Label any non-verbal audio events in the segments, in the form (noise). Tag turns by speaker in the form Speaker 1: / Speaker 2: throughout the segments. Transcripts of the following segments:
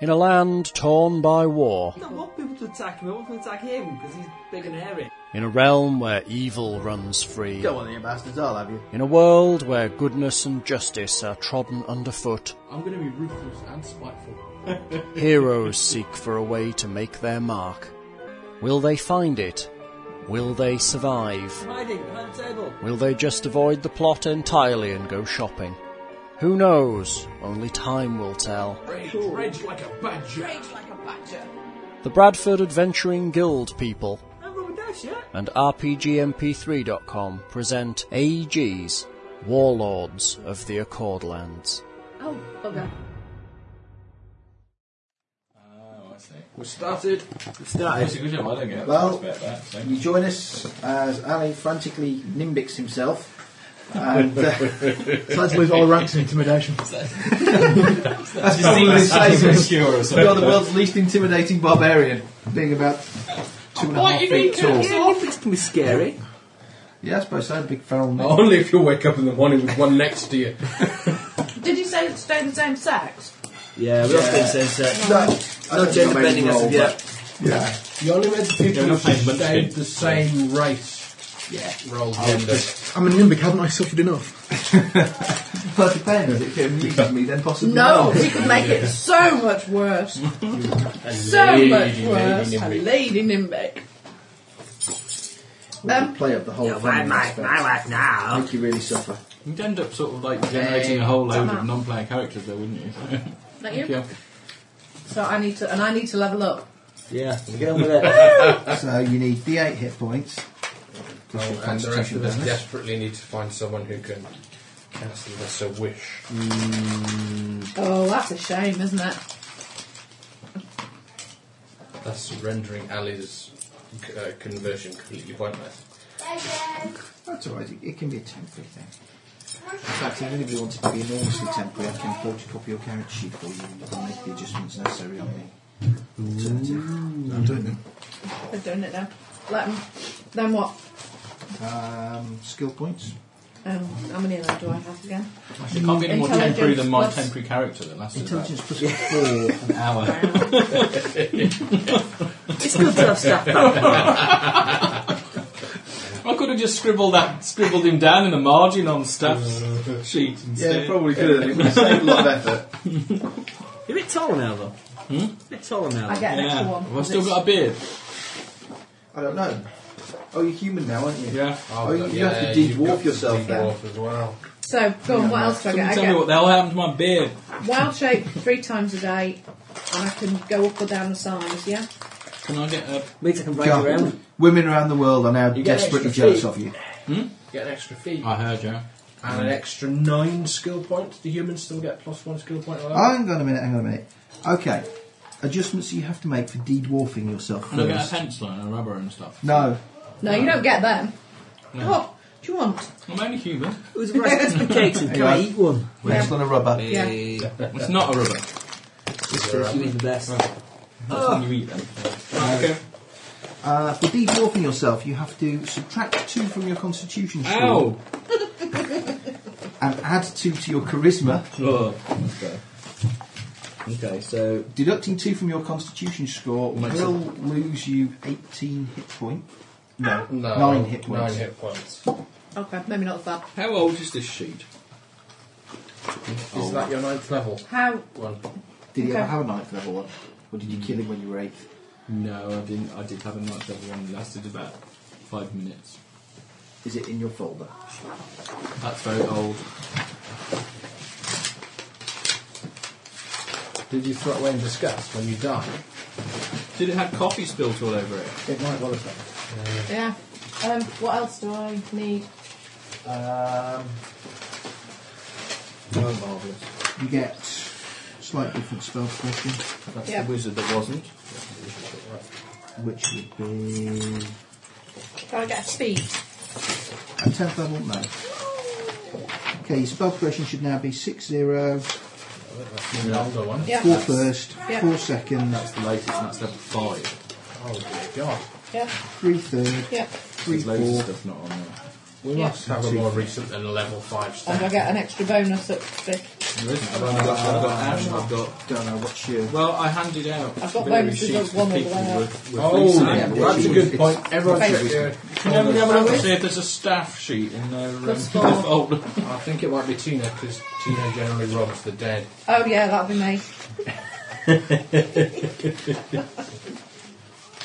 Speaker 1: in a land torn by war,
Speaker 2: I don't want people to attack me. I want people to attack him because he's big and hairy.
Speaker 1: in a realm where evil runs free,
Speaker 3: You don't want the ambassadors, I'll have you.
Speaker 1: in a world where goodness and justice are trodden underfoot,
Speaker 4: I'm going to be ruthless and spiteful.
Speaker 1: heroes seek for a way to make their mark. Will they find it? Will they survive?
Speaker 2: I'm hiding behind the table.
Speaker 1: Will they just avoid the plot entirely and go shopping? Who knows? Only time will tell.
Speaker 4: Rage, rage like a badger.
Speaker 5: Rage like a badger.
Speaker 1: The Bradford Adventuring Guild people
Speaker 2: I'm Robin Dash, yeah?
Speaker 1: and RPGMP3.com present AEG's Warlords of the Accordlands.
Speaker 5: Oh, bugger.
Speaker 4: Oh,
Speaker 6: Ah,
Speaker 4: I see. We started.
Speaker 3: We've
Speaker 4: That's a
Speaker 3: started.
Speaker 4: good job. I don't get
Speaker 3: Well-
Speaker 4: well, about that. So.
Speaker 3: You join us as Ali frantically nimbics himself. And uh,
Speaker 7: Let's lose all ranks in intimidation.
Speaker 3: that's probably the size of us.
Speaker 4: Obscure or something.
Speaker 3: You're the world's least intimidating barbarian, being about two and a half feet tall.
Speaker 2: Yeah, Olympics can be scary.
Speaker 3: Yeah, I suppose so. Big feral
Speaker 6: Oh.
Speaker 3: man.
Speaker 4: Only if you wake up in the morning with one next to you.
Speaker 5: Did you say stay the same sex?
Speaker 2: Yeah, we all think so. so.
Speaker 3: No, I don't
Speaker 2: No
Speaker 3: think
Speaker 2: gender
Speaker 3: I'm
Speaker 2: bending as
Speaker 3: able
Speaker 2: of
Speaker 3: to roll,
Speaker 2: yet.
Speaker 3: Yeah.
Speaker 4: You're only meant to people
Speaker 6: not
Speaker 4: who
Speaker 6: paying much
Speaker 4: stayed
Speaker 6: attention.
Speaker 4: the same race.
Speaker 2: Yeah.
Speaker 4: Roll gender.
Speaker 7: I'm a nimbic, haven't I suffered enough?
Speaker 3: Well, it depends. If it amuses me, then possibly.
Speaker 5: No,
Speaker 3: not.
Speaker 5: we could make it so
Speaker 6: (laughs)
Speaker 5: much worse. so
Speaker 6: lady,
Speaker 5: much
Speaker 6: lady
Speaker 5: worse. A
Speaker 6: nimbic.
Speaker 5: lady nimbic.
Speaker 3: We could play up the whole thing. in
Speaker 2: my,
Speaker 3: aspect.
Speaker 2: my wife now.
Speaker 3: Make you really suffer.
Speaker 6: You'd end up sort of like generating a whole load of non-player characters, though, wouldn't you? (laughs)
Speaker 5: Thank you.
Speaker 6: yeah.
Speaker 5: So I need to, and I need to level up.
Speaker 2: Yeah, get on with it.
Speaker 3: So you need D8 hit points. Plus your
Speaker 4: And the rest
Speaker 3: constitution
Speaker 4: of us
Speaker 3: bonus.
Speaker 4: desperately need to find someone who can cancel us a wish.
Speaker 5: Oh, that's a shame, isn't it?
Speaker 4: That's rendering Ali's uh, conversion completely pointless.
Speaker 3: That's alright, it, it can be a temporary thing. In fact, if anybody wanted to be enormously temporary, I can photocopy your character sheet for you and make the adjustments necessary on the alternative.
Speaker 7: I'm doing it.
Speaker 5: They're doing it now. Let them. Then what?
Speaker 3: Um, skill points.
Speaker 5: Um, how many of them do I have again?
Speaker 6: It can't be any more temporary than my
Speaker 5: Intelligence plus-
Speaker 6: temporary character that lasted about
Speaker 3: Intelligence plus (laughs) four.
Speaker 6: an (laughs) hour.
Speaker 2: it's good to have staff back.
Speaker 6: I could have just scribbled that, scribbled him down in the margin on staff's sheet instead.
Speaker 3: probably could have. It would have saved a lot of effort.
Speaker 2: (laughs) You're a bit taller now, though. Hmm? A bit taller now.
Speaker 5: I
Speaker 2: though.
Speaker 5: get an extra
Speaker 6: Yeah.
Speaker 5: one.
Speaker 6: Have I still got a beard?
Speaker 3: I don't know. Oh, you're human now, aren't you?
Speaker 6: Yeah.
Speaker 3: Oh, you- you have to
Speaker 4: you've
Speaker 3: dwarf
Speaker 4: got to
Speaker 3: yourself then.
Speaker 4: dwarf as well.
Speaker 5: So, go on, what else do I
Speaker 6: Someone
Speaker 5: get? I
Speaker 6: tell me what
Speaker 5: get
Speaker 6: the hell happened to my beard.
Speaker 5: wild shape three times a day, and I can go up or down the size, yeah?
Speaker 6: Can I get a...
Speaker 2: Means I can ride
Speaker 3: God,
Speaker 2: around.
Speaker 3: Women around the world are now
Speaker 4: get an
Speaker 3: desperately
Speaker 4: extra
Speaker 3: jealous
Speaker 4: feet.
Speaker 3: of you.
Speaker 4: Get an extra feet
Speaker 6: I heard you.
Speaker 4: and an extra nine skill points. The humans still get plus one skill point. allowed?
Speaker 3: Oh, Hang on a minute, hang on a minute. Okay. Adjustments you have to make for de-dwarfing yourself
Speaker 6: And I get a
Speaker 3: first.
Speaker 6: pencil and a rubber and stuff.
Speaker 3: No.
Speaker 5: No, you don't get them.
Speaker 6: No.
Speaker 5: What do you want?
Speaker 6: I'm only human.
Speaker 2: It was a (laughs) recipe for cakes and can I eat one?
Speaker 3: Pencil and a rubber.
Speaker 5: Yeah.
Speaker 6: It's not a rubber. That's
Speaker 2: You eat the best.
Speaker 6: when you eat them.
Speaker 4: Okay.
Speaker 3: Uh, for de-dwarfing yourself, you have to subtract two from your constitution score
Speaker 6: Ow!
Speaker 3: and add two to your charisma,
Speaker 6: Oh.
Speaker 2: Okay, so
Speaker 3: deducting two from your constitution score will lose you 18 hit points. No,
Speaker 4: No,
Speaker 3: nine hit points.
Speaker 4: Nine hit points.
Speaker 5: Okay, maybe not that.
Speaker 6: How old is this sheet?
Speaker 4: Is that your ninth level
Speaker 5: How?
Speaker 4: one?
Speaker 3: Did you
Speaker 5: Okay.
Speaker 3: ever have a ninth level one? Or did you kill him when you were eighth?
Speaker 6: No, I didn't. I did have a night level one. It lasted about five minutes.
Speaker 3: Is it in your folder?
Speaker 6: That's very old.
Speaker 4: Did you throw it away in disgust when you died?
Speaker 6: Did it have coffee spilt all over it?
Speaker 3: It might well have
Speaker 5: Yeah. Um, what else do I need?
Speaker 3: done. Um,
Speaker 4: Oh, marvellous.
Speaker 3: you get slight different spell question,
Speaker 4: That's
Speaker 5: Yeah.
Speaker 4: the wizard that wasn't.
Speaker 3: which would be...
Speaker 5: Can I get a speed?
Speaker 3: At 10th level? No. Okay, your spell progression should now be 6 0, 4
Speaker 4: That's the older one.
Speaker 5: Yeah.
Speaker 3: first,
Speaker 5: yeah.
Speaker 3: 4 second,
Speaker 6: That's the latest, and that's level five.
Speaker 4: Oh, dear God.
Speaker 5: Yeah.
Speaker 3: 3 third,
Speaker 5: Yeah.
Speaker 3: 3
Speaker 6: There's loads
Speaker 3: 4.
Speaker 6: of stuff not on there.
Speaker 4: We
Speaker 5: Yeah.
Speaker 4: must have a more recent than a level 5
Speaker 5: And I
Speaker 4: stat.
Speaker 5: get an extra bonus at fifth.
Speaker 4: There isn't. I've only got, I've got Ash, I've got.
Speaker 3: Don't know what's your.
Speaker 6: Well, I handed out.
Speaker 5: Oh, I've got
Speaker 6: very
Speaker 5: bonuses
Speaker 6: sheets
Speaker 5: of one
Speaker 6: to
Speaker 5: or
Speaker 6: people
Speaker 5: whatever.
Speaker 6: with- with things
Speaker 4: Oh,
Speaker 6: in it.
Speaker 3: yeah,
Speaker 4: that's a good point. Everyone
Speaker 5: Okay.
Speaker 4: check your.
Speaker 6: Can everybody have a look
Speaker 5: Always.
Speaker 6: and see if there's a staff sheet (laughs) in their um,
Speaker 5: That's fine.
Speaker 6: folder?
Speaker 4: I think it might be Tina because Tina generally robs the dead.
Speaker 5: Oh yeah, that'll be
Speaker 4: (laughs)
Speaker 5: me.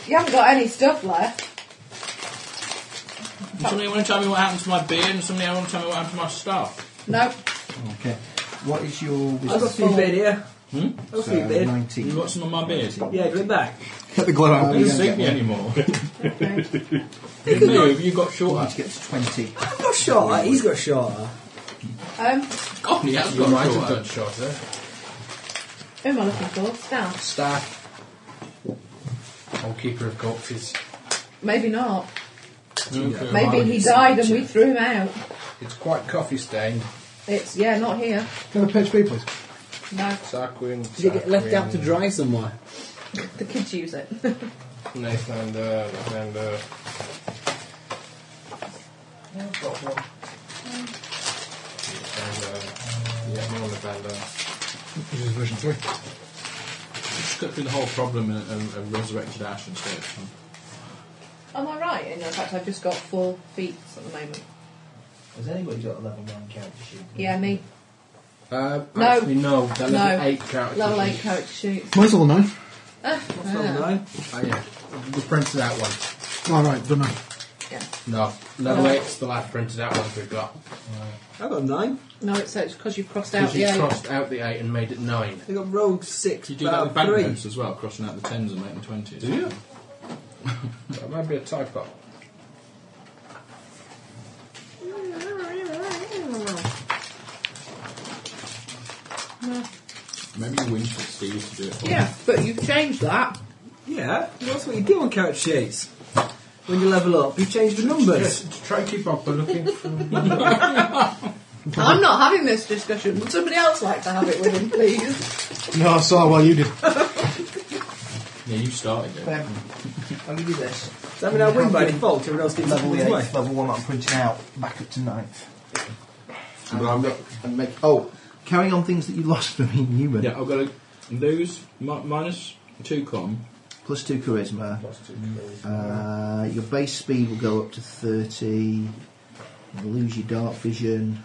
Speaker 5: you haven't got any stuff left.
Speaker 6: Somebody want to tell me what happened to my beard and somebody want to tell me what happened to my staff?
Speaker 5: No.
Speaker 3: Okay. What is your
Speaker 2: I've got
Speaker 3: wisdom?
Speaker 2: a few bed here. I've got a few
Speaker 3: Uh,
Speaker 2: bed.
Speaker 3: 19.
Speaker 6: You got some on my beard? You
Speaker 2: Yeah, give it back.
Speaker 3: Get the glow out.
Speaker 6: don't
Speaker 3: You
Speaker 6: see me anymore. (laughs)
Speaker 5: Okay.
Speaker 6: you move, you got
Speaker 3: need
Speaker 6: shorter.
Speaker 3: to get to 20.
Speaker 2: I've got shorter. He's got shorter.
Speaker 5: Um,
Speaker 6: God, he has
Speaker 4: You might
Speaker 6: got
Speaker 4: have
Speaker 6: shorter.
Speaker 4: done shorter.
Speaker 5: who am I looking for? Staff.
Speaker 4: Staff. Or keeper of corpses.
Speaker 5: Maybe not.
Speaker 6: Okay.
Speaker 5: Maybe he died and we threw him out.
Speaker 4: It's quite coffee stained.
Speaker 5: It's yeah, not here.
Speaker 7: Can I have a PHP, please?
Speaker 5: No,
Speaker 4: Sarquin.
Speaker 8: Did it get left out to dry somewhere?
Speaker 5: the kids use it. (laughs)
Speaker 4: Nathan uh, and. Uh, and uh, yeah, more on the band. Uh,
Speaker 7: This is version 3.
Speaker 6: Just cut through the whole problem and, and, and resurrected Ash instead.
Speaker 5: Am I right? In fact, I've just got four feet at the moment.
Speaker 3: Has anybody got a level 1 character sheet?
Speaker 5: Yeah, me.
Speaker 4: Uh,
Speaker 5: No.
Speaker 4: Actually, no. They're level
Speaker 5: No.
Speaker 4: eight characters.
Speaker 5: Level eight character sheets.
Speaker 7: Mine's level 9.
Speaker 5: Ah,
Speaker 2: That's all I know.
Speaker 4: Oh, yeah. We printed out one.
Speaker 7: All right, don't know.
Speaker 5: yeah.
Speaker 4: No. Level
Speaker 5: No.
Speaker 4: eight's the last printed out one we've got.
Speaker 2: I've got nine.
Speaker 5: No, it's because you've crossed out
Speaker 4: Because
Speaker 5: the
Speaker 4: you
Speaker 5: eight.
Speaker 4: crossed out the eight and made it nine.
Speaker 2: I've got rogue six,
Speaker 6: You do that
Speaker 2: but
Speaker 6: with
Speaker 2: about three.
Speaker 6: banknotes as well, crossing out the tens and making twenties.
Speaker 4: Do you? that might be a typo.
Speaker 6: Maybe you win for Steve to do it. (laughs) for
Speaker 5: Yeah, but you've changed that.
Speaker 2: Yeah, that's what you do on character sheets. When you level up, you change the numbers.
Speaker 4: Just try and keep up by looking for.
Speaker 5: I'm not having this discussion. Would somebody else like to have it with him, please?
Speaker 7: No, I saw well you did.
Speaker 6: you. (laughs) Yeah, you started it.
Speaker 3: Um, I'll give you this.
Speaker 2: Does that mean I win by default? Everyone else gets
Speaker 3: Level
Speaker 2: level
Speaker 3: 8,
Speaker 2: his way.
Speaker 3: level 1 that I'm printing out, back up to 9th.
Speaker 4: But I've got,
Speaker 3: And make. Oh, carrying on things that you lost for being human.
Speaker 6: Yeah, I've got to lose mi- minus two com.
Speaker 3: Plus 2 charisma. Mm. Uh, your base speed will go up to 30. You lose your dark vision.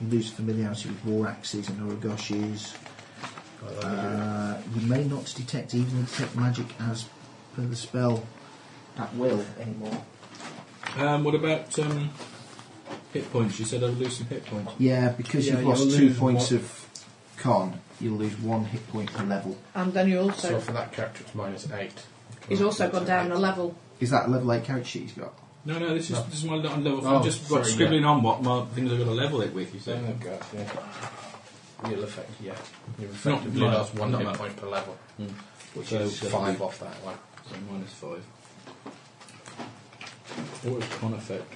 Speaker 3: You lose familiarity with war axes and origoshes. Uh, you may not detect even detect magic as per the spell at will anymore.
Speaker 6: Um, what about um, hit points? You said I'd lose some hit points.
Speaker 3: Yeah, because
Speaker 4: Yeah,
Speaker 3: you've lost
Speaker 4: you'll
Speaker 3: two
Speaker 4: lose
Speaker 3: points
Speaker 4: one-
Speaker 3: of con, you'll lose one hit point per level.
Speaker 5: And then you
Speaker 4: so
Speaker 5: also
Speaker 4: for that character, it's minus eight.
Speaker 5: he's also gone down a level.
Speaker 3: Is that a level 8 character sheet he's got?
Speaker 6: No, no, this is this is my le- level.
Speaker 4: Oh,
Speaker 6: I'm just
Speaker 4: sorry,
Speaker 6: like, scribbling on what my things I've got to level it with. You see,
Speaker 4: Then I've got, yeah. You'll affect, yeah. You've
Speaker 6: Not
Speaker 4: effectively
Speaker 6: mine,
Speaker 4: lost one
Speaker 6: not
Speaker 4: hit
Speaker 6: mine.
Speaker 4: point per level, which
Speaker 6: So
Speaker 4: is
Speaker 6: that'll
Speaker 4: five
Speaker 6: be-
Speaker 4: off that one.
Speaker 6: so minus five. What was con effect?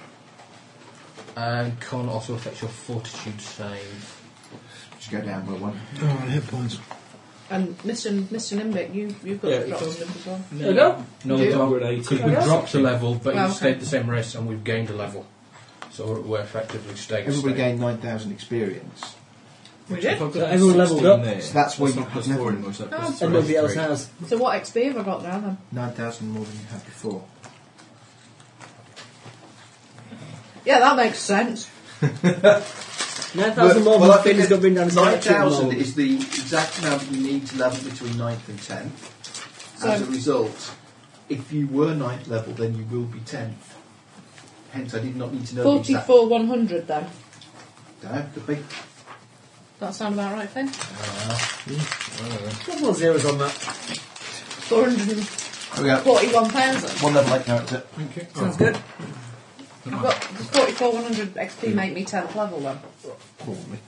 Speaker 4: And con also affects your fortitude save.
Speaker 3: Just go down by one.
Speaker 7: All right, hit points.
Speaker 5: And Mr. N- Mr. Nimbic, you you've got
Speaker 6: Yeah,
Speaker 5: to
Speaker 6: it
Speaker 5: drop
Speaker 6: does.
Speaker 5: them as well.
Speaker 2: There you go.
Speaker 4: No,
Speaker 5: Yeah.
Speaker 6: We're at 18.
Speaker 4: Because we
Speaker 5: Yeah.
Speaker 4: dropped a level, but
Speaker 5: Oh, Well,
Speaker 4: you
Speaker 5: okay.
Speaker 4: stayed the same race and we've gained a level. So we're- we're effectively staying
Speaker 3: Everybody
Speaker 4: staying.
Speaker 3: gained 9,000 experience.
Speaker 5: We
Speaker 6: If I've
Speaker 5: did.
Speaker 2: So
Speaker 6: got
Speaker 2: everyone leveled
Speaker 6: 16
Speaker 2: up.
Speaker 6: there,
Speaker 3: So that's where you
Speaker 6: not plus
Speaker 3: have
Speaker 6: four
Speaker 3: leveled.
Speaker 6: anymore. So that's
Speaker 5: Oh.
Speaker 6: plus three.
Speaker 2: Everybody else has.
Speaker 5: So what XP have I got now then?
Speaker 3: 9,000 more than you had before.
Speaker 5: Yeah, that makes sense.
Speaker 2: 9,000 more,
Speaker 3: Well, I
Speaker 2: my
Speaker 3: think
Speaker 2: fingers got bring down to statue
Speaker 3: 9,000
Speaker 2: mode.
Speaker 3: is the exact amount that you need to level between 9th and 10th.
Speaker 5: So-
Speaker 3: As a result, if you were 9th level, then you will be 10th. Hence, I did not need to know the exact...
Speaker 5: Forty-four one hundred then.
Speaker 3: No, could be.
Speaker 5: That sound about right, then?
Speaker 2: Double zeros on that.
Speaker 5: Four hundred and
Speaker 3: There we go.
Speaker 5: forty-one thousand.
Speaker 3: One level 8 character.
Speaker 2: Sounds good.
Speaker 5: I've got forty-four one hundred XP. Make me tenth level then.
Speaker 3: Probably.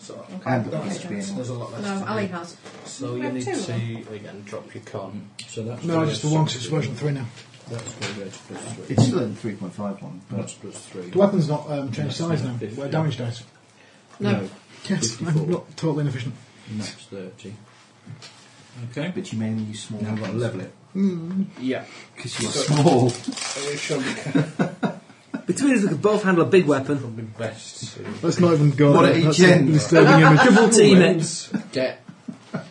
Speaker 4: So
Speaker 5: Okay.
Speaker 3: And the
Speaker 5: okay,
Speaker 3: experience.
Speaker 4: there's a lot less.
Speaker 5: No,
Speaker 4: to
Speaker 5: Ali
Speaker 4: do.
Speaker 5: has.
Speaker 4: So you
Speaker 5: Have
Speaker 4: need
Speaker 5: two of
Speaker 4: to again drop your con. So that's
Speaker 7: No,
Speaker 4: gonna
Speaker 7: just the
Speaker 4: be
Speaker 7: one 'cause it's version 3 now.
Speaker 4: That's going to go to plus three.
Speaker 3: It's still in 3.5 one, but
Speaker 4: That's plus three.
Speaker 7: The weapon's not um, changed size now.
Speaker 6: Fifty.
Speaker 7: Where damage dice.
Speaker 5: No.
Speaker 7: Yes, I'm
Speaker 6: 54.
Speaker 7: not totally inefficient.
Speaker 6: Max 30. Okay.
Speaker 3: but you mainly use small. Now
Speaker 4: I've got to level it. Yeah.
Speaker 3: (laughs) Because you're small.
Speaker 4: It should be
Speaker 2: Between us, we could both handle a big weapon.
Speaker 4: Probably best to
Speaker 7: Let's not even go.
Speaker 3: What
Speaker 7: there.
Speaker 3: at each
Speaker 7: That's
Speaker 3: end?
Speaker 7: a disturbing
Speaker 2: (laughs)
Speaker 7: image.
Speaker 2: Double team it.
Speaker 4: get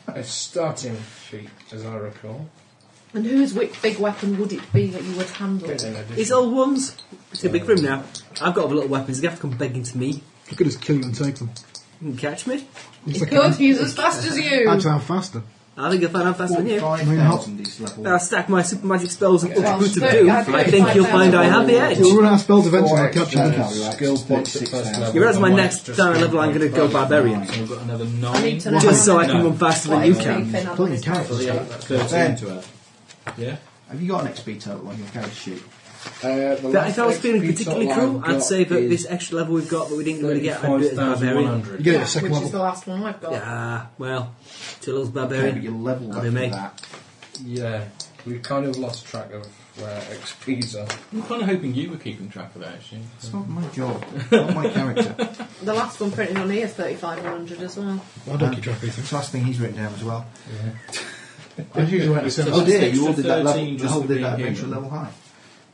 Speaker 4: a starting sheet, as I recall.
Speaker 5: And whose wi- big weapon would it be that you would handle?
Speaker 4: Get an addition.
Speaker 2: It's all ones. It's a big room now. I've got other little weapons. You have to come begging to me.
Speaker 7: You could just kill you and take them.
Speaker 2: You can catch me.
Speaker 7: It's
Speaker 5: It
Speaker 7: like a-
Speaker 5: could, he's as fast as you.
Speaker 7: Actually, I'm faster.
Speaker 2: I think if I'm faster than you.
Speaker 3: 5,000 is level.
Speaker 2: I'll stack my super magic spells and
Speaker 5: Well,
Speaker 2: utter
Speaker 5: but
Speaker 2: do.
Speaker 5: I think
Speaker 2: I think you'll find I have the edge.
Speaker 7: We'll run out of spells eventually.
Speaker 3: Four
Speaker 7: I'll catch
Speaker 3: extra
Speaker 7: you.
Speaker 3: counteract,
Speaker 4: skill points at
Speaker 3: 36,000.
Speaker 4: first level.
Speaker 2: You realise my
Speaker 4: Otherwise,
Speaker 2: next
Speaker 4: just
Speaker 2: down level I'm gonna go barbarian.
Speaker 6: So we've got another
Speaker 5: I
Speaker 6: nine.
Speaker 5: need to know
Speaker 2: Just so
Speaker 5: how
Speaker 2: I can
Speaker 6: No.
Speaker 2: run faster than
Speaker 5: many
Speaker 2: you
Speaker 5: lives
Speaker 2: can.
Speaker 5: Ethan has.
Speaker 7: Plenty of
Speaker 6: So
Speaker 7: characters.
Speaker 6: yeah, that's 13
Speaker 3: Then,
Speaker 6: to it. Yeah.
Speaker 3: have you got an XP total on your carriage sheet?
Speaker 4: Uh, the
Speaker 2: That, if I was
Speaker 4: last
Speaker 2: feeling
Speaker 4: XP
Speaker 2: particularly
Speaker 4: total
Speaker 2: cruel,
Speaker 4: I've
Speaker 2: I'd
Speaker 4: got
Speaker 2: say that
Speaker 4: is
Speaker 2: this extra level we've got that we didn't really get, I'd do it as barbarian.
Speaker 4: 35,100.
Speaker 7: You get it
Speaker 5: Yeah,
Speaker 7: at second
Speaker 5: which is the
Speaker 7: level.
Speaker 5: last one I've got.
Speaker 2: Yeah, well, two levels
Speaker 3: Okay, but your
Speaker 2: barbarian.
Speaker 3: level
Speaker 2: That'd
Speaker 3: after
Speaker 2: be me.
Speaker 3: that.
Speaker 4: Yeah, we kind of lost track of uh, where XP's are.
Speaker 6: I'm kind of hoping you were keeping track of that, actually.
Speaker 3: It's not my job.
Speaker 2: (laughs)
Speaker 3: It's not my character.
Speaker 5: The last one printed on here is 35100 as well.
Speaker 7: I don't keep track of
Speaker 3: It's
Speaker 7: anything.
Speaker 3: the last thing Um, he's written down as well.
Speaker 7: That's usually when it's
Speaker 3: Oh
Speaker 6: Just
Speaker 3: dear,
Speaker 6: extra
Speaker 3: you all did
Speaker 6: 13
Speaker 3: that level, the
Speaker 6: just
Speaker 3: whole
Speaker 6: for
Speaker 3: did
Speaker 6: being
Speaker 3: that adventure
Speaker 6: human.
Speaker 3: level high.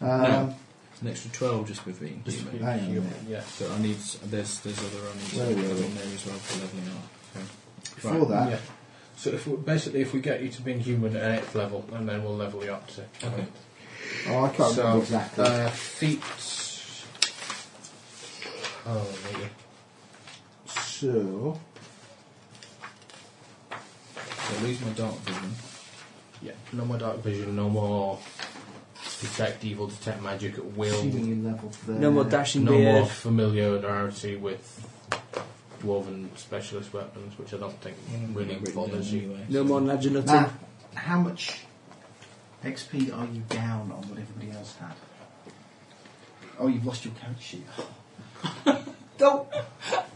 Speaker 6: No.
Speaker 3: Um,
Speaker 6: It's an extra 12 just with being human.
Speaker 3: hang on a minute.
Speaker 6: Yeah, so I need there's there's other I need to
Speaker 3: Where
Speaker 6: put
Speaker 3: were we?
Speaker 6: in there as well for leveling up. Okay.
Speaker 3: Before that,
Speaker 4: Yeah. So if we, basically, if we get you to being human at eighth level, and then we'll level you up to.
Speaker 6: Okay.
Speaker 3: oh, I can't
Speaker 4: So,
Speaker 3: remember exactly.
Speaker 4: uh, feet. Oh, maybe.
Speaker 3: so,
Speaker 6: So I lose my dark vision.
Speaker 4: Yeah. No more dark vision. No more detect evil, detect magic at will.
Speaker 3: assuming you level there.
Speaker 2: No more dashing
Speaker 4: No more
Speaker 2: beard.
Speaker 4: familiarity with dwarven specialist weapons, which I don't think really
Speaker 6: Written
Speaker 4: bothers
Speaker 6: down
Speaker 4: you.
Speaker 6: anyway,
Speaker 2: No
Speaker 6: so-
Speaker 2: more nudging nutting.
Speaker 3: Matt, uh, how much XP are you down on what everybody else had? Oh, you've lost your character sheet.
Speaker 2: Don't.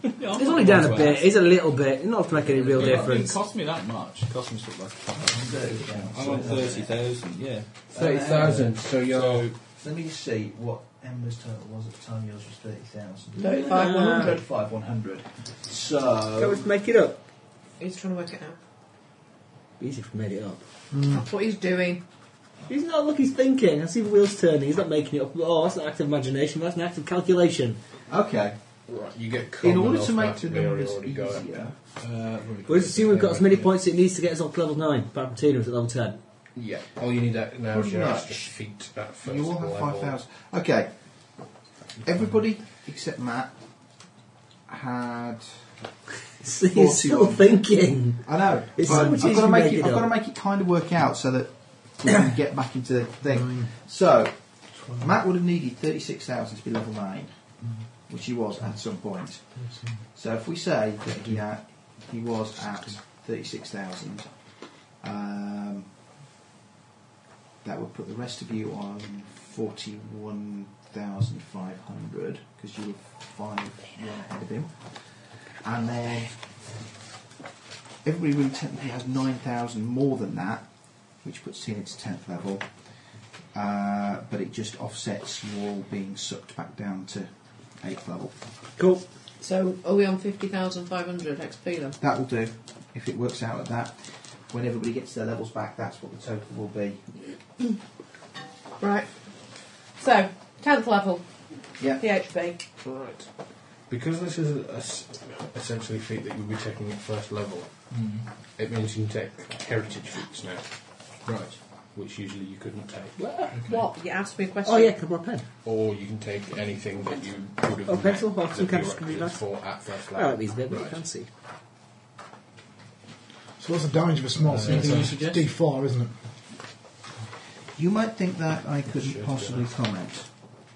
Speaker 2: It's only down a bit. It's a little bit. Not to make any real
Speaker 6: It- It
Speaker 2: difference.
Speaker 6: cost me that much. It cost me something like five. I'm on thirty thousand. Yeah.
Speaker 4: Thirty thousand. So you're.
Speaker 3: uh,
Speaker 6: So
Speaker 3: Let me see what Emma's total was at the time. Yours was 30,000.
Speaker 5: 35100.
Speaker 3: 100.
Speaker 2: Can we
Speaker 3: So,
Speaker 2: just make it up?
Speaker 5: He's trying to work it out.
Speaker 8: Easy if we made it up.
Speaker 5: That's what he's doing.
Speaker 8: He's not, look, he's thinking. I see the wheels turning. He's not making it up. Oh, that's an act of imagination. That's an act of calculation.
Speaker 3: okay.
Speaker 4: Right, you get
Speaker 3: In
Speaker 4: common
Speaker 3: order
Speaker 4: off
Speaker 3: to make
Speaker 4: that,
Speaker 3: the
Speaker 4: we already-
Speaker 3: numbers
Speaker 4: already got it.
Speaker 3: easier,
Speaker 6: uh,
Speaker 8: We'll just assume we've got as many points it needs to get us up to level 9. Barbatina's at level 10.
Speaker 4: Yeah,
Speaker 6: Oh,
Speaker 4: all you need out now is
Speaker 3: Pretty
Speaker 4: your
Speaker 3: much.
Speaker 4: extra feet at first
Speaker 3: You all have
Speaker 4: level.
Speaker 3: 5,000. Okay. Everybody except Matt had.
Speaker 8: See, (laughs) he's still
Speaker 3: 41.
Speaker 8: thinking.
Speaker 3: I know.
Speaker 8: It's
Speaker 3: but
Speaker 8: so much
Speaker 3: I've
Speaker 8: easier
Speaker 3: got to
Speaker 8: to
Speaker 3: make
Speaker 8: make
Speaker 3: it.
Speaker 8: it
Speaker 3: I've got to
Speaker 8: up.
Speaker 3: make it kind of work out so that
Speaker 8: (coughs)
Speaker 3: we can get back into the thing. So Matt would have needed thirty-six thousand to be level nine, which he was at some point. So if we say that he had, he was at thirty-six thousand, um, that would put the rest of you on forty-one thousand five hundred because you were five one ahead of him, and then. Everybody really technically has 9,000 more than that, which puts Tina to 10th level. Uh, but it just offsets you all being sucked back down to 8th level.
Speaker 2: Cool.
Speaker 5: So are we on 50500 XP then?
Speaker 3: That will do, if it works out at that. When everybody gets their levels back, that's what the total will be.
Speaker 5: Right. So, 10th level,
Speaker 3: Yeah.
Speaker 5: PHP.
Speaker 4: Right. Because this is a- a s- essentially a feat that you'll be taking at first level,
Speaker 6: Mm-hmm.
Speaker 4: it means you can take heritage feats now,
Speaker 6: right.
Speaker 4: which usually you couldn't take.
Speaker 5: What? You asked me a question.
Speaker 8: Oh, yeah, can I borrow a pen?
Speaker 4: Or you can take anything that you would have
Speaker 8: Oh,
Speaker 4: met
Speaker 8: pencil? Oh,
Speaker 4: the
Speaker 8: some kind of
Speaker 4: prerequisites for at first
Speaker 8: I
Speaker 4: level.
Speaker 8: like these a bit, but
Speaker 4: Right.
Speaker 8: fancy.
Speaker 7: So what's the damage of a small
Speaker 6: Anything
Speaker 7: sentence?
Speaker 6: you suggest?
Speaker 7: It's D4, isn't it?
Speaker 3: You might think that I couldn't possibly comment.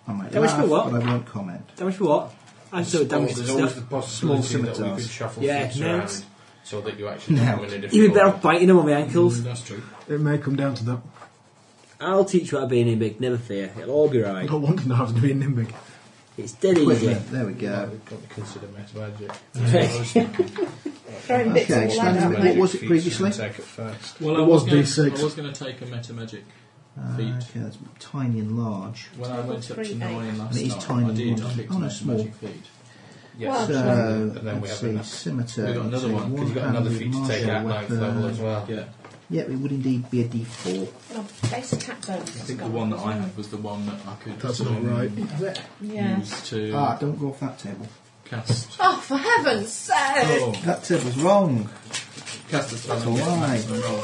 Speaker 3: I might
Speaker 2: Can we
Speaker 3: laugh,
Speaker 2: spell what?
Speaker 3: but I won't comment.
Speaker 2: Damage for what? I'm so
Speaker 4: Or
Speaker 2: damage to
Speaker 4: there's always
Speaker 2: stuff.
Speaker 4: the possibility
Speaker 3: Small
Speaker 4: that we
Speaker 3: scimitars.
Speaker 4: could shuffle
Speaker 2: Yeah,
Speaker 4: feats
Speaker 2: nerves.
Speaker 4: around so that you actually
Speaker 3: No.
Speaker 4: come in a different
Speaker 2: You'd be better
Speaker 4: order.
Speaker 2: off biting them on the ankles.
Speaker 6: That's true.
Speaker 7: It may come down to that.
Speaker 8: I'll teach you how to be an imbic, never fear. It'll all be
Speaker 7: I
Speaker 8: right.
Speaker 7: don't want to know how to be a Nimbic.
Speaker 8: It's dead
Speaker 3: Wait a
Speaker 8: easy.
Speaker 3: minute, there we go.
Speaker 4: We've got to consider meta
Speaker 3: (laughs)
Speaker 4: magic.
Speaker 5: Throwing bits
Speaker 3: Okay,
Speaker 5: all
Speaker 3: so
Speaker 5: around
Speaker 3: that's
Speaker 5: aren't
Speaker 3: what
Speaker 5: they?
Speaker 3: was it
Speaker 4: Feats you
Speaker 3: previously?
Speaker 4: can Take at first.
Speaker 6: Well,
Speaker 7: It
Speaker 6: I
Speaker 7: was
Speaker 6: was, gonna-
Speaker 7: D6.
Speaker 6: I was going to take a metamagic
Speaker 3: Uh,
Speaker 6: feat
Speaker 3: okay, that's tiny and large.
Speaker 6: when I went up
Speaker 5: Three
Speaker 6: to nine
Speaker 5: eight.
Speaker 6: last
Speaker 3: It is
Speaker 6: night.
Speaker 3: tiny,
Speaker 6: I did. I
Speaker 3: wasn't it?
Speaker 6: picked
Speaker 3: Oh,
Speaker 6: a
Speaker 3: no, small.
Speaker 6: metamagic feat.
Speaker 4: Yes.
Speaker 5: Well,
Speaker 3: So,
Speaker 4: And then we
Speaker 3: let's
Speaker 4: have
Speaker 3: see,
Speaker 4: enough.
Speaker 3: scimitar.
Speaker 4: We've got another
Speaker 3: so
Speaker 4: one, because you've got another
Speaker 3: one-handed
Speaker 4: feat to take
Speaker 3: martial
Speaker 4: out ninth
Speaker 3: weapon.
Speaker 4: level as well.
Speaker 6: Yeah.
Speaker 3: uh, Yeah, it would indeed be a D4.
Speaker 5: Well, base attack bonus.
Speaker 6: I think the one that I had was the one that I could
Speaker 7: That's not
Speaker 6: um,
Speaker 7: right.
Speaker 5: Yeah.
Speaker 6: use to
Speaker 3: Ah, don't go off that table.
Speaker 6: cast.
Speaker 5: Oh, for heaven's sake!
Speaker 3: Ah.
Speaker 6: Oh,
Speaker 3: That table's wrong.
Speaker 6: cast a spell.
Speaker 3: That's
Speaker 6: and
Speaker 3: a
Speaker 6: get
Speaker 3: lie.
Speaker 6: maximum roll.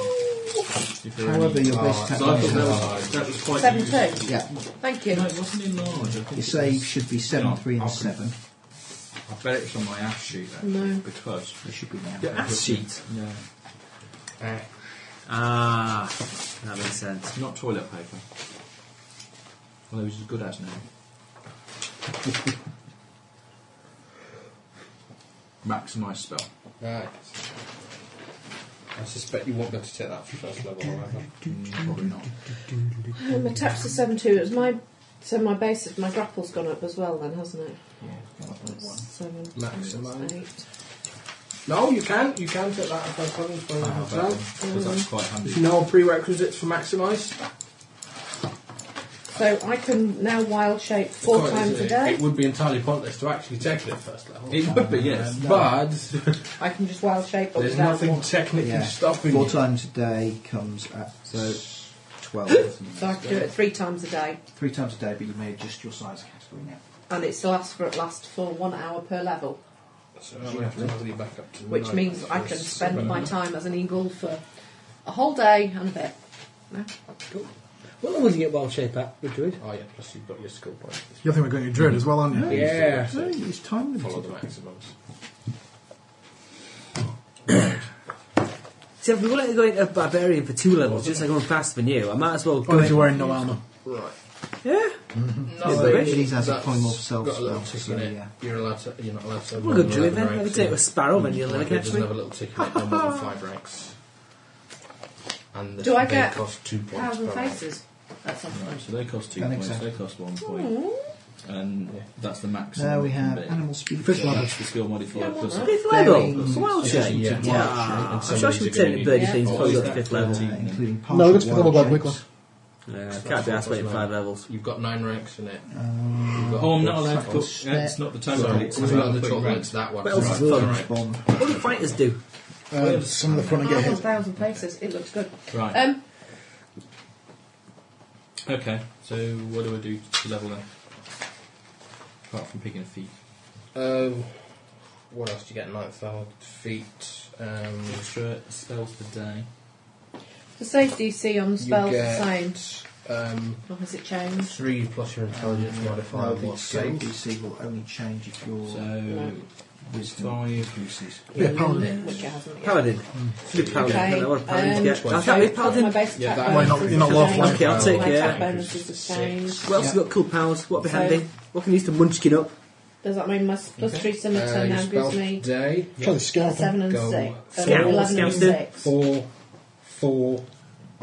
Speaker 6: If there are
Speaker 3: However,
Speaker 6: any-
Speaker 3: your base
Speaker 4: Ah,
Speaker 6: So I
Speaker 3: attack
Speaker 6: thought
Speaker 3: bonus.
Speaker 6: that was, that was quite
Speaker 5: Seven
Speaker 6: useful.
Speaker 5: two.
Speaker 3: Yeah,
Speaker 5: Thank you.
Speaker 6: No, it wasn't in large. I think
Speaker 3: your
Speaker 6: it
Speaker 3: save
Speaker 6: was-
Speaker 3: should be 7,
Speaker 6: No,
Speaker 3: 3 and
Speaker 6: I'll-
Speaker 3: 7.
Speaker 6: I bet it's on my ass sheet actually,
Speaker 5: No.
Speaker 6: because
Speaker 3: It should be now.
Speaker 6: your ass sheet. Yeah.
Speaker 8: Ah, that makes sense.
Speaker 6: It's not toilet paper. Although he's as good as now. Maximise spell.
Speaker 4: Right. I suspect you won't be able to take that for first level, however.
Speaker 6: Mm, probably not.
Speaker 5: Um, attached to seven two. It was my so my base my grapple's gone up as well then, hasn't it? Seven
Speaker 4: Maximise.
Speaker 5: times eight.
Speaker 4: No, you can. You can take that first level. for
Speaker 6: I have that
Speaker 4: level.
Speaker 6: one, 'cause that's quite handy.
Speaker 4: No prerequisites for maximise.
Speaker 5: So I can now wild shape four
Speaker 4: Quite
Speaker 5: times
Speaker 4: easily.
Speaker 5: a day.
Speaker 4: It would be entirely pointless to actually take it at first level.
Speaker 6: It would be, yes.
Speaker 4: But
Speaker 5: I can just wild shape up
Speaker 4: there's
Speaker 5: and down.
Speaker 4: nothing technically
Speaker 3: Yeah.
Speaker 4: stopping
Speaker 3: Four
Speaker 4: you.
Speaker 3: times a day comes at so 12. doesn't it?
Speaker 5: So I can do it three times a day,
Speaker 3: Three times a day, but you may adjust your size category now.
Speaker 5: and it still lasts for lasts for one hour per level,
Speaker 4: So I'm going to have to rally back up to
Speaker 5: which
Speaker 4: nine
Speaker 5: means I
Speaker 4: for
Speaker 5: can
Speaker 4: this
Speaker 5: spend
Speaker 4: level.
Speaker 5: my time as an eagle for a whole day and a bit. No?
Speaker 8: What level do you get wild shape at, the druid?
Speaker 4: Oh yeah, plus you've got your skill points.
Speaker 7: You think we're going to dread as well, aren't you?
Speaker 8: Yeah.
Speaker 3: So it's time
Speaker 4: Follow
Speaker 3: limited.
Speaker 4: the maximums.
Speaker 8: See, if we want to go into barbarian for two levels, just like going faster than you, I might as well go
Speaker 7: Or if
Speaker 8: into
Speaker 7: you're Oh, wearing no armour.
Speaker 4: Right.
Speaker 8: Yeah.
Speaker 4: No,
Speaker 8: but
Speaker 3: it is as a
Speaker 4: that's
Speaker 3: coin of self
Speaker 4: got a little
Speaker 3: spell,
Speaker 4: tick
Speaker 3: so
Speaker 4: in it.
Speaker 3: yeah.
Speaker 4: You're allowed to. You're not allowed to. have
Speaker 8: We'll
Speaker 4: more
Speaker 8: go
Speaker 4: than
Speaker 8: druid then.
Speaker 4: 11
Speaker 8: Have a
Speaker 4: ranks,
Speaker 8: take
Speaker 4: yeah.
Speaker 8: with sparrow then you'll never
Speaker 4: It
Speaker 8: catch
Speaker 4: doesn't
Speaker 8: me.
Speaker 4: have a little tick in it. No more than five ranks. And the-
Speaker 5: Do I
Speaker 4: they
Speaker 5: get
Speaker 4: cost two points
Speaker 5: Cows and
Speaker 4: per rank.
Speaker 5: faces. That's something.
Speaker 6: Right, so they cost two
Speaker 3: That makes
Speaker 6: points,
Speaker 3: sense.
Speaker 6: they cost one point, and that's the maximum.
Speaker 3: Now we
Speaker 6: it can
Speaker 3: have
Speaker 6: be.
Speaker 3: animal speed.
Speaker 7: Fifth
Speaker 6: So
Speaker 7: level.
Speaker 6: that's the skill modifier plus
Speaker 8: Fifth
Speaker 3: Bearing-
Speaker 8: level? It's a wild
Speaker 6: Yeah,
Speaker 8: shape.
Speaker 6: yeah.
Speaker 8: Ah,
Speaker 6: And
Speaker 8: I'm
Speaker 6: some
Speaker 8: sure I
Speaker 6: of
Speaker 8: should
Speaker 6: these
Speaker 8: turn
Speaker 6: are
Speaker 8: it
Speaker 6: gonna
Speaker 8: dirty
Speaker 5: be-
Speaker 8: things
Speaker 6: Oh,
Speaker 8: probably
Speaker 6: is
Speaker 8: got to
Speaker 6: that
Speaker 8: fifth level.
Speaker 3: Uh, including partial
Speaker 7: No, let's put them all
Speaker 3: wild
Speaker 7: back quickly.
Speaker 3: shapes.
Speaker 8: Yeah, can't be asked waiting five levels.
Speaker 4: You've got nine ranks in it.
Speaker 3: Um,
Speaker 6: Oh, I'm not allowed to
Speaker 3: Cycle
Speaker 6: put. Yeah, it's not the total.
Speaker 4: So
Speaker 6: it's
Speaker 4: it's
Speaker 6: not
Speaker 4: not the
Speaker 6: putting
Speaker 4: top
Speaker 6: ranks.
Speaker 4: ranks. That one.
Speaker 8: What
Speaker 3: uh,
Speaker 8: else
Speaker 4: Right.
Speaker 8: is fun?
Speaker 4: Alright.
Speaker 3: bomb.
Speaker 8: What do fighters do?
Speaker 7: Uh, some of the front and get
Speaker 5: Animals,
Speaker 7: hit.
Speaker 5: cows and faces. It looks good.
Speaker 6: Right.
Speaker 5: Um,
Speaker 6: okay. So what do I do to level them? Apart from picking a feet.
Speaker 4: Um, what else do you get? Ninth level feet. Um,
Speaker 6: Extra spells per day.
Speaker 5: the safe DC on spells
Speaker 4: you
Speaker 5: the same,
Speaker 4: get um,
Speaker 5: or has it changed?
Speaker 4: three plus your intelligence modifier.
Speaker 3: No,
Speaker 4: and
Speaker 3: the
Speaker 4: what skills.
Speaker 3: save DC will only change if your
Speaker 6: So
Speaker 3: wisdom
Speaker 6: five.
Speaker 3: increases.
Speaker 7: Yeah, paladin.
Speaker 5: Which it hasn't. yet.
Speaker 8: Paladin.
Speaker 9: Mm.
Speaker 8: Flip paladin. I
Speaker 5: Okay.
Speaker 8: don't know what paladin
Speaker 5: um,
Speaker 8: get.
Speaker 5: so
Speaker 8: I'll have it
Speaker 5: My
Speaker 8: paladin.
Speaker 5: base
Speaker 4: Yeah,
Speaker 5: attack
Speaker 4: that-
Speaker 7: Why
Speaker 5: bonus
Speaker 7: not-
Speaker 5: is
Speaker 7: you're not
Speaker 5: the
Speaker 7: lawful
Speaker 5: same.
Speaker 8: Okay, I'll take,
Speaker 5: My attack
Speaker 4: yeah.
Speaker 5: bonus is the
Speaker 4: Six.
Speaker 5: same.
Speaker 8: What else
Speaker 3: Yeah.
Speaker 8: you got cool powers? What would be
Speaker 5: So-
Speaker 8: handy? What can you use to munchkin up?
Speaker 5: Does that mean my s- plus three
Speaker 4: Uh,
Speaker 5: scimitar
Speaker 4: your
Speaker 5: now
Speaker 4: spell
Speaker 5: gives me
Speaker 4: today.
Speaker 7: Try the scalp.
Speaker 5: seven and
Speaker 4: Go.
Speaker 5: six?
Speaker 4: Scout,
Speaker 5: Um, Eleven
Speaker 8: scout
Speaker 5: and
Speaker 8: do.
Speaker 5: six.
Speaker 4: Four, four,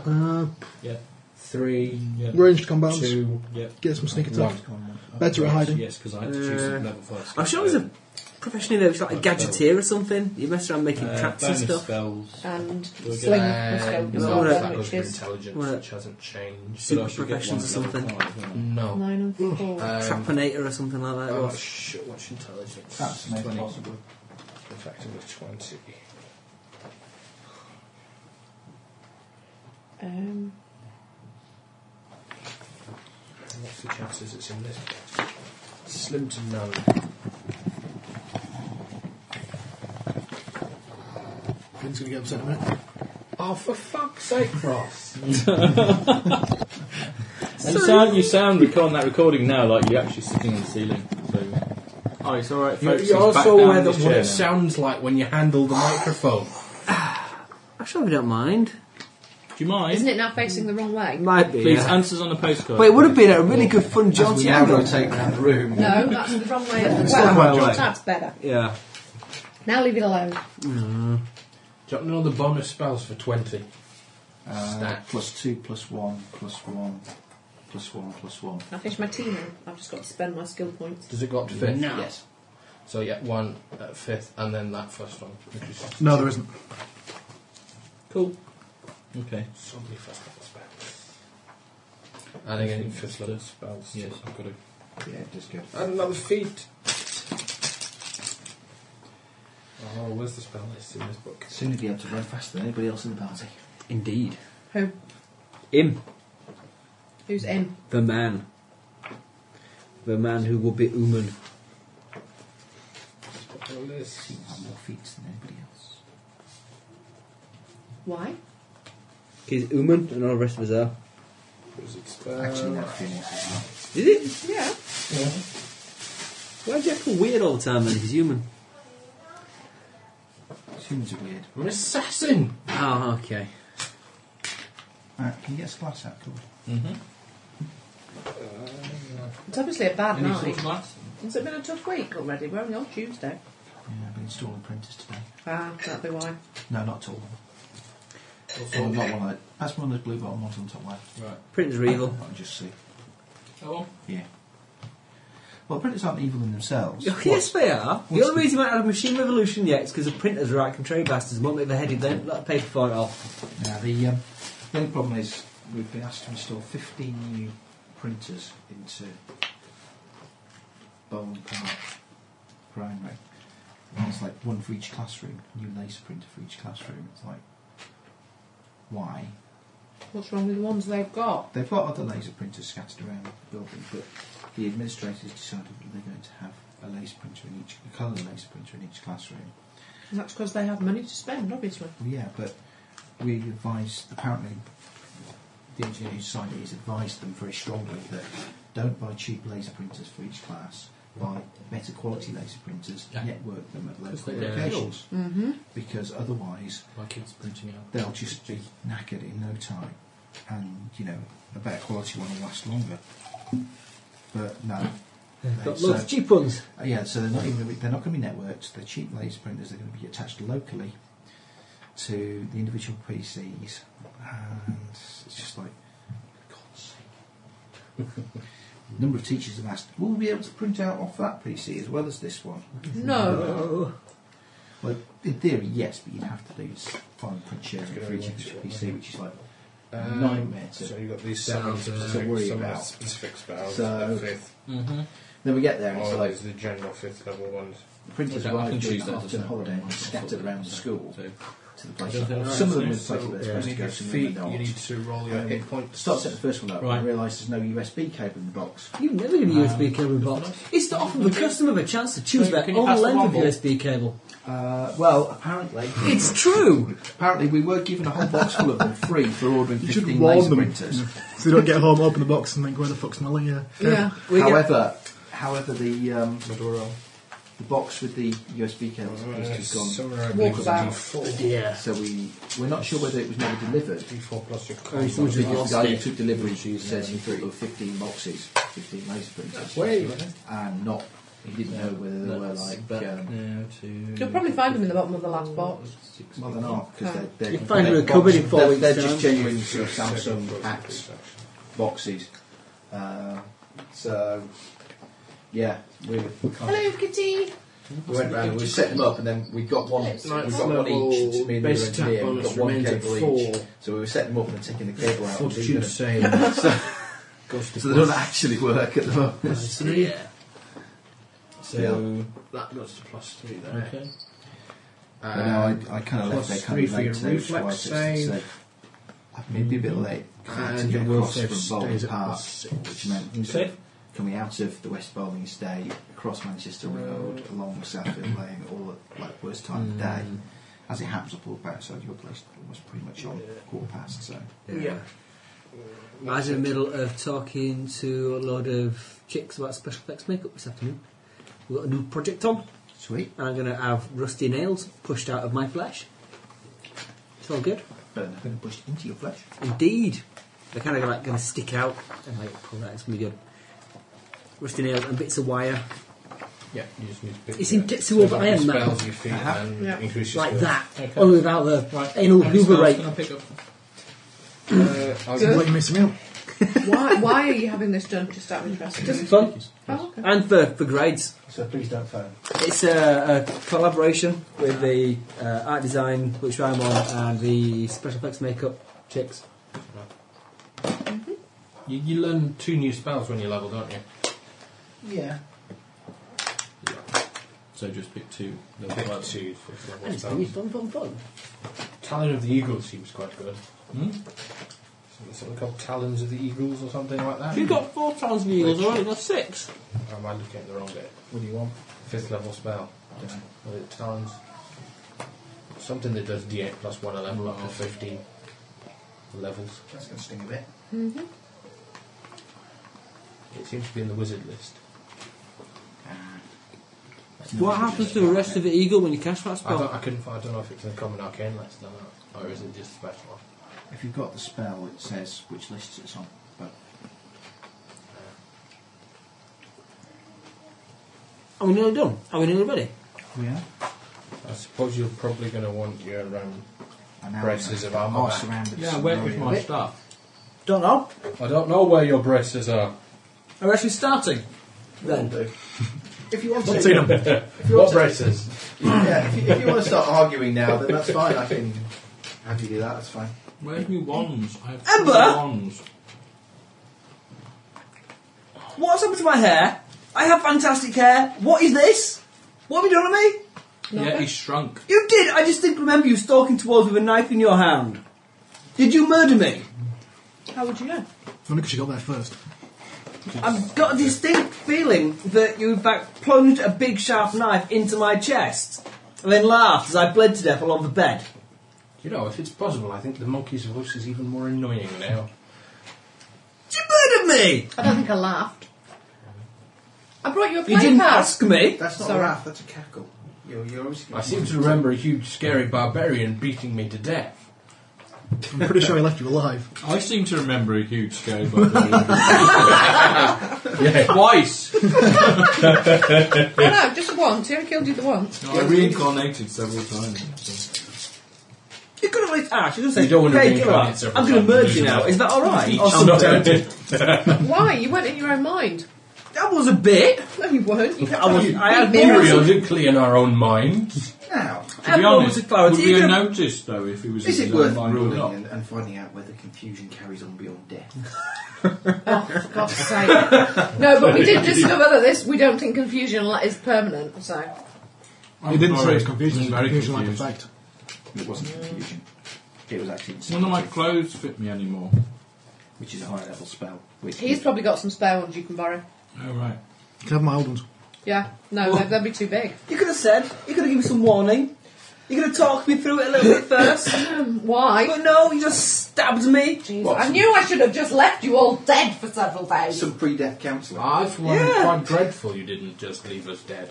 Speaker 7: Uh,
Speaker 6: Yeah.
Speaker 4: three,
Speaker 6: Yeah.
Speaker 7: ranged combat.
Speaker 4: two,
Speaker 6: Yeah.
Speaker 7: Get some sneak
Speaker 4: one.
Speaker 7: attack. Better at hiding.
Speaker 6: Yes, because I had to choose a
Speaker 8: Uh,
Speaker 6: level first.
Speaker 8: I'm sure there's a profession in there, it's like a gadgeteer or something. You mess around making
Speaker 6: Uh,
Speaker 8: traps and
Speaker 6: bonus
Speaker 8: stuff.
Speaker 6: spells.
Speaker 5: And
Speaker 6: We'll
Speaker 5: sling
Speaker 4: Uh,
Speaker 5: must go as
Speaker 4: no,
Speaker 5: well,
Speaker 4: that
Speaker 5: then,
Speaker 4: goes
Speaker 5: which
Speaker 4: for
Speaker 5: is
Speaker 4: intelligence,
Speaker 8: Well,
Speaker 4: which hasn't changed.
Speaker 8: Super
Speaker 6: But I should get one
Speaker 8: professions or
Speaker 6: level
Speaker 8: something.
Speaker 6: five, wouldn't I?
Speaker 4: No.
Speaker 5: nine and four.
Speaker 4: Um,
Speaker 8: Trapinator or something like that. it
Speaker 4: oh,
Speaker 8: was.
Speaker 4: shit, what's intelligence?
Speaker 3: That's made
Speaker 4: 20.
Speaker 3: possible.
Speaker 4: Effectively 20.
Speaker 5: Um,
Speaker 4: What's the chances it's in this? Slim to none.
Speaker 7: Finn's going to get upset in a minute.
Speaker 4: Oh, for fuck's sake, Ross!
Speaker 6: And sound, you sound record, on that recording now like you're actually sitting on the ceiling. So, oh, it's all right. folks,
Speaker 4: You're, you're
Speaker 6: he's back
Speaker 4: also
Speaker 6: down in
Speaker 4: aware
Speaker 6: Ah.
Speaker 4: that
Speaker 6: his
Speaker 4: what
Speaker 6: chair
Speaker 4: it
Speaker 6: now.
Speaker 4: sounds like when you handle the microphone.
Speaker 8: I'm sure we don't mind.
Speaker 6: Do you mind?
Speaker 5: isn't it now facing the wrong way?
Speaker 8: Might be.
Speaker 6: Please
Speaker 8: yeah.
Speaker 6: answers on the postcard.
Speaker 8: uh, But it would have been a really good fun
Speaker 3: As we
Speaker 8: jaunty
Speaker 3: now
Speaker 8: angle.
Speaker 3: rotate around the room,
Speaker 5: No, that's the wrong way. Well,
Speaker 8: the wrong way.
Speaker 5: that's better.
Speaker 8: Yeah.
Speaker 5: Now leave it alone.
Speaker 4: Do you know the bonus spells for 20?
Speaker 3: uh,
Speaker 4: Stat.
Speaker 3: plus two, plus one, plus one, plus one, plus one.
Speaker 5: I finished my tea now. I've just got to spend my skill points.
Speaker 4: Does it go up to 5th?
Speaker 3: Yes.
Speaker 4: So, yeah, one at 5th, and then that first one, which is
Speaker 7: No, there isn't.
Speaker 6: Cool. Okay.
Speaker 4: so many first level spells. Adding any 5th level spells.
Speaker 6: Yes.
Speaker 4: I've got to
Speaker 3: Yeah, it does good.
Speaker 4: Add another feat. Oh, where's the spell list in this book?
Speaker 3: Soon you'll be able to run faster than anybody else in the party.
Speaker 9: Indeed.
Speaker 5: Who?
Speaker 9: Him,
Speaker 5: Who's M?
Speaker 9: the man. The man who will be Uman.
Speaker 3: You have more feats than anybody else.
Speaker 5: Why?
Speaker 9: He's Uman and all the rest of us are.
Speaker 3: Actually, that finishes.
Speaker 9: Is it?
Speaker 5: Yeah.
Speaker 9: Why do you act all weird all the time then? He's human.
Speaker 3: Humans are weird.
Speaker 4: I'm an assassin!
Speaker 9: Oh, okay.
Speaker 3: Alright, Uh, can you get us a glass out, cool?
Speaker 5: It's obviously a bad
Speaker 6: Any
Speaker 5: night.
Speaker 6: sort of glass?
Speaker 5: Has it been a tough week already? We're only on Tuesday.
Speaker 3: Yeah, I've been installing printers today.
Speaker 5: Ah, that'd be why.
Speaker 3: No, not at all. Well, not one of those. That's one of those blue bottom ones on top left.
Speaker 6: Right.
Speaker 9: Printers are evil.
Speaker 3: I can just see.
Speaker 6: That one?
Speaker 3: Yeah. Well, printers aren't evil in (laughs) themselves.
Speaker 9: Oh, yes, they are. The
Speaker 3: What's
Speaker 9: only reason we haven't had a machine revolution yet is because the printers are out contrary bastards and won't let the headed then let the paper for it off.
Speaker 3: Now, the, um, the only problem is we've been asked to install 15 new printers into Bowen Park Primary. And it's like one for each classroom, new laser printer for each classroom. It's like, why?
Speaker 5: What's wrong with the ones they've got?
Speaker 3: They've got other laser printers scattered around the building, but the administrators decided that they're going to have a laser printer in each, a colour laser printer in each classroom.
Speaker 5: And that's because they have money to spend, obviously.
Speaker 3: Well, yeah, but we advised, apparently, the engineering society has advised them very strongly that don't buy cheap laser printers for each class, buy better quality laser printers,
Speaker 6: Yeah.
Speaker 3: network them at local
Speaker 6: they don't
Speaker 3: locations, because otherwise
Speaker 6: My kid's printing out.
Speaker 3: they'll just be knackered in no time, and you know a better quality one will last longer. But no, They-
Speaker 8: Got
Speaker 3: so-
Speaker 8: loads of cheap ones.
Speaker 3: uh, Yeah, so they're not even gonna be, they're not going to be networked. They're cheap laser printers. They're going to be attached locally to the individual PCs, and it's just like, for God's sake. (laughs) A number of teachers have asked, "Will we be able to print out off that PC as well as this one?"
Speaker 5: No.
Speaker 3: Well, in theory, yes, but you'd have to do is find print sharing
Speaker 4: It's gonna
Speaker 3: for each
Speaker 4: be one
Speaker 3: individual
Speaker 4: shot,
Speaker 3: PC, which is like a
Speaker 4: Um,
Speaker 3: Uh, nightmare. To
Speaker 4: So you've got these seven
Speaker 6: Sounds, uh,
Speaker 4: specific,
Speaker 3: worry
Speaker 4: some
Speaker 3: about.
Speaker 4: specific spells,
Speaker 3: So-
Speaker 4: the fifth,
Speaker 6: Mm-hmm.
Speaker 3: Then we get there, and it's
Speaker 4: or
Speaker 3: like
Speaker 4: there's the general fifth level ones.
Speaker 3: printers
Speaker 6: Okay, I
Speaker 3: arrive
Speaker 6: can
Speaker 3: during
Speaker 6: choose
Speaker 3: the
Speaker 6: that
Speaker 3: afternoon
Speaker 6: as well.
Speaker 3: holiday and scattered around the school
Speaker 6: So,
Speaker 3: to the place.
Speaker 6: Does that
Speaker 3: Some of
Speaker 6: make
Speaker 3: them are places
Speaker 4: So
Speaker 3: where they're
Speaker 4: you
Speaker 3: supposed to
Speaker 4: need
Speaker 3: go,
Speaker 4: your
Speaker 3: some of them
Speaker 4: feet,
Speaker 3: are not.
Speaker 4: you need to roll your
Speaker 3: Um,
Speaker 4: hit points.
Speaker 3: Starts at the first one up
Speaker 6: Right.
Speaker 3: and realise there's no USB cable in the box.
Speaker 8: You've never given a
Speaker 6: Um,
Speaker 8: USB cable box. It's to offer the customer a chance to choose
Speaker 6: Can you-
Speaker 8: their
Speaker 6: can you
Speaker 8: own
Speaker 6: pass the
Speaker 8: length of
Speaker 6: womble?
Speaker 8: USB cable.
Speaker 3: Uh, well, apparently,
Speaker 8: It's true.
Speaker 3: apparently we were given a whole box full of
Speaker 7: (laughs)
Speaker 3: them free for ordering
Speaker 7: You should
Speaker 3: 15
Speaker 7: warn
Speaker 3: laser
Speaker 7: them.
Speaker 3: printers.
Speaker 7: So you don't get home, open the box, and think, where the fuck's my layer?
Speaker 5: Yeah.
Speaker 3: However, however the um, the box with the USB cable is just gone.
Speaker 4: Somewhere I
Speaker 5: Walk
Speaker 4: believe it's
Speaker 5: about.
Speaker 4: D4.
Speaker 8: Yeah.
Speaker 3: So we we're not sure whether it was never delivered.
Speaker 4: D4 plus your
Speaker 8: Oh, it's
Speaker 4: con.
Speaker 8: all just
Speaker 3: Because
Speaker 8: lost
Speaker 3: the guy who
Speaker 8: it.
Speaker 3: took delivery says he thought there were 15 boxes, 15 laser printers,
Speaker 4: Wait,
Speaker 3: and not he didn't know whether there were like um,
Speaker 6: now to.
Speaker 5: You'll probably find them in the bottom of the last box.
Speaker 3: Well, they're not because they're, they're
Speaker 8: You find them in a
Speaker 3: they're
Speaker 8: cupboard in
Speaker 3: boxes.
Speaker 8: four
Speaker 3: They're,
Speaker 8: weeks'
Speaker 3: they're
Speaker 8: time.
Speaker 3: just genuine sort of Samsung
Speaker 4: Second
Speaker 3: packs
Speaker 4: process.
Speaker 3: boxes. Uh, so yeah, we, were,
Speaker 5: Hello, kitty.
Speaker 3: we went round and we set them up, and then we got one. We
Speaker 4: Ninth
Speaker 3: got one
Speaker 4: level,
Speaker 3: each. Me and the
Speaker 4: base
Speaker 3: engineer,
Speaker 4: attack
Speaker 3: we got
Speaker 4: bonus
Speaker 3: one
Speaker 4: remains at
Speaker 3: cable each.
Speaker 4: four.
Speaker 3: So we were setting them up and taking the cable out. and leaving
Speaker 4: Fortitude
Speaker 3: them.
Speaker 4: save. (laughs)
Speaker 3: So,
Speaker 6: Goes to
Speaker 3: so they don't actually work at the moment.
Speaker 6: three. So
Speaker 4: That goes to plus three there.
Speaker 6: okay.
Speaker 4: Uh,
Speaker 3: But now I, I kind of left
Speaker 4: plus
Speaker 3: there
Speaker 4: three
Speaker 3: kind of
Speaker 4: for
Speaker 3: late
Speaker 4: your
Speaker 3: so it's
Speaker 4: reflex
Speaker 3: quite- it's-
Speaker 4: save. Mm-hmm.
Speaker 3: it's, uh, I may be a bit late to get
Speaker 4: and your will
Speaker 3: across
Speaker 4: save
Speaker 3: from Bolton
Speaker 4: stays at
Speaker 3: Park,
Speaker 4: plus six.
Speaker 3: which meant
Speaker 6: You safe?
Speaker 3: coming out of the West Bowling Estate, across Manchester
Speaker 4: Mm.
Speaker 3: Road, along Southfield Lane, all at like worst time of day.
Speaker 4: Mm.
Speaker 3: As it happens, I pulled back outside your place was pretty much on quarter past, so
Speaker 9: Yeah. I was in the middle of talking to a lot of chicks about special effects makeup this afternoon. We've got a new project on,
Speaker 3: sweet.
Speaker 9: and I'm going to have rusty nails pushed out of my flesh. It's all good.
Speaker 3: But I'm going to push into your flesh.
Speaker 9: Indeed. They're kind of like going to stick out. And like, pull that, it's going to be good. Rusty nails and bits of wire.
Speaker 4: Yeah, you just need to pick
Speaker 9: It's in
Speaker 4: that.
Speaker 9: Getsu
Speaker 4: So
Speaker 9: over
Speaker 4: that
Speaker 9: Iron Man.
Speaker 4: dispels your feet
Speaker 3: Uh-huh.
Speaker 4: and
Speaker 5: Yeah.
Speaker 4: increases
Speaker 9: Like
Speaker 4: your-
Speaker 9: that.
Speaker 6: Okay.
Speaker 9: Only without the anal hoover rate.
Speaker 6: Can I pick up?
Speaker 4: Uh, I'll
Speaker 7: Sounds
Speaker 4: give
Speaker 7: like you're missing out.
Speaker 5: Why? Why are you having this done? Just out of interest.
Speaker 9: Just fun.
Speaker 5: Oh, okay.
Speaker 9: And for, for grades.
Speaker 3: So please don't phone.
Speaker 9: It's a, a collaboration with the uh, art design, which I'm on, and the special effects makeup chicks.
Speaker 6: You, you learn two new spells when you level, don't you?
Speaker 3: Yeah.
Speaker 6: So just pick two.
Speaker 4: you- pick two for level
Speaker 9: And it's
Speaker 4: spells.
Speaker 9: fun, fun, fun.
Speaker 4: Talon of the Eagles seems quite good.
Speaker 6: Hmm?
Speaker 4: Something- Something called Talons of the Eagles or something like that.
Speaker 6: You've got four talons of eagles, I've only got six.
Speaker 4: Or am I looking at the wrong bit? What do you want? Fifth level spell. Well, it sounds something that does D8 plus one a level up to 15 levels.
Speaker 3: That's going to sting a bit.
Speaker 4: It seems to be in the wizard list.
Speaker 6: What happens to the rest of the eagle when you cast that
Speaker 4: I don't,
Speaker 6: spell?
Speaker 4: I couldn't. find- I don't know if it's in the common arcane list or not, or is it just a special one?
Speaker 3: If you've got the spell, it says which list it's on. But
Speaker 8: Are we nearly done? Are we nearly ready?
Speaker 3: we are.
Speaker 4: I suppose you're probably going to want your um,
Speaker 3: And now
Speaker 4: Braces
Speaker 3: we're
Speaker 4: of armour
Speaker 3: all
Speaker 4: back.
Speaker 3: surrounded.
Speaker 6: Yeah, where is my staff?
Speaker 8: Don't know.
Speaker 4: I don't know where your braces are.
Speaker 6: Are actually starting?
Speaker 8: Then
Speaker 3: If you want
Speaker 7: Don't see
Speaker 3: to,
Speaker 7: them.
Speaker 4: What braces?
Speaker 3: yeah, if you, if you want to start arguing now, then that's fine. I can have you do that. That's fine.
Speaker 6: Where's my wands? I have
Speaker 8: Ember!
Speaker 6: three wands.
Speaker 8: what's happened to my hair? I have fantastic hair. What is this? What have you done to me?
Speaker 6: Yeah, he shrunk.
Speaker 8: You did. I just didn't remember you stalking towards with a knife in your hand. Did you murder me?
Speaker 5: How would you know?
Speaker 7: Only because you got there first.
Speaker 8: I've got a distinct feeling that you in fact plunged a big sharp knife into my chest and then laughed as I bled to death along the bed.
Speaker 4: You know, if it's possible, I think the monkey's voice is even more annoying now.
Speaker 8: You murdered me!
Speaker 10: I don't think I laughed. I brought you a
Speaker 8: You
Speaker 10: play
Speaker 8: didn't
Speaker 10: card.
Speaker 8: ask me.
Speaker 3: That's not
Speaker 10: Sorry.
Speaker 3: a laugh. That's a cackle. You're, you're obviously.
Speaker 4: I
Speaker 3: gonna-
Speaker 4: seem to remember a huge, scary barbarian beating me to death.
Speaker 7: I'm pretty sure he left you alive.
Speaker 6: I seem to remember a huge scary barbarian.
Speaker 4: (laughs) Yeah.
Speaker 6: Twice!
Speaker 10: No, no, just once. He only killed you the once.
Speaker 6: No, I reincarnated several times.
Speaker 8: You could have least asked. You could have
Speaker 4: You
Speaker 8: said,
Speaker 4: don't want to
Speaker 8: hey,
Speaker 4: reincarnate
Speaker 8: killer, I'm going
Speaker 4: several
Speaker 8: to
Speaker 4: times,
Speaker 8: murder
Speaker 4: you
Speaker 8: you now.
Speaker 4: know.
Speaker 8: Is that alright? Or
Speaker 4: I'm
Speaker 8: something.
Speaker 4: tempted.
Speaker 10: Why? You went in your own mind.
Speaker 8: That was a bit.
Speaker 10: No, you weren't. You kept
Speaker 8: I was. I had moments
Speaker 4: Periodically in our own minds.
Speaker 3: now.
Speaker 8: of-
Speaker 6: To
Speaker 8: had
Speaker 6: be
Speaker 8: moments
Speaker 6: honest,
Speaker 8: of
Speaker 6: would
Speaker 8: clarity.
Speaker 6: we
Speaker 8: You
Speaker 6: have
Speaker 8: could have-
Speaker 6: noticed though if he was
Speaker 3: Is
Speaker 6: in
Speaker 3: it
Speaker 6: his own
Speaker 3: worth
Speaker 6: mind or
Speaker 3: ruling
Speaker 6: not?
Speaker 3: and, and finding out whether confusion carries on beyond death?
Speaker 10: For God's sake. No, but we did discover that this, we don't think confusion li- is permanent, so.
Speaker 7: He didn't say
Speaker 6: sorry,
Speaker 7: it was confusing.
Speaker 6: I'm
Speaker 7: It
Speaker 6: very
Speaker 7: was confusion like
Speaker 6: confused.
Speaker 7: effect.
Speaker 3: It wasn't confusion. It was actually
Speaker 6: None of my
Speaker 3: insensitive,
Speaker 6: clothes fit me anymore.
Speaker 3: which is a higher level spell. Which
Speaker 10: He's probably got some spare ones you can borrow.
Speaker 6: Oh, right.
Speaker 7: You can have my old ones.
Speaker 10: Yeah. No, they'd, they'd be too big.
Speaker 8: You could have said. You could have given me some warning. You could have talked me through it a little (laughs) bit first.
Speaker 10: Why?
Speaker 8: But no, you just stabbed me.
Speaker 10: Jeez, I knew I should have just left you all dead for several days.
Speaker 3: some pre-death counselling.
Speaker 4: I, for one,
Speaker 8: Yeah.
Speaker 4: quite dreadful you didn't just leave us dead.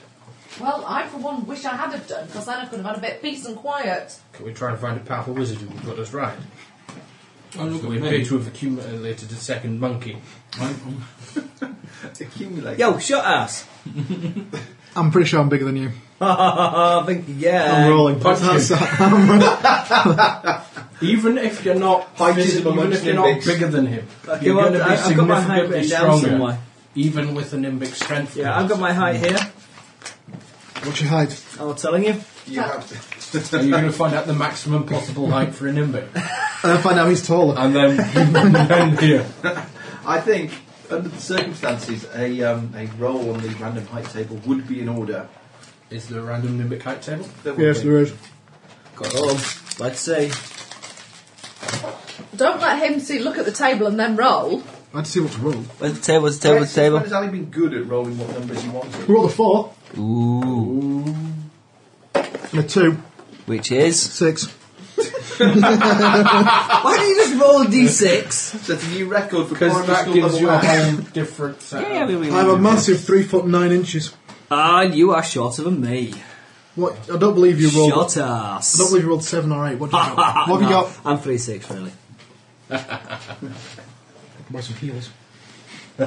Speaker 10: Well, I for one wish I had have done, because then I could have had a bit of peace and quiet.
Speaker 4: Can we try and find a powerful wizard who can put us right?
Speaker 6: Oh, look
Speaker 4: we
Speaker 6: at
Speaker 4: appear
Speaker 6: me.
Speaker 4: to have accumulated a second monkey.
Speaker 6: I'm-
Speaker 3: Accumulate.
Speaker 8: Yo, shut ass.
Speaker 7: I'm pretty sure I'm bigger than you.
Speaker 8: I think yeah.
Speaker 4: Uh,
Speaker 7: I'm rolling.
Speaker 4: punch
Speaker 7: That's-
Speaker 4: you.
Speaker 7: (laughs) I'm rolling.
Speaker 4: Even if you're not,
Speaker 3: Height is
Speaker 4: physical- even
Speaker 3: amongst
Speaker 4: if you're not
Speaker 3: nimbics.
Speaker 4: bigger than him,
Speaker 8: Okay,
Speaker 4: you're
Speaker 8: well,
Speaker 4: going to be
Speaker 8: I- I've got my height
Speaker 4: significantly
Speaker 8: written down
Speaker 4: stronger,
Speaker 8: somewhere.
Speaker 4: even with a nimbic strength.
Speaker 8: Yeah, I've got my height here.
Speaker 7: What's your height?
Speaker 8: I'm not telling you.
Speaker 3: You have to.
Speaker 4: And you're
Speaker 8: (laughs)
Speaker 4: going to find out the maximum possible height for a nimbic,
Speaker 7: And I Uh, find out he's taller.
Speaker 4: (laughs) and then, (laughs) then here.
Speaker 3: I think, under the circumstances, a, um, a roll on the random height table would be in order.
Speaker 4: Is there a random nimbic height table?
Speaker 3: There would
Speaker 7: Yes,
Speaker 3: be.
Speaker 7: there is.
Speaker 8: Got on. Let's see.
Speaker 10: Don't let him see. Look at the table and then roll.
Speaker 7: I had to see what's wrong.
Speaker 8: Where's the table? Where's the
Speaker 3: When
Speaker 8: table? Where's the table?
Speaker 3: Has Ali been good at rolling what numbers you wanted?
Speaker 7: We rolled a four
Speaker 8: Ooh.
Speaker 7: and a two,
Speaker 8: Which is?
Speaker 7: six.
Speaker 8: Why did you just roll a d6?
Speaker 3: Set a new record for
Speaker 4: Because
Speaker 3: primary
Speaker 4: that
Speaker 3: school
Speaker 4: gives
Speaker 3: level
Speaker 4: you a
Speaker 3: maths.
Speaker 4: whole different set.
Speaker 8: Yeah, we- we-
Speaker 7: I have a massive three foot nine inches.
Speaker 8: Ah, you are shorter than me.
Speaker 7: What? I don't believe you rolled.
Speaker 8: Short
Speaker 7: I don't
Speaker 8: ass.
Speaker 7: believe you rolled seven or eight.
Speaker 8: (laughs)
Speaker 7: What do you got? What have you got?
Speaker 8: I'm three six really.
Speaker 7: Buy some heels.
Speaker 3: We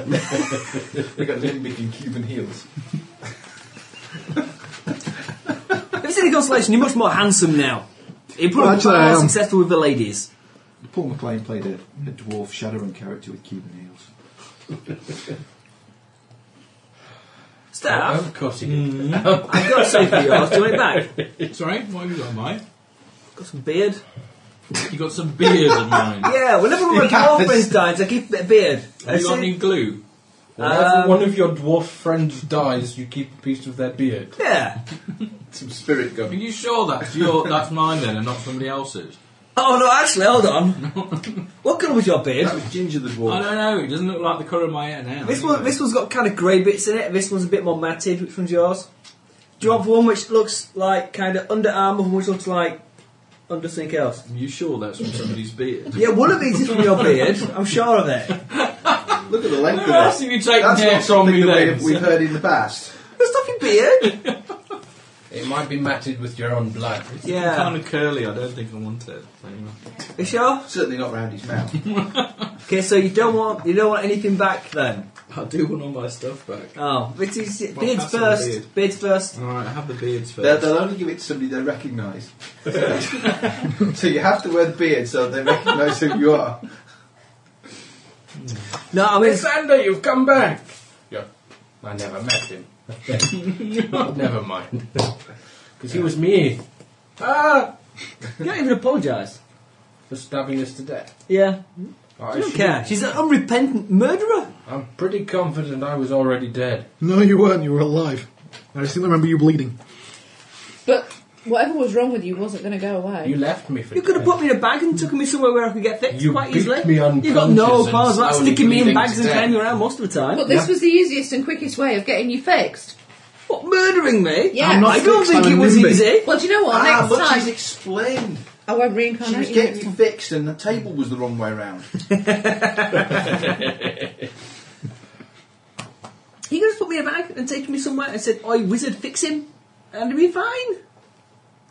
Speaker 3: got Limbic in Cuban heels.
Speaker 8: If it's any consolation, you're much more handsome now. You're
Speaker 7: Well,
Speaker 8: probably
Speaker 7: actually,
Speaker 8: far
Speaker 7: I
Speaker 8: more
Speaker 7: am.
Speaker 8: successful with the ladies.
Speaker 3: Paul McLean played a, a dwarf Shadowrun character with Cuban heels.
Speaker 8: Staff,
Speaker 4: Of course he
Speaker 8: Mm.
Speaker 4: did.
Speaker 8: I've got something for yours. Do you want it back?
Speaker 6: Sorry, what have you got mine?
Speaker 8: Got some beard.
Speaker 6: You got some beard in mine. Have
Speaker 8: Yeah, whenever we're at dwarf friends' dimes, I keep a bit of beard.
Speaker 6: you got any glue?
Speaker 4: Whenever
Speaker 8: Um,
Speaker 4: one of your dwarf friends dies, you keep a piece of their beard.
Speaker 8: Yeah.
Speaker 3: Some spirit
Speaker 6: Are
Speaker 3: gum.
Speaker 6: you sure that's your that's mine then and not somebody else's?
Speaker 8: Oh no, actually, hold on. what colour was your beard?
Speaker 3: That was ginger the
Speaker 6: I
Speaker 3: dwarf.
Speaker 6: don't know. It doesn't look like the colour of my hair now.
Speaker 8: This one, this one's got kind of grey bits in it. This one's a bit more matted. Which one's yours? Do you want one which looks like kind of Under Armour, one which looks like under something else?
Speaker 6: you sure that's from somebody's beard?
Speaker 8: Yeah, one of these is from your beard. I'm sure of it.
Speaker 3: Look at the length of
Speaker 6: Where else
Speaker 3: that.
Speaker 6: have you taken
Speaker 3: That's
Speaker 6: hair
Speaker 3: not
Speaker 6: from me
Speaker 3: something that
Speaker 6: then?
Speaker 3: we've, we've heard in the past.
Speaker 8: That's not your beard.
Speaker 4: It might be matted with your own blood.
Speaker 6: Kind
Speaker 8: Yeah.
Speaker 6: of curly. I don't think I want it. Anyway.
Speaker 8: You sure?
Speaker 3: Certainly not round his mouth.
Speaker 8: Okay, so you don't want you don't want anything back then.
Speaker 6: I do want all my stuff back.
Speaker 8: Oh, but it's,
Speaker 6: Well,
Speaker 8: beards
Speaker 6: that's on
Speaker 8: first.
Speaker 6: the beard.
Speaker 8: Beards first.
Speaker 6: All right, have the beards 1st
Speaker 3: They'll, they'll only give it to somebody they
Speaker 4: (laughs)
Speaker 3: recognise. so you have to wear the beard so they recognise who you are.
Speaker 8: No, I mean
Speaker 4: Alexander, you've come back! Yeah. I never met him. (laughs) never mind. Because he was me. Ah!
Speaker 8: you don't even apologise.
Speaker 4: For stabbing us to death.
Speaker 8: Yeah,
Speaker 4: I
Speaker 8: I don't
Speaker 4: should-
Speaker 8: care. She's an unrepentant murderer.
Speaker 4: I'm pretty confident I was already dead.
Speaker 7: No, you weren't. You were alive. I just remember you bleeding.
Speaker 10: But whatever was wrong with you wasn't going to go away.
Speaker 4: You left me for
Speaker 8: You could have
Speaker 4: dead.
Speaker 8: put me in a bag and taken me somewhere where I could get fixed
Speaker 4: You
Speaker 8: quite
Speaker 4: beat
Speaker 8: easily.
Speaker 4: me
Speaker 8: You've got no
Speaker 4: unconscious
Speaker 8: qualms
Speaker 4: and
Speaker 8: about
Speaker 4: slowly
Speaker 8: sticking me in
Speaker 4: bleeding
Speaker 8: bags
Speaker 4: to
Speaker 8: and
Speaker 4: death.
Speaker 8: carrying me around most of the time.
Speaker 10: but this was the easiest and quickest way of getting you fixed.
Speaker 8: What, murdering me?
Speaker 10: Yeah. I'm not
Speaker 8: I don't
Speaker 7: fixed,
Speaker 8: think
Speaker 7: I'm
Speaker 8: it
Speaker 7: a
Speaker 8: was
Speaker 7: nimby.
Speaker 8: easy.
Speaker 10: Well, do you know what?
Speaker 3: Ah,
Speaker 10: next
Speaker 3: but she's
Speaker 10: time
Speaker 3: explained.
Speaker 10: I won't
Speaker 3: She
Speaker 10: reincarnate
Speaker 3: was
Speaker 10: you.
Speaker 3: getting
Speaker 10: next
Speaker 3: you
Speaker 10: time.
Speaker 3: fixed and the table was the wrong way round.
Speaker 8: He could have put me in a bag and taken me somewhere and said, "Oi, wizard, fix him," and it'd be fine.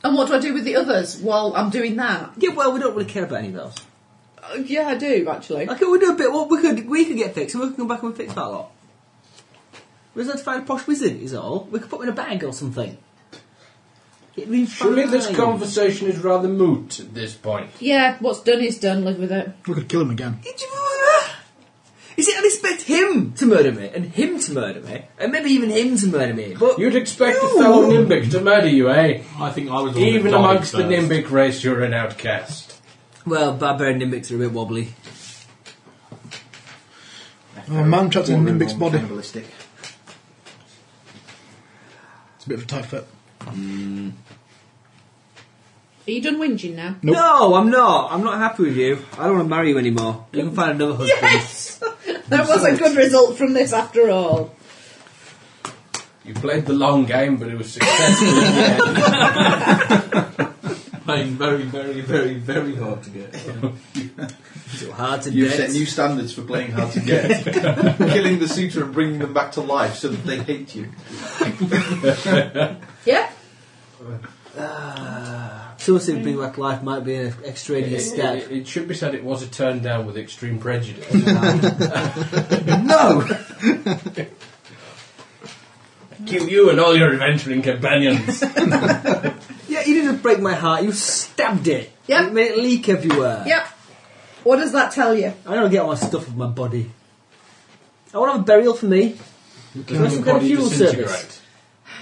Speaker 10: And what do I do with the others while I'm doing that?
Speaker 8: Yeah, well, we don't really care about any of those.
Speaker 10: Uh, yeah, I do actually.
Speaker 8: Okay, we'll do a bit. Well, we could we could get fixed, and we could come back and fix that lot. We just had to find a posh wizard, is all. We could put him in a bag or something. It'd be
Speaker 4: Surely
Speaker 8: fine.
Speaker 4: this conversation is rather moot at this point.
Speaker 10: Yeah, what's done is done. Live with it.
Speaker 7: We could kill him again.
Speaker 8: Did you- Is it? I expect him to murder me, and him to murder me, and maybe even him to murder me. But
Speaker 4: You'd expect a
Speaker 8: You-
Speaker 4: fellow Nimbic to murder you, eh?
Speaker 6: I think I was the one that
Speaker 4: Even
Speaker 6: died
Speaker 4: amongst the
Speaker 6: first.
Speaker 4: Nimbic race, you're an outcast.
Speaker 8: well, barbarian nimbics are a bit wobbly.
Speaker 7: Oh, man trapped in
Speaker 3: Wandering
Speaker 7: Nimbic's
Speaker 3: on
Speaker 7: body.
Speaker 3: Cannibalistic.
Speaker 7: It's a bit of a tight fit.
Speaker 10: Are you done whinging now?
Speaker 7: Nope.
Speaker 8: No, I'm not. I'm not happy with you. I don't want to marry you anymore. You can find another husband.
Speaker 10: (laughs) Yes, that was a good result from this after all.
Speaker 4: You played the long game, but it was (laughs) successful in the end.
Speaker 6: Playing very, very, very, very hard to get.
Speaker 8: It's hard to
Speaker 3: You've
Speaker 8: get.
Speaker 3: set new standards for playing hard to
Speaker 4: (laughs)
Speaker 3: get. Killing the suitor and bringing them back to life so that they hate you.
Speaker 10: Yeah.
Speaker 8: Suicide being like life might be an extraneous
Speaker 4: It,
Speaker 8: step.
Speaker 4: it- it should be said it was a turn down with extreme prejudice.
Speaker 8: no.
Speaker 4: (laughs) Kill you and all your adventuring companions.
Speaker 8: Yeah, you didn't break my heart. You stabbed it.
Speaker 10: Yep.
Speaker 8: You made it leak everywhere.
Speaker 10: Yep. What does that tell you?
Speaker 8: I don't get all my stuff with my body. I want to have a burial for me.
Speaker 4: (laughs) Does
Speaker 8: That's some kind of
Speaker 4: anybody
Speaker 8: funeral
Speaker 4: disintegrate?
Speaker 8: service.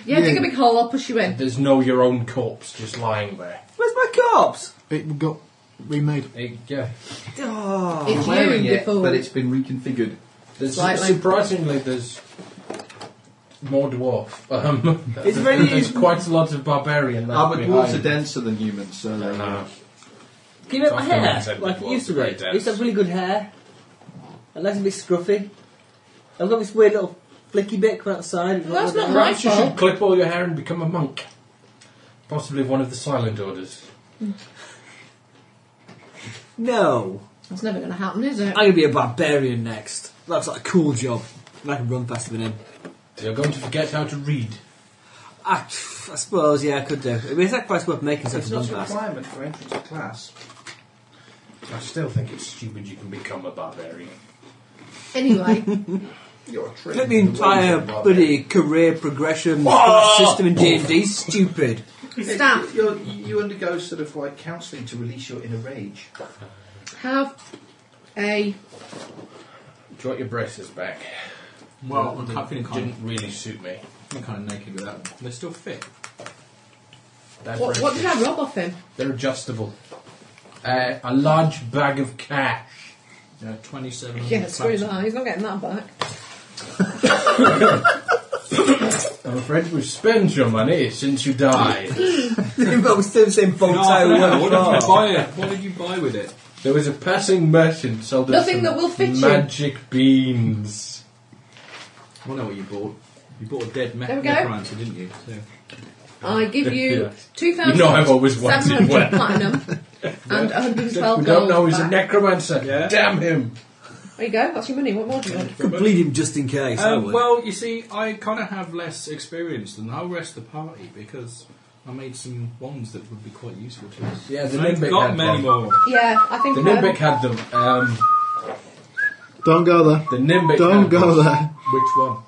Speaker 10: Yeah, dig a big hole. I'll push you in.
Speaker 4: There's no your own corpse just lying there.
Speaker 8: Where's my corpse?
Speaker 7: It got remade.
Speaker 4: It- yeah.
Speaker 8: Oh.
Speaker 10: It's
Speaker 3: Wearing
Speaker 10: you
Speaker 3: it,
Speaker 10: before.
Speaker 3: but it's been reconfigured.
Speaker 4: There's,
Speaker 10: Slightly.
Speaker 4: surprisingly, there's more dwarf. (laughs) Um,
Speaker 8: It's very-
Speaker 4: there's quite a lot of barbarian left
Speaker 3: Our dwarves
Speaker 4: behind.
Speaker 3: are denser than humans, so uh, they
Speaker 4: No.
Speaker 8: Can you make my
Speaker 4: Often
Speaker 8: hair
Speaker 4: accepted
Speaker 8: like it
Speaker 4: was
Speaker 8: used to be?
Speaker 4: very
Speaker 8: I used to have really good hair. I like it a bit scruffy. I've got this weird little flicky bit coming outside.
Speaker 10: Well, that's not
Speaker 8: Right.
Speaker 10: my
Speaker 4: Perhaps you should
Speaker 10: fault.
Speaker 4: (laughs) clip all your hair and become a monk. Possibly one of the silent orders.
Speaker 8: No.
Speaker 10: That's never going to happen, is it?
Speaker 8: I'm going to be a barbarian next. That's like a cool job. And I can run faster than him.
Speaker 4: You're going to forget how to read.
Speaker 8: I, I suppose, yeah, I could do. It'd be a sacrifice worth making so I
Speaker 3: It's
Speaker 8: can
Speaker 3: not
Speaker 8: run
Speaker 3: a
Speaker 8: fast.
Speaker 3: requirement for entrance to class.
Speaker 4: I still think it's stupid you can become a barbarian.
Speaker 10: Anyway,
Speaker 4: (laughs)
Speaker 3: You're a trick.
Speaker 8: Make the entire bloody career progression system in D&D stupid. (laughs)
Speaker 10: Stan,
Speaker 3: You're, you undergo sort of like counselling to release your inner rage.
Speaker 10: have a
Speaker 4: Do you want your braces back?
Speaker 6: Well, I'm
Speaker 4: They
Speaker 6: happy kind
Speaker 4: didn't really suit me.
Speaker 6: of, kind of naked with that. They're still fit.
Speaker 4: They're,
Speaker 10: what? What did
Speaker 4: braces.
Speaker 10: I rob off him?
Speaker 4: They're adjustable. Uh, a large bag of cash.
Speaker 6: Yeah, 27.
Speaker 10: Yeah, screw that. He's not getting that back.
Speaker 4: I'm afraid we've spent your money since you
Speaker 5: (laughs)
Speaker 4: died.
Speaker 8: but we're still the same boat
Speaker 6: No,
Speaker 8: I
Speaker 6: I don't
Speaker 8: went
Speaker 6: know. What did you
Speaker 8: for.
Speaker 6: buy it? What did you buy with it?
Speaker 4: There was a passing merchant sold us
Speaker 5: Nothing
Speaker 4: some
Speaker 5: that will fit you.
Speaker 4: magic beans.
Speaker 6: I know what you bought. You bought a dead me-
Speaker 5: There we go.
Speaker 6: necromancer, didn't you? So.
Speaker 5: I give you
Speaker 4: (laughs) Yeah.
Speaker 5: two thousand
Speaker 4: You know I've always wanted
Speaker 5: seven hundred
Speaker 4: one.
Speaker 5: platinum
Speaker 4: (laughs)
Speaker 5: and one hundred and twelve
Speaker 4: we
Speaker 5: gold.
Speaker 4: don't know he's a
Speaker 5: back.
Speaker 4: necromancer.
Speaker 6: Yeah.
Speaker 4: Damn him!
Speaker 5: There you go. That's your money. What more do
Speaker 4: (laughs)
Speaker 5: you want?
Speaker 11: Complete him just in case. I
Speaker 8: Um,
Speaker 6: Uh,
Speaker 11: would.
Speaker 6: well, you see, I kind of have less experience than the rest of the party because I made some ones that would be quite useful to us.
Speaker 4: Yeah, the
Speaker 6: And I've
Speaker 4: Nimbic
Speaker 6: got
Speaker 4: had
Speaker 6: many
Speaker 4: one.
Speaker 6: more.
Speaker 5: Yeah, I think.
Speaker 4: The
Speaker 5: um,
Speaker 4: Nimbic had them. Um,
Speaker 7: Don't go there.
Speaker 4: the Nimbic.
Speaker 7: Don't
Speaker 4: had
Speaker 7: go
Speaker 4: them.
Speaker 7: there.
Speaker 4: Which one?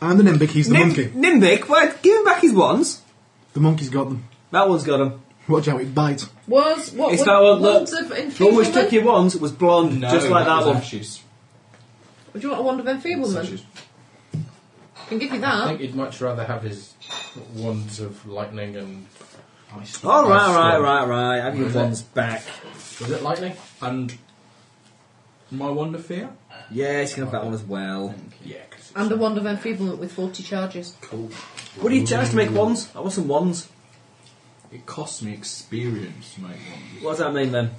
Speaker 7: I'm the Nimbic, he's the
Speaker 8: Nim-
Speaker 7: monkey.
Speaker 8: Nimbic, why give him back his wands?
Speaker 7: The monkey's got them.
Speaker 8: That one's got him.
Speaker 7: Watch out, it bites.
Speaker 5: was what?
Speaker 8: It's
Speaker 5: was
Speaker 8: that one, look.
Speaker 5: Wands of
Speaker 8: Who which took
Speaker 5: enfeeblement.
Speaker 8: your wands was blonde, just like that,
Speaker 6: was
Speaker 8: one.
Speaker 6: Ashes.
Speaker 5: Would you want a wand of enfeeblement?
Speaker 6: Ashes.
Speaker 5: I can give you
Speaker 4: I
Speaker 5: that.
Speaker 4: think he'd much rather have his wands of lightning and.
Speaker 8: All Oh, right,
Speaker 4: Nice
Speaker 8: right,
Speaker 4: one.
Speaker 8: right, right. Have your
Speaker 4: Was it?
Speaker 8: wands back.
Speaker 4: Was it lightning?
Speaker 6: And my wand of fear?
Speaker 8: Yeah, he's gonna have that one as well.
Speaker 4: Yeah, 'cause
Speaker 5: And a wand of enfeeblement with forty charges.
Speaker 8: What do you charge to make wands? I want some wands.
Speaker 6: It costs me experience to make one.
Speaker 8: What does that mean then?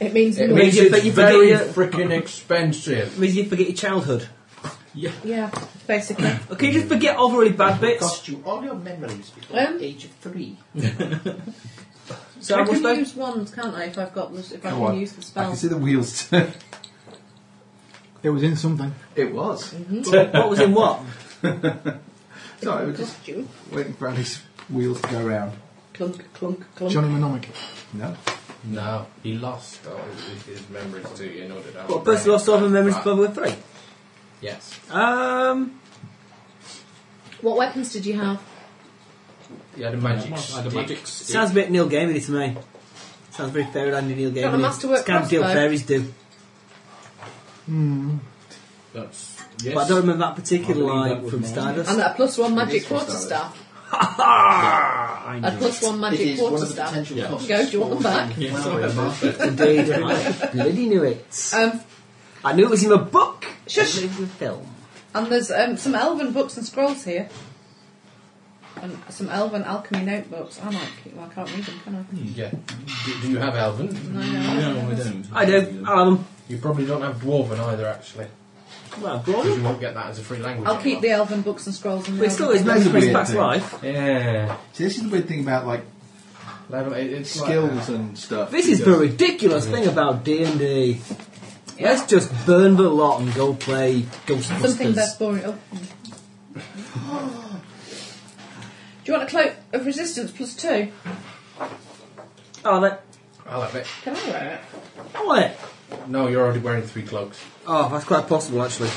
Speaker 5: It means
Speaker 4: it
Speaker 5: more.
Speaker 4: means
Speaker 8: you-
Speaker 4: it's
Speaker 8: but you forget
Speaker 4: very
Speaker 8: your-
Speaker 4: freaking expensive.
Speaker 8: It means you forget your childhood.
Speaker 5: yeah, basically.
Speaker 8: Okay, you just forget all the really bad bits. (laughs)
Speaker 3: Cost you all your memories before
Speaker 5: Um,
Speaker 3: the age of
Speaker 5: (laughs)
Speaker 3: three.
Speaker 8: So
Speaker 5: I
Speaker 8: how much
Speaker 5: can
Speaker 8: then?
Speaker 5: use wands, can't I? If I've got this, if I
Speaker 3: Go
Speaker 5: can
Speaker 3: on.
Speaker 5: use the
Speaker 3: I
Speaker 5: spell.
Speaker 3: can see the wheels (laughs) turn.
Speaker 7: It was in something.
Speaker 3: It was.
Speaker 8: What what was in (laughs) what?
Speaker 3: Sorry, we're just
Speaker 5: Costume.
Speaker 3: waiting for Annie's wheels to go round.
Speaker 5: Clunk, clunk, clunk.
Speaker 7: Johnny Mnemonic.
Speaker 3: No.
Speaker 4: No, he lost all his, his memories to you in order to.
Speaker 8: What person lost all the memories to Level Three?
Speaker 4: Yes.
Speaker 8: Um,
Speaker 5: What weapons did you have?
Speaker 4: He had a
Speaker 6: I
Speaker 4: magic
Speaker 6: had a
Speaker 4: stick.
Speaker 6: magic stick.
Speaker 8: sounds a bit Neil Gaiman to me. Sounds very fairyland Neil
Speaker 5: Got a
Speaker 8: Gaiman.
Speaker 5: masterwork
Speaker 8: It's kind of deal
Speaker 5: crossbow.
Speaker 8: fairies do,
Speaker 4: That's. Yes.
Speaker 8: but I don't remember that particular
Speaker 4: I believe that
Speaker 8: line
Speaker 4: was
Speaker 8: from
Speaker 4: mine.
Speaker 8: Stardust.
Speaker 5: And a plus one
Speaker 3: It
Speaker 5: magic
Speaker 3: is from
Speaker 5: quarterstaff.
Speaker 8: Ah, (laughs) I
Speaker 5: A plus one
Speaker 3: It
Speaker 5: magic
Speaker 3: is one of the
Speaker 5: quarterstaff.
Speaker 3: potential costs.
Speaker 5: Go, do you want them back?
Speaker 6: Yes, I have that.
Speaker 8: Indeed, I bloody knew it.
Speaker 5: Um,
Speaker 8: I knew it was in the book.
Speaker 5: Shush.
Speaker 8: It was in the film.
Speaker 5: and there's um, some elven books and scrolls here. And some elven alchemy notebooks. I might keep well, I can't read them, can
Speaker 3: Hmm.
Speaker 5: I?
Speaker 4: Yeah. Do, do you have Elven?
Speaker 5: No, no, I
Speaker 6: No, I
Speaker 5: don't.
Speaker 6: don't.
Speaker 8: I do. I love them.
Speaker 4: You probably don't have Dwarven either, actually.
Speaker 8: Well,
Speaker 4: Because
Speaker 8: Gordon.
Speaker 4: you won't get that as a free language.
Speaker 5: I'll keep the elven books and scrolls and
Speaker 8: But
Speaker 5: the
Speaker 8: it still
Speaker 5: elven-
Speaker 8: is nice for his
Speaker 3: Weird
Speaker 8: back
Speaker 3: thing.
Speaker 8: life.
Speaker 4: Yeah.
Speaker 3: See, this is the weird thing about like
Speaker 4: Level- it- It's Like,
Speaker 3: skills and stuff.
Speaker 8: This is the ridiculous thing about D and D. Let's just burn the lot and go play
Speaker 5: Something that's
Speaker 8: Ghostbusters.
Speaker 5: boring. Oh. (gasps) Do you want a cloak of resistance plus two?
Speaker 8: Oh, that. oh,
Speaker 4: I'll have it.
Speaker 5: Can I wear it?
Speaker 8: I want it.
Speaker 4: No, you're already wearing three cloaks.
Speaker 8: Oh, that's quite possible actually.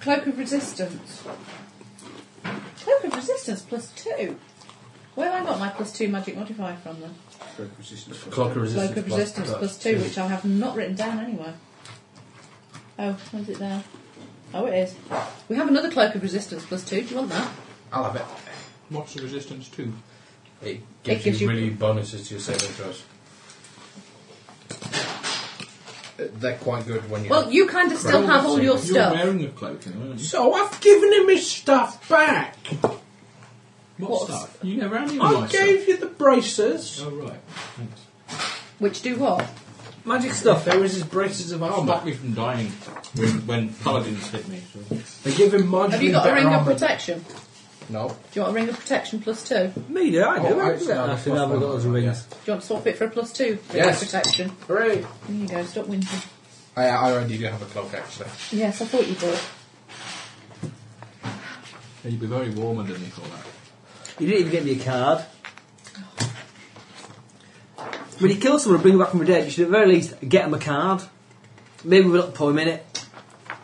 Speaker 5: Cloak of Resistance. Cloak of Resistance plus two. Where have I got my plus two magic modifier from then?
Speaker 4: Cloak of resistance.
Speaker 5: Cloak of Resistance plus two, which I have not written down anywhere. Oh, where's it there? Oh, it is. We have another Cloak of Resistance plus two. Do you want that?
Speaker 4: I'll have it.
Speaker 6: What's the resistance to?
Speaker 4: It gives,
Speaker 5: gives
Speaker 4: you
Speaker 5: you-
Speaker 4: really bonuses to your saving throws. Uh, They're quite good when you.
Speaker 5: Well, you kind of still have all your
Speaker 6: You're
Speaker 5: stuff.
Speaker 6: wearing a cloak, now, aren't you?
Speaker 4: so I've given him his stuff back.
Speaker 6: What
Speaker 5: What's-
Speaker 6: stuff? You never had any of
Speaker 4: I
Speaker 6: my stuff.
Speaker 4: gave you the braces.
Speaker 6: Oh, right. Thanks.
Speaker 5: Which do what?
Speaker 8: Magic stuff.
Speaker 4: There was his braces of armour.
Speaker 6: Stop me from dying when, when paladins hit me.
Speaker 4: They give him marginally
Speaker 5: Have you got a
Speaker 4: better
Speaker 5: ring of
Speaker 4: armour.
Speaker 5: protection? Do
Speaker 4: No.
Speaker 5: you want a ring of protection plus two? Do
Speaker 8: Me, do I do?
Speaker 4: Oh,
Speaker 8: I
Speaker 4: actually, no,
Speaker 8: actually
Speaker 4: that's not
Speaker 8: have got
Speaker 4: fun.
Speaker 8: those rings.
Speaker 5: you want to swap it for a plus two ring
Speaker 4: Yes.
Speaker 5: of protection?
Speaker 4: Hooray!
Speaker 5: There you go. Stop whinging.
Speaker 4: I, I already do have a cloak actually.
Speaker 5: Yes, I thought you did.
Speaker 6: Yeah, you'd be very warm underneath all that.
Speaker 8: You didn't even get me a card. When you kill someone and bring them back from the dead, you should at the very least get them a card. Maybe we'll look poem in it.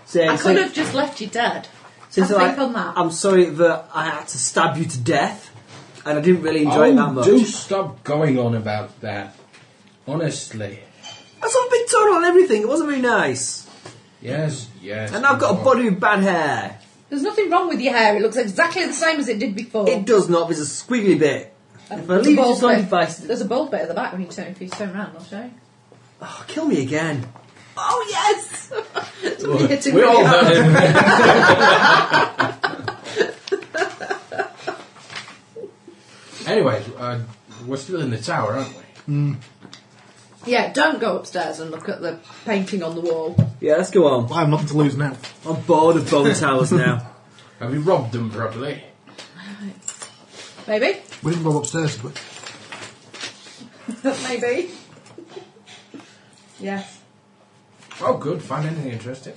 Speaker 8: Say,
Speaker 5: I
Speaker 8: say-
Speaker 5: could have just left you dead.
Speaker 8: say
Speaker 5: I
Speaker 8: something
Speaker 5: think
Speaker 8: like,
Speaker 5: on that.
Speaker 8: I'm sorry that I had to stab you to death, and I didn't really enjoy
Speaker 4: Oh,
Speaker 8: it that much.
Speaker 4: do stop going on about that. Honestly.
Speaker 8: I saw a big total on everything. It wasn't very nice.
Speaker 4: Yes, yes.
Speaker 8: And I've got a body with bad hair.
Speaker 5: There's nothing wrong with your hair. It looks exactly the same as it did before.
Speaker 8: It does not. There's a squiggly bit.
Speaker 5: And
Speaker 8: If I
Speaker 5: there's a
Speaker 8: leave it
Speaker 5: bald
Speaker 8: just on
Speaker 5: bit-
Speaker 8: device,
Speaker 5: There's a bald bit at the back when you turn. If you turn around, I'll show you.
Speaker 8: oh, kill me again.
Speaker 5: Oh (laughs) yes!
Speaker 4: Well,
Speaker 5: Hitting
Speaker 4: we
Speaker 5: me
Speaker 4: all
Speaker 5: up.
Speaker 4: heard (laughs) Anyways, uh, we're still in the tower, aren't we?
Speaker 5: Yeah, don't go upstairs and look at the painting on the wall.
Speaker 8: Yeah, let's go on.
Speaker 7: I have nothing to lose now.
Speaker 8: I'm bored of bone towers now.
Speaker 4: Have we robbed them properly?
Speaker 5: Maybe. (laughs)
Speaker 7: We didn't go upstairs, but
Speaker 5: Maybe. (laughs) yes.
Speaker 4: Oh, good. Find anything interesting?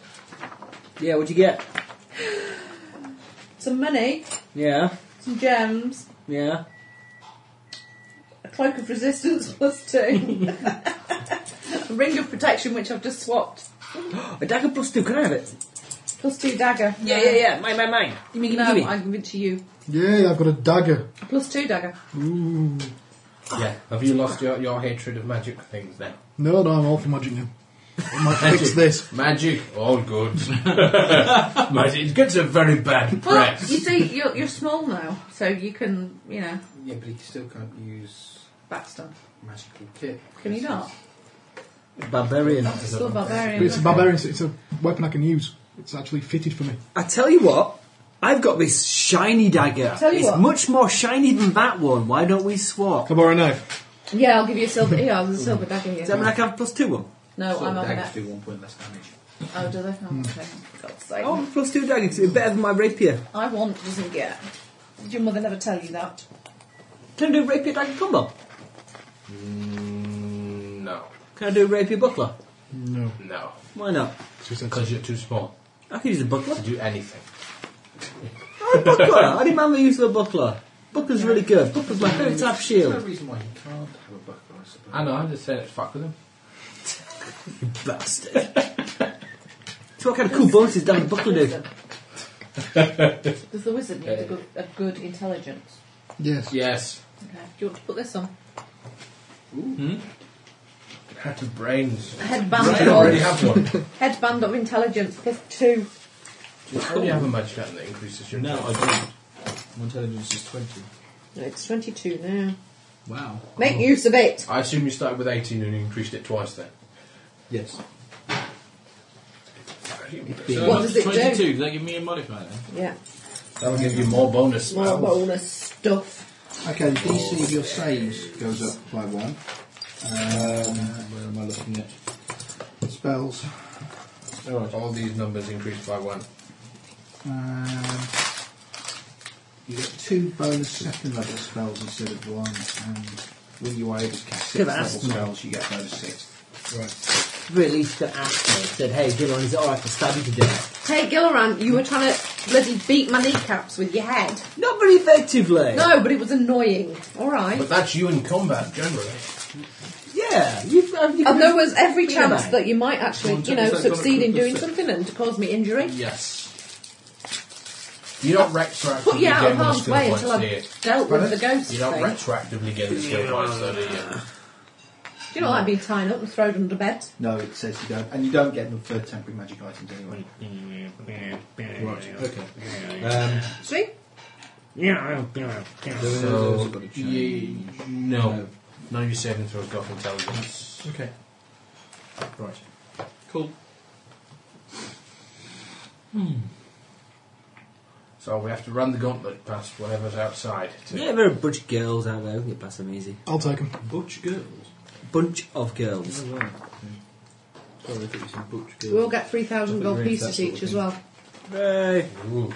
Speaker 8: Yeah, what'd you get?
Speaker 5: Some money,
Speaker 8: Yeah,
Speaker 5: some gems,
Speaker 8: yeah.
Speaker 5: a cloak of resistance (laughs) plus two, a ring of protection which I've just swapped,
Speaker 8: A dagger plus two, can I have it?
Speaker 5: plus two dagger.
Speaker 8: Yeah, yeah, yeah, mine, mine, mine. You mean, give me,
Speaker 5: No,
Speaker 8: give me.
Speaker 5: I'm giving it to you.
Speaker 7: yeah, I've got a dagger.
Speaker 5: A plus two dagger.
Speaker 7: Ooh.
Speaker 4: Yeah. Have you lost your, your hatred of magic things now?
Speaker 7: No, no, I'm all for magic now. I might fix this.
Speaker 4: Magic, all good. (laughs) magic it gets a very bad
Speaker 5: Well,
Speaker 4: press.
Speaker 5: you see, you're, you're small now, so you can, you know,
Speaker 6: Yeah, but he still can't use
Speaker 5: back stuff.
Speaker 6: magical kit.
Speaker 5: Can you not?
Speaker 8: Barbarian.
Speaker 6: Is that what
Speaker 5: Still
Speaker 6: I'm saying?
Speaker 5: barbarian.
Speaker 7: But it's a barbarian, it's it's a weapon I can use. It's actually fitted for me.
Speaker 8: I tell you what, I've got this shiny dagger.
Speaker 5: Tell you
Speaker 8: it's
Speaker 5: what.
Speaker 8: much more shiny than that one. Why don't we swap?
Speaker 7: Can I borrow a knife?
Speaker 5: Yeah, I'll give you a silver. Yeah, there's a silver dagger
Speaker 8: Does that mean
Speaker 5: here.
Speaker 8: I can have plus two one?
Speaker 5: No, I'm
Speaker 6: Sort of
Speaker 5: having
Speaker 6: daggers
Speaker 5: that.
Speaker 6: do one point less damage. Hmm.
Speaker 5: Oh, do they? Oh, okay. God's sake.
Speaker 8: Oh, plus two dagger, 'cause it's better than my rapier.
Speaker 5: I want doesn't get. Did your mother never tell you that?
Speaker 8: Can I do a rapier dagger combo?
Speaker 4: Mm, no,
Speaker 8: Can I do a rapier buckler?
Speaker 7: No.
Speaker 4: no.
Speaker 8: Why not?
Speaker 7: She said,
Speaker 4: Because you're too small
Speaker 8: I could use a buckler.
Speaker 4: to do anything.
Speaker 8: Oh, buckler! I didn't mind the use of a buckler. Buckler's really good. Buckler's my favourite type of
Speaker 6: There's no
Speaker 8: shield.
Speaker 6: reason why you can't have a buckler, I suppose.
Speaker 4: I know, I'm just saying it's fuck with them.
Speaker 8: Bastard. so what kind of cool bonuses does the buckler do?
Speaker 5: Does the wizard need a good, a good intelligence?
Speaker 7: Yes.
Speaker 4: Yes.
Speaker 5: Okay. Do you want to put this on?
Speaker 4: Brains. I
Speaker 5: Headband
Speaker 4: already
Speaker 5: of
Speaker 4: have one.
Speaker 5: headband of intelligence plus two.
Speaker 4: Do you already have a magic item that increases your
Speaker 6: No, I don't. My intelligence is 20.
Speaker 12: No, It's 22 now.
Speaker 6: Wow.
Speaker 5: Make use of it.
Speaker 4: I assume you started with 18 and you increased it twice then.
Speaker 6: Yes.
Speaker 4: So
Speaker 12: What does it do?
Speaker 6: 22, does that give me a modifier then?
Speaker 12: Yeah.
Speaker 4: that'll give you more bonus.
Speaker 12: More
Speaker 4: spells.
Speaker 12: bonus stuff.
Speaker 3: Okay, the DC of your saves goes up by one. Um,
Speaker 6: Where am I looking at?
Speaker 3: spells.
Speaker 6: Alright.
Speaker 4: All these numbers increased by one.
Speaker 3: Um, you get two bonus second level spells instead of one, and when you are able to cast
Speaker 8: Yeah,
Speaker 3: six
Speaker 8: but
Speaker 3: level
Speaker 8: that's
Speaker 3: spells, you get bonus six.
Speaker 8: Released the asshole. Said, hey, Gillon, is it alright if I stab you to death?
Speaker 12: Hey, Gilloran, you were trying to bloody beat my kneecaps with your head.
Speaker 8: Not very effectively.
Speaker 12: No, but it was annoying. All right.
Speaker 4: But that's you in combat generally.
Speaker 8: Yeah. You've, uh, you
Speaker 12: And there was every
Speaker 8: Be
Speaker 12: chance
Speaker 8: nice.
Speaker 12: that you might actually, you know, succeed in doing something and to cause me injury.
Speaker 4: Yes. You're not retroactively
Speaker 12: Put you out of
Speaker 4: getting the
Speaker 12: harm's
Speaker 4: skill
Speaker 12: way
Speaker 4: points,
Speaker 12: until
Speaker 4: do you?
Speaker 12: I've dealt with the ghost
Speaker 4: You're not
Speaker 12: thing.
Speaker 4: retroactively getting the skill points, though, do you?
Speaker 12: Do you not like being tied up and thrown under bed?
Speaker 3: No, it says you don't, and you don't get them for temporary magic items anyway.
Speaker 6: Right, okay. Um,
Speaker 12: See?
Speaker 4: So, ye- no. None of your saving throws got intelligence.
Speaker 6: Okay. Right. Cool.
Speaker 4: Hmm. So we have to run the gauntlet past whatever's outside. To
Speaker 8: Yeah, there are a bunch of girls out there. We can get past them easy.
Speaker 7: I'll take (laughs) them.
Speaker 6: Butch girls.
Speaker 8: Bunch of girls.
Speaker 6: Oh, right. Okay. Sorry, I thought you said butch girls.
Speaker 12: We all get 3,000 gold
Speaker 6: Definitely
Speaker 12: pieces
Speaker 6: that sort of
Speaker 12: each as
Speaker 6: thing.
Speaker 12: well.
Speaker 8: Hey.
Speaker 4: Ooh,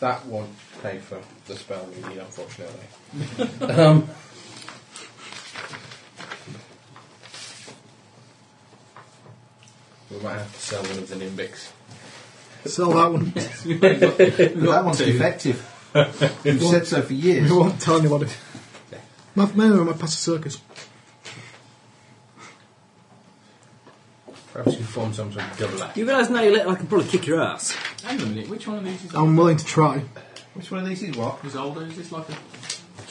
Speaker 4: that won't pay for the spell we need, unfortunately. um, we might have to sell one of the nimbics.
Speaker 7: Sell that one.
Speaker 3: But that one's defective.
Speaker 8: (laughs)
Speaker 3: You've said so for years.
Speaker 7: I won't tell anybody. My, maybe I might pass a circus.
Speaker 4: Perhaps you form some sort of double act.
Speaker 8: You realise now you're little, I can probably kick your ass.
Speaker 6: Hang on a minute, which one of these is
Speaker 7: I'm willing to try.
Speaker 3: Which one of these is what?
Speaker 6: Is older? Is this like a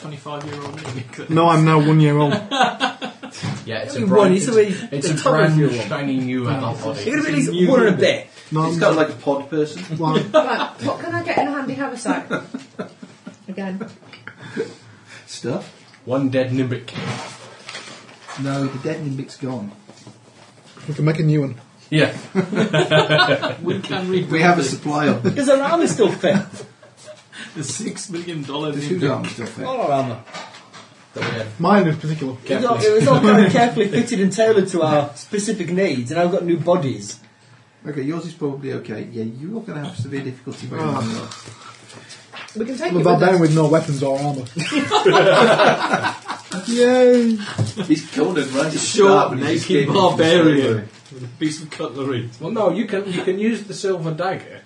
Speaker 6: 25 year (laughs) old nigga?
Speaker 7: No, I'm now one year old.
Speaker 4: Yeah, it's a
Speaker 8: Only one,
Speaker 4: brand,
Speaker 8: it's
Speaker 4: it's,
Speaker 8: the way-
Speaker 4: it's
Speaker 8: the
Speaker 4: a
Speaker 8: top of your
Speaker 4: brand
Speaker 8: one.
Speaker 4: shiny new adult body.
Speaker 8: You're going to be at least one and a bit.
Speaker 7: No,
Speaker 3: It's
Speaker 7: I'm,
Speaker 3: got like a pod
Speaker 5: (laughs)
Speaker 3: person.
Speaker 7: well,
Speaker 12: Right, what can I get in a handy haversack? Again.
Speaker 3: Stuff.
Speaker 4: One dead nimbic.
Speaker 3: No, the dead nimbic's gone.
Speaker 7: we can make a new one.
Speaker 6: Yeah.
Speaker 4: we can read.
Speaker 3: We have a supply
Speaker 8: (laughs)
Speaker 3: of them.
Speaker 8: Is our army still fit?
Speaker 6: The six million dollar
Speaker 3: The
Speaker 6: new
Speaker 3: food arm's
Speaker 6: gun.
Speaker 3: still
Speaker 8: (laughs)
Speaker 3: there.
Speaker 8: All our armour.
Speaker 7: Mine in particular.
Speaker 8: It was all- it was all (laughs) kind of carefully fitted and tailored to our specific needs, and I've got new bodies.
Speaker 3: Okay, yours is probably okay. Yeah, you are going to have severe difficulty wearing
Speaker 7: Ah.
Speaker 3: them.
Speaker 5: We can take
Speaker 7: I'm a
Speaker 5: it with us.
Speaker 7: barbarian with no weapons or armour. (laughs) Yay!
Speaker 3: He's cold and right.
Speaker 6: Short, naked barbarian with a piece of cutlery.
Speaker 4: Well, no, you can you can use the silver dagger.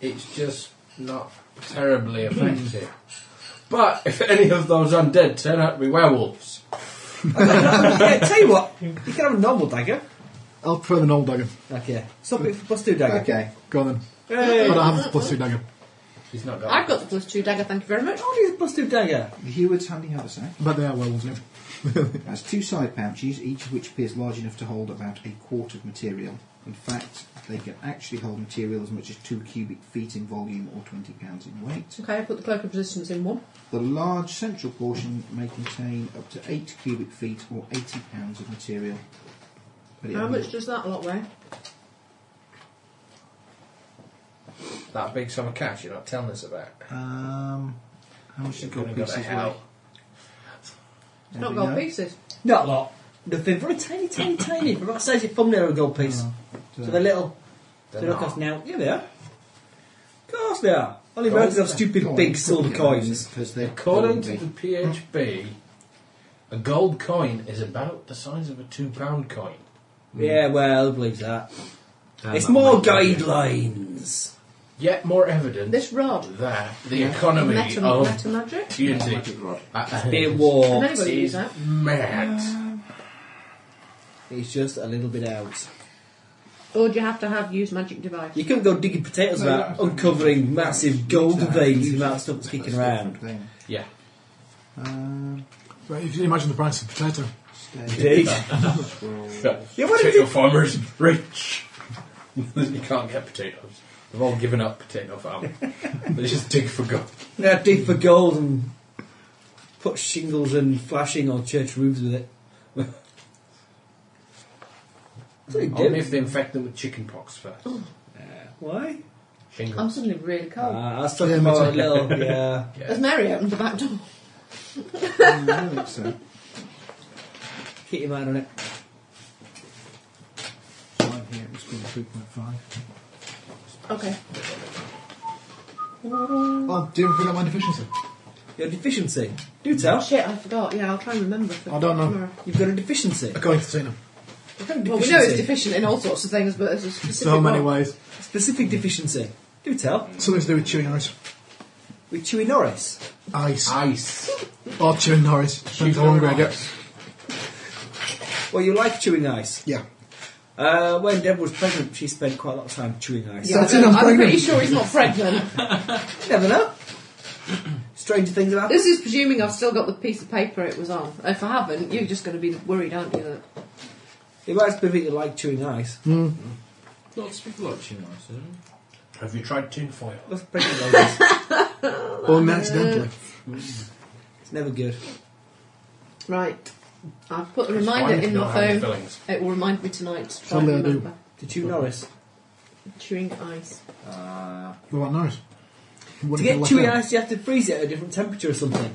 Speaker 4: It's just not terribly effective. but if any of those undead turn out to be werewolves,
Speaker 8: yeah, tell you what, you can have a normal dagger.
Speaker 7: I'll throw the old dagger.
Speaker 8: Okay. Stop it for plus two dagger.
Speaker 3: Okay.
Speaker 7: Go on then. But I have a plus two dagger.
Speaker 4: he's not
Speaker 5: I've
Speaker 4: got.
Speaker 5: got the plus two dagger, thank you very much.
Speaker 8: Oh, he's a plus two dagger.
Speaker 3: Heward's handy haversack
Speaker 7: But they are werewolves now.
Speaker 3: has two side pouches, each of which appears large enough to hold about a quart of material. In fact, they can actually hold material as much as two cubic feet in volume or 20 pounds in weight.
Speaker 5: Okay, I put the cloak of resistance in one.
Speaker 3: The large central portion may contain up to 8 cubic feet or 80 pounds of material. But it
Speaker 5: How
Speaker 3: only-
Speaker 5: much does that lot weigh?
Speaker 4: That big sum of cash you're not telling us about.
Speaker 3: Um, how much do
Speaker 4: You're
Speaker 3: gold
Speaker 4: going to go to
Speaker 3: pieces
Speaker 4: hell.
Speaker 3: weigh?
Speaker 5: It's not
Speaker 3: Anybody
Speaker 5: gold
Speaker 3: know?
Speaker 5: pieces.
Speaker 8: Not a lot. Nothing. Very tiny, tiny, tiny. They're about the size of your thumbnail of a gold piece.
Speaker 3: Do
Speaker 8: So
Speaker 3: they-
Speaker 8: they're little.
Speaker 4: They're
Speaker 8: they don't
Speaker 4: not.
Speaker 8: cost now. Yeah, they are. Of course they are. Only
Speaker 3: Gold-
Speaker 8: Americans have stupid
Speaker 3: gold
Speaker 8: big silver
Speaker 3: coins,
Speaker 8: coins.
Speaker 3: 'cause they're
Speaker 4: According to
Speaker 3: goldy.
Speaker 4: the PHB, a gold coin is about the size of a two pound coin.
Speaker 8: Yeah, well, who believes that?
Speaker 4: And
Speaker 8: it's
Speaker 4: that
Speaker 8: more
Speaker 4: might be-
Speaker 8: guidelines.
Speaker 4: Yet more evidence
Speaker 5: This rod.
Speaker 4: that the economy
Speaker 5: Meta,
Speaker 4: of
Speaker 5: meta magic.
Speaker 4: beauty
Speaker 8: Be
Speaker 4: uh,
Speaker 8: war.
Speaker 5: Can anybody use
Speaker 4: is
Speaker 5: that?
Speaker 4: mad.
Speaker 8: It's just a little bit out.
Speaker 5: Or do you have to have used magic device?
Speaker 8: You couldn't go digging potatoes without uncovering massive gold veins and amount of stuff that's kicking around.
Speaker 3: Thing.
Speaker 4: Yeah.
Speaker 3: Um,
Speaker 7: Right, if you can imagine the price of potato.
Speaker 8: (laughs) Dig. Yeah, what if
Speaker 4: potato
Speaker 8: you...
Speaker 4: farmers rich. (laughs) you can't get potatoes. They've all given up potato farming. they just dig for gold.
Speaker 8: Now dig for gold and put shingles and flashing on church roofs with it. (laughs) That's what you do.
Speaker 4: Only if they infect them with chicken pox first.
Speaker 8: Why?
Speaker 4: Shingles.
Speaker 5: I'm suddenly really cold.
Speaker 8: Ah, I was talking
Speaker 7: Yeah, me
Speaker 8: about a
Speaker 7: too.
Speaker 8: little, yeah.
Speaker 5: As Mary opened the back door.
Speaker 3: I don't think so.
Speaker 8: Keep your mind on it.
Speaker 3: Mine here has been 3.5.
Speaker 5: Okay.
Speaker 7: Oh, do you ever forget my deficiency?
Speaker 8: Your deficiency. Do tell.
Speaker 5: Oh, Shit, I forgot. Yeah, I'll try and remember. For
Speaker 7: I don't know.
Speaker 5: tomorrow.
Speaker 8: You've got a deficiency.
Speaker 7: According to Tina.
Speaker 5: Well, we know it's deficient in all sorts of things, but it's a specific
Speaker 7: (laughs) So many
Speaker 5: one.
Speaker 7: ways.
Speaker 8: Specific deficiency. Do tell.
Speaker 7: Something to do with chewing ice.
Speaker 8: With Chewy Norris.
Speaker 7: Ice.
Speaker 4: Ice.
Speaker 7: Or chewing Norris. Depends how hungry I get.
Speaker 8: Well, you like chewing ice.
Speaker 7: Yeah.
Speaker 8: Uh, when Deb was pregnant, she spent quite a lot of time chewing ice.
Speaker 5: Yeah,
Speaker 7: That's it, I'm
Speaker 5: I'm pretty
Speaker 7: pregnant.
Speaker 5: sure he's not pregnant.
Speaker 8: You never know. Stranger things have happened.
Speaker 5: This is presuming I've still got the piece of paper it was on. If I haven't, you're just going to be worried, aren't you? That
Speaker 8: It might be that you like chewing ice.
Speaker 6: Lots of people like chewing ice, isn't it?
Speaker 4: Have you tried tinfoil?
Speaker 8: Lots of pregnant ladies.
Speaker 7: Only accidentally.
Speaker 8: It's never good.
Speaker 5: Right. I've put a
Speaker 4: It's
Speaker 5: reminder
Speaker 4: fine if
Speaker 5: in
Speaker 4: you
Speaker 5: my
Speaker 4: don't have any
Speaker 5: phone.
Speaker 4: fillings.
Speaker 5: It will remind me tonight to try and
Speaker 7: Probably I do.
Speaker 5: remember.
Speaker 8: To chew Norris.
Speaker 5: Chewing ice.
Speaker 7: What about Norris? What
Speaker 8: To
Speaker 7: if
Speaker 8: get
Speaker 7: I left
Speaker 8: chewy
Speaker 7: out?
Speaker 8: ice, you have to freeze it at a different temperature or something.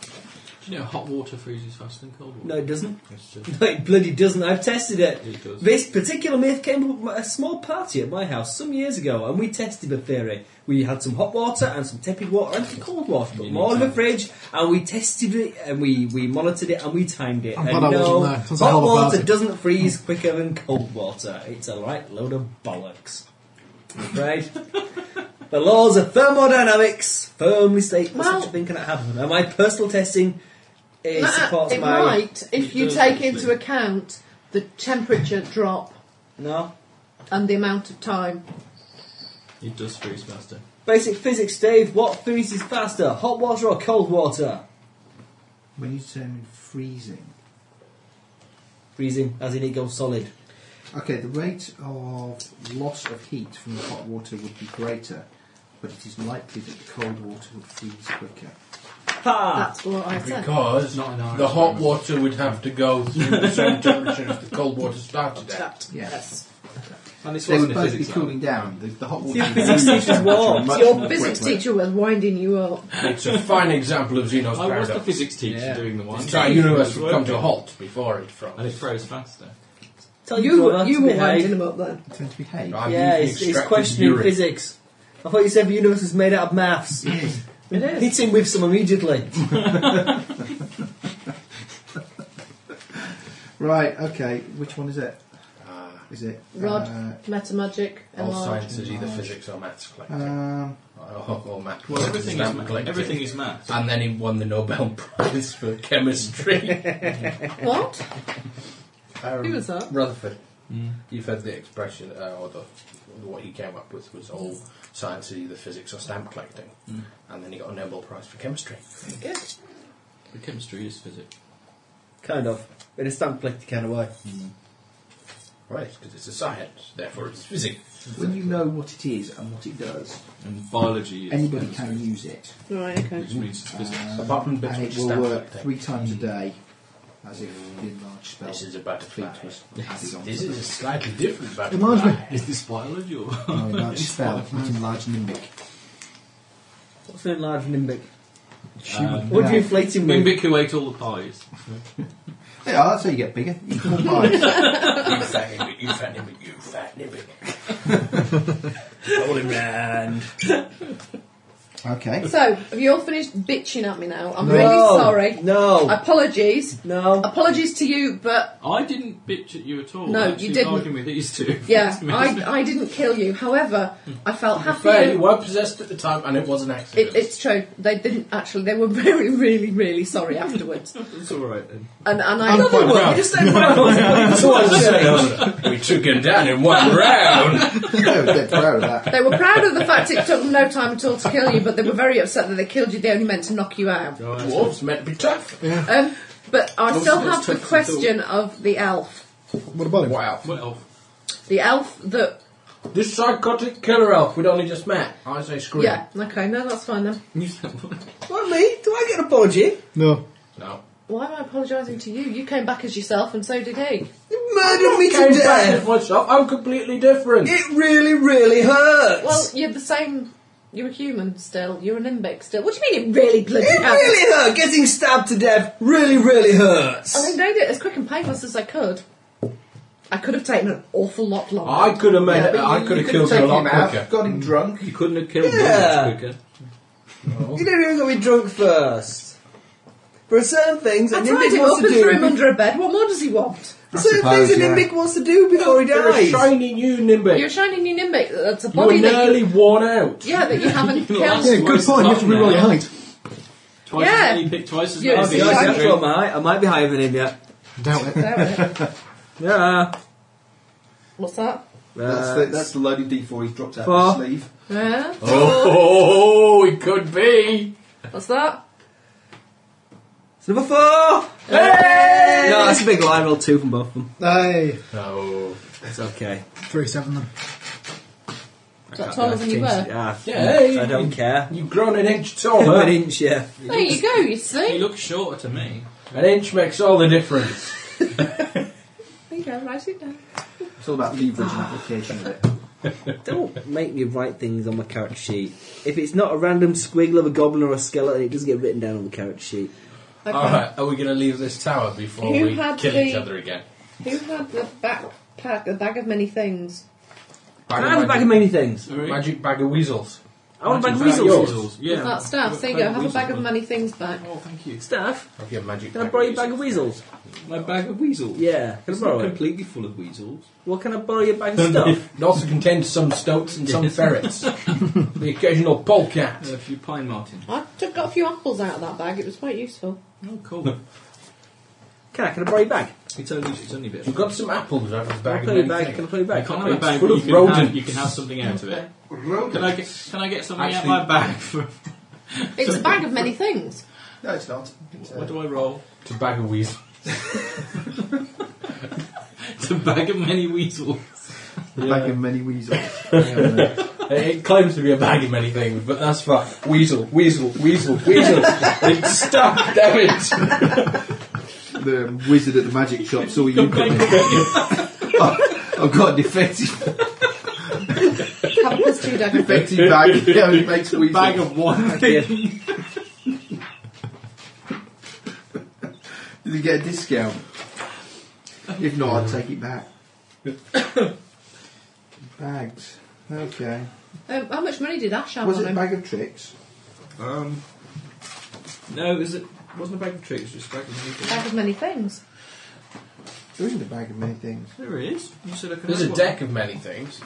Speaker 6: Do you know hot water freezes faster than cold water?
Speaker 8: No, it doesn't.
Speaker 6: It's just-
Speaker 8: No, it bloody doesn't. I've tested it.
Speaker 6: It does.
Speaker 8: This particular myth came up at a small party at my house some years ago, and we tested the theory. We had some hot water and some tepid water and some cold water, but
Speaker 6: You
Speaker 8: more in
Speaker 6: need
Speaker 8: the
Speaker 6: time.
Speaker 8: fridge, and we tested it and we, we monitored it and we timed it.
Speaker 7: I'm
Speaker 8: and
Speaker 7: glad I
Speaker 8: no,
Speaker 7: wasn't there. Sounds like a
Speaker 8: hot
Speaker 7: hell of a
Speaker 8: water
Speaker 7: party.
Speaker 8: doesn't freeze quicker than cold water. It's a right load of bollocks.
Speaker 6: (laughs)
Speaker 8: Right? the laws of thermodynamics firmly state that
Speaker 5: Well-
Speaker 8: such a thing cannot happen, and my personal testing it
Speaker 5: Uh,
Speaker 8: supports
Speaker 5: it
Speaker 8: my
Speaker 5: might
Speaker 6: It
Speaker 5: if you
Speaker 6: does,
Speaker 5: take
Speaker 6: actually.
Speaker 5: into account the temperature drop
Speaker 8: no.
Speaker 5: and the amount of time.
Speaker 6: It does freeze faster.
Speaker 8: Basic physics, Dave. What freezes faster, hot water or cold water?
Speaker 3: When you determine freezing,
Speaker 8: Freezing, as in it goes solid.
Speaker 3: Okay, the rate of loss of heat from the hot water would be greater, but it is likely that the cold water would freeze quicker.
Speaker 8: Ah.
Speaker 5: That's what I said.
Speaker 4: Because
Speaker 6: Not in Ireland.
Speaker 4: the hot water would have to go through the same temperature as the cold water started at.
Speaker 3: Yes.
Speaker 6: And it's
Speaker 3: So it's
Speaker 6: wasn't a
Speaker 3: supposed to be
Speaker 6: physics lab.
Speaker 3: cooling down. The, the hot water.
Speaker 8: Your physics teacher's warped.
Speaker 5: Your physics teacher was winding you up.
Speaker 4: It's a fine example of Zeno's
Speaker 6: I was the
Speaker 4: paradox.
Speaker 6: physics teacher
Speaker 9: Yeah.
Speaker 6: doing the one.
Speaker 4: The entire universe would come to a halt before it
Speaker 6: And it froze
Speaker 4: froze.
Speaker 6: faster.
Speaker 8: Tell
Speaker 5: You,
Speaker 8: brother
Speaker 5: were-
Speaker 8: to
Speaker 5: you were
Speaker 8: behave.
Speaker 5: winding him up then.
Speaker 3: Tend to behave.
Speaker 4: I
Speaker 8: Yeah,
Speaker 4: mean,
Speaker 8: he's, he's
Speaker 4: extracted
Speaker 8: questioning
Speaker 4: urine.
Speaker 8: physics. I thought you said the universe is made out of maths.
Speaker 10: It is.
Speaker 8: Hit him with some immediately.
Speaker 3: Right. Okay. Which one is it?
Speaker 4: Ah,
Speaker 3: Is it
Speaker 5: Rod.
Speaker 3: Uh,
Speaker 5: Meta magic,
Speaker 4: all
Speaker 5: enlarged.
Speaker 4: science is either
Speaker 3: enlarged.
Speaker 4: physics or maths collected.
Speaker 3: um,
Speaker 4: or, or math.
Speaker 6: Uh, Well, everything is, Ah.
Speaker 4: math
Speaker 6: ma-
Speaker 4: collected.
Speaker 6: everything is math.
Speaker 4: And then he won the Nobel (laughs) Prize for chemistry.
Speaker 5: What?
Speaker 4: Um,
Speaker 5: Who was that?
Speaker 4: Rutherford. You've heard the expression, uh, or the what he came up with was all science is either physics or stamp collecting, and then he got a Nobel Prize for chemistry.
Speaker 6: The chemistry is physics.
Speaker 8: kind of. In a stamp collector kind of way.
Speaker 4: Right, because it's a science, therefore it's physics.
Speaker 3: when you know what it is and what it does,
Speaker 6: And biology is
Speaker 3: anybody
Speaker 6: chemistry,
Speaker 3: can use it.
Speaker 5: Right, okay.
Speaker 6: Which means it's physics.
Speaker 4: Mm. Apart from bits
Speaker 3: and
Speaker 4: which
Speaker 3: it will
Speaker 4: stamp
Speaker 3: work
Speaker 4: collecting.
Speaker 3: three times a day, as if the enlarged spell.
Speaker 4: This is about a flat.
Speaker 3: was added on
Speaker 4: This
Speaker 3: to
Speaker 4: is a
Speaker 3: it.
Speaker 4: slightly different battle.
Speaker 7: Reminds me.
Speaker 6: Is this biology or
Speaker 3: No, enlarged spell, Uh, not enlarged nimbic.
Speaker 8: What's an enlarged nimbic?
Speaker 6: um,
Speaker 8: What do you inflate him with?
Speaker 6: Mimbic who ate all the pies?
Speaker 3: Yeah, that's how you get bigger. You (laughs) can buy
Speaker 4: (laughs) You fat nibbit, you fat nibbit, you fat nibbit. Roll him round.
Speaker 3: Okay. (laughs)
Speaker 5: So, have you all finished bitching at me now? I'm
Speaker 8: No.
Speaker 5: really sorry.
Speaker 8: No.
Speaker 5: Apologies.
Speaker 8: no.
Speaker 5: Apologies to you, but
Speaker 6: I didn't bitch at you at all.
Speaker 5: No,
Speaker 6: I
Speaker 5: you
Speaker 6: actually
Speaker 5: didn't.
Speaker 6: Arguing with these two.
Speaker 5: yeah,
Speaker 6: It's Hmm.
Speaker 5: I,
Speaker 6: amazing.
Speaker 5: I didn't kill you. However, I felt
Speaker 4: Fair, you
Speaker 5: happier.
Speaker 4: were possessed at the time, and it was an accident.
Speaker 5: It, it's true. They didn't actually. They were (laughs) very, really, really sorry afterwards.
Speaker 6: It's all right then.
Speaker 5: And and I,
Speaker 8: Another one. You just said one.
Speaker 4: That's what I was saying. (laughs) we took him down in one round.
Speaker 3: No, they're proud of
Speaker 5: (laughs)
Speaker 3: that.
Speaker 5: they were proud of the fact it took no time at all to kill you, but they were very upset that they killed you. They only meant to knock you out.
Speaker 4: Dwarves meant to be tough.
Speaker 5: Um, but I
Speaker 6: Well,
Speaker 5: still
Speaker 6: it's
Speaker 5: have the
Speaker 6: tough to
Speaker 5: question of the elf.
Speaker 7: What about him?
Speaker 4: Wow.
Speaker 6: Well,
Speaker 5: The elf that.
Speaker 4: This psychotic killer elf we'd only just met. I say
Speaker 8: Oh,
Speaker 4: screw (laughs)
Speaker 5: Yeah,
Speaker 4: him.
Speaker 5: okay, no, that's fine then.
Speaker 6: you said what?
Speaker 8: What, me? Do I get an apology?
Speaker 7: No.
Speaker 4: No.
Speaker 5: Why am I apologising to you? You came back as yourself, and so did he.
Speaker 8: You murdered me to
Speaker 4: Came back with
Speaker 8: death.
Speaker 4: myself. I'm completely different.
Speaker 8: It really, really hurts.
Speaker 5: Well, you're the same. You're a human still. You're an imbic still. What do you mean it really bloody
Speaker 8: it
Speaker 5: hurts?
Speaker 8: really hurt. Getting stabbed to death really, really hurts.
Speaker 5: I mean, they did it as quick and painless as I could. I could have taken an awful lot longer.
Speaker 4: I could have made it.
Speaker 3: but
Speaker 4: I
Speaker 3: you-
Speaker 4: could
Speaker 3: you
Speaker 4: have killed
Speaker 3: taken
Speaker 4: him a lot
Speaker 3: him out,
Speaker 4: quicker.
Speaker 3: Got him drunk.
Speaker 6: You couldn't have killed
Speaker 8: Yeah.
Speaker 6: me much quicker.
Speaker 8: You don't even got to be drunk first. For certain things,
Speaker 5: I
Speaker 8: an
Speaker 5: tied
Speaker 8: Nimbic
Speaker 5: him
Speaker 8: wants
Speaker 5: up
Speaker 8: to
Speaker 5: and
Speaker 8: do.
Speaker 5: threw him under a bed. What more does he want?
Speaker 8: for certain
Speaker 3: suppose,
Speaker 8: things an
Speaker 3: yeah.
Speaker 8: Nimbic wants to do before he
Speaker 4: You're a
Speaker 8: dies.
Speaker 4: shiny new
Speaker 5: You're a
Speaker 4: Nimbic.
Speaker 5: shiny new nimbic. That's a
Speaker 4: You were
Speaker 5: body that
Speaker 4: nearly
Speaker 5: you,
Speaker 4: worn out.
Speaker 5: (laughs) yeah, that you haven't killed.
Speaker 7: Yeah, good point. You have to reroll your height.
Speaker 6: Twice
Speaker 5: Yeah.
Speaker 6: as many, pick twice as
Speaker 5: Yeah,
Speaker 6: many.
Speaker 5: it's
Speaker 8: See,
Speaker 6: things
Speaker 8: I
Speaker 5: shiny.
Speaker 6: to
Speaker 8: can't
Speaker 6: do.
Speaker 8: throw my height. I might be higher than him yet.
Speaker 7: Doubt it.
Speaker 5: There it is.
Speaker 8: Yeah. Uh,
Speaker 5: What's that?
Speaker 3: That's, the, that's the loaded D4 he's dropped out
Speaker 8: Four.
Speaker 3: of his sleeve.
Speaker 5: Yeah.
Speaker 4: Oh, it could be.
Speaker 5: What's that?
Speaker 8: It's number four. No, that's a big lie. I rolled two from both of them.
Speaker 7: Hey,
Speaker 4: No.
Speaker 8: It's okay.
Speaker 7: three seven then.
Speaker 5: Is that
Speaker 8: I
Speaker 5: taller
Speaker 8: have
Speaker 5: than you
Speaker 8: changed-
Speaker 5: were?
Speaker 8: Yeah,
Speaker 4: Yeah, hey.
Speaker 8: I don't care.
Speaker 4: You've grown an inch
Speaker 8: I'm an
Speaker 5: (laughs)
Speaker 4: taller.
Speaker 8: inch, yeah.
Speaker 5: There you go. You
Speaker 6: You
Speaker 5: see.
Speaker 6: look shorter to me.
Speaker 4: an inch makes all the difference.
Speaker 5: There you go. Write it down.
Speaker 3: It's all about leverage and application of it.
Speaker 8: Don't make me write things on my character sheet. If it's not a random squiggle of a goblin or a skeleton, it doesn't get written down on the character sheet.
Speaker 5: Okay.
Speaker 4: All right, are we going to leave this tower before
Speaker 5: Who
Speaker 4: we
Speaker 5: had
Speaker 4: kill
Speaker 5: the-
Speaker 4: each other again?
Speaker 5: Who had the backpack, the bag of many things?
Speaker 4: Bag
Speaker 8: I have a
Speaker 4: magic,
Speaker 8: bag of many things.
Speaker 4: magic bag of weasels.
Speaker 8: I want a bag of
Speaker 6: Is that
Speaker 8: weasels.
Speaker 6: yours? Yeah.
Speaker 5: That staff. There you go. Have a bag of many things back.
Speaker 6: Oh, thank you.
Speaker 8: Staff,
Speaker 4: I'll get a magic.
Speaker 8: can I
Speaker 4: bag
Speaker 8: borrow
Speaker 4: of
Speaker 8: your bag of weasels?
Speaker 6: My bag of weasels.
Speaker 8: Yeah, can I
Speaker 6: It's
Speaker 8: borrow
Speaker 6: not
Speaker 8: it?
Speaker 6: (laughs) completely full of weasels.
Speaker 8: Well, can I borrow
Speaker 9: (laughs)
Speaker 8: your bag of stuff?
Speaker 4: It also contains some stoats and
Speaker 8: (laughs)
Speaker 4: some ferrets. the occasional polecat.
Speaker 6: A few pine martins.
Speaker 5: I took got a few apples out of that bag. It was quite useful.
Speaker 6: Oh, cool.
Speaker 8: Can I? Can I borrow your bag?
Speaker 6: it's only it's only a bit.
Speaker 4: You've got some apples out of
Speaker 8: Can I
Speaker 4: the bag.
Speaker 8: play
Speaker 4: of
Speaker 8: your bag? Can I
Speaker 4: anything.
Speaker 8: play your
Speaker 6: I
Speaker 8: bag?
Speaker 6: can't
Speaker 4: It's
Speaker 6: have a bag,
Speaker 4: full
Speaker 6: but
Speaker 4: of
Speaker 6: you can,
Speaker 4: rodent.
Speaker 6: have, you can have something out of it. Can I get can I get something
Speaker 3: Actually-
Speaker 6: out of my bag for?
Speaker 5: It's a bag of many things.
Speaker 3: No, it's not. It's,
Speaker 6: What
Speaker 3: uh,
Speaker 6: do I roll?
Speaker 4: It's a bag of weasels.
Speaker 6: (laughs) It's a bag of many weasels.
Speaker 3: a bag of many weasels. Hang on a minute.
Speaker 4: It claims to be a bag in many things, but that's fine. Weasel, weasel, weasel,
Speaker 8: (laughs)
Speaker 4: weasel. it's stuck, damn it. (laughs)
Speaker 3: The wizard at the magic shop saw you coming. I've got a defective,
Speaker 5: (laughs) Have a plus two dagger. (laughs)
Speaker 3: defective
Speaker 6: (laughs)
Speaker 3: bag. Yeah, it makes weasel.
Speaker 4: Bag of one thing.
Speaker 3: Did you get a discount? If not, I'd take it back. Bags. Okay.
Speaker 10: Um, how much money did Ash have
Speaker 3: Was
Speaker 10: on
Speaker 3: it a
Speaker 10: him?
Speaker 3: bag of tricks?
Speaker 6: Um, no, is it wasn't a bag of tricks, just a bag of anything.
Speaker 10: Bag of many things.
Speaker 3: There isn't a bag of many things.
Speaker 6: There is. You said I could
Speaker 4: There's
Speaker 6: have
Speaker 4: a
Speaker 6: one.
Speaker 4: deck of many things.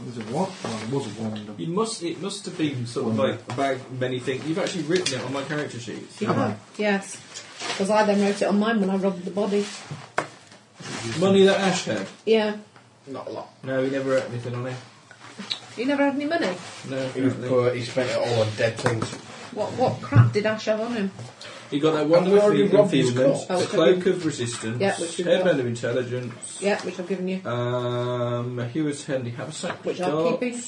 Speaker 3: There's a what? Well, there was a one.
Speaker 6: You must. It must have been sort of like a bag of many things. You've actually written it on my character sheet.
Speaker 3: Have I?
Speaker 5: Yes. Because I then wrote it on mine when I robbed the body.
Speaker 6: Money that Ash had.
Speaker 5: Yeah.
Speaker 4: Not a lot.
Speaker 6: No, he never wrote anything on it.
Speaker 5: You never had any money.
Speaker 6: No,
Speaker 4: He was
Speaker 6: apparently.
Speaker 4: poor, he spent it all on dead things.
Speaker 5: What what crap did Ash have on him?
Speaker 6: He got that one
Speaker 4: Have we already
Speaker 6: defeat in
Speaker 4: robbed his
Speaker 6: Fieldman's,
Speaker 5: corpse?
Speaker 6: the cloak of resistance,
Speaker 5: Oh, Yeah, which we've
Speaker 6: hairband
Speaker 5: got.
Speaker 6: of intelligence,
Speaker 5: Yeah, which I've given you.
Speaker 6: um, a Hewer's handy haversack,
Speaker 5: Which
Speaker 6: darts,
Speaker 5: I'm keeping.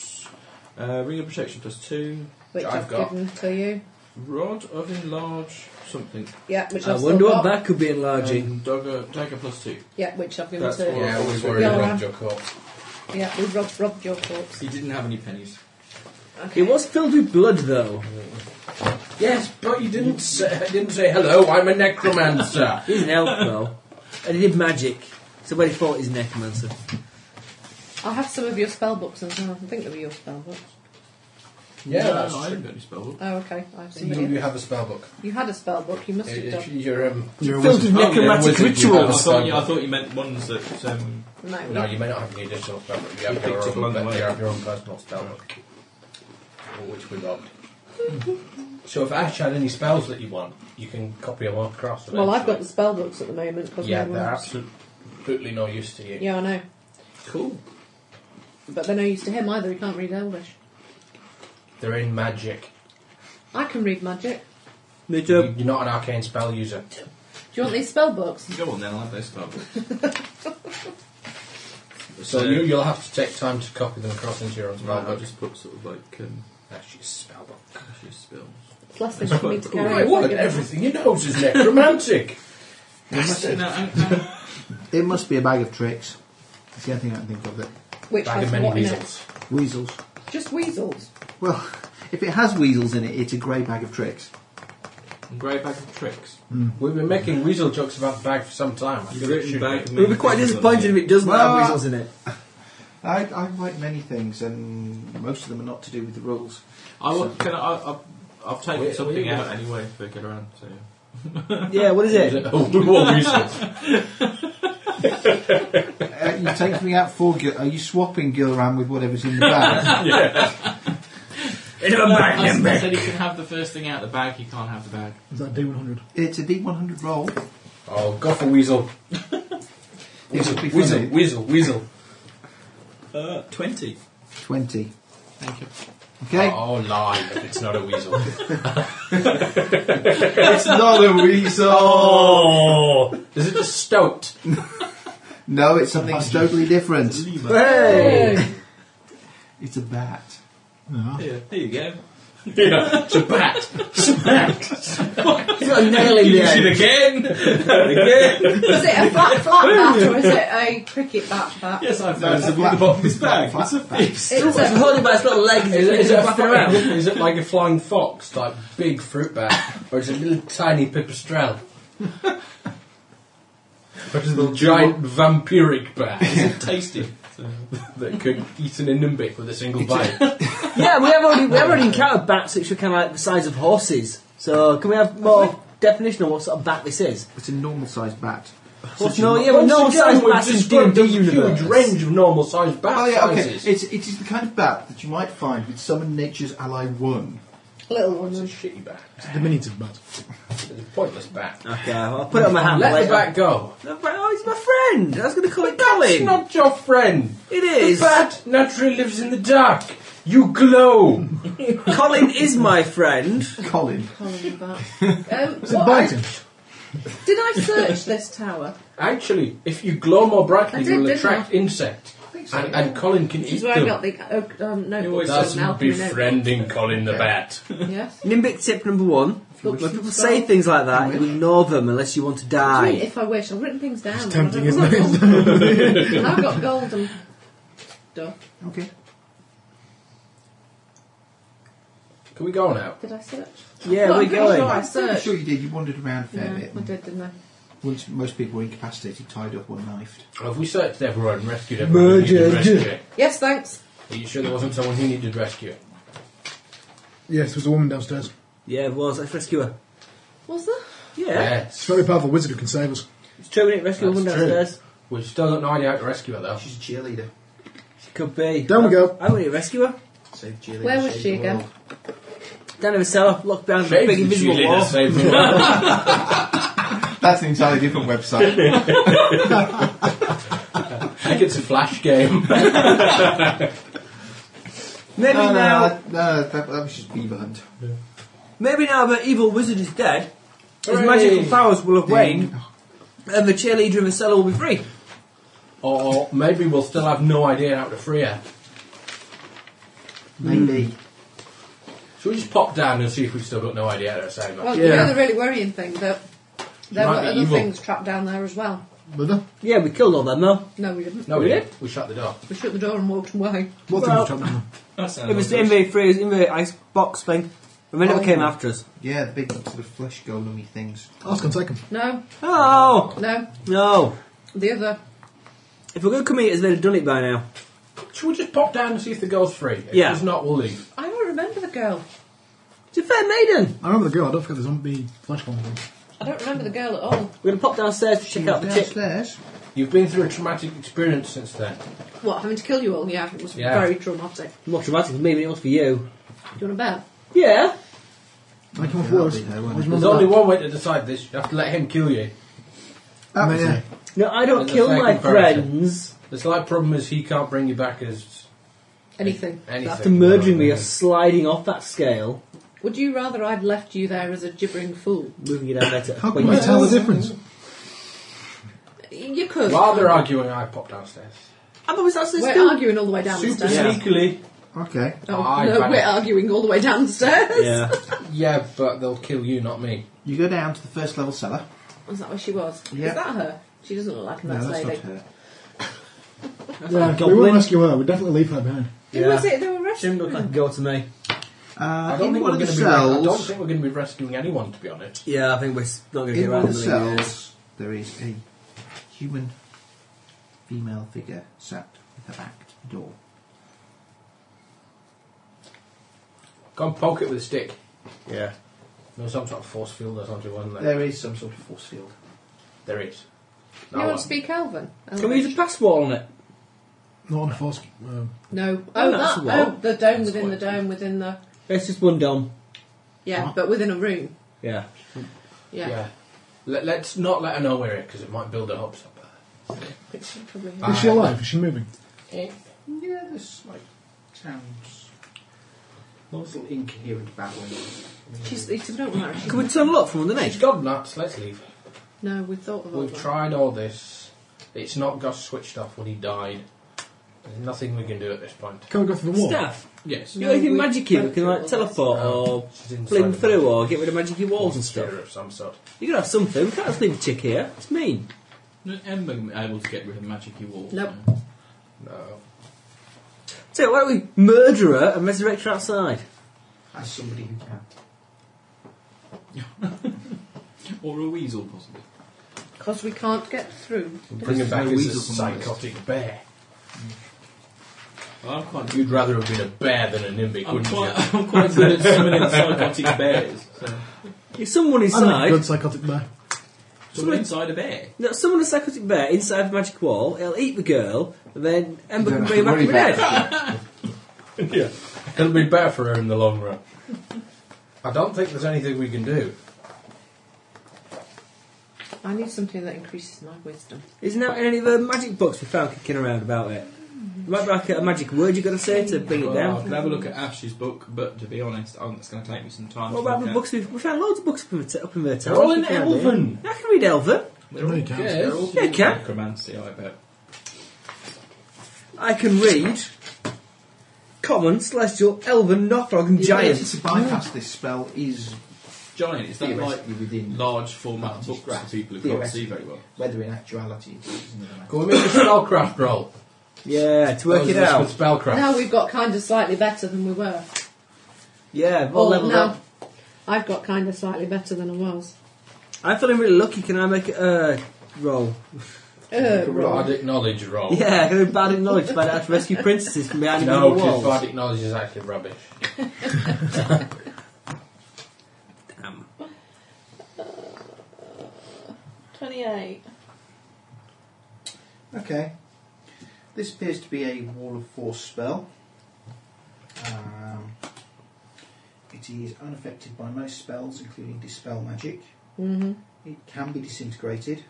Speaker 6: uh, ring of protection plus two,
Speaker 5: Which
Speaker 4: I've
Speaker 5: I've,
Speaker 4: got.
Speaker 5: given to you.
Speaker 6: rod of enlarge something,
Speaker 5: Yeah, which
Speaker 9: I
Speaker 5: I've still
Speaker 9: wonder
Speaker 5: got.
Speaker 9: what that could be enlarging.
Speaker 6: and dagger, dagger plus two.
Speaker 5: Yeah, which I've given
Speaker 6: That's
Speaker 5: to
Speaker 6: what-
Speaker 4: Yeah, we've already
Speaker 5: Yeah.
Speaker 4: robbed your corpse.
Speaker 5: Yeah, we've robbed, robbed your corpse.
Speaker 6: He didn't have any pennies.
Speaker 9: It was filled with blood, though.
Speaker 4: Yes, but you didn't say, didn't say hello, I'm a necromancer. (laughs)
Speaker 9: He's an elf, though. And he did magic. So when he fought his necromancer.
Speaker 5: I have some of your spell books as well. I think they were your spell books.
Speaker 4: yeah,
Speaker 6: no,
Speaker 4: that's
Speaker 6: I
Speaker 4: true.
Speaker 6: haven't got any spell.
Speaker 5: Oh, okay. I've
Speaker 4: You,
Speaker 5: seen
Speaker 4: you
Speaker 5: it.
Speaker 4: have a spell book.
Speaker 5: You had a spell book. You must have
Speaker 4: If
Speaker 5: done.
Speaker 4: You're, um,
Speaker 7: You're a
Speaker 9: Filled
Speaker 7: wizard.
Speaker 9: with necromantic
Speaker 4: wizard, you
Speaker 6: I
Speaker 4: have a
Speaker 9: rituals.
Speaker 4: spell
Speaker 6: thought, Oh, you, I
Speaker 4: book.
Speaker 6: thought you meant ones that um,
Speaker 5: No,
Speaker 4: No, you may not have any additional spell book. You have,
Speaker 6: picked
Speaker 4: your
Speaker 6: up along
Speaker 4: own,
Speaker 6: the
Speaker 4: but
Speaker 6: way.
Speaker 4: you have your own personal spell book, which we robbed. so if Ash had any spells that you want, you can copy them across.
Speaker 5: Well, I've got the
Speaker 4: eventually.
Speaker 5: spell books at the moment. 'cause
Speaker 4: Yeah,
Speaker 5: no
Speaker 4: they're
Speaker 5: one's-
Speaker 4: absolutely no use to you.
Speaker 5: Yeah, I know.
Speaker 6: cool.
Speaker 5: But they're no use to him either. He can't read Elvish.
Speaker 4: They're in magic.
Speaker 5: I can read magic.
Speaker 9: Me
Speaker 4: You're
Speaker 9: too.
Speaker 4: not an arcane spell user.
Speaker 5: Do you want these spell books?
Speaker 6: Go on then, I'll have those spell books.
Speaker 4: So you, you'll have to take time to copy them across into your own spell
Speaker 6: Right, I'll
Speaker 4: book.
Speaker 6: just put sort of like um,
Speaker 4: Ash's spell book.
Speaker 6: Ash's spells.
Speaker 5: It's less things for me to carry.
Speaker 4: Right, well,
Speaker 5: Like,
Speaker 4: everything he knows is necromantic.
Speaker 6: No, I- I-
Speaker 3: It must be a bag of tricks. It's the only thing I can think of. That
Speaker 5: Which
Speaker 4: Bag
Speaker 5: has
Speaker 4: of many
Speaker 5: what in it?
Speaker 4: weasels.
Speaker 3: weasels.
Speaker 5: Just weasels.
Speaker 3: Well, (laughs) if it has weasels in it, it's a grey bag of tricks.
Speaker 6: um, Grey bag of tricks.
Speaker 4: We've been making weasel jokes about the bag for some time. I
Speaker 6: You've
Speaker 4: think it
Speaker 6: written
Speaker 4: should
Speaker 6: bag.
Speaker 9: We'll be quite disappointed if it doesn't
Speaker 3: Well,
Speaker 9: have weasels in it.
Speaker 3: I, I like many things, and most of them are not to do with the rules.
Speaker 6: I will, can I, I, I've- I've taken
Speaker 4: Wait,
Speaker 6: something
Speaker 4: wait,
Speaker 6: out
Speaker 4: wait.
Speaker 6: anyway for get around. So
Speaker 9: Yeah, what is it?
Speaker 4: Oh,
Speaker 6: (laughs)
Speaker 4: more weasels.
Speaker 3: Uh, you take me out for Gil. Are you swapping Gil around with whatever's in the bag?
Speaker 9: It's a
Speaker 6: I
Speaker 9: magnet.
Speaker 6: said he can have the first thing out the bag. He can't have the bag.
Speaker 7: Is that D100?
Speaker 3: (laughs) it's a D100 roll.
Speaker 4: Oh, go for weasel.
Speaker 3: It would be
Speaker 4: Weasel,
Speaker 3: funny.
Speaker 4: weasel, weasel.
Speaker 6: Uh, Twenty.
Speaker 3: 20.
Speaker 6: Thank you.
Speaker 3: Okay?
Speaker 4: Oh, lie. It's not a weasel.
Speaker 3: It's not a weasel! (laughs)
Speaker 4: oh! (laughs) Is it just stoked?
Speaker 3: No, it's something totally different.
Speaker 9: Hey!
Speaker 3: It's a bat.
Speaker 7: No.
Speaker 6: Yeah, there you go.
Speaker 4: Yeah, it's a bat.
Speaker 9: You got a nail
Speaker 8: (laughs)
Speaker 9: in
Speaker 4: Use it
Speaker 9: there.
Speaker 4: again. again.
Speaker 5: Is it a flat flat bat or is it a cricket bat bat?
Speaker 6: Yes, I've
Speaker 3: No,
Speaker 6: done
Speaker 3: Uh, it's a
Speaker 6: it.
Speaker 3: black-
Speaker 6: the bottom of his
Speaker 3: black-
Speaker 6: bag.
Speaker 3: black-
Speaker 6: It's a
Speaker 3: black.
Speaker 6: fix.
Speaker 9: It's a holding by its little legs.
Speaker 4: Is it, is, it a
Speaker 9: flapping
Speaker 4: flying-
Speaker 9: around?
Speaker 4: is it like a flying fox, like big fruit bat, or is it a little tiny pipistrelle? Or is it a giant vampiric bat
Speaker 6: Tasty. So,
Speaker 4: (laughs) that could eat an alembic with a single (laughs) bite?
Speaker 9: Yeah, we have already we have already encountered bats which are kind of like the size of horses. So can we have more definition of what sort of bat this is?
Speaker 3: It's a normal sized bat.
Speaker 9: So no, yeah, we know
Speaker 4: Once
Speaker 9: size
Speaker 4: again, we've
Speaker 9: bats in D
Speaker 4: described
Speaker 9: and D
Speaker 4: a
Speaker 9: universe.
Speaker 4: huge range of normal sized bat
Speaker 3: Oh, yeah, okay.
Speaker 4: sizes.
Speaker 3: It's, it is the kind of bat that you might find with Summon Nature's Ally 1.
Speaker 5: Little
Speaker 4: It's a
Speaker 5: one.
Speaker 4: shitty bat.
Speaker 7: It's a diminutive bat.
Speaker 4: It's a pointless bat.
Speaker 9: Okay, I'll put it on my hand.
Speaker 4: Let
Speaker 9: later.
Speaker 4: the bat go.
Speaker 9: The bat- Oh, he's my friend. I was going to call it
Speaker 4: That's
Speaker 9: Colin.
Speaker 4: not your friend.
Speaker 9: It is.
Speaker 4: The bat naturally lives in the dark. You glow.
Speaker 9: (laughs) Colin is my friend.
Speaker 3: Colin.
Speaker 5: Colony bat. Um,
Speaker 7: Is it
Speaker 5: what
Speaker 7: biting?
Speaker 5: I- did I search this tower?
Speaker 4: Actually, if you glow more brightly,
Speaker 5: I did,
Speaker 4: you'll
Speaker 5: didn't
Speaker 4: attract insect.
Speaker 3: think so.
Speaker 4: And,
Speaker 3: yeah.
Speaker 4: and Colin can
Speaker 5: Which
Speaker 4: eat
Speaker 5: is where I
Speaker 4: them.
Speaker 5: got the uh, um,
Speaker 4: You
Speaker 5: notebook.
Speaker 4: always
Speaker 5: so
Speaker 4: says
Speaker 5: an alchemy notebook.
Speaker 4: befriending Colin the Bat.
Speaker 5: Yes.
Speaker 8: Nimbic tip number one. Look, when people say things like that, you ignore them unless you want to
Speaker 5: I mean,
Speaker 8: die.
Speaker 5: if I wish, I've written things down.
Speaker 7: It's tempting,
Speaker 5: and I've got
Speaker 7: isn't
Speaker 5: gold. And I've got gold and stuff.
Speaker 3: Okay.
Speaker 4: Can we go now?
Speaker 5: Did I search?
Speaker 8: Yeah,
Speaker 5: Well,
Speaker 8: we're
Speaker 5: I'm pretty
Speaker 8: going.
Speaker 5: Sure I
Speaker 3: I'm
Speaker 5: searched.
Speaker 3: sure you did. You wandered around a fair
Speaker 5: Yeah,
Speaker 3: bit.
Speaker 5: I did, didn't I?
Speaker 3: Once most people were incapacitated, tied up, or knifed.
Speaker 4: Well, if we searched everyone and rescued everyone, who needed
Speaker 7: Murdered.
Speaker 4: rescue.
Speaker 5: Yes, thanks.
Speaker 4: Are you sure there wasn't someone who needed rescue?
Speaker 7: Yes, there was a woman downstairs.
Speaker 8: Yeah, it was. Let's rescue her.
Speaker 5: Was there?
Speaker 4: Eh?
Speaker 8: Yeah.
Speaker 7: It's
Speaker 4: Yes.
Speaker 7: a very powerful wizard who can save us.
Speaker 8: It's true, innit? Rescue
Speaker 4: That's
Speaker 8: one downstairs.
Speaker 4: We still don't know how to rescue her though.
Speaker 3: She's a cheerleader.
Speaker 8: She could be.
Speaker 7: Down we go.
Speaker 8: I want to rescue her.
Speaker 3: Saved cheerleader.
Speaker 5: Where was
Speaker 3: saved
Speaker 5: she
Speaker 3: the
Speaker 5: again?
Speaker 3: world.
Speaker 8: Down in a cellar, locked behind a
Speaker 4: Shades
Speaker 8: big
Speaker 4: and
Speaker 8: invisible
Speaker 4: cheerleaders
Speaker 8: wall.
Speaker 4: saved the world. (laughs)
Speaker 3: That's an entirely different
Speaker 5: (laughs)
Speaker 3: website.
Speaker 4: I think it's a flash game.
Speaker 8: Maybe
Speaker 3: no, no,
Speaker 8: now,
Speaker 3: no, Uh, that, no, that, that was just Beaver Hunt.
Speaker 8: maybe now that evil wizard is dead, his
Speaker 4: Hooray.
Speaker 8: magical powers will have waned,
Speaker 3: Ding.
Speaker 8: and the cheerleader in the cellar will be free.
Speaker 4: or, or maybe we'll still have no idea how to free her.
Speaker 3: Maybe.
Speaker 4: Shall we just pop down and see if we've still got no idea how to save her?
Speaker 5: Well, you
Speaker 7: Yeah.
Speaker 5: know the really worrying thing that there
Speaker 4: Might
Speaker 5: were
Speaker 4: be
Speaker 5: other
Speaker 4: evil.
Speaker 5: things trapped down there as well.
Speaker 7: Mother?
Speaker 8: Yeah, we killed all them though.
Speaker 5: No, we didn't.
Speaker 4: No, we
Speaker 8: Yeah.
Speaker 4: did. We shut the door.
Speaker 5: We shut the door and walked away.
Speaker 7: What
Speaker 8: Well-
Speaker 7: thing was trapped
Speaker 6: That sounds
Speaker 8: It was
Speaker 6: like
Speaker 8: in the freeze, in the ice box thing, and they never
Speaker 3: Oh.
Speaker 8: came after us.
Speaker 3: Yeah, the big sort of flesh golemy things.
Speaker 7: I was going to take him.
Speaker 5: No,
Speaker 8: Oh
Speaker 5: no,
Speaker 8: no!
Speaker 5: the other.
Speaker 8: If we're gonna come eat us, they'd have done it by now.
Speaker 4: Shall we just pop down and see if the girl's free? If
Speaker 8: Yeah.
Speaker 4: it's not, we'll leave.
Speaker 5: I don't remember the girl.
Speaker 8: It's a fair maiden.
Speaker 7: I remember the girl. I don't forget the zombie flashbang thing.
Speaker 5: I don't remember the girl at all.
Speaker 8: We're gonna pop downstairs to check out the chick.
Speaker 3: downstairs.
Speaker 4: You've been through a traumatic experience since then.
Speaker 5: What, having to kill you all? Yeah, it was
Speaker 4: Yeah.
Speaker 5: very traumatic.
Speaker 8: More traumatic for me than it was for you.
Speaker 5: Do you want a bet?
Speaker 8: Yeah.
Speaker 7: I came off
Speaker 3: that'll
Speaker 7: worse.
Speaker 3: be there, won't
Speaker 7: I
Speaker 3: it?
Speaker 7: was
Speaker 4: There's
Speaker 7: remember
Speaker 4: only
Speaker 7: that.
Speaker 4: one way to decide this. You have to let him kill you.
Speaker 7: I mean, yeah.
Speaker 8: No, I don't
Speaker 4: There's a
Speaker 8: kill
Speaker 4: fair
Speaker 8: my
Speaker 4: comparison.
Speaker 8: friends.
Speaker 4: The slight problem is he can't bring you back as
Speaker 5: Anything.
Speaker 4: anything.
Speaker 8: After murdering me,
Speaker 4: Yeah.
Speaker 8: you're sliding off that scale,
Speaker 5: Would you rather I'd left you there as a gibbering fool?
Speaker 8: moving it down there to.
Speaker 7: How
Speaker 8: Wait,
Speaker 7: can you tell the difference?
Speaker 5: You could.
Speaker 4: While they're arguing, I pop downstairs.
Speaker 8: I'm always asking
Speaker 5: we're
Speaker 8: this too.
Speaker 5: arguing all the way
Speaker 4: Super
Speaker 5: downstairs.
Speaker 8: Yeah.
Speaker 4: sneakily.
Speaker 3: Okay.
Speaker 5: Oh,
Speaker 4: I
Speaker 5: no,
Speaker 4: ban
Speaker 5: we're
Speaker 4: it.
Speaker 5: arguing all the way
Speaker 8: (laughs)
Speaker 5: downstairs.
Speaker 8: Yeah.
Speaker 4: Yeah, but they'll kill you, not me.
Speaker 3: You go down to the first level cellar.
Speaker 5: Is that where she was?
Speaker 3: Yeah.
Speaker 5: Is that her? She doesn't look like a
Speaker 3: No,
Speaker 5: nice
Speaker 3: that's
Speaker 5: lady.
Speaker 3: not her.
Speaker 7: Yeah, we
Speaker 8: goblin.
Speaker 7: won't rescue her. We'd definitely leave her behind.
Speaker 5: Who was it? They were Hmm.
Speaker 8: She didn't look
Speaker 5: rescuing.
Speaker 8: like a girl to me.
Speaker 3: Uh,
Speaker 4: I don't
Speaker 3: in one
Speaker 4: think we're
Speaker 3: of the
Speaker 4: going to be. I don't
Speaker 3: cells.
Speaker 4: think we're going to be rescuing anyone, to be honest.
Speaker 8: Yeah, I think we're s- not going to get
Speaker 3: In one
Speaker 8: around
Speaker 3: of the
Speaker 8: to them.
Speaker 3: cells, there is a human female figure sat with her back to the door.
Speaker 4: Go and poke it with a stick.
Speaker 8: Yeah.
Speaker 4: There was some sort of force field or something, wasn't there?
Speaker 3: There is some sort of force field.
Speaker 4: there is.
Speaker 5: You
Speaker 4: No,
Speaker 5: want to speak Elven?
Speaker 8: Can we use a pass wall on it?
Speaker 7: Not on a force. Um,
Speaker 5: No. Oh,
Speaker 8: that's
Speaker 5: that.
Speaker 8: a wall.
Speaker 5: Oh, the dome within the dome within the.
Speaker 8: It's just one dome.
Speaker 5: Yeah, but within a room.
Speaker 8: Yeah.
Speaker 5: Yeah.
Speaker 4: yeah. Let, let's not let her know we're here because it might build her up. So
Speaker 5: Which she probably is.
Speaker 4: Uh,
Speaker 7: is she alive? Is she moving?
Speaker 3: Yeah, there's like sounds.
Speaker 4: Lots of incoherent babbling.
Speaker 5: She's. It's, we don't like her.
Speaker 8: Can we turn a lot from
Speaker 4: It's
Speaker 8: underneath?
Speaker 4: gone nuts. Let's leave.
Speaker 5: No, we thought about
Speaker 4: We've
Speaker 5: that.
Speaker 4: tried all this. It's not got switched off when he died. There's nothing we can do at this point.
Speaker 7: Can we go through the wall?
Speaker 8: Staff.
Speaker 4: Yes.
Speaker 8: You
Speaker 4: Oh,
Speaker 5: No,
Speaker 8: got anything
Speaker 5: we-
Speaker 8: magic here? We Oh. can like
Speaker 5: Um,
Speaker 8: teleport or
Speaker 4: she's inside
Speaker 8: fling
Speaker 4: the
Speaker 8: through
Speaker 4: magic.
Speaker 8: or get rid of magic walls and stuff.
Speaker 4: Spirit of some sort.
Speaker 8: You gotta have something. We can't just leave a chick here. It's mean.
Speaker 6: Ember able to get rid of magic you walls.
Speaker 5: Nope.
Speaker 4: No.
Speaker 8: So why don't we murder her and resurrect her outside?
Speaker 3: As somebody who can.
Speaker 6: Or a weasel, possibly.
Speaker 5: Because we can't get through.
Speaker 4: Bring him back
Speaker 3: no
Speaker 4: as a
Speaker 3: weasels on the list.
Speaker 4: psychotic bear.
Speaker 6: Well, I'm quite.
Speaker 4: You'd rather have been a bear than a nimbic,
Speaker 6: I'm
Speaker 4: wouldn't you?
Speaker 6: quite, I'm quite good at swimming in psychotic bears. So.
Speaker 8: If someone
Speaker 7: I'm a
Speaker 8: inside,
Speaker 7: good psychotic bear.
Speaker 6: Someone inside a bear.
Speaker 8: no, someone a psychotic bear inside the magic wall, it'll eat the girl, and then Ember
Speaker 3: You
Speaker 8: can
Speaker 3: don't
Speaker 8: bring her
Speaker 3: have
Speaker 8: back
Speaker 3: to
Speaker 8: to dead.
Speaker 4: yeah. (laughs) It'll be better for her in the long run. I don't think there's anything we can do.
Speaker 5: I need something that increases my wisdom.
Speaker 8: Isn't there any of the magic books we found kicking around about it? There might be like a magic word you gotta say to bring it
Speaker 6: Well, I
Speaker 8: down.
Speaker 6: could have a look at Ash's book, but to be honest, i it's going to take me some time.
Speaker 8: What
Speaker 6: to
Speaker 8: about
Speaker 6: look
Speaker 8: the
Speaker 6: at.
Speaker 8: books we've... We found loads of books up in the, t- up in the town.
Speaker 4: Oh, They're all in
Speaker 8: We found it.
Speaker 4: Elven.
Speaker 8: I can read Elven.
Speaker 7: No, you can't.
Speaker 4: Yes.
Speaker 6: They're all
Speaker 8: Yeah,
Speaker 6: to do
Speaker 8: you
Speaker 6: with
Speaker 8: can.
Speaker 6: necromancy, I bet.
Speaker 8: I can read common, celestial, elven, Northrog, and giant.
Speaker 3: To bypass this spell is
Speaker 6: Giant, is that like
Speaker 3: theoretically within
Speaker 6: large format books for people who can't see very well? (laughs)
Speaker 3: Whether in actuality it is another matter.
Speaker 4: Can we make a spellcraft roll?
Speaker 8: Yeah, to work
Speaker 4: Those
Speaker 8: it
Speaker 4: of us
Speaker 8: out.
Speaker 4: With spellcraft.
Speaker 5: Now we've got kind of slightly better than we were.
Speaker 8: Yeah, all
Speaker 5: Or
Speaker 8: leveled
Speaker 5: Oh, no,
Speaker 8: up.
Speaker 5: I've got kind of slightly better than I was.
Speaker 8: I'm feeling really lucky. Can I make a uh, roll?
Speaker 5: Uh, right.
Speaker 4: Bardic knowledge roll.
Speaker 8: Yeah, I can do bardic knowledge about how to rescue princesses from behind
Speaker 4: Oh. No,
Speaker 8: the
Speaker 4: because
Speaker 8: walls.
Speaker 4: bardic knowledge is actually rubbish.
Speaker 8: Damn.
Speaker 10: 28.
Speaker 3: Okay. This appears to be a Wall of Force spell. Um, it is unaffected by most spells, including Dispel Magic.
Speaker 5: hmm
Speaker 3: It can be disintegrated,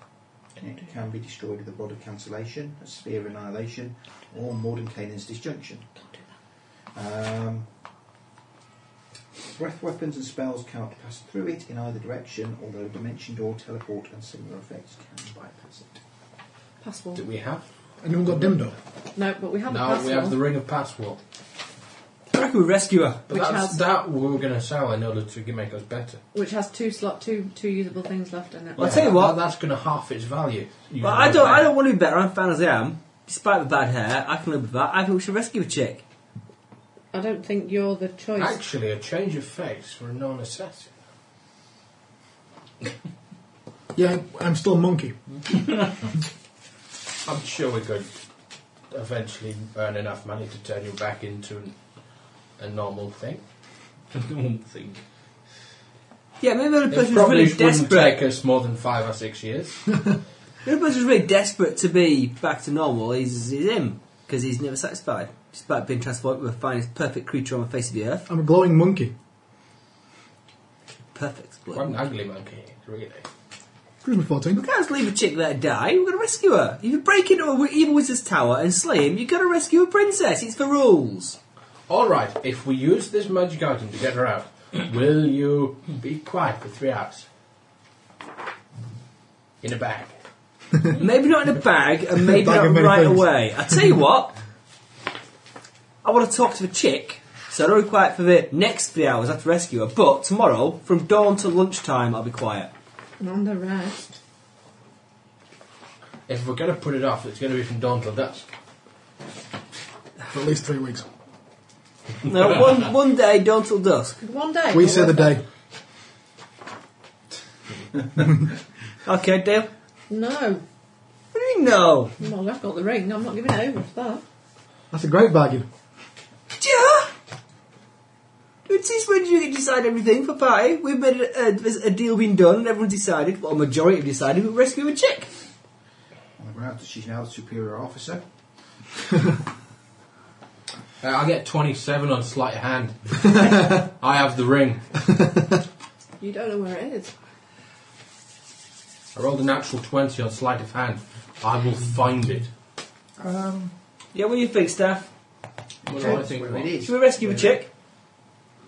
Speaker 3: and it can be destroyed with a Rod of Cancellation, a Sphere of Annihilation, or Mordenkainen's Disjunction. Um, breath weapons and spells cannot pass through it in either direction, although Dimension Door, Teleport, and similar effects can bypass it.
Speaker 5: Passwall.
Speaker 4: Do we have?
Speaker 7: Anyone got Dimdo?
Speaker 5: No, but we have a
Speaker 4: No,
Speaker 5: passwall.
Speaker 4: we have the Ring of Passwall.
Speaker 8: I reckon we rescue her.
Speaker 4: But
Speaker 5: Which
Speaker 4: that's,
Speaker 5: has-
Speaker 4: that we were going to sell in order to make us better.
Speaker 5: Which has two slot, two two usable things left in it.
Speaker 8: Well, I tell you what.
Speaker 4: That- that's going to half its value.
Speaker 8: Well, I don't. I don't want to be better. I'm fine as I am. Despite the bad hair, I can live with that. I think we should rescue a chick.
Speaker 5: I don't think you're the choice.
Speaker 4: Actually, a change of face for a non-assassin.
Speaker 7: Yeah, I'm still a monkey.
Speaker 4: I'm sure we could eventually earn enough money to turn you back into an, a normal thing.
Speaker 6: Normal thing.
Speaker 8: Yeah, maybe the other
Speaker 4: It
Speaker 8: person who's
Speaker 4: probably
Speaker 8: really
Speaker 4: wouldn't
Speaker 8: desperate.
Speaker 4: take us more than five or six years.
Speaker 8: The other person who's really desperate to be back to normal is, is him because he's never satisfied, despite being transformed into the finest perfect creature on the face of the earth.
Speaker 7: I'm a glowing monkey.
Speaker 8: Perfect. Look.
Speaker 4: What an ugly monkey, really.
Speaker 7: Charisma 14.
Speaker 8: We can't just leave a chick there to die. We're going to rescue her. If you break into a wi- evil wizard's tower and slay him, you've got to rescue a princess. It's the rules.
Speaker 4: Alright, if we use this magic item to get her out, will you be quiet for three hours? In a bag.
Speaker 8: Maybe not in a bag,
Speaker 7: (laughs)
Speaker 8: and maybe
Speaker 7: Bag
Speaker 8: not
Speaker 7: of many
Speaker 8: right
Speaker 7: things.
Speaker 8: away. I tell you what, I want to talk to the chick, so I don't be quiet for the next three hours after rescue her. But tomorrow, from dawn to lunchtime, I'll be quiet.
Speaker 5: And on the rest.
Speaker 4: If we're going to put it off, it's going to be from dawn till dusk.
Speaker 7: For at least three weeks.
Speaker 8: (laughs) No, one one day, dawn till dusk.
Speaker 5: One day.
Speaker 7: We say the day.
Speaker 8: Okay, Dale.
Speaker 5: No.
Speaker 8: What do you mean no?
Speaker 5: Well, I've got the ring. I'm not giving it over for that.
Speaker 7: That's a great bargain.
Speaker 8: Yeah. It's just when you decide everything for party. We've made a, a, there's a deal being done, and everyone's decided. Well, a majority have decided we rescue a chick.
Speaker 3: On the grounds that she's now the superior officer.
Speaker 4: Uh, I get 27 on sleight of (laughs) hand. I have the ring.
Speaker 5: You don't know where it is.
Speaker 4: I rolled a natural 20 on sleight of hand. I will find it.
Speaker 3: Um,
Speaker 8: Yeah, what do you think, staff?
Speaker 6: Well, I
Speaker 3: depends
Speaker 6: think
Speaker 3: where
Speaker 6: what-
Speaker 3: it is.
Speaker 8: Should we rescue a chick?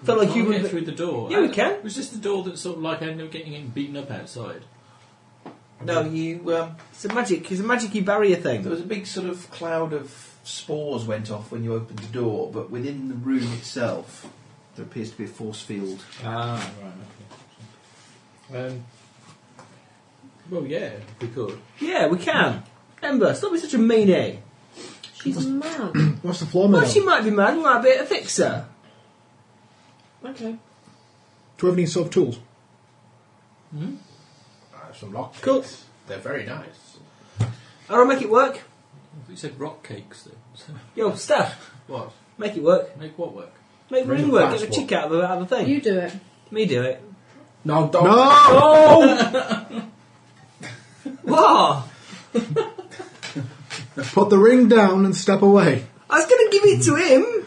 Speaker 8: Felt like
Speaker 6: Can't
Speaker 8: human.
Speaker 6: get through the door. Uh,
Speaker 8: Yeah, we can.
Speaker 6: Was this the door that sort of like ended up getting it beaten up outside?
Speaker 3: No, you. Um,
Speaker 8: It's a magic. It's a magicy barrier
Speaker 3: There
Speaker 8: thing.
Speaker 3: was a big sort of cloud of spores went off when you opened the door, but within the room itself, there appears to be a force field.
Speaker 6: Ah, right, okay. Um, well, yeah, if we could.
Speaker 8: Yeah, we can. Ember, stop being such a meanie.
Speaker 5: She's mad.
Speaker 7: What's the floor
Speaker 8: Well,
Speaker 7: made
Speaker 8: she
Speaker 7: of?
Speaker 8: might be mad. We might be able to fix her.
Speaker 5: okay.
Speaker 7: Do we have any soft tools?
Speaker 4: I have Uh, some lock
Speaker 8: Cool.
Speaker 4: picks. They're very nice.
Speaker 8: I'll make it work.
Speaker 6: We said rock cakes then. So,
Speaker 8: Yo, staff,
Speaker 6: what?
Speaker 8: make it work.
Speaker 6: Make what work?
Speaker 8: Make the
Speaker 4: Ring
Speaker 8: ring
Speaker 4: of
Speaker 8: work. Get the
Speaker 4: passport.
Speaker 8: chick out of the, out of the thing.
Speaker 5: You do it.
Speaker 8: Me do it.
Speaker 4: No, don't.
Speaker 7: No!
Speaker 8: (laughs) What?
Speaker 7: Put the ring down and step away.
Speaker 8: I was going to give it to him.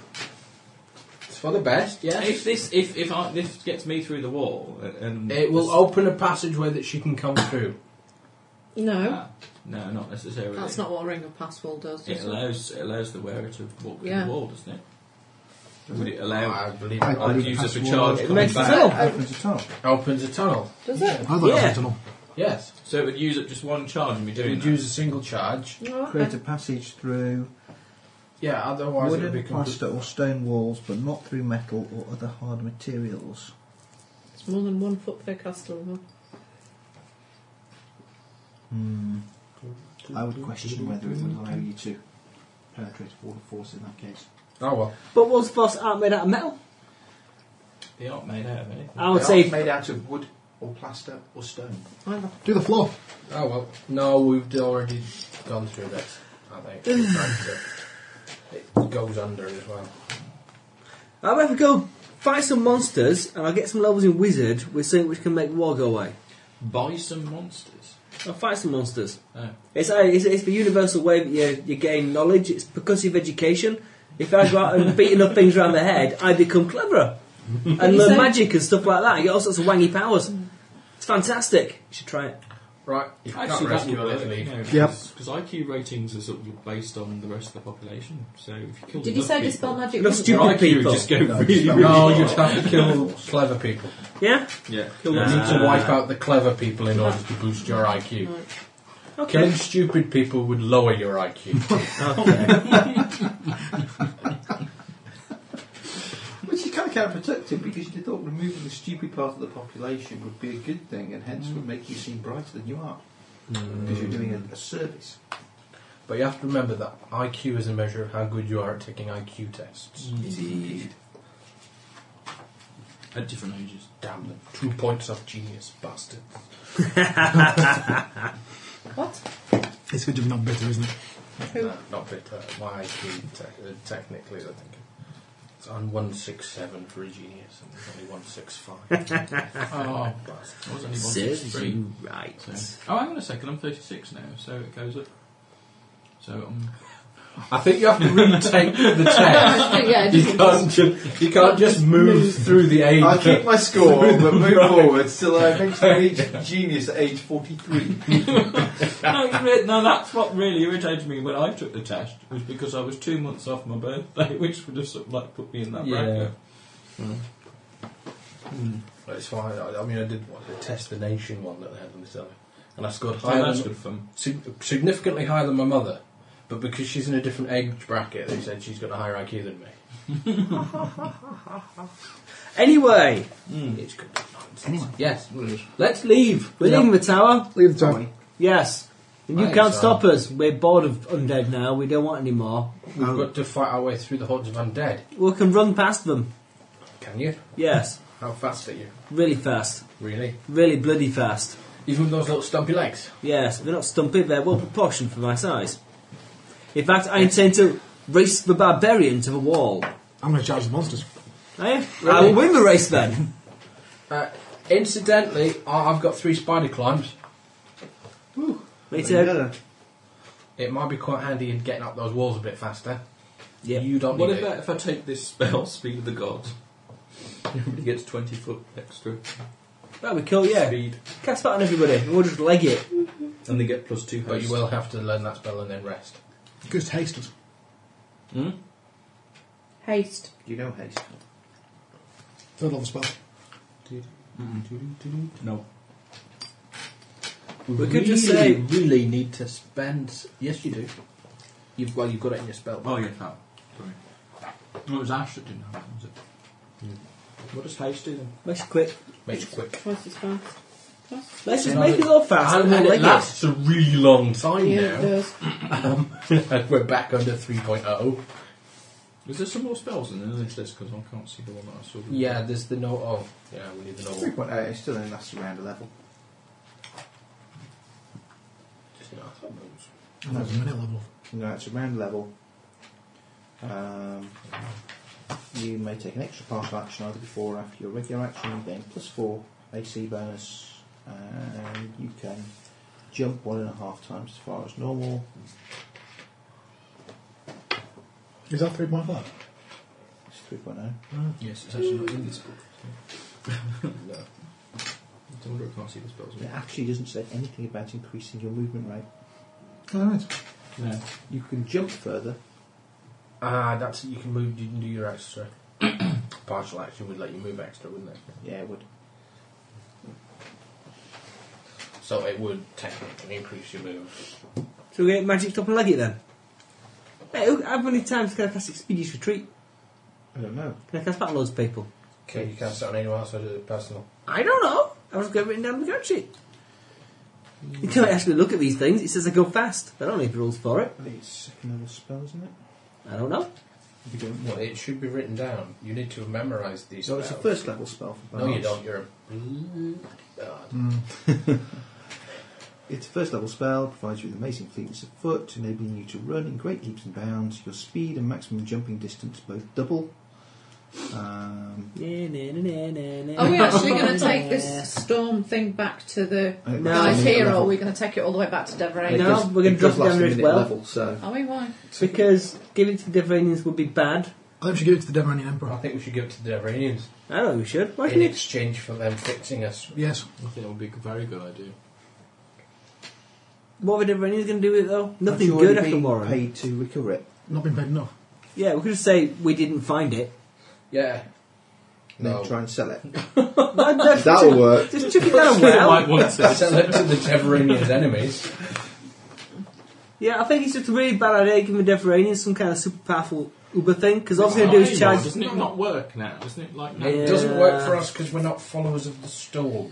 Speaker 4: It's for the best,
Speaker 6: If
Speaker 4: yes.
Speaker 6: this, if if I, this gets me through the wall, and, and
Speaker 4: It will open a passageway that she can come through.
Speaker 5: No.
Speaker 6: Ah, no, not necessarily.
Speaker 5: That's not what a ring of passwall does.
Speaker 6: It
Speaker 5: does it?
Speaker 6: allows it allows the wearer to walk through
Speaker 5: Yeah.
Speaker 6: the wall, doesn't it? Would it allow?
Speaker 4: I believe
Speaker 7: I
Speaker 4: it
Speaker 6: I'd
Speaker 7: believe
Speaker 6: use it for
Speaker 7: password.
Speaker 6: charge.
Speaker 7: It
Speaker 6: coming
Speaker 8: makes
Speaker 6: back.
Speaker 8: sense.
Speaker 3: Opens a tunnel.
Speaker 4: opens a tunnel.
Speaker 5: Does it?
Speaker 7: I thought it was
Speaker 8: Yeah.
Speaker 7: a tunnel.
Speaker 4: Yes.
Speaker 6: So it would use up just one charge and be
Speaker 4: If
Speaker 6: doing
Speaker 4: you'd
Speaker 6: that.
Speaker 4: use a single charge,
Speaker 5: No,
Speaker 3: Create
Speaker 5: okay.
Speaker 3: a passage through
Speaker 4: Yeah, otherwise it would be
Speaker 3: Wooden,
Speaker 4: complete-
Speaker 3: plaster or stone walls, but not through metal or other hard materials.
Speaker 5: It's more than one foot per castle level.
Speaker 3: Hmm. I would question whether it would allow you to penetrate a wall of force in that case.
Speaker 4: Oh well.
Speaker 8: But walls of force aren't made out of metal.
Speaker 6: They aren't made out of anything.
Speaker 8: I would
Speaker 4: They
Speaker 8: say-
Speaker 4: are made out of wood or plaster or stone.
Speaker 7: Do the floor.
Speaker 4: Oh well. No, we've already gone through this. I
Speaker 3: (sighs)
Speaker 4: think it goes under as well.
Speaker 8: I'll have to go fight some monsters and I'll get some levels in wizard with something which can make war go away.
Speaker 6: Buy some monsters.
Speaker 8: I'll fight some monsters.
Speaker 6: Oh.
Speaker 8: It's, uh, it's, it's the universal way that you, you gain knowledge. It's percussive education. If I go out and beat enough things around the head, I become
Speaker 6: (laughs)
Speaker 8: cleverer and learn
Speaker 5: So-
Speaker 8: magic and stuff like that. I get all sorts of wangy powers. It's fantastic. You should try it.
Speaker 4: Right. You can't
Speaker 6: Actually, that
Speaker 4: rescue a
Speaker 6: would
Speaker 4: little
Speaker 6: work.
Speaker 4: leaf.
Speaker 6: Because
Speaker 7: Yep.
Speaker 6: IQ ratings are sort of based on the rest of the population. So if you kill
Speaker 10: Did you
Speaker 6: enough
Speaker 10: say
Speaker 6: people,
Speaker 10: dispel magic?
Speaker 8: Enough
Speaker 10: wand?
Speaker 8: stupid
Speaker 6: your IQ
Speaker 8: people.
Speaker 6: would just go really, really
Speaker 4: No,
Speaker 6: high.
Speaker 4: you'd have to kill clever people.
Speaker 8: Yeah?
Speaker 6: yeah.
Speaker 4: You need
Speaker 3: Ah.
Speaker 4: to wipe out the clever people in order to boost your IQ.
Speaker 8: Uh,
Speaker 4: Killing stupid people would lower your IQ.
Speaker 3: Which is kind of counterproductive because you thought removing the stupid part of the population would be a good thing and hence would make you seem brighter than you are. Because you're doing a, a service.
Speaker 4: (laughs) but you have to remember that IQ is a measure of how good you are at taking IQ tests.
Speaker 3: Indeed.
Speaker 6: At different ages.
Speaker 4: Damn them. Two points off genius, bastard.
Speaker 3: (laughs)
Speaker 10: What?
Speaker 7: It's good you've not bitter, isn't it?
Speaker 4: No, not bitter. My IQ, te- uh, technically, I think. It's on 167 for a genius, and it's only 165. (laughs)
Speaker 6: Oh, I was only
Speaker 8: Says
Speaker 6: 163.
Speaker 8: you right.
Speaker 6: So. Oh, hang on a second. I'm 36 now, so it goes up. So um, I'm.
Speaker 4: I think you have to retake (laughs) the test.
Speaker 10: yeah, it
Speaker 4: You
Speaker 3: (laughs)
Speaker 10: doesn't-
Speaker 4: can't, ju- you can't (laughs) just move through the age.
Speaker 3: I keep my score, but move forward till I eventually reach genius at age 43.
Speaker 6: (laughs) no, it's re- no, that's what really irritated me when I took the test was because I was two months off my birthday, (laughs) which would have sort of like put me in that
Speaker 4: Yeah.
Speaker 6: bracket.
Speaker 4: But it's fine. I, I mean, I did what, the test the nation one that they had on the telly, and I scored
Speaker 6: Oh,
Speaker 4: higher,
Speaker 6: that's
Speaker 4: than,
Speaker 6: good fun.
Speaker 4: sig- significantly higher than my mother. But because she's in a different age bracket, they said she's got a higher IQ than me.
Speaker 8: Anyway,
Speaker 4: It's good.
Speaker 3: Anyway.
Speaker 8: yes. Hmm. Let's leave. We're leaving the tower.
Speaker 7: Leave the tower.
Speaker 8: Yes. And you
Speaker 4: Right,
Speaker 8: can't
Speaker 4: so-
Speaker 8: stop us. We're bored of undead now. We don't want any more.
Speaker 4: We've
Speaker 6: Oh.
Speaker 4: got to fight our way through the hordes of undead.
Speaker 8: We can run past them.
Speaker 4: Can you?
Speaker 8: Yes.
Speaker 4: How fast are you?
Speaker 8: Really fast.
Speaker 4: Really?
Speaker 8: Really bloody fast.
Speaker 4: Even with those little stumpy legs?
Speaker 8: Yes, they're not stumpy, they're well proportioned for my size. In fact, I intend to race the barbarian to the wall.
Speaker 7: I'm going to charge the monsters.
Speaker 8: Eh? I will win the race then.
Speaker 4: Uh, incidentally, I- I've got three spider climbs.
Speaker 8: Me too.
Speaker 4: It might be quite handy in getting up those walls a bit faster.
Speaker 8: Yeah.
Speaker 4: You don't
Speaker 6: What
Speaker 4: need
Speaker 6: if
Speaker 4: it.
Speaker 6: I, if I take this spell, Speed of the (laughs) Gods? Everybody gets 20 foot extra
Speaker 8: That'd be cool, yeah.
Speaker 6: speed,
Speaker 8: Cast that on everybody. and We'll just leg it.
Speaker 6: and they get plus two
Speaker 4: But
Speaker 6: haste.
Speaker 4: you will have to learn that spell and then rest.
Speaker 7: Because haste us.
Speaker 6: Hmm?
Speaker 10: Haste.
Speaker 3: You know haste.
Speaker 7: Third level spell.
Speaker 6: No.
Speaker 8: We could just say-
Speaker 4: really need to spend. Yes, you do. You've well, you've got it in your spell.
Speaker 6: Oh, yeah, that. Sorry. No, it was Ash that didn't have it, was it?
Speaker 4: What does haste do? Then?
Speaker 8: Make it quick.
Speaker 4: Makes it quick.
Speaker 5: Twice as fast.
Speaker 8: Let's just
Speaker 4: No,
Speaker 8: make
Speaker 4: but-
Speaker 8: it all fast
Speaker 4: And
Speaker 8: and we'll
Speaker 4: then
Speaker 8: leg
Speaker 4: it
Speaker 8: it.
Speaker 4: lasts a really long time
Speaker 5: Yeah, it does.
Speaker 4: Um, (laughs) now. We're back under oh. 3.0.
Speaker 6: Is there some more spells in this list? Because I can't see the one that I saw.
Speaker 4: Yeah, there's the note of. Yeah, we need the novel.
Speaker 3: 3.8 is uh, still only lasts around a level.
Speaker 7: No, it's a minute level.
Speaker 3: No, it's around level. Um, you may take an extra partial action either before or after your regular action. You gain plus four AC bonus, and you can jump one and a half times as far as normal.
Speaker 7: Is that 3.5?
Speaker 3: It's oh. 3.0.
Speaker 6: Yes, it's actually not in this book.
Speaker 4: (laughs)
Speaker 6: no. I wonder I can't see the spells.
Speaker 3: It actually doesn't say anything about increasing your movement rate.
Speaker 7: Alright.
Speaker 6: No.
Speaker 3: You can jump further.
Speaker 4: Ah, that's you can move. You can do your extra. (coughs) Partial action would let you move extra, wouldn't it?
Speaker 3: Yeah, it would.
Speaker 4: So it would technically increase your move.
Speaker 8: So we get magic up and leg it then. Hey, look, how many times can I cast Expeditious Retreat?
Speaker 3: I don't know.
Speaker 8: Can I cast that on loads of people?
Speaker 4: Okay, you cast it on anyone else or is it personal?
Speaker 8: I don't know. I was going written down on the card sheet. You can't actually look at these things. It says I go fast. I don't need the rules for it.
Speaker 3: I think it's second level spell, isn't it?
Speaker 8: I don't know.
Speaker 3: You don't
Speaker 4: Well, it should be written down. You need to have memorised these
Speaker 3: So it's a
Speaker 4: spells.
Speaker 3: first level spell for
Speaker 4: No,
Speaker 3: Barnes.
Speaker 4: you don't. You're a bloody bard.
Speaker 3: It's a first level spell, provides you with amazing fleetness of foot, enabling you to run in great leaps and bounds, your speed and maximum jumping distance both double. Um,
Speaker 10: Are we actually
Speaker 8: (laughs)
Speaker 10: going
Speaker 3: (laughs)
Speaker 10: to take this storm thing back to the
Speaker 3: I think
Speaker 8: No,
Speaker 3: that's
Speaker 10: guys
Speaker 3: only at
Speaker 10: here, or
Speaker 3: level.
Speaker 10: are we going to take it all the way back to Devereux?
Speaker 8: I
Speaker 3: It
Speaker 8: No,
Speaker 3: does-
Speaker 8: we're gonna
Speaker 3: it
Speaker 8: drop
Speaker 3: does
Speaker 8: it
Speaker 3: last
Speaker 8: down
Speaker 3: a
Speaker 8: to
Speaker 3: minute
Speaker 8: 12.
Speaker 3: level, so
Speaker 10: Are we? Why?
Speaker 8: Because giving it to the Devranians would be bad.
Speaker 7: I think we should give it to the Devranian
Speaker 4: I
Speaker 7: Emperor.
Speaker 4: think we should give it to the Devranians
Speaker 8: I don't know we should. Why
Speaker 4: in
Speaker 8: should it?
Speaker 4: exchange for them fixing us.
Speaker 7: Yes.
Speaker 6: I think that would be a very good idea.
Speaker 8: What are the Devranians going to do with it though?
Speaker 3: That's
Speaker 8: Nothing
Speaker 3: already
Speaker 8: good after
Speaker 3: been
Speaker 8: Warren.
Speaker 3: Paid to recover it.
Speaker 7: Not been paid enough.
Speaker 8: Yeah, we could just say we didn't find it.
Speaker 4: Yeah.
Speaker 3: And
Speaker 4: No.
Speaker 3: Then try and sell it.
Speaker 8: That'll
Speaker 3: That'll work.
Speaker 8: Just chuck it down a
Speaker 6: I
Speaker 8: well.
Speaker 6: might want to.
Speaker 4: (laughs) Sell it to the Devranians' enemies.
Speaker 8: Yeah, I think it's just a really bad idea giving the Devranians some kind of super powerful Uber thing because all we're going to do is charge.
Speaker 6: Doesn't it not work now? Doesn't it like now?
Speaker 8: Yeah.
Speaker 4: It doesn't work for us because we're not followers of the storm.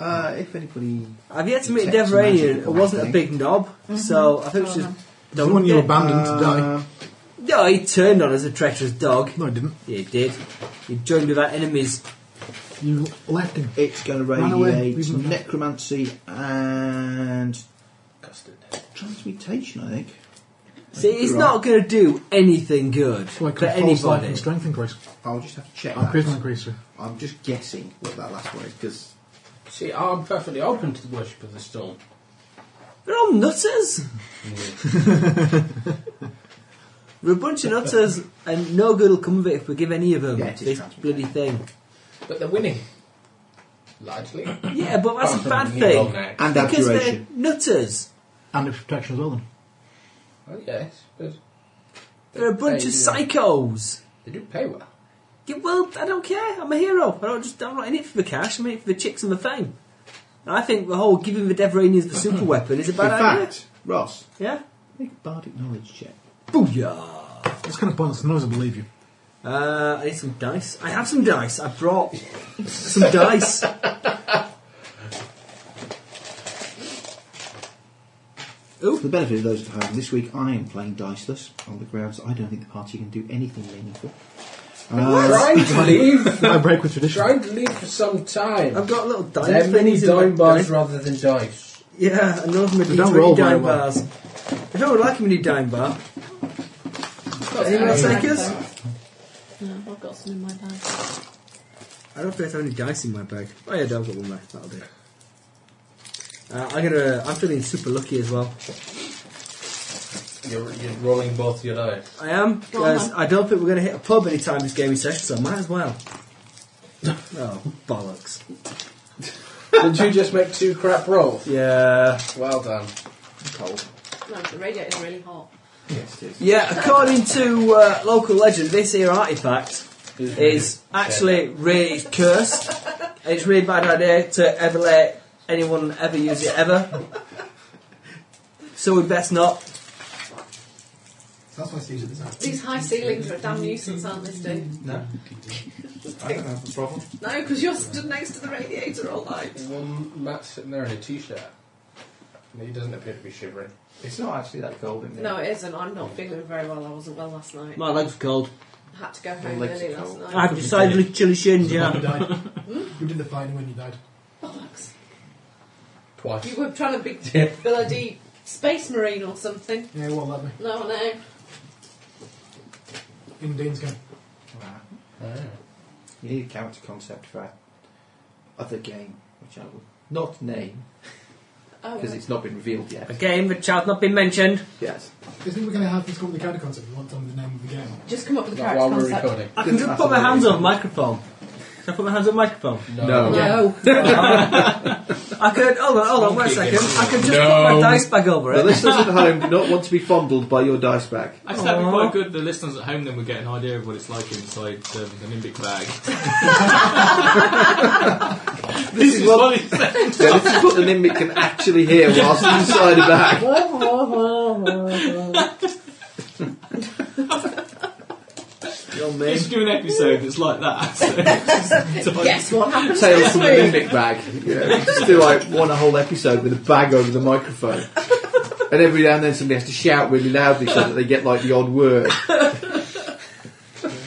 Speaker 3: Uh, if anybody.
Speaker 8: I've yet to meet a
Speaker 3: Detect
Speaker 8: Devranian
Speaker 3: magic
Speaker 8: who
Speaker 3: or
Speaker 8: wasn't a
Speaker 3: anything.
Speaker 8: big knob, so I think it's just.
Speaker 7: The one you abandoned to die.
Speaker 3: Uh,
Speaker 8: No, he turned on as a treacherous dog.
Speaker 7: No, I didn't.
Speaker 8: Yeah, he did. He joined with our enemies.
Speaker 7: You left him.
Speaker 3: it's going to
Speaker 7: Run away,
Speaker 3: radiate
Speaker 7: leave him.
Speaker 3: necromancy and
Speaker 4: Custard.
Speaker 3: transmutation, I think.
Speaker 8: See, it's not going to do anything good
Speaker 7: So I
Speaker 8: for
Speaker 7: could false life
Speaker 8: anybody.
Speaker 7: and strength increase.
Speaker 3: I'll just have to
Speaker 8: Oh,
Speaker 3: check.
Speaker 7: Our charisma
Speaker 3: That.
Speaker 7: increase. sir.
Speaker 3: I'm just guessing what that last one is because
Speaker 4: See, I'm perfectly open to the worship of the storm.
Speaker 8: They're all nutters. We're a bunch of nutters, and no good will come of it if we give any of them
Speaker 3: Yeah, it is
Speaker 8: this
Speaker 3: transmutation.
Speaker 8: bloody thing.
Speaker 4: But they're winning. Largely.
Speaker 8: Yeah, but that's a bad
Speaker 4: Apart from you all
Speaker 8: thing.
Speaker 4: now.
Speaker 3: and
Speaker 8: Because they're
Speaker 3: abjuration.
Speaker 8: nutters.
Speaker 7: And its protection as well, then.
Speaker 4: Oh, yes, but
Speaker 8: They're a bunch of
Speaker 4: They, uh,
Speaker 8: psychos.
Speaker 4: They do pay well.
Speaker 8: Yeah, well, I don't care. I'm a hero. I don't just. I'm not in it for the cash. I'm in it for the chicks and the fame. And I think the whole giving the Devranians the super weapon is a
Speaker 3: In
Speaker 8: bad idea.
Speaker 3: fact, Ross,
Speaker 8: Yeah.
Speaker 3: make a bardic knowledge check.
Speaker 8: Booyah!
Speaker 7: It's kind of pointless. None of us will believe you.
Speaker 8: Uh, I need some dice. I have some dice. I brought some dice.
Speaker 3: For the benefit of those at home, this week I am playing diceless on the grounds that I don't think the party can do anything meaningful. Uh,
Speaker 4: Trying to leave.
Speaker 7: I break with tradition.
Speaker 4: Trying to leave for some time.
Speaker 8: I've got little dice.
Speaker 4: There are many
Speaker 8: thingies in my
Speaker 4: dime bars
Speaker 8: dice-
Speaker 4: rather than dice.
Speaker 8: Yeah, I love my
Speaker 7: They don't roll
Speaker 8: D20
Speaker 7: very
Speaker 8: dime
Speaker 7: well.
Speaker 8: bars. If I would like a mini dime bar, anyone else take us?
Speaker 10: No, I've got some in my bag.
Speaker 8: I don't think I have any dice in my bag. Oh yeah, no, I've got one left. That'll do. Uh, I'm gonna. I'm feeling super lucky as well.
Speaker 4: You're, you're rolling both your dice.
Speaker 8: I am. Because I don't think we're gonna hit a pub anytime this gaming session, so might as (laughs) well. oh bollocks!
Speaker 4: Did you just make two crap rolls?
Speaker 8: Yeah.
Speaker 4: Well done.
Speaker 3: cold.
Speaker 10: No, the radiator's really hot.
Speaker 3: Yes, it is.
Speaker 8: Yeah, according to uh, local legend, this here artifact
Speaker 4: Is
Speaker 8: is actually really cursed. It's really bad idea to ever let anyone ever use it ever. So we best not.
Speaker 3: That's why Steve's at the time.
Speaker 10: These high ceilings are a damn nuisance, aren't they, Steve?
Speaker 3: No, I don't have a problem.
Speaker 10: No, because you're stood next to the radiator all night.
Speaker 4: Well, Matt's sitting there in a t-shirt. And He doesn't appear to be shivering.
Speaker 3: It's not actually that cold in there.
Speaker 10: No, it isn't. I'm not feeling very well. I wasn't well last night.
Speaker 8: My leg's cold.
Speaker 10: I had to go
Speaker 3: My
Speaker 10: home
Speaker 3: legs
Speaker 10: early
Speaker 3: are
Speaker 10: last
Speaker 3: cold.
Speaker 10: night.
Speaker 8: I've decidedly chilly shin,
Speaker 7: (laughs) You
Speaker 8: yeah.
Speaker 7: died. you did the fine when you died.
Speaker 10: Bollocks.
Speaker 4: Twice.
Speaker 10: You were trying to be
Speaker 4: Yeah.
Speaker 10: bloody space marine or something.
Speaker 7: Yeah, well, let me.
Speaker 10: No, I know.
Speaker 7: In Dane's game.
Speaker 3: Nah.
Speaker 4: Ah.
Speaker 3: You need a character concept for our other game, which I will not name
Speaker 10: Oh,
Speaker 3: because it's not been revealed yet.
Speaker 8: A game that shall not be mentioned.
Speaker 3: Yes.
Speaker 7: Isn't we going to have this called the character concept? We want to tell them the name of the game.
Speaker 10: just come up with a
Speaker 4: Not
Speaker 10: character
Speaker 4: while we're
Speaker 10: concept.
Speaker 4: recording.
Speaker 8: I can just put my hands on microphone. Can I put my hands on microphone?
Speaker 3: No.
Speaker 10: No.
Speaker 8: I could. Hold on, hold on, wait a second. I could just put my
Speaker 4: No.
Speaker 8: dice bag over
Speaker 3: The
Speaker 8: it.
Speaker 3: listeners at home do not want to be fondled by your dice bag.
Speaker 6: Actually, that'd be
Speaker 8: Aw.
Speaker 6: quite good. The listeners at home then would get an idea of what it's like inside um, the Nimbic bag. (laughs)
Speaker 3: This is what, yeah, this is what the Nimbic can actually hear whilst inside a bag.
Speaker 13: on me.
Speaker 6: Let's do an episode that's like that. So
Speaker 5: (laughs) Guess what happens
Speaker 3: Tales
Speaker 5: next
Speaker 3: from the
Speaker 5: week?
Speaker 3: Limbic Bag. You know, just do like one a whole episode with a bag over the microphone. And every now and then somebody has to shout really loudly so that they get like the odd word.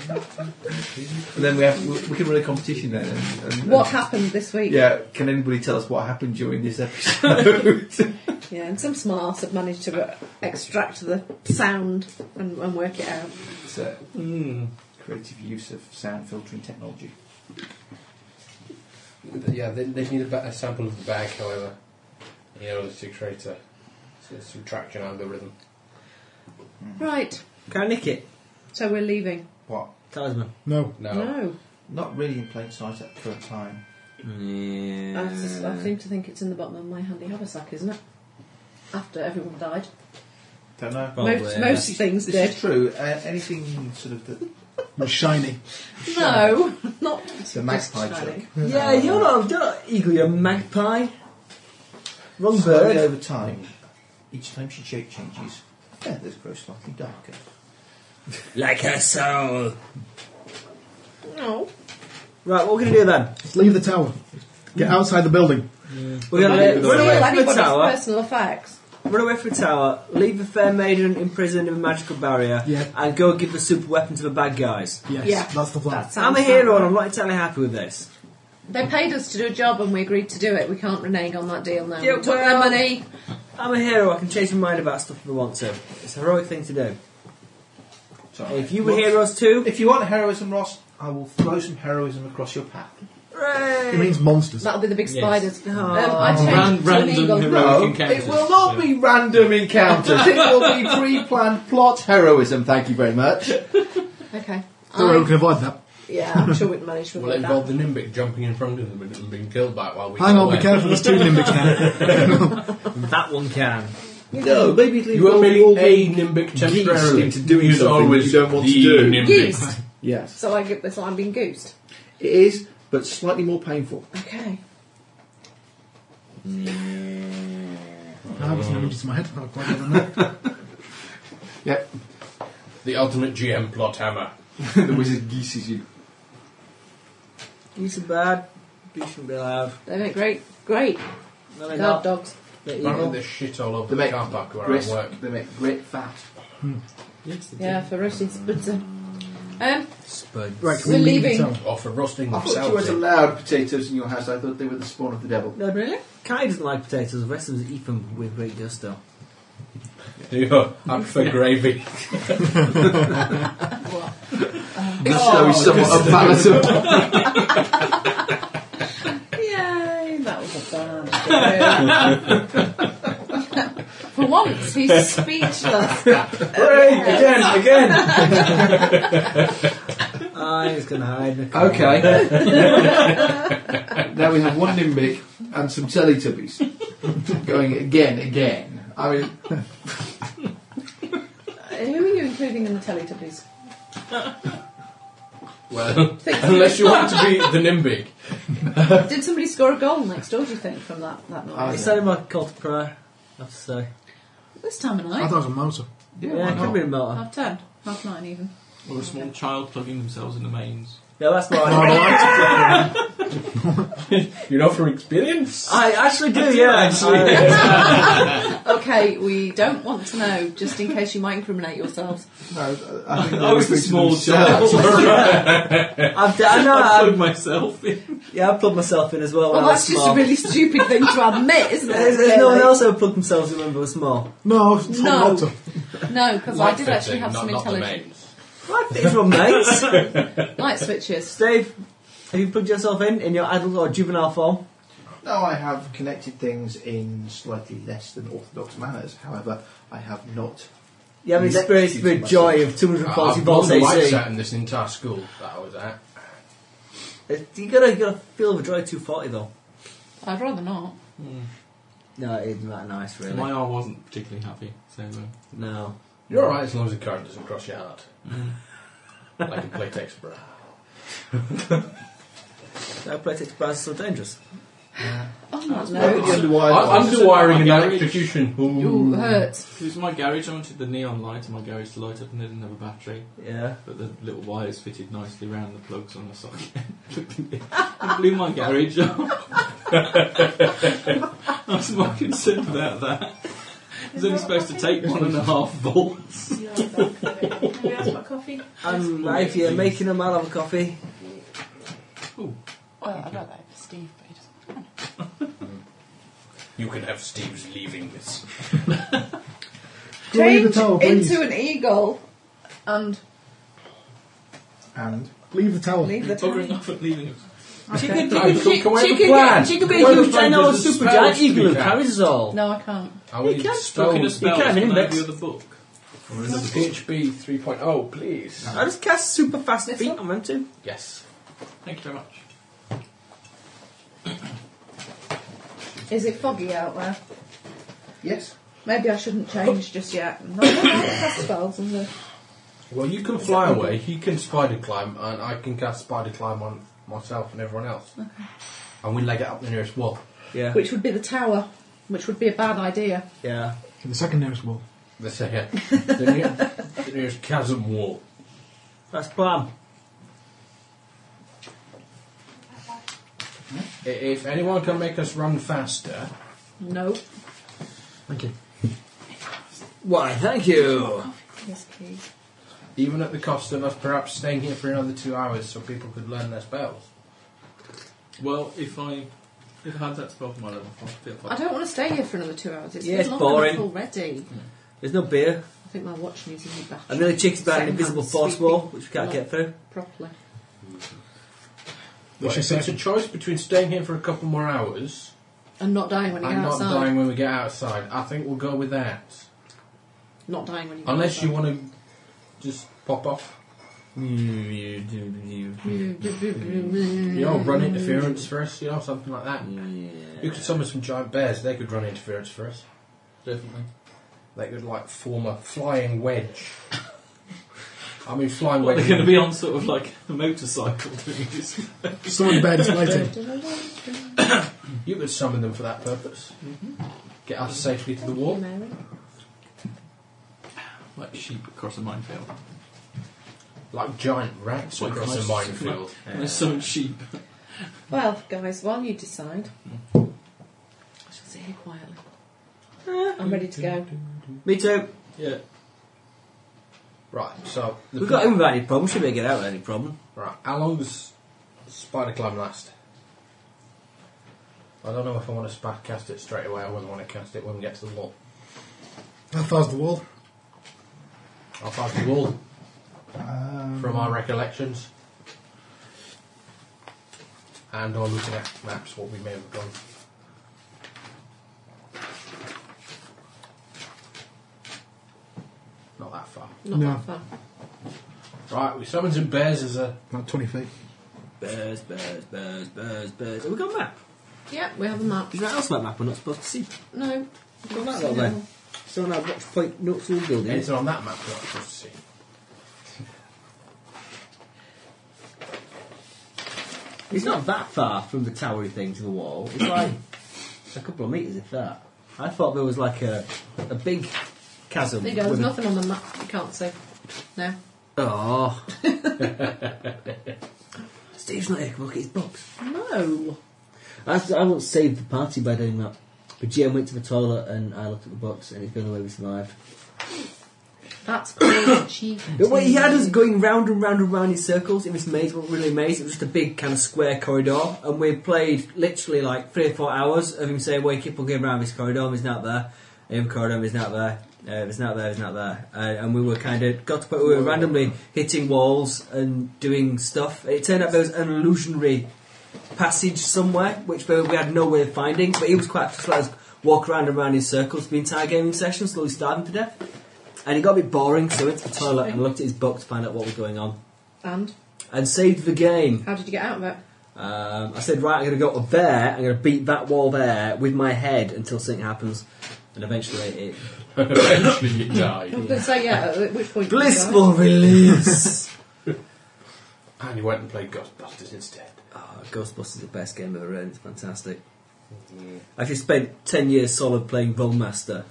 Speaker 3: and then we have we- we can run a competition then. And, and-
Speaker 5: What happened this week?
Speaker 3: Yeah, can anybody tell us what happened during this episode? (laughs)
Speaker 5: Yeah, and some smart ass have managed to uh, extract the sound and, and work it out.
Speaker 3: so,
Speaker 8: Hmm.
Speaker 3: creative use of sound filtering technology.
Speaker 4: But yeah, they, they need a, ba- a sample of the bag, however. You know, the tracer. It's a subtraction algorithm.
Speaker 5: Right,
Speaker 8: Can I nick it?
Speaker 5: so we're leaving.
Speaker 3: What?
Speaker 8: Talisman.
Speaker 7: No.
Speaker 4: No.
Speaker 5: No,
Speaker 3: Not really in plain sight at the current time.
Speaker 5: I, s- I seem to think it's in the bottom of my handy haversack, isn't it? After everyone died,
Speaker 3: Don't know.
Speaker 5: most, most things
Speaker 3: This
Speaker 5: did.
Speaker 3: is true. Uh, anything sort of the,
Speaker 7: Not shiny.
Speaker 5: No, (laughs) not
Speaker 3: the magpie
Speaker 5: just
Speaker 3: trick.
Speaker 5: shiny.
Speaker 8: Yeah, you're not, you're not eagle, you're a magpie. Wrong
Speaker 3: Slowly
Speaker 8: bird.
Speaker 3: over time, each time she shape changes, feathers grow slightly darker.
Speaker 8: Like her soul.
Speaker 5: No,
Speaker 8: Right, what are we going to do then?
Speaker 7: Let's leave the tower. Get outside the building.
Speaker 8: We're
Speaker 5: I
Speaker 8: going
Speaker 5: didn't
Speaker 8: to run
Speaker 5: steal
Speaker 8: away from the
Speaker 5: anybody's
Speaker 8: tower.
Speaker 5: personal effects.
Speaker 8: Run away from the tower. Leave the fair maiden imprisoned in a magical barrier.
Speaker 7: Yeah.
Speaker 8: And go give the super weapon to the bad guys.
Speaker 7: Yes,
Speaker 5: Yeah.
Speaker 7: that's the plan.
Speaker 5: That sounds
Speaker 8: I'm a
Speaker 5: bad.
Speaker 8: hero and I'm not entirely happy with this.
Speaker 5: They paid us to do a job and we agreed to do it. We can't renege on that deal now.
Speaker 8: Yeah,
Speaker 5: we took their
Speaker 8: well-
Speaker 5: money.
Speaker 8: I'm a hero, I can change my mind about stuff if I want to. It's a heroic thing to do.
Speaker 3: Sorry.
Speaker 8: If you were
Speaker 3: Lots-
Speaker 8: heroes too,
Speaker 3: If you want heroism, Ross, I will throw some heroism across your path.
Speaker 8: hooray!
Speaker 7: It means monsters.
Speaker 5: That'll be the big
Speaker 6: Yes.
Speaker 5: spiders.
Speaker 8: Oh.
Speaker 5: Um, I changed
Speaker 6: Ran-
Speaker 5: to
Speaker 6: random
Speaker 5: an eagle.
Speaker 6: hero-
Speaker 3: No,
Speaker 6: encounters.
Speaker 3: it will not be random
Speaker 7: (laughs)
Speaker 3: encounters. it will be pre-planned plot heroism. Thank you very much.
Speaker 5: Okay.
Speaker 7: Thoreau
Speaker 5: I-
Speaker 7: can avoid that.
Speaker 5: yeah, I'm sure we'd manage to
Speaker 4: Well, it
Speaker 5: avoid
Speaker 4: involved
Speaker 5: that.
Speaker 4: the Nimbic jumping in front of them and- and being killed by it while we
Speaker 7: Hang
Speaker 4: were
Speaker 7: on, be
Speaker 4: away.
Speaker 7: careful. There's two (laughs) limbics now.
Speaker 8: (laughs) That one can.
Speaker 3: No, maybe leave
Speaker 4: You were
Speaker 3: all-
Speaker 4: merely
Speaker 3: all
Speaker 4: a
Speaker 3: the-
Speaker 4: Nimbic
Speaker 3: geese
Speaker 4: temporarily.
Speaker 3: into doing
Speaker 4: He was
Speaker 3: something
Speaker 4: always
Speaker 3: you don't want
Speaker 4: the
Speaker 3: to do.
Speaker 4: Nimbic.
Speaker 5: Goosed.
Speaker 3: Yes,
Speaker 5: So I get this. I'm being goosed.
Speaker 3: it is, but slightly more painful.
Speaker 5: Okay.
Speaker 7: I was no images in my head. I quite other than that.
Speaker 3: Yep,
Speaker 4: The ultimate GM plot hammer.
Speaker 3: (laughs) the wizard geeses (laughs) you.
Speaker 8: Geese are bad. Geese shouldn't be allowed.
Speaker 5: They make great, great
Speaker 8: No, they're not.
Speaker 5: guard dogs.
Speaker 8: They're
Speaker 4: Apparently
Speaker 8: evil.
Speaker 4: there's shit all over
Speaker 3: They
Speaker 4: the
Speaker 3: make
Speaker 4: car park where
Speaker 3: Great,
Speaker 4: I work.
Speaker 3: they make great fat.
Speaker 5: Yeah, ferocious spitzer. Um,
Speaker 14: Spuds.
Speaker 7: Right, can
Speaker 5: We're
Speaker 7: we leave the
Speaker 5: leaving.
Speaker 7: tower?
Speaker 4: Or for rusting
Speaker 3: I thought you
Speaker 4: themselves
Speaker 3: weren't
Speaker 4: (laughs) in.
Speaker 3: allowed potatoes in your house. I thought they were the spawn of the devil.
Speaker 8: No, really? Kai doesn't like potatoes. The rest of us eat them with great gusto.
Speaker 4: Yeah, I prefer gravy.
Speaker 5: Oh.
Speaker 3: Gusto is somewhat (laughs) unpalatable.
Speaker 5: yay! That was a bad. idea. (laughs) For once, (laughs) he's speechless. Oh,
Speaker 3: Hooray,
Speaker 5: (laughs)
Speaker 3: again, again.
Speaker 8: (laughs) I was going to hide in a corner.
Speaker 3: (laughs) Okay. now we have one Nimbic and some Teletubbies going again, again. I mean,
Speaker 5: Who are you including in the Teletubbies?
Speaker 4: Well,
Speaker 5: Think-
Speaker 4: unless you want to be the Nimbic.
Speaker 5: Did somebody score a goal next door? Do you think from that that night?
Speaker 8: It's only my cult of prayer, I have to say.
Speaker 5: This time of
Speaker 7: I
Speaker 5: night,
Speaker 7: thought it was a motor.
Speaker 8: Yeah, it could be a motor.
Speaker 5: half ten, half nine even.
Speaker 6: or a small child plugging themselves in the mains.
Speaker 8: Yeah, that's mine.
Speaker 4: You know, from experience. (laughs)
Speaker 8: I actually do, yeah. Actually.
Speaker 5: Okay, we don't want to know, just in case you might incriminate yourselves.
Speaker 3: no, I think
Speaker 6: I was the small child.
Speaker 8: (laughs) I've d- I know,
Speaker 6: I
Speaker 8: I've,
Speaker 6: plugged myself in.
Speaker 8: yeah, I plugged myself in as well.
Speaker 5: Well,
Speaker 8: when I was
Speaker 5: that's just
Speaker 8: small.
Speaker 5: a really stupid thing to admit, isn't it?
Speaker 8: There's, there's no one
Speaker 5: really?
Speaker 8: else who plugged themselves in when they were small.
Speaker 7: No, it's
Speaker 5: No.
Speaker 7: no. motor.
Speaker 5: No, because I
Speaker 4: Light
Speaker 5: did actually
Speaker 4: fitting,
Speaker 5: have
Speaker 4: not-
Speaker 5: some
Speaker 4: not the
Speaker 5: intelligence.
Speaker 4: mains.
Speaker 8: What? It's wrong, (laughs) mates.
Speaker 5: Light switches.
Speaker 8: Dave, have you plugged yourself in in your adult or juvenile form?
Speaker 3: No, I have connected things in slightly less than orthodox manners. However, I have not.
Speaker 8: You haven't
Speaker 3: Yeah.
Speaker 8: experienced the joy of 240
Speaker 4: I've blown
Speaker 8: volts
Speaker 4: the lights
Speaker 3: eh?
Speaker 8: AC.
Speaker 4: out in this entire school that I was at.
Speaker 8: It- You gotta, you gotta feel the joy of 240 though.
Speaker 5: I'd rather not.
Speaker 8: No, it isn't that nice, really.
Speaker 6: My arm wasn't particularly happy, so uh,
Speaker 8: No.
Speaker 4: You're alright as long as the current doesn't cross
Speaker 3: (laughs)
Speaker 4: your heart. like a Playtex bra.
Speaker 8: That platex bars are so dangerous.
Speaker 5: Oh, no,
Speaker 6: I- underwiring an electrocution.
Speaker 5: Ooh, hurts.
Speaker 6: It was my garage. I wanted the neon light in my garage to light up, and they didn't have a battery.
Speaker 8: Yeah.
Speaker 6: But the little wires fitted nicely round the plugs on the socket. (laughs) it blew my garage up. (laughs) That's my concern about that. It's only supposed to take one and a half volts.
Speaker 5: Anybody else got coffee?
Speaker 8: I'm right here making a man of a
Speaker 5: (laughs)
Speaker 8: coffee.
Speaker 5: Well, I'd rather have Steve, but he doesn't.
Speaker 4: You can have Steve's leaving this.
Speaker 7: Glory
Speaker 5: Change
Speaker 7: the tower, please.
Speaker 5: into an eagle and
Speaker 7: And leave the tower.
Speaker 5: leave the
Speaker 6: Buggering
Speaker 5: town.
Speaker 6: off and leaving us.
Speaker 8: She
Speaker 5: Okay.
Speaker 8: could, she could,
Speaker 5: No, look,
Speaker 8: she,
Speaker 5: I have a
Speaker 8: she could,
Speaker 5: plan.
Speaker 8: get, she could be a
Speaker 5: Why
Speaker 8: huge
Speaker 5: don't I
Speaker 8: dino
Speaker 5: just
Speaker 8: super
Speaker 5: spell
Speaker 8: giant
Speaker 5: to be
Speaker 8: eagle who
Speaker 5: that?
Speaker 8: carries us all.
Speaker 5: No, I can't.
Speaker 4: I will
Speaker 8: You can't
Speaker 4: spell
Speaker 8: spell
Speaker 4: in a
Speaker 8: spells. You can, in
Speaker 4: the
Speaker 8: Index.
Speaker 4: other book. Or another PHB 3.0, oh, please.
Speaker 8: I just cast super fast
Speaker 5: This
Speaker 8: feet
Speaker 5: one?
Speaker 8: on them too.
Speaker 4: Yes.
Speaker 6: Thank you very much.
Speaker 5: Is it foggy out there?
Speaker 3: Yes.
Speaker 5: Maybe I shouldn't change just yet. I'm not going to cast spells and the
Speaker 4: Well, you can fly away, he can spider climb, and I can cast spider climb on myself and everyone else. And we leg it up the nearest wall.
Speaker 8: Yeah.
Speaker 5: which would be the tower, which would be a bad idea.
Speaker 8: Yeah.
Speaker 7: In the second nearest wall.
Speaker 4: The second.
Speaker 8: (laughs)
Speaker 4: the, near, the nearest chasm wall.
Speaker 8: That's plan.
Speaker 4: I- If anyone can make us run faster,
Speaker 5: No.
Speaker 8: Thank you. Why, thank you.
Speaker 5: Yes, please.
Speaker 4: even at the cost of us perhaps staying here for another two hours so people could learn their spells.
Speaker 6: Well, if I if I had that spell for my level five,
Speaker 5: I don't want to stay here for another two hours. It's
Speaker 8: Yeah,
Speaker 5: been
Speaker 8: it's
Speaker 5: long
Speaker 8: boring.
Speaker 5: enough already.
Speaker 8: There's no beer.
Speaker 5: I think my watch needs a new battery.
Speaker 8: And the other chick's about an
Speaker 5: Second
Speaker 8: invisible
Speaker 5: hand
Speaker 8: force
Speaker 5: sleeping
Speaker 8: wall, which we can't
Speaker 5: light
Speaker 8: get through.
Speaker 5: Properly.
Speaker 4: Well, if it's a choice between staying here for a couple more hours
Speaker 5: And not dying when you
Speaker 4: and
Speaker 5: get
Speaker 4: not
Speaker 5: outside.
Speaker 4: dying when we get outside, I think we'll go with that.
Speaker 5: Not dying when you get
Speaker 4: Unless you
Speaker 5: outside.
Speaker 4: want to just pop off.
Speaker 6: Mm.
Speaker 5: Mm.
Speaker 4: You know, run interference for us, you know, something like that. You could summon some giant bears, they could run interference for us.
Speaker 6: definitely.
Speaker 4: They could, like, form a flying
Speaker 6: (laughs)
Speaker 4: wedge. I mean, flying
Speaker 6: Well,
Speaker 4: wedge.
Speaker 6: (laughs) they're going to be on sort of like a motorcycle (laughs) doing this.
Speaker 7: Someone bad (laughs) is lighting.
Speaker 4: You could summon them for that purpose.
Speaker 6: Mm-hmm.
Speaker 4: Get us safely to the wall.
Speaker 5: Mary.
Speaker 6: Like sheep across a minefield.
Speaker 4: Like giant rats
Speaker 6: Like
Speaker 4: across
Speaker 6: mice.
Speaker 4: a minefield.
Speaker 6: And there's so much sheep.
Speaker 5: Well, guys, while you decide, I shall sit here quietly. I'm ready to go.
Speaker 8: Me too.
Speaker 6: Yeah.
Speaker 4: Right, so. the
Speaker 8: We've got him without any problem. Should we get out without any problem?
Speaker 4: Right, how long does Spider Climb last? I don't know if I want to spa- cast it straight away or whether I want to cast it when we get to the wall.
Speaker 7: How far's the wall?
Speaker 4: How far's the wall
Speaker 7: Um,
Speaker 4: from our recollections? And or looking at maps, what we may have done. Not that far.
Speaker 5: Not
Speaker 7: No.
Speaker 5: that far.
Speaker 4: Right, we summoned some bears as a.
Speaker 7: About 20 feet.
Speaker 8: Bears, bears, bears, bears, bears. Have we got a map?
Speaker 5: Yeah, we have a map.
Speaker 8: Is there else on that map we're not supposed to see?
Speaker 5: No.
Speaker 8: Got that lot there. So now, watch point notes all building.
Speaker 4: Anything on that map that I could (laughs) see?
Speaker 8: It's not that far from the towery thing to the wall. It's like a couple of metres, if that. I thought there was like a, a big chasm.
Speaker 5: There you go, there's
Speaker 8: with a-
Speaker 5: nothing on the map you can't see. No.
Speaker 8: Oh. (laughs) Steve's not here. Look at his box.
Speaker 5: No.
Speaker 8: I, I once saved the party by doing that. But GM went to the toilet and I looked at the box and it's the only way we survived.
Speaker 5: That's called achievement.
Speaker 8: But what he had us going round and round and round in circles. It was maze, wasn't really a maze. It was just a big kind of square corridor, and we played literally like three or four hours of him saying, "Wake up, we're going round this corridor. and He's not there. And the corridor. and He's not there. Uh, he's not there. He's not there." Uh, and we were kind of got to point where we were randomly hitting walls and doing stuff. It turned out there was an illusionary passage somewhere, which we we had no way of finding. But he was quite just let us walk around and round in circles. The entire gaming session, slowly starving to death. And it got a bit boring, so I went to the toilet and looked at his book to find out what was going on.
Speaker 5: And
Speaker 8: And saved the game.
Speaker 5: how did you get out of it?
Speaker 8: Um, I said, right, I'm going to go up there, I'm going to beat that wall there with my head until something happens. And eventually it.
Speaker 6: Eventually you die.
Speaker 5: I was going to say, yeah, at which point. you
Speaker 8: Blissful release!
Speaker 4: And he went and played Ghostbusters instead.
Speaker 8: Ah, oh, Ghostbusters is the best game I've ever written, it's fantastic. Actually, spent ten years solid playing Rollmaster.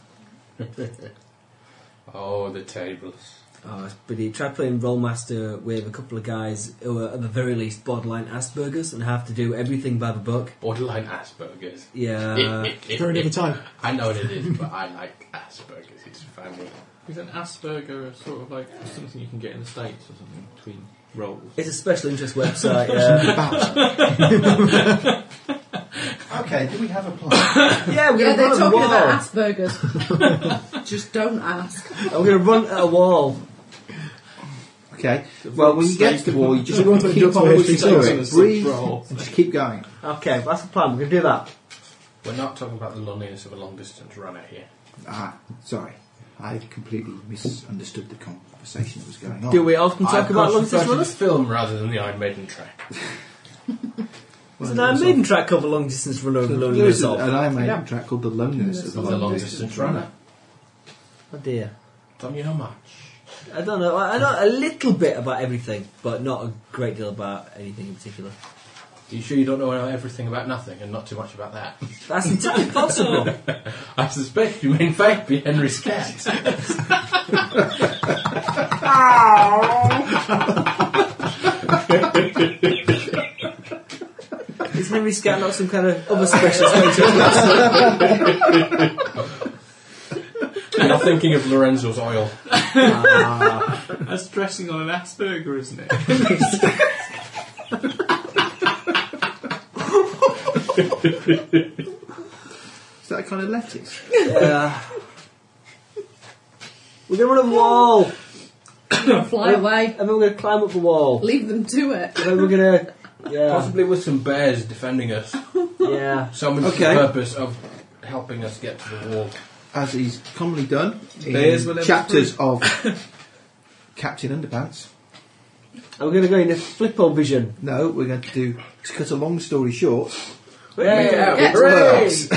Speaker 4: Oh, the tables.
Speaker 8: Oh, but he tried playing Rollmaster with a couple of guys who were at the very least borderline Aspergers and have to do everything by the book.
Speaker 4: Borderline Asperger's.
Speaker 8: Yeah.
Speaker 7: Very different time.
Speaker 4: I know what it is, but (laughs) I like Asperger's. It's funny.
Speaker 6: Is an Asperger sort of like something you can get in the States or something between roles?
Speaker 8: It's a special interest website, yeah.
Speaker 3: Okay, do we have a plan?
Speaker 8: yeah, we're
Speaker 5: Yeah,
Speaker 8: going to
Speaker 5: they're
Speaker 8: run at a
Speaker 5: talking
Speaker 8: wall.
Speaker 5: about Asperger's. Just don't (laughs) ask.
Speaker 8: And we're going to run at a wall.
Speaker 3: Okay. Well, when you get to the wall, you just
Speaker 7: We want to
Speaker 3: keep
Speaker 7: jump
Speaker 3: on
Speaker 7: to
Speaker 3: pushing
Speaker 7: HP
Speaker 3: through
Speaker 7: seven.
Speaker 3: it. Breathe and just keep going.
Speaker 8: Okay, that's the plan. We're going to do that.
Speaker 4: We're not talking about the loneliness of a long distance runner here.
Speaker 3: Ah, sorry. I completely misunderstood the conversation that was going on.
Speaker 8: Do we often talk
Speaker 4: I
Speaker 8: about long
Speaker 4: concentrated
Speaker 8: distance
Speaker 4: on the
Speaker 8: runners?
Speaker 4: film rather than the Iron Maiden track.
Speaker 8: There's an Iron Maiden track cover long distance runner of Lonely
Speaker 3: There is a-
Speaker 8: Resolve.
Speaker 3: an Iron Maiden
Speaker 4: Yeah.
Speaker 3: track called The Loneliness of the
Speaker 4: Of the
Speaker 3: Long
Speaker 4: long
Speaker 3: Distance
Speaker 4: distance
Speaker 3: Runner.
Speaker 4: runner.
Speaker 8: Oh dear.
Speaker 4: Tell me how much.
Speaker 8: I don't know. I I know a little bit about everything, but not a great deal about anything in particular.
Speaker 4: Are you sure you don't know everything about nothing and not too much about that? (laughs)
Speaker 8: That's entirely possible.
Speaker 4: I suspect you may in fact be Henry's cat.
Speaker 8: Is Henry Scout not some kind of other special special
Speaker 4: You're thinking of Lorenzo's oil.
Speaker 6: That's dressing on an Asperger, isn't it?
Speaker 3: Is that a kind of lettuce?
Speaker 8: Yeah. We're going to run a wall,
Speaker 5: Fly away.
Speaker 8: and then we're going to climb up the wall.
Speaker 5: Leave them to it.
Speaker 8: And then we're going to. Yeah.
Speaker 4: Possibly with some bears defending us.
Speaker 8: Yeah.
Speaker 4: Someone for
Speaker 3: Okay.
Speaker 4: the purpose of helping us get to the wall.
Speaker 3: As is commonly done
Speaker 6: Bears
Speaker 3: in
Speaker 6: will ever
Speaker 3: chapters
Speaker 8: (laughs)
Speaker 3: of Captain Underpants.
Speaker 8: And we're going to go into flippo vision.
Speaker 3: No, we're going to do, to cut a long story short,
Speaker 4: Yeah,
Speaker 5: Yeah.
Speaker 4: hooray!
Speaker 3: Birds.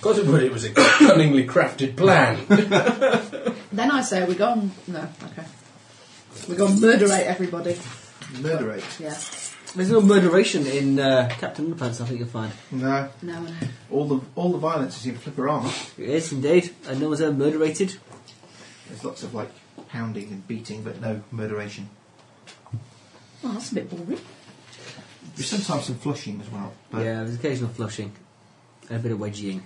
Speaker 4: Got to put it was a cunningly crafted plan.
Speaker 5: Then I say we go on. No, okay. We go and murderate everybody.
Speaker 3: Murderate.
Speaker 5: Yeah.
Speaker 8: There's no murderation in uh, Captain Underpants, I think you'll find.
Speaker 3: No,
Speaker 5: No, no.
Speaker 3: all the all the violence is in flipper arm.
Speaker 8: It is indeed, and no one's ever murderated.
Speaker 3: There's lots of like hounding and beating, but no murderation.
Speaker 5: Oh, that's a bit boring.
Speaker 3: There's sometimes some flushing as well. But
Speaker 8: yeah, there's occasional flushing and a bit of wedgieing.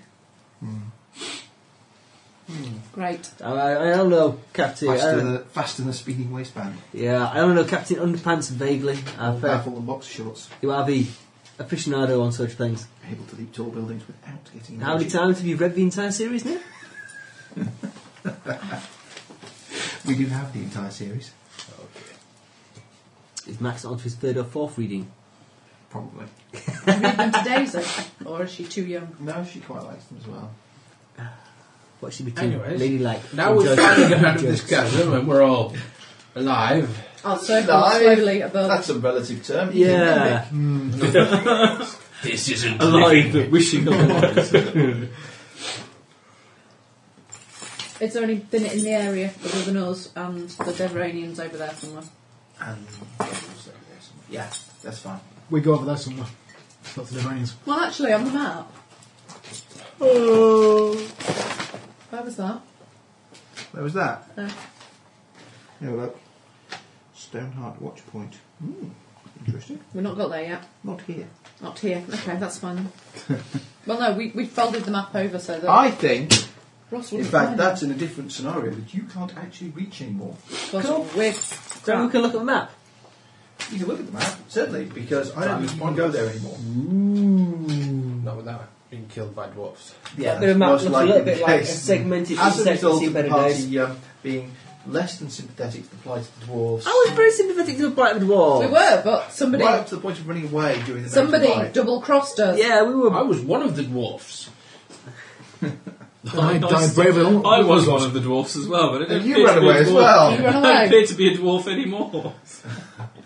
Speaker 5: Great.
Speaker 8: I, I, I don't know Captain. I
Speaker 3: faster,
Speaker 8: don't-
Speaker 3: than, faster than a speeding waistband.
Speaker 8: yeah, I don't know Captain Underpants vaguely. I've, uh,
Speaker 3: Powerful and boxer shorts.
Speaker 8: you are the aficionado on such things.
Speaker 3: Able to leap tall buildings without getting.
Speaker 8: How many
Speaker 3: injured.
Speaker 8: times have you read the entire series now?
Speaker 3: We do have the entire series,
Speaker 8: Is Max on to his third or fourth reading?
Speaker 3: probably.
Speaker 5: Read them to Daisy,
Speaker 3: (laughs)
Speaker 5: or is she too young?
Speaker 3: No, she quite likes them as well.
Speaker 8: What should we do?
Speaker 4: Anyways,
Speaker 8: Ladylike.
Speaker 4: now we're
Speaker 8: Enjoy-
Speaker 4: finally getting out of
Speaker 8: enjoy.
Speaker 4: this chasm and we're all alive.
Speaker 5: I'll circle slowly above.
Speaker 3: That's a relative term.
Speaker 8: Yeah.
Speaker 4: This isn't
Speaker 6: Alive, but wishing alive.
Speaker 5: Is there anything in the area other than us and the Deveranians over there somewhere?
Speaker 3: And yeah, that's fine.
Speaker 7: We go over there somewhere. Lots of Iranians.
Speaker 5: Well, actually, on the map.
Speaker 3: Oh.
Speaker 5: Where was that?
Speaker 3: Where was that?
Speaker 5: There.
Speaker 3: Have a look. Stoneheart Watch Point. Hmm, interesting.
Speaker 5: We've not got there yet.
Speaker 3: Not here.
Speaker 5: Not here. Okay, that's
Speaker 3: (laughs)
Speaker 5: fine. well, no, we, we folded the map over so that
Speaker 3: I think
Speaker 5: Ross
Speaker 3: In
Speaker 5: wouldn't
Speaker 3: fact,
Speaker 5: find
Speaker 3: that's in a different scenario that you can't actually reach anymore.
Speaker 5: it. God, weird.
Speaker 8: So we can look at the map.
Speaker 3: You can look at the map, certainly, because I don't even want to go there anymore.
Speaker 4: Not without being killed by dwarfs.
Speaker 3: Yeah,
Speaker 8: the map looks
Speaker 3: most
Speaker 8: a
Speaker 3: likely
Speaker 8: little
Speaker 3: the
Speaker 8: bit like a
Speaker 3: case.
Speaker 8: segmented
Speaker 3: As a
Speaker 8: intersect to
Speaker 3: result
Speaker 8: see
Speaker 3: of the
Speaker 8: better days.
Speaker 3: party um, being less than sympathetic to the plight of the dwarves,
Speaker 8: I was very sympathetic to the Blackwood Wall.
Speaker 5: We were, but somebody
Speaker 3: right up to the point of running away during the
Speaker 5: somebody
Speaker 3: Battle
Speaker 5: double crossed us.
Speaker 8: Yeah, we were.
Speaker 4: I was one of the dwarfs.
Speaker 7: I died bravely.
Speaker 6: I was one of the dwarfs as well, but it
Speaker 3: of the Light. And
Speaker 6: didn't appear
Speaker 3: you ran
Speaker 6: to be a
Speaker 3: away as
Speaker 6: dwarf. (laughs)
Speaker 5: You ran
Speaker 3: well.
Speaker 6: I don't
Speaker 5: away.
Speaker 6: appear to be a dwarf anymore.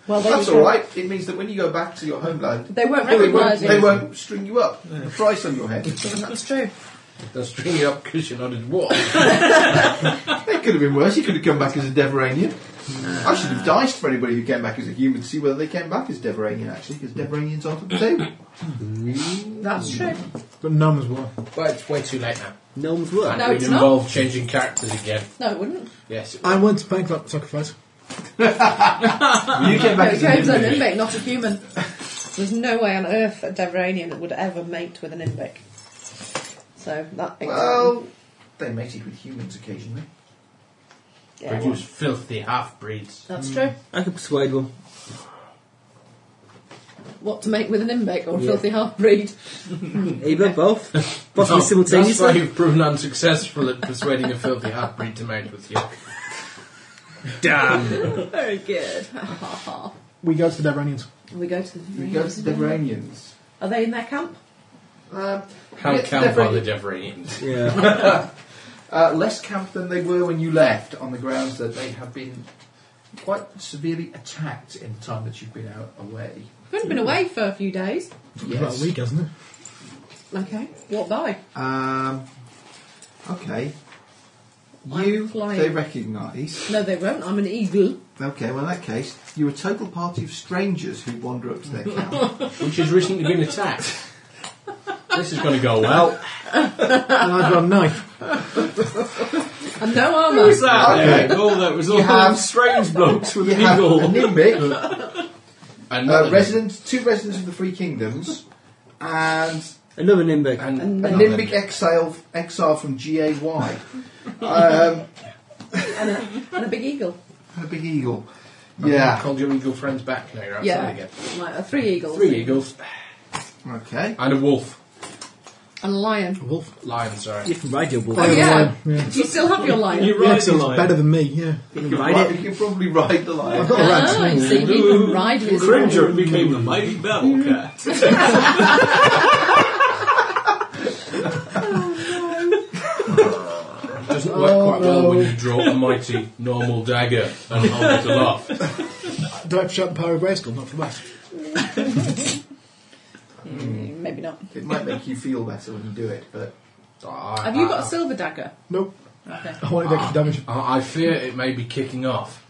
Speaker 5: Well, there
Speaker 3: That's
Speaker 5: you go.
Speaker 3: all right. It means that when you go back to your homeland,
Speaker 5: They won't
Speaker 3: they won't,
Speaker 5: recognise
Speaker 3: they
Speaker 5: you.
Speaker 3: won't string you up. A price on your head.
Speaker 5: That's true.
Speaker 4: They'll string you up because you're not a dwarf.
Speaker 3: It could have been worse. You could have come back as a Deveranian. I should have diced for anybody who came back as a human to see whether they came back as Deveranian, actually, because Deveranians aren't on the table.
Speaker 5: That's true.
Speaker 7: But gnomes were.
Speaker 4: But it's way too late now.
Speaker 15: Gnomes
Speaker 4: And
Speaker 5: No,
Speaker 4: it would
Speaker 5: it's not.
Speaker 4: involve changing characters again.
Speaker 5: No, it wouldn't.
Speaker 4: Yes. it
Speaker 7: I went to bankrupt sacrifice.
Speaker 3: you came back as
Speaker 5: No,
Speaker 3: a
Speaker 5: James an
Speaker 3: human.
Speaker 5: imbic, not a human. There's no way on earth a Deveranian would ever mate with an imbic. So that ain't
Speaker 3: Well, they mated with humans occasionally.
Speaker 5: happening. yeah,
Speaker 4: Produce filthy half breeds.
Speaker 5: well, that's true.
Speaker 8: I could persuade one.
Speaker 5: What to make with an imbic or a filthy half breed?
Speaker 8: Either, both. Possibly
Speaker 4: That's why
Speaker 8: simultaneously.
Speaker 4: you've proven unsuccessful at persuading a filthy half breed to mate with you. Damn.
Speaker 5: Very good.
Speaker 7: We go to the Devranians.
Speaker 5: we go to the
Speaker 3: We go to the Deveranians.
Speaker 5: Are they in their camp?
Speaker 3: Um,
Speaker 4: How
Speaker 3: Yeah,
Speaker 4: camp are the
Speaker 3: Deveranian-
Speaker 4: Devranians?
Speaker 8: Yeah.
Speaker 3: uh, less camp than they were when you left, on the grounds that they have been quite severely attacked in the time that you've been out away.
Speaker 5: We've only been away for a few days.
Speaker 7: About a
Speaker 3: Yes.
Speaker 7: week, hasn't it?
Speaker 5: Okay. What by?
Speaker 3: Um, okay.
Speaker 5: I'm
Speaker 3: You,
Speaker 5: flying.
Speaker 3: they recognise.
Speaker 5: No, they won't. I'm an eagle.
Speaker 3: Okay, well, in that case, you're a total party of strangers who wander up to (laughs) their camp.
Speaker 4: Which has recently been attacked. this is going to go well.
Speaker 7: and I've got a (laughs) knife.
Speaker 5: And no armour.
Speaker 3: Okay.
Speaker 6: All that was all
Speaker 3: You have-
Speaker 6: strange blokes with
Speaker 3: you
Speaker 6: an
Speaker 3: have a
Speaker 6: eagle.
Speaker 3: Nimbic,
Speaker 4: Another
Speaker 3: uh, resident, two residents of the Three Kingdoms, and
Speaker 8: Another Nimbic.
Speaker 4: And
Speaker 3: a
Speaker 5: And then
Speaker 3: Nimbic exile, exile from GAY. um,
Speaker 5: and, a, and a big eagle.
Speaker 3: and a big eagle.
Speaker 4: yeah.
Speaker 3: Yeah.
Speaker 4: called your eagle friends back now. You're outside
Speaker 5: Yeah.
Speaker 4: again.
Speaker 5: Like a three eagles.
Speaker 4: Three eagles
Speaker 3: Okay.
Speaker 4: and a wolf.
Speaker 5: And a lion.
Speaker 7: Wolf.
Speaker 4: Lion, sorry.
Speaker 8: You can ride your wolf.
Speaker 5: Oh, yeah.
Speaker 7: Yeah.
Speaker 5: Do you still have your lion?
Speaker 6: You
Speaker 7: Yeah,
Speaker 6: ride
Speaker 7: 'cause
Speaker 6: the
Speaker 7: it's
Speaker 6: lion.
Speaker 7: better than me, yeah. (laughs)
Speaker 8: You can
Speaker 3: Right,
Speaker 8: ride it.
Speaker 3: You can probably ride the
Speaker 7: I've
Speaker 3: lion.
Speaker 7: got a rat.
Speaker 5: Ah, you see, you can ride with
Speaker 6: Cringer and became the mighty battle cat.
Speaker 4: It doesn't work quite well when you draw a mighty normal dagger and hold it aloft.
Speaker 7: Do I have to shout the power of Grayskull? Not for that.
Speaker 5: Mm, Maybe not.
Speaker 3: It might make you feel better when you do it, but
Speaker 4: I-
Speaker 5: Have you
Speaker 4: I-
Speaker 5: got a silver dagger?
Speaker 7: Nope.
Speaker 5: Okay.
Speaker 7: I wanted extra damage.
Speaker 4: I I fear it may be kicking off.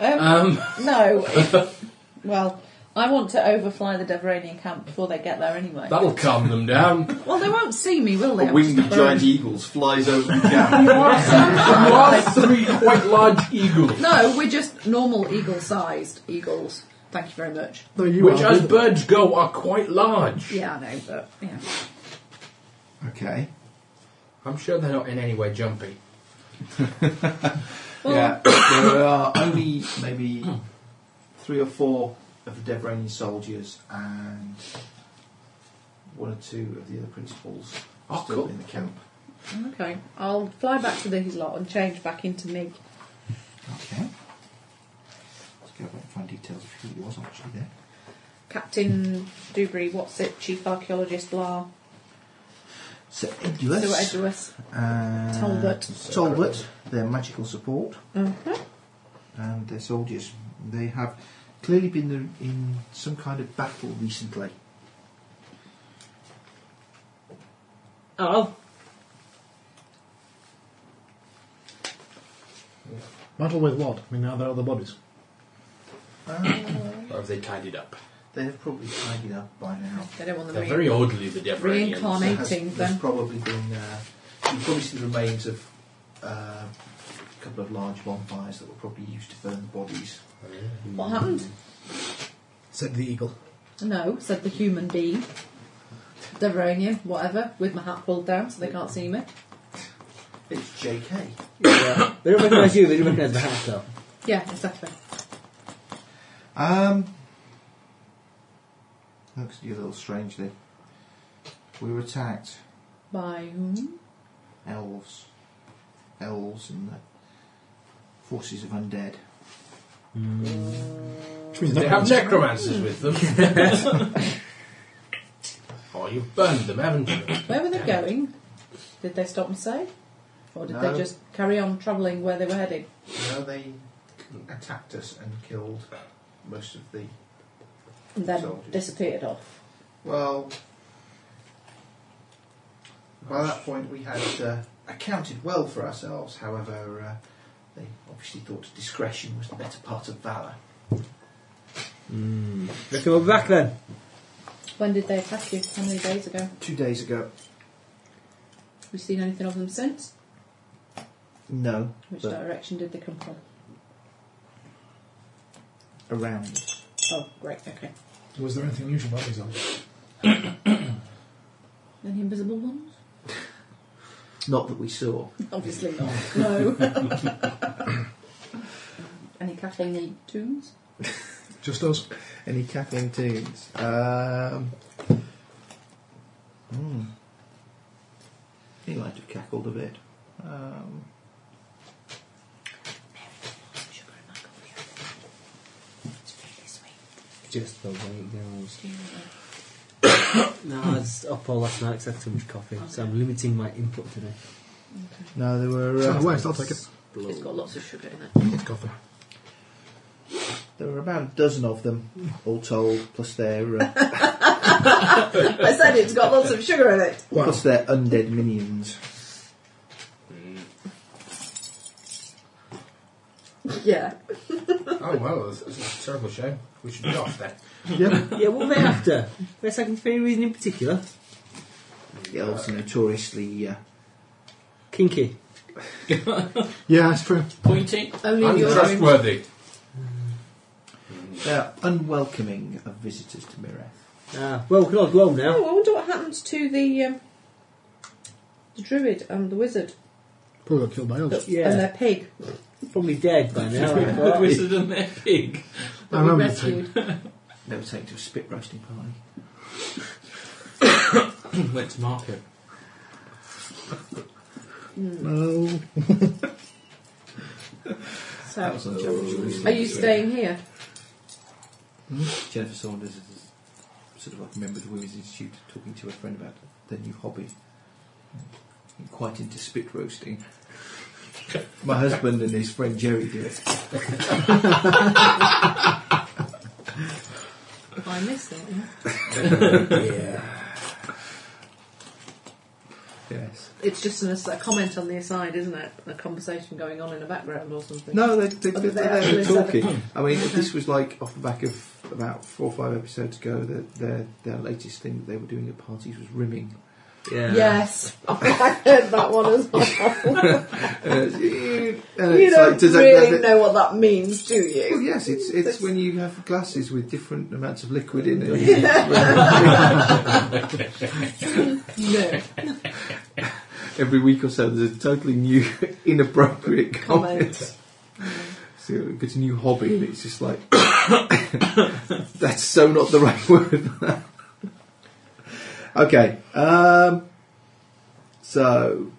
Speaker 5: Um,
Speaker 4: Um,
Speaker 5: No. if- well, I want to overfly the Deveranian camp before they get there anyway.
Speaker 4: that'll calm them down.
Speaker 5: well, they won't see me, will they?
Speaker 3: a
Speaker 5: I'm
Speaker 3: winged
Speaker 5: just a
Speaker 3: giant e-
Speaker 5: bird.
Speaker 3: eagles flies over the camp.
Speaker 4: Last three quite large eagles,
Speaker 5: No, we're just normal eagle-sized eagles. Thank you very much.
Speaker 7: No, you
Speaker 4: which,
Speaker 7: are.
Speaker 4: as birds go, are quite large.
Speaker 5: Yeah, I know, but yeah.
Speaker 3: okay.
Speaker 4: I'm sure they're not in any way jumpy.
Speaker 3: Yeah, (coughs) there are only maybe three or four of the Devranian soldiers and one or two of the other principals
Speaker 4: Oh,
Speaker 3: still
Speaker 4: cool.
Speaker 3: in the camp.
Speaker 5: Okay, I'll fly back to these lot and change back into me.
Speaker 3: Okay. Let's go back and find details of who it was actually there.
Speaker 5: Captain Dubry, what's it? Chief archaeologist, blah.
Speaker 3: Sir
Speaker 5: Sir
Speaker 3: Edulus
Speaker 5: Edwus.
Speaker 3: and
Speaker 5: Talbot.
Speaker 3: Talbot, their magical support
Speaker 5: Mhm.
Speaker 3: and their soldiers. They have clearly been the- in some kind of battle recently.
Speaker 8: Oh,
Speaker 7: Battle with what? I mean, are there other bodies?
Speaker 4: Or have they tidied up?
Speaker 3: They have probably tidied up by now.
Speaker 5: They don't want the
Speaker 4: They're
Speaker 5: re-
Speaker 4: very orderly, the Devranians.
Speaker 5: reincarnate.
Speaker 3: There's-
Speaker 5: Meeting
Speaker 3: There's
Speaker 5: them.
Speaker 3: probably been uh, you probably see the remains of uh, a couple of large bonfires that were probably used to burn the bodies.
Speaker 5: What happened?
Speaker 7: Said the eagle.
Speaker 5: No, said the human being. Deveranian, whatever, with my hat pulled down so they can't see me.
Speaker 3: It's J.K.
Speaker 8: yeah. They don't recognise you, they don't recognise the hat, though.
Speaker 5: Yeah, exactly.
Speaker 3: Um, looks at you a little strangely. We were attacked.
Speaker 5: By whom?
Speaker 3: Elves, elves, and the forces of undead.
Speaker 7: Which means
Speaker 4: They have
Speaker 7: necromans.
Speaker 4: necromancers with them. (laughs) oh, you've burned them, haven't you?
Speaker 5: Where were they going? Did they stop and say? Or did
Speaker 3: No.
Speaker 5: they just carry on travelling where they were heading?
Speaker 3: No, they attacked us and killed most of the
Speaker 5: And then
Speaker 3: Soldiers.
Speaker 5: disappeared off.
Speaker 3: Well, by that point we had uh, accounted well for ourselves. However, uh, They obviously thought discretion was the better part of valour.
Speaker 16: Mm. Reckon we'll be back then.
Speaker 17: When did they attack you? How many days ago?
Speaker 3: Two days ago,
Speaker 17: Have you seen anything of them since?
Speaker 3: no,
Speaker 17: Which
Speaker 3: but
Speaker 17: direction did they come from?
Speaker 3: around.
Speaker 17: Oh, great, okay.
Speaker 7: Was there anything unusual about these elves?
Speaker 17: Any invisible
Speaker 7: (laughs)
Speaker 17: ones?
Speaker 3: Not that we saw.
Speaker 17: Obviously
Speaker 7: (laughs)
Speaker 17: not. No.
Speaker 5: (laughs)
Speaker 17: Any cackling need tunes?
Speaker 7: Just us.
Speaker 3: Any cackling tunes? Um, hmm. He might have cackled a bit. Um,
Speaker 8: Just the white girls. no, I was up all last night because I had too much coffee, so I'm limiting my input
Speaker 5: (laughs)
Speaker 8: today.
Speaker 3: no, there were
Speaker 7: Send
Speaker 3: uh,
Speaker 7: it west, I'll take it.
Speaker 17: It's got lots of sugar in it.
Speaker 7: It's coffee.
Speaker 3: there were about a dozen of them, all told, plus their uh,
Speaker 5: (laughs) I said it's got lots of sugar in it.
Speaker 3: plus their undead minions.
Speaker 5: Yeah.
Speaker 4: Oh well, that's, that's a terrible show. We should be off then.
Speaker 8: yeah, what were they after? They're second for any reason in particular.
Speaker 3: The elves are notoriously uh,
Speaker 8: Kinky.
Speaker 7: Yeah, it's true.
Speaker 6: Pointy,
Speaker 5: Only in your room.
Speaker 6: untrustworthy.
Speaker 3: they're unwelcoming of visitors to Mireth.
Speaker 8: Ah, well, we can all go home now.
Speaker 5: Oh, I wonder what happened to the um, the druid and the wizard
Speaker 7: Probably got killed by elves.
Speaker 8: Yeah.
Speaker 5: and their pig.
Speaker 8: Probably dead by now. I
Speaker 6: The
Speaker 8: thought.
Speaker 5: (laughs)
Speaker 6: wizard and their pig.
Speaker 7: I remember the thing.
Speaker 5: rescued.
Speaker 3: They were taken to a spit roasting party.
Speaker 6: Went to market.
Speaker 7: No.
Speaker 5: So,
Speaker 3: a joke. Jerusalem.
Speaker 5: are you staying here?
Speaker 3: Jennifer Saunders is sort of like a member of the Women's Institute talking to her friend about their new hobby. I'm quite into spit roasting. My husband and his friend Jerry do it.
Speaker 5: I miss it.
Speaker 3: Yes.
Speaker 5: It's just an, a comment on the aside, isn't it? A conversation going on in the background or something.
Speaker 3: No, they, they,
Speaker 5: Oh,
Speaker 3: they,
Speaker 5: did they
Speaker 3: they,
Speaker 5: actually
Speaker 3: are
Speaker 5: say
Speaker 3: talking. I mean, if this was like off the back of about four or five episodes ago, their, their, their latest thing that they were doing at parties was rimming.
Speaker 8: Yeah.
Speaker 5: Yes, (laughs) I heard that one as (laughs) well.
Speaker 3: Uh, you
Speaker 5: you don't really know what that means, do
Speaker 3: Well,
Speaker 5: you?
Speaker 3: (laughs) yes, it's it's when you have glasses with different amounts of liquid in it.
Speaker 5: No.
Speaker 3: Every week or so, there's a totally new (laughs) inappropriate comment.
Speaker 5: Comment.
Speaker 3: So it gets a new hobby, and it's just like (coughs) that's so not the (laughs) right word. (laughs) okay, um, so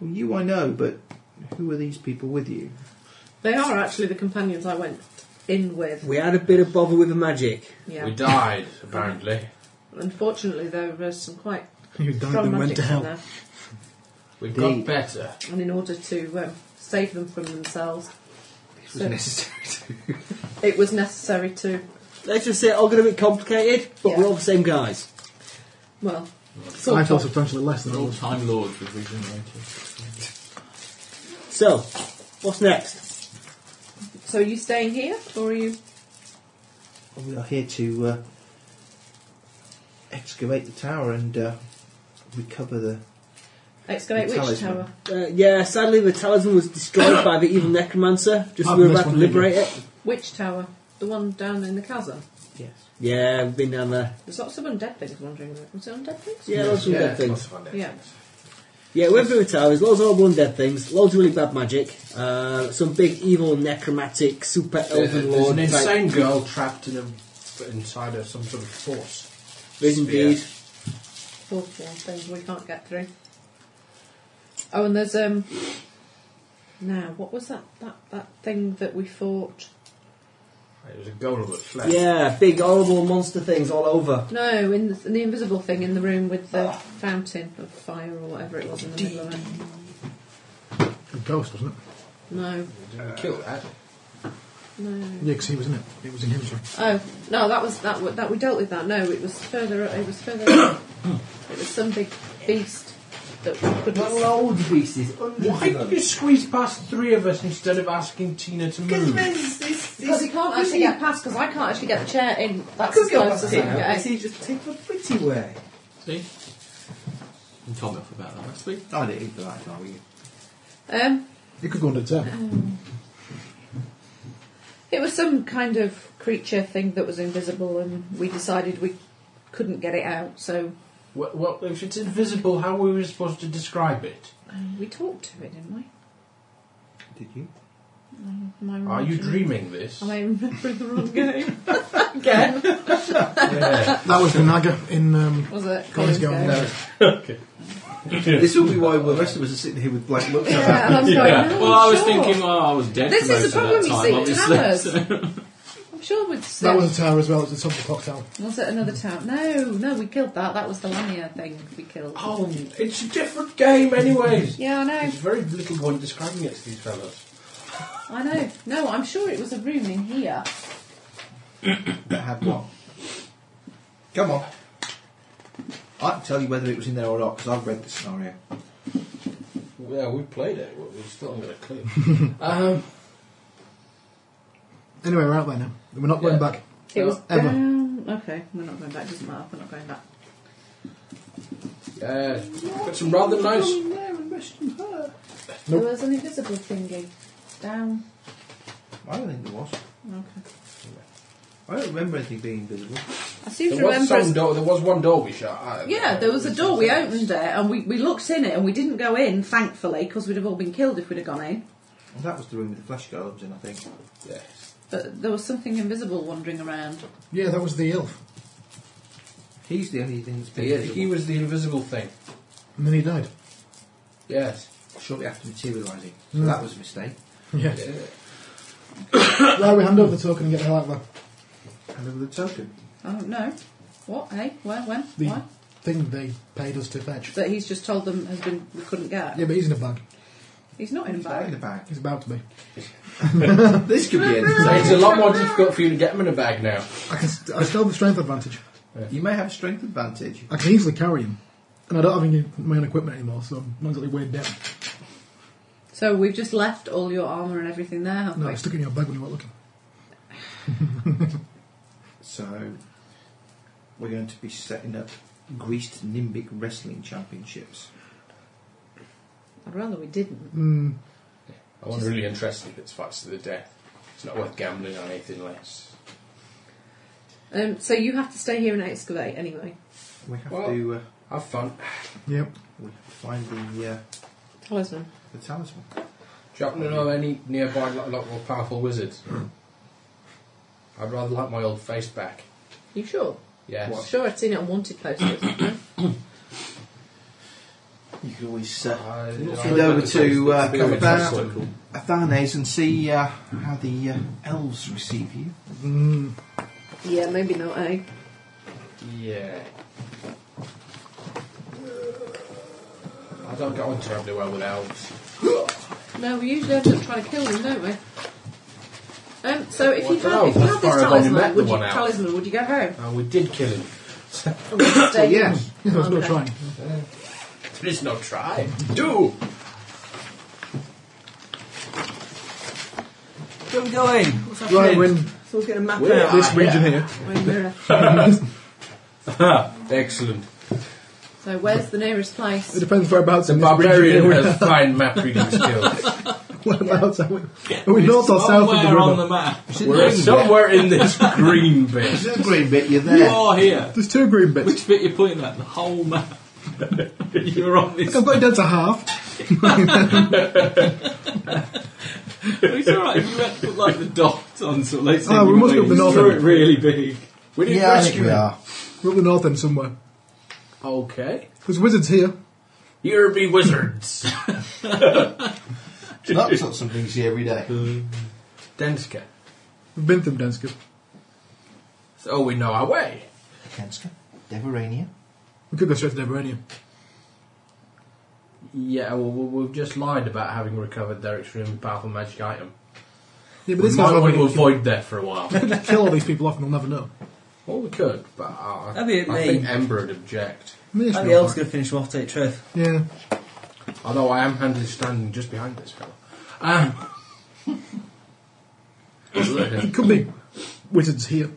Speaker 3: well, you I know, but who are these people with you?
Speaker 5: They are actually the companions I went in with.
Speaker 8: We had a bit of bother with the magic.
Speaker 5: Yeah.
Speaker 6: We died, apparently.
Speaker 5: Unfortunately, there was some quite
Speaker 7: You died
Speaker 5: strong
Speaker 7: and went
Speaker 5: magic
Speaker 7: to
Speaker 5: in
Speaker 7: hell.
Speaker 5: there,
Speaker 6: We got
Speaker 3: Indeed.
Speaker 6: better.
Speaker 5: and in order to um, save them from themselves,
Speaker 3: It was
Speaker 5: So-
Speaker 3: necessary to
Speaker 5: (laughs) it was necessary to
Speaker 8: Let's just say it all got a bit complicated, but
Speaker 5: Yeah.
Speaker 8: we're all the same guys.
Speaker 5: well.
Speaker 7: I
Speaker 5: Sort
Speaker 7: felt
Speaker 5: of.
Speaker 7: substantially less than
Speaker 6: They're all
Speaker 7: elves.
Speaker 6: time lords with regenerated.
Speaker 8: So, what's next?
Speaker 5: So, are you staying here, or are you?
Speaker 3: We are here to uh, excavate the tower and uh, recover the.
Speaker 5: Excavate
Speaker 3: The
Speaker 5: which
Speaker 3: talisman.
Speaker 5: tower?
Speaker 8: Uh, yeah, sadly the talisman was destroyed by the evil necromancer just as we
Speaker 7: I've
Speaker 8: were
Speaker 7: missed
Speaker 8: about to
Speaker 7: one, haven't you?
Speaker 8: liberate it.
Speaker 5: Which tower? The one down in the chasm.
Speaker 3: Yes.
Speaker 8: Yeah, we've been down there.
Speaker 5: There's lots of undead things wandering about. Was it undead things?
Speaker 8: Yeah, lots of
Speaker 3: Yeah.
Speaker 8: dead things.
Speaker 4: Lots of undead
Speaker 5: Yeah.
Speaker 4: things.
Speaker 8: Yeah, we went through the towers, loads of horrible undead things, loads of really bad magic, uh, some big evil necromantic super
Speaker 4: There's,
Speaker 8: elven
Speaker 4: there's
Speaker 8: lord
Speaker 4: an
Speaker 8: type.
Speaker 4: insane girl trapped in a, inside of some sort of force.
Speaker 8: There's indeed.
Speaker 5: Awful things we can't get through. Oh, and there's um. Now, what was that? That that thing that we fought?
Speaker 4: It was a golem that fled.
Speaker 8: Yeah, big horrible monster things all over.
Speaker 5: No, in the, in the invisible thing in the room with the fountain of fire or whatever it was in the middle of it.
Speaker 7: A ghost, wasn't it?
Speaker 5: No,
Speaker 4: Didn't we kill that.
Speaker 5: no.
Speaker 7: Yeah, because he was in it. It was in him, sorry.
Speaker 5: Oh no, that was that. wa- That
Speaker 7: (coughs)
Speaker 5: we dealt with that. No, it was further. It was further. it was some big beast. that we could
Speaker 8: Not loads of pieces.
Speaker 4: Why did you squeeze past three of us instead of asking Tina to move?
Speaker 5: Because he can't actually get past because I can't actually get the chair in. That's
Speaker 2: Could
Speaker 5: as
Speaker 2: go
Speaker 5: close
Speaker 2: past
Speaker 5: as I can
Speaker 2: there,
Speaker 5: get.
Speaker 2: but he just takes the pretty way.
Speaker 18: See? You told me off about that last week.
Speaker 3: I didn't eat that, are you?
Speaker 5: Um,
Speaker 7: You could go under ten.
Speaker 5: it was some kind of creature thing that was invisible, and we decided we couldn't get it out, so
Speaker 4: Well, well, if it's invisible, how were we supposed to describe it?
Speaker 5: uh, we talked to it, didn't we?
Speaker 3: Did you?
Speaker 5: Um, am I
Speaker 4: Are you
Speaker 5: remembering-
Speaker 4: dreaming this?
Speaker 5: Am I (laughs) remembering the wrong game? (laughs) Again,
Speaker 4: Yeah.
Speaker 7: That was the Naga in um,
Speaker 5: was it?
Speaker 7: Collins Go.
Speaker 5: Collins Go.
Speaker 4: okay.
Speaker 3: This will be why the rest of us are sitting here with blank looks.
Speaker 5: Yeah, and I was going,
Speaker 18: Yeah.
Speaker 5: "No,
Speaker 18: Well, I was
Speaker 5: sure."
Speaker 18: thinking, oh, I was dead
Speaker 5: This
Speaker 18: for
Speaker 5: is
Speaker 18: most
Speaker 5: the
Speaker 18: of that time,
Speaker 5: problem, you see,
Speaker 18: obviously.
Speaker 5: towers.
Speaker 18: so- (laughs)
Speaker 5: I'm sure we'd said.
Speaker 7: That was a tower as well. It's a top of the clock tower.
Speaker 5: Was it another town? No, no, we killed that. That was the Lania thing we killed.
Speaker 4: Oh, it's a different game, anyways.
Speaker 5: Yeah, I know.
Speaker 4: There's very little point describing it to these fellas.
Speaker 5: I know. No, I'm sure it was a room in here.
Speaker 3: That had what? Come on. I can tell you whether it was in there or not because I've read the scenario.
Speaker 4: Yeah, we played it. but We still haven't got a clue. um,
Speaker 7: Anyway, we're out there now. We're not going
Speaker 4: Yeah.
Speaker 7: back.
Speaker 4: Uh,
Speaker 5: It was
Speaker 7: Ever.
Speaker 5: down. Okay, we're not going back. Doesn't matter. We're not going back.
Speaker 4: (laughs) yeah, got some rather nice.
Speaker 5: There was an invisible thingy. Down.
Speaker 3: I don't think there was.
Speaker 5: Okay.
Speaker 3: I don't remember anything being invisible.
Speaker 5: I seem
Speaker 4: There
Speaker 5: to
Speaker 4: was
Speaker 5: remember.
Speaker 4: some
Speaker 5: us-
Speaker 4: door. There was one door we shut. I-
Speaker 5: Yeah, there was a door. We opened it and we, we looked in it and we didn't go in, thankfully, because we'd have all been killed if we'd have gone in.
Speaker 3: And that was the room with the flash gardens in, I think.
Speaker 4: Yes.
Speaker 5: But there was something invisible wandering around.
Speaker 7: Yeah, that was the elf.
Speaker 3: He's the only thing that's been
Speaker 4: Yeah,
Speaker 3: invisible.
Speaker 4: he was the invisible thing.
Speaker 7: And then he died.
Speaker 4: Yes.
Speaker 3: shortly after materialising. So that was a mistake.
Speaker 7: Yeah.
Speaker 4: Yeah.
Speaker 7: (coughs) Larry, hand over the token and get the hell out of there.
Speaker 3: And there was a token.
Speaker 5: I don't know. What? Hey? Where? When?
Speaker 7: The
Speaker 5: Why?
Speaker 7: thing they paid us to fetch.
Speaker 5: That he's just told them has been we couldn't get.
Speaker 7: Yeah, but he's in a bag.
Speaker 5: He's not in a
Speaker 3: He's not in
Speaker 5: bag.
Speaker 3: the bag.
Speaker 7: He's about to be.
Speaker 3: this could be
Speaker 4: So
Speaker 3: anything.
Speaker 4: it's a lot more difficult for you to get them in a bag now.
Speaker 7: I can. St- I still have the strength advantage.
Speaker 3: You may have a strength advantage.
Speaker 7: I can easily carry him, and I don't have any my own equipment anymore, so I'm not exactly weighed down.
Speaker 5: So we've just left all your armour and everything there, haven't
Speaker 7: No,
Speaker 5: we?
Speaker 7: I stuck it in your bag when you weren't looking.
Speaker 3: So we're going to be setting up greased Nimbic Wrestling Championships.
Speaker 5: I'd rather we didn't.
Speaker 7: Mm,
Speaker 4: I was really interested if it's fights to the death. It's not worth gambling on anything less.
Speaker 5: Um, so you have to stay here and excavate anyway.
Speaker 3: We have
Speaker 4: Well-
Speaker 3: to uh,
Speaker 4: Have fun.
Speaker 7: yep.
Speaker 3: we have to find the uh,
Speaker 5: Talisman.
Speaker 3: the talisman.
Speaker 4: Do you Hmm. happen to know any nearby lot, lot more powerful wizards? I'd rather like my old face back.
Speaker 5: You sure?
Speaker 4: Yes.
Speaker 3: What?
Speaker 5: Sure, I'd seen it on wanted
Speaker 7: (coughs)
Speaker 5: posters. no?
Speaker 3: You can always uh,
Speaker 4: I-
Speaker 3: head over to uh,
Speaker 4: Become a
Speaker 3: Kabar-
Speaker 4: testicle.
Speaker 3: Athanes and see uh, how the uh, elves receive you.
Speaker 7: Mm,
Speaker 5: Yeah, maybe not, eh?
Speaker 4: Yeah. I don't get on terribly well with elves.
Speaker 5: No, we usually end up trying to kill them, don't we? Um, so if you
Speaker 4: Well,
Speaker 5: had, if you
Speaker 4: that's
Speaker 5: had this
Speaker 4: far as I met
Speaker 5: talisman,
Speaker 4: the
Speaker 5: would you,
Speaker 4: one out.
Speaker 5: talisman, would you go home?
Speaker 4: And we did kill him.
Speaker 5: Or would you stay here?
Speaker 3: yes.
Speaker 7: yeah, there's no
Speaker 5: Okay.
Speaker 7: trying.
Speaker 4: There is no try. Do!
Speaker 8: Where are we going? What's happening?
Speaker 7: Right, we're in
Speaker 8: Someone's getting a map
Speaker 4: Where
Speaker 8: out.
Speaker 4: are-
Speaker 7: this region here.
Speaker 5: Or in Mirror.
Speaker 4: Excellent.
Speaker 5: So where's the nearest
Speaker 7: It
Speaker 5: place?
Speaker 7: depends whereabouts
Speaker 4: The
Speaker 7: in this region
Speaker 4: barbarian
Speaker 7: here we
Speaker 4: has
Speaker 7: are.
Speaker 4: fine map reading (laughs) skills.
Speaker 7: (laughs) Whereabouts are we? Are we north or south of the
Speaker 18: Somewhere
Speaker 7: river?
Speaker 18: on the map.
Speaker 4: We're somewhere in this green
Speaker 3: This
Speaker 4: bit.
Speaker 3: is the green bit. You're
Speaker 18: You
Speaker 3: there.
Speaker 18: are here.
Speaker 7: There's two green bits.
Speaker 18: Which bit you're pointing at? The whole map. (laughs) You're on this.
Speaker 7: I've got it down to half.
Speaker 18: It's alright if you had to put like the dots on so let's say
Speaker 7: Oh, we
Speaker 18: you
Speaker 7: must
Speaker 18: were
Speaker 7: be up the
Speaker 18: really-
Speaker 7: north
Speaker 18: drew
Speaker 7: end.
Speaker 18: it really big.
Speaker 4: We didn't
Speaker 3: yeah, I think
Speaker 4: rescue
Speaker 3: we
Speaker 4: him.
Speaker 7: (laughs)
Speaker 3: are.
Speaker 7: We're up the north end somewhere.
Speaker 4: Okay.
Speaker 7: There's wizards here.
Speaker 4: Here be wizards.
Speaker 3: That sort something you see every day.
Speaker 4: (laughs) Denska.
Speaker 7: We've been through Danske.
Speaker 4: So we know our way.
Speaker 3: Kenska, Deverania.
Speaker 7: We could go straight to Deverania.
Speaker 4: Yeah, well, we- we've just lied about having recovered their extremely powerful magic item.
Speaker 7: Yeah, but
Speaker 4: We
Speaker 7: this guy's
Speaker 4: might
Speaker 7: not
Speaker 4: want to
Speaker 7: going to
Speaker 4: avoid that for a
Speaker 3: (laughs)
Speaker 4: while.
Speaker 7: kill all these people off and they'll never know.
Speaker 4: well, we could, but I, I,
Speaker 8: That'd be
Speaker 4: I
Speaker 8: me.
Speaker 4: think Ember would object.
Speaker 7: I mean, it's
Speaker 8: And
Speaker 7: not
Speaker 8: the elf's
Speaker 7: fine.
Speaker 8: going to finish him off, take Trev.
Speaker 7: Yeah.
Speaker 4: Although I am handily standing just behind this fellow. Um,
Speaker 7: It could be wizards here.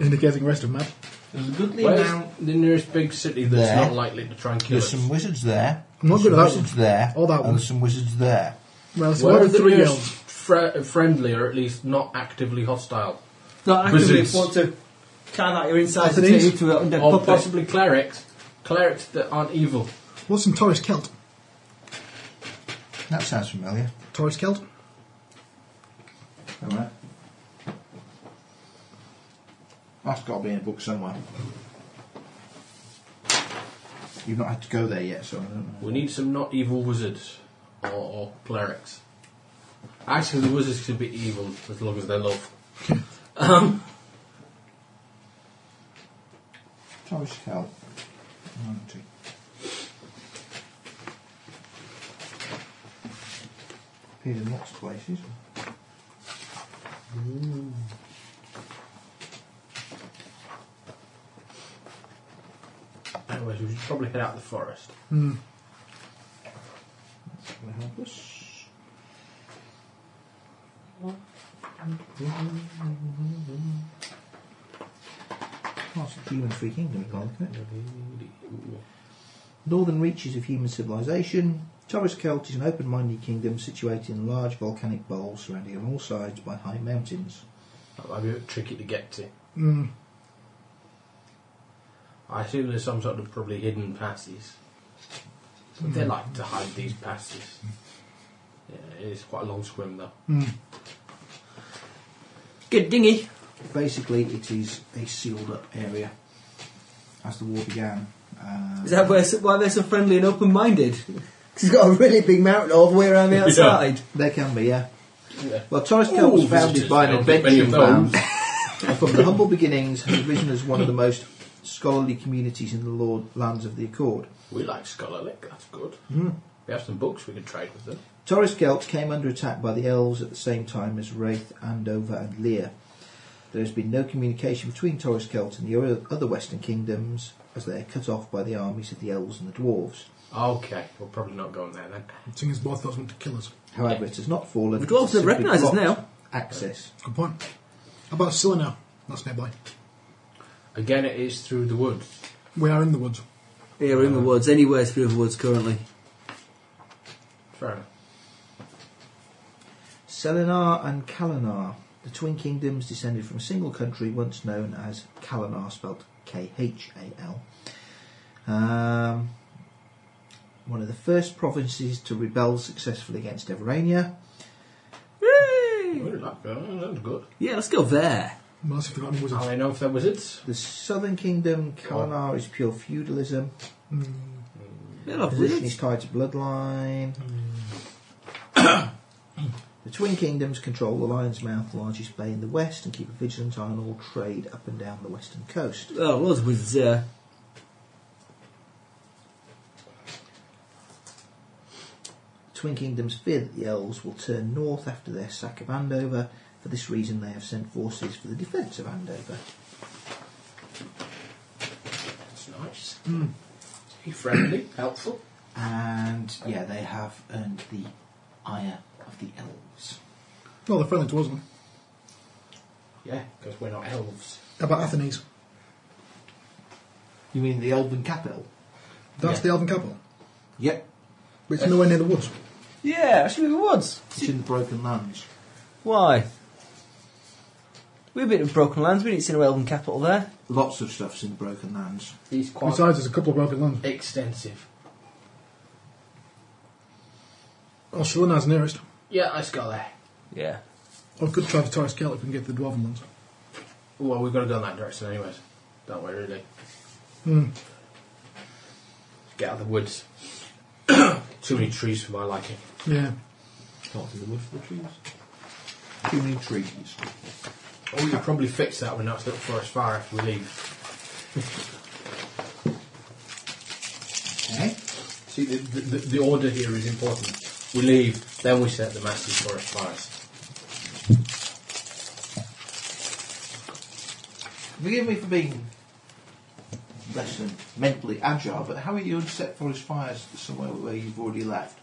Speaker 7: Indicating rest of map.
Speaker 4: There's a good (laughs) Where's the nearest big city that's
Speaker 3: There.
Speaker 4: not likely to try and kill
Speaker 3: There's
Speaker 4: us?
Speaker 3: some wizards there.
Speaker 7: I'm not
Speaker 3: there's
Speaker 7: good
Speaker 3: some
Speaker 7: at that
Speaker 3: wizards there.
Speaker 7: Or that
Speaker 3: and
Speaker 7: one.
Speaker 3: There's some wizards there.
Speaker 7: Well, so
Speaker 4: Where
Speaker 7: what
Speaker 4: are
Speaker 7: are
Speaker 4: the
Speaker 7: three
Speaker 4: nearest
Speaker 7: elves?
Speaker 4: fre- friendly or at least not actively hostile?
Speaker 8: Not actively
Speaker 4: Wizards.
Speaker 8: want to kind out your insides
Speaker 7: That's an
Speaker 8: and take
Speaker 7: easy-
Speaker 8: you to an undead
Speaker 4: Or
Speaker 8: puppet.
Speaker 4: possibly clerics. Clerics that aren't evil.
Speaker 7: What's some Taurus Celt?
Speaker 3: That sounds familiar.
Speaker 7: Taurus Celt?
Speaker 3: All right. That's got to be in a book somewhere. You've not had to go there yet, so I don't know.
Speaker 4: We need some not evil wizards or, or clerics. Actually, the wizards could be evil as long as they're lawful. um,
Speaker 3: Taurus Hell. Ninety. Appeared in lots of places.
Speaker 4: anyways, we should probably head out the forest.
Speaker 7: Hmm.
Speaker 3: That's going to help us. Parts of human free kingdom, you can't look at it. Northern reaches of human civilization, Torres Celt is an open-minded kingdom situated in large volcanic bowls surrounded on all sides by high mountains.
Speaker 4: That might be a bit tricky to get to.
Speaker 7: Mm.
Speaker 4: I assume there's some sort of probably hidden passes. But
Speaker 3: Mm.
Speaker 4: they like to hide these passes. Yeah, it is quite a long swim though.
Speaker 7: Mm.
Speaker 8: Good dinghy.
Speaker 3: Basically, it is a sealed-up area. As the war began, uh,
Speaker 8: Is that where, (laughs) why they're so friendly and open minded? Because he's got a really big mountain all the way around the outside.
Speaker 3: There can be, yeah.
Speaker 4: Yeah.
Speaker 3: Well, Torres Celt was
Speaker 4: Ooh,
Speaker 3: founded
Speaker 4: visitors.
Speaker 3: by an
Speaker 4: Don't get many
Speaker 3: adventuring band,
Speaker 4: of those.
Speaker 3: and from the humble beginnings has risen as one of the most scholarly communities in the Lord lands of the Accord.
Speaker 4: We like Skolalik, that's good.
Speaker 3: Mm.
Speaker 4: We have some books we can trade with them.
Speaker 3: Torres Celt came under attack by the elves at the same time as Wraith, Andover, and Lear. There has been no communication between Torres Celt and the o- other Western kingdoms, as they are cut off by the armies of the elves and the dwarves.
Speaker 4: Okay, we're probably not going there then.
Speaker 7: The thing is, both those want to kill us.
Speaker 3: However, it has not fallen.
Speaker 8: The dwarves
Speaker 3: It has
Speaker 8: don't recognise us
Speaker 3: simply
Speaker 8: now.
Speaker 3: blocked Access.
Speaker 7: Good point. How about Silena? That's nearby.
Speaker 4: Again, it is through the woods.
Speaker 7: We are in the woods.
Speaker 8: Yeah, we're in the woods. Anywhere through the woods currently.
Speaker 4: Fair enough.
Speaker 3: Selenar and Kalanar, the twin kingdoms descended from a single country once known as Kalanar, spelt K H A L. Um, one of the first provinces to rebel successfully against Everania.
Speaker 4: We like that, that's good.
Speaker 8: Yeah, let's go there.
Speaker 7: Unless if you've got any wizards.
Speaker 4: How do I know if they're wizards?
Speaker 3: The southern kingdom, Kalanar, is pure feudalism.
Speaker 7: Hmm.
Speaker 8: Yeah, love
Speaker 3: Position
Speaker 8: wizards.
Speaker 3: is tied to bloodline. the Twin Kingdoms control the Lion's Mouth, the largest bay in the west, and keep a vigilant eye on all trade up and down the western coast.
Speaker 8: Oh, loads of wizards there.
Speaker 3: Twin Kingdoms fear that the elves will turn north after their sack of Andover. For this reason, they have sent forces for the defence of Andover.
Speaker 4: That's nice. He friendly, helpful.
Speaker 3: And yeah, they have earned the ire of the elves.
Speaker 7: Well, they're friendly towards them.
Speaker 4: Yeah, because we're not elves.
Speaker 7: How about Athens?
Speaker 3: You mean the elven capital?
Speaker 7: That's the elven capital.
Speaker 3: Yep.
Speaker 7: But it's nowhere near the woods.
Speaker 8: Yeah, let's go in the woods.
Speaker 3: It's in the Broken Lands.
Speaker 8: Why? We're a bit of broken lands. We didn't see no elven capital there.
Speaker 3: Lots of stuff's in the Broken Lands.
Speaker 4: He's quite
Speaker 7: Besides, there's a couple of broken lands.
Speaker 4: extensive.
Speaker 7: Or Selena's nearest.
Speaker 4: Yeah, let's go there.
Speaker 8: Yeah.
Speaker 7: Or could try the Taurus Celt if we can get to the Dwarven lands.
Speaker 4: Well, we've got to go in that direction, anyways. That way, really.
Speaker 7: Hmm.
Speaker 4: Get out of the woods. (coughs) Too many trees for my liking.
Speaker 7: Yeah.
Speaker 18: Can't see the wood for the trees.
Speaker 3: Too many trees.
Speaker 4: Oh, we could probably fix that when that's look for us far after we leave.
Speaker 3: Okay.
Speaker 4: See, the, the, the- the order here is important. We leave, then we set the massive forest fires.
Speaker 3: Forgive me for being less than mentally agile, but how are you going to set forest fires somewhere where you've already left?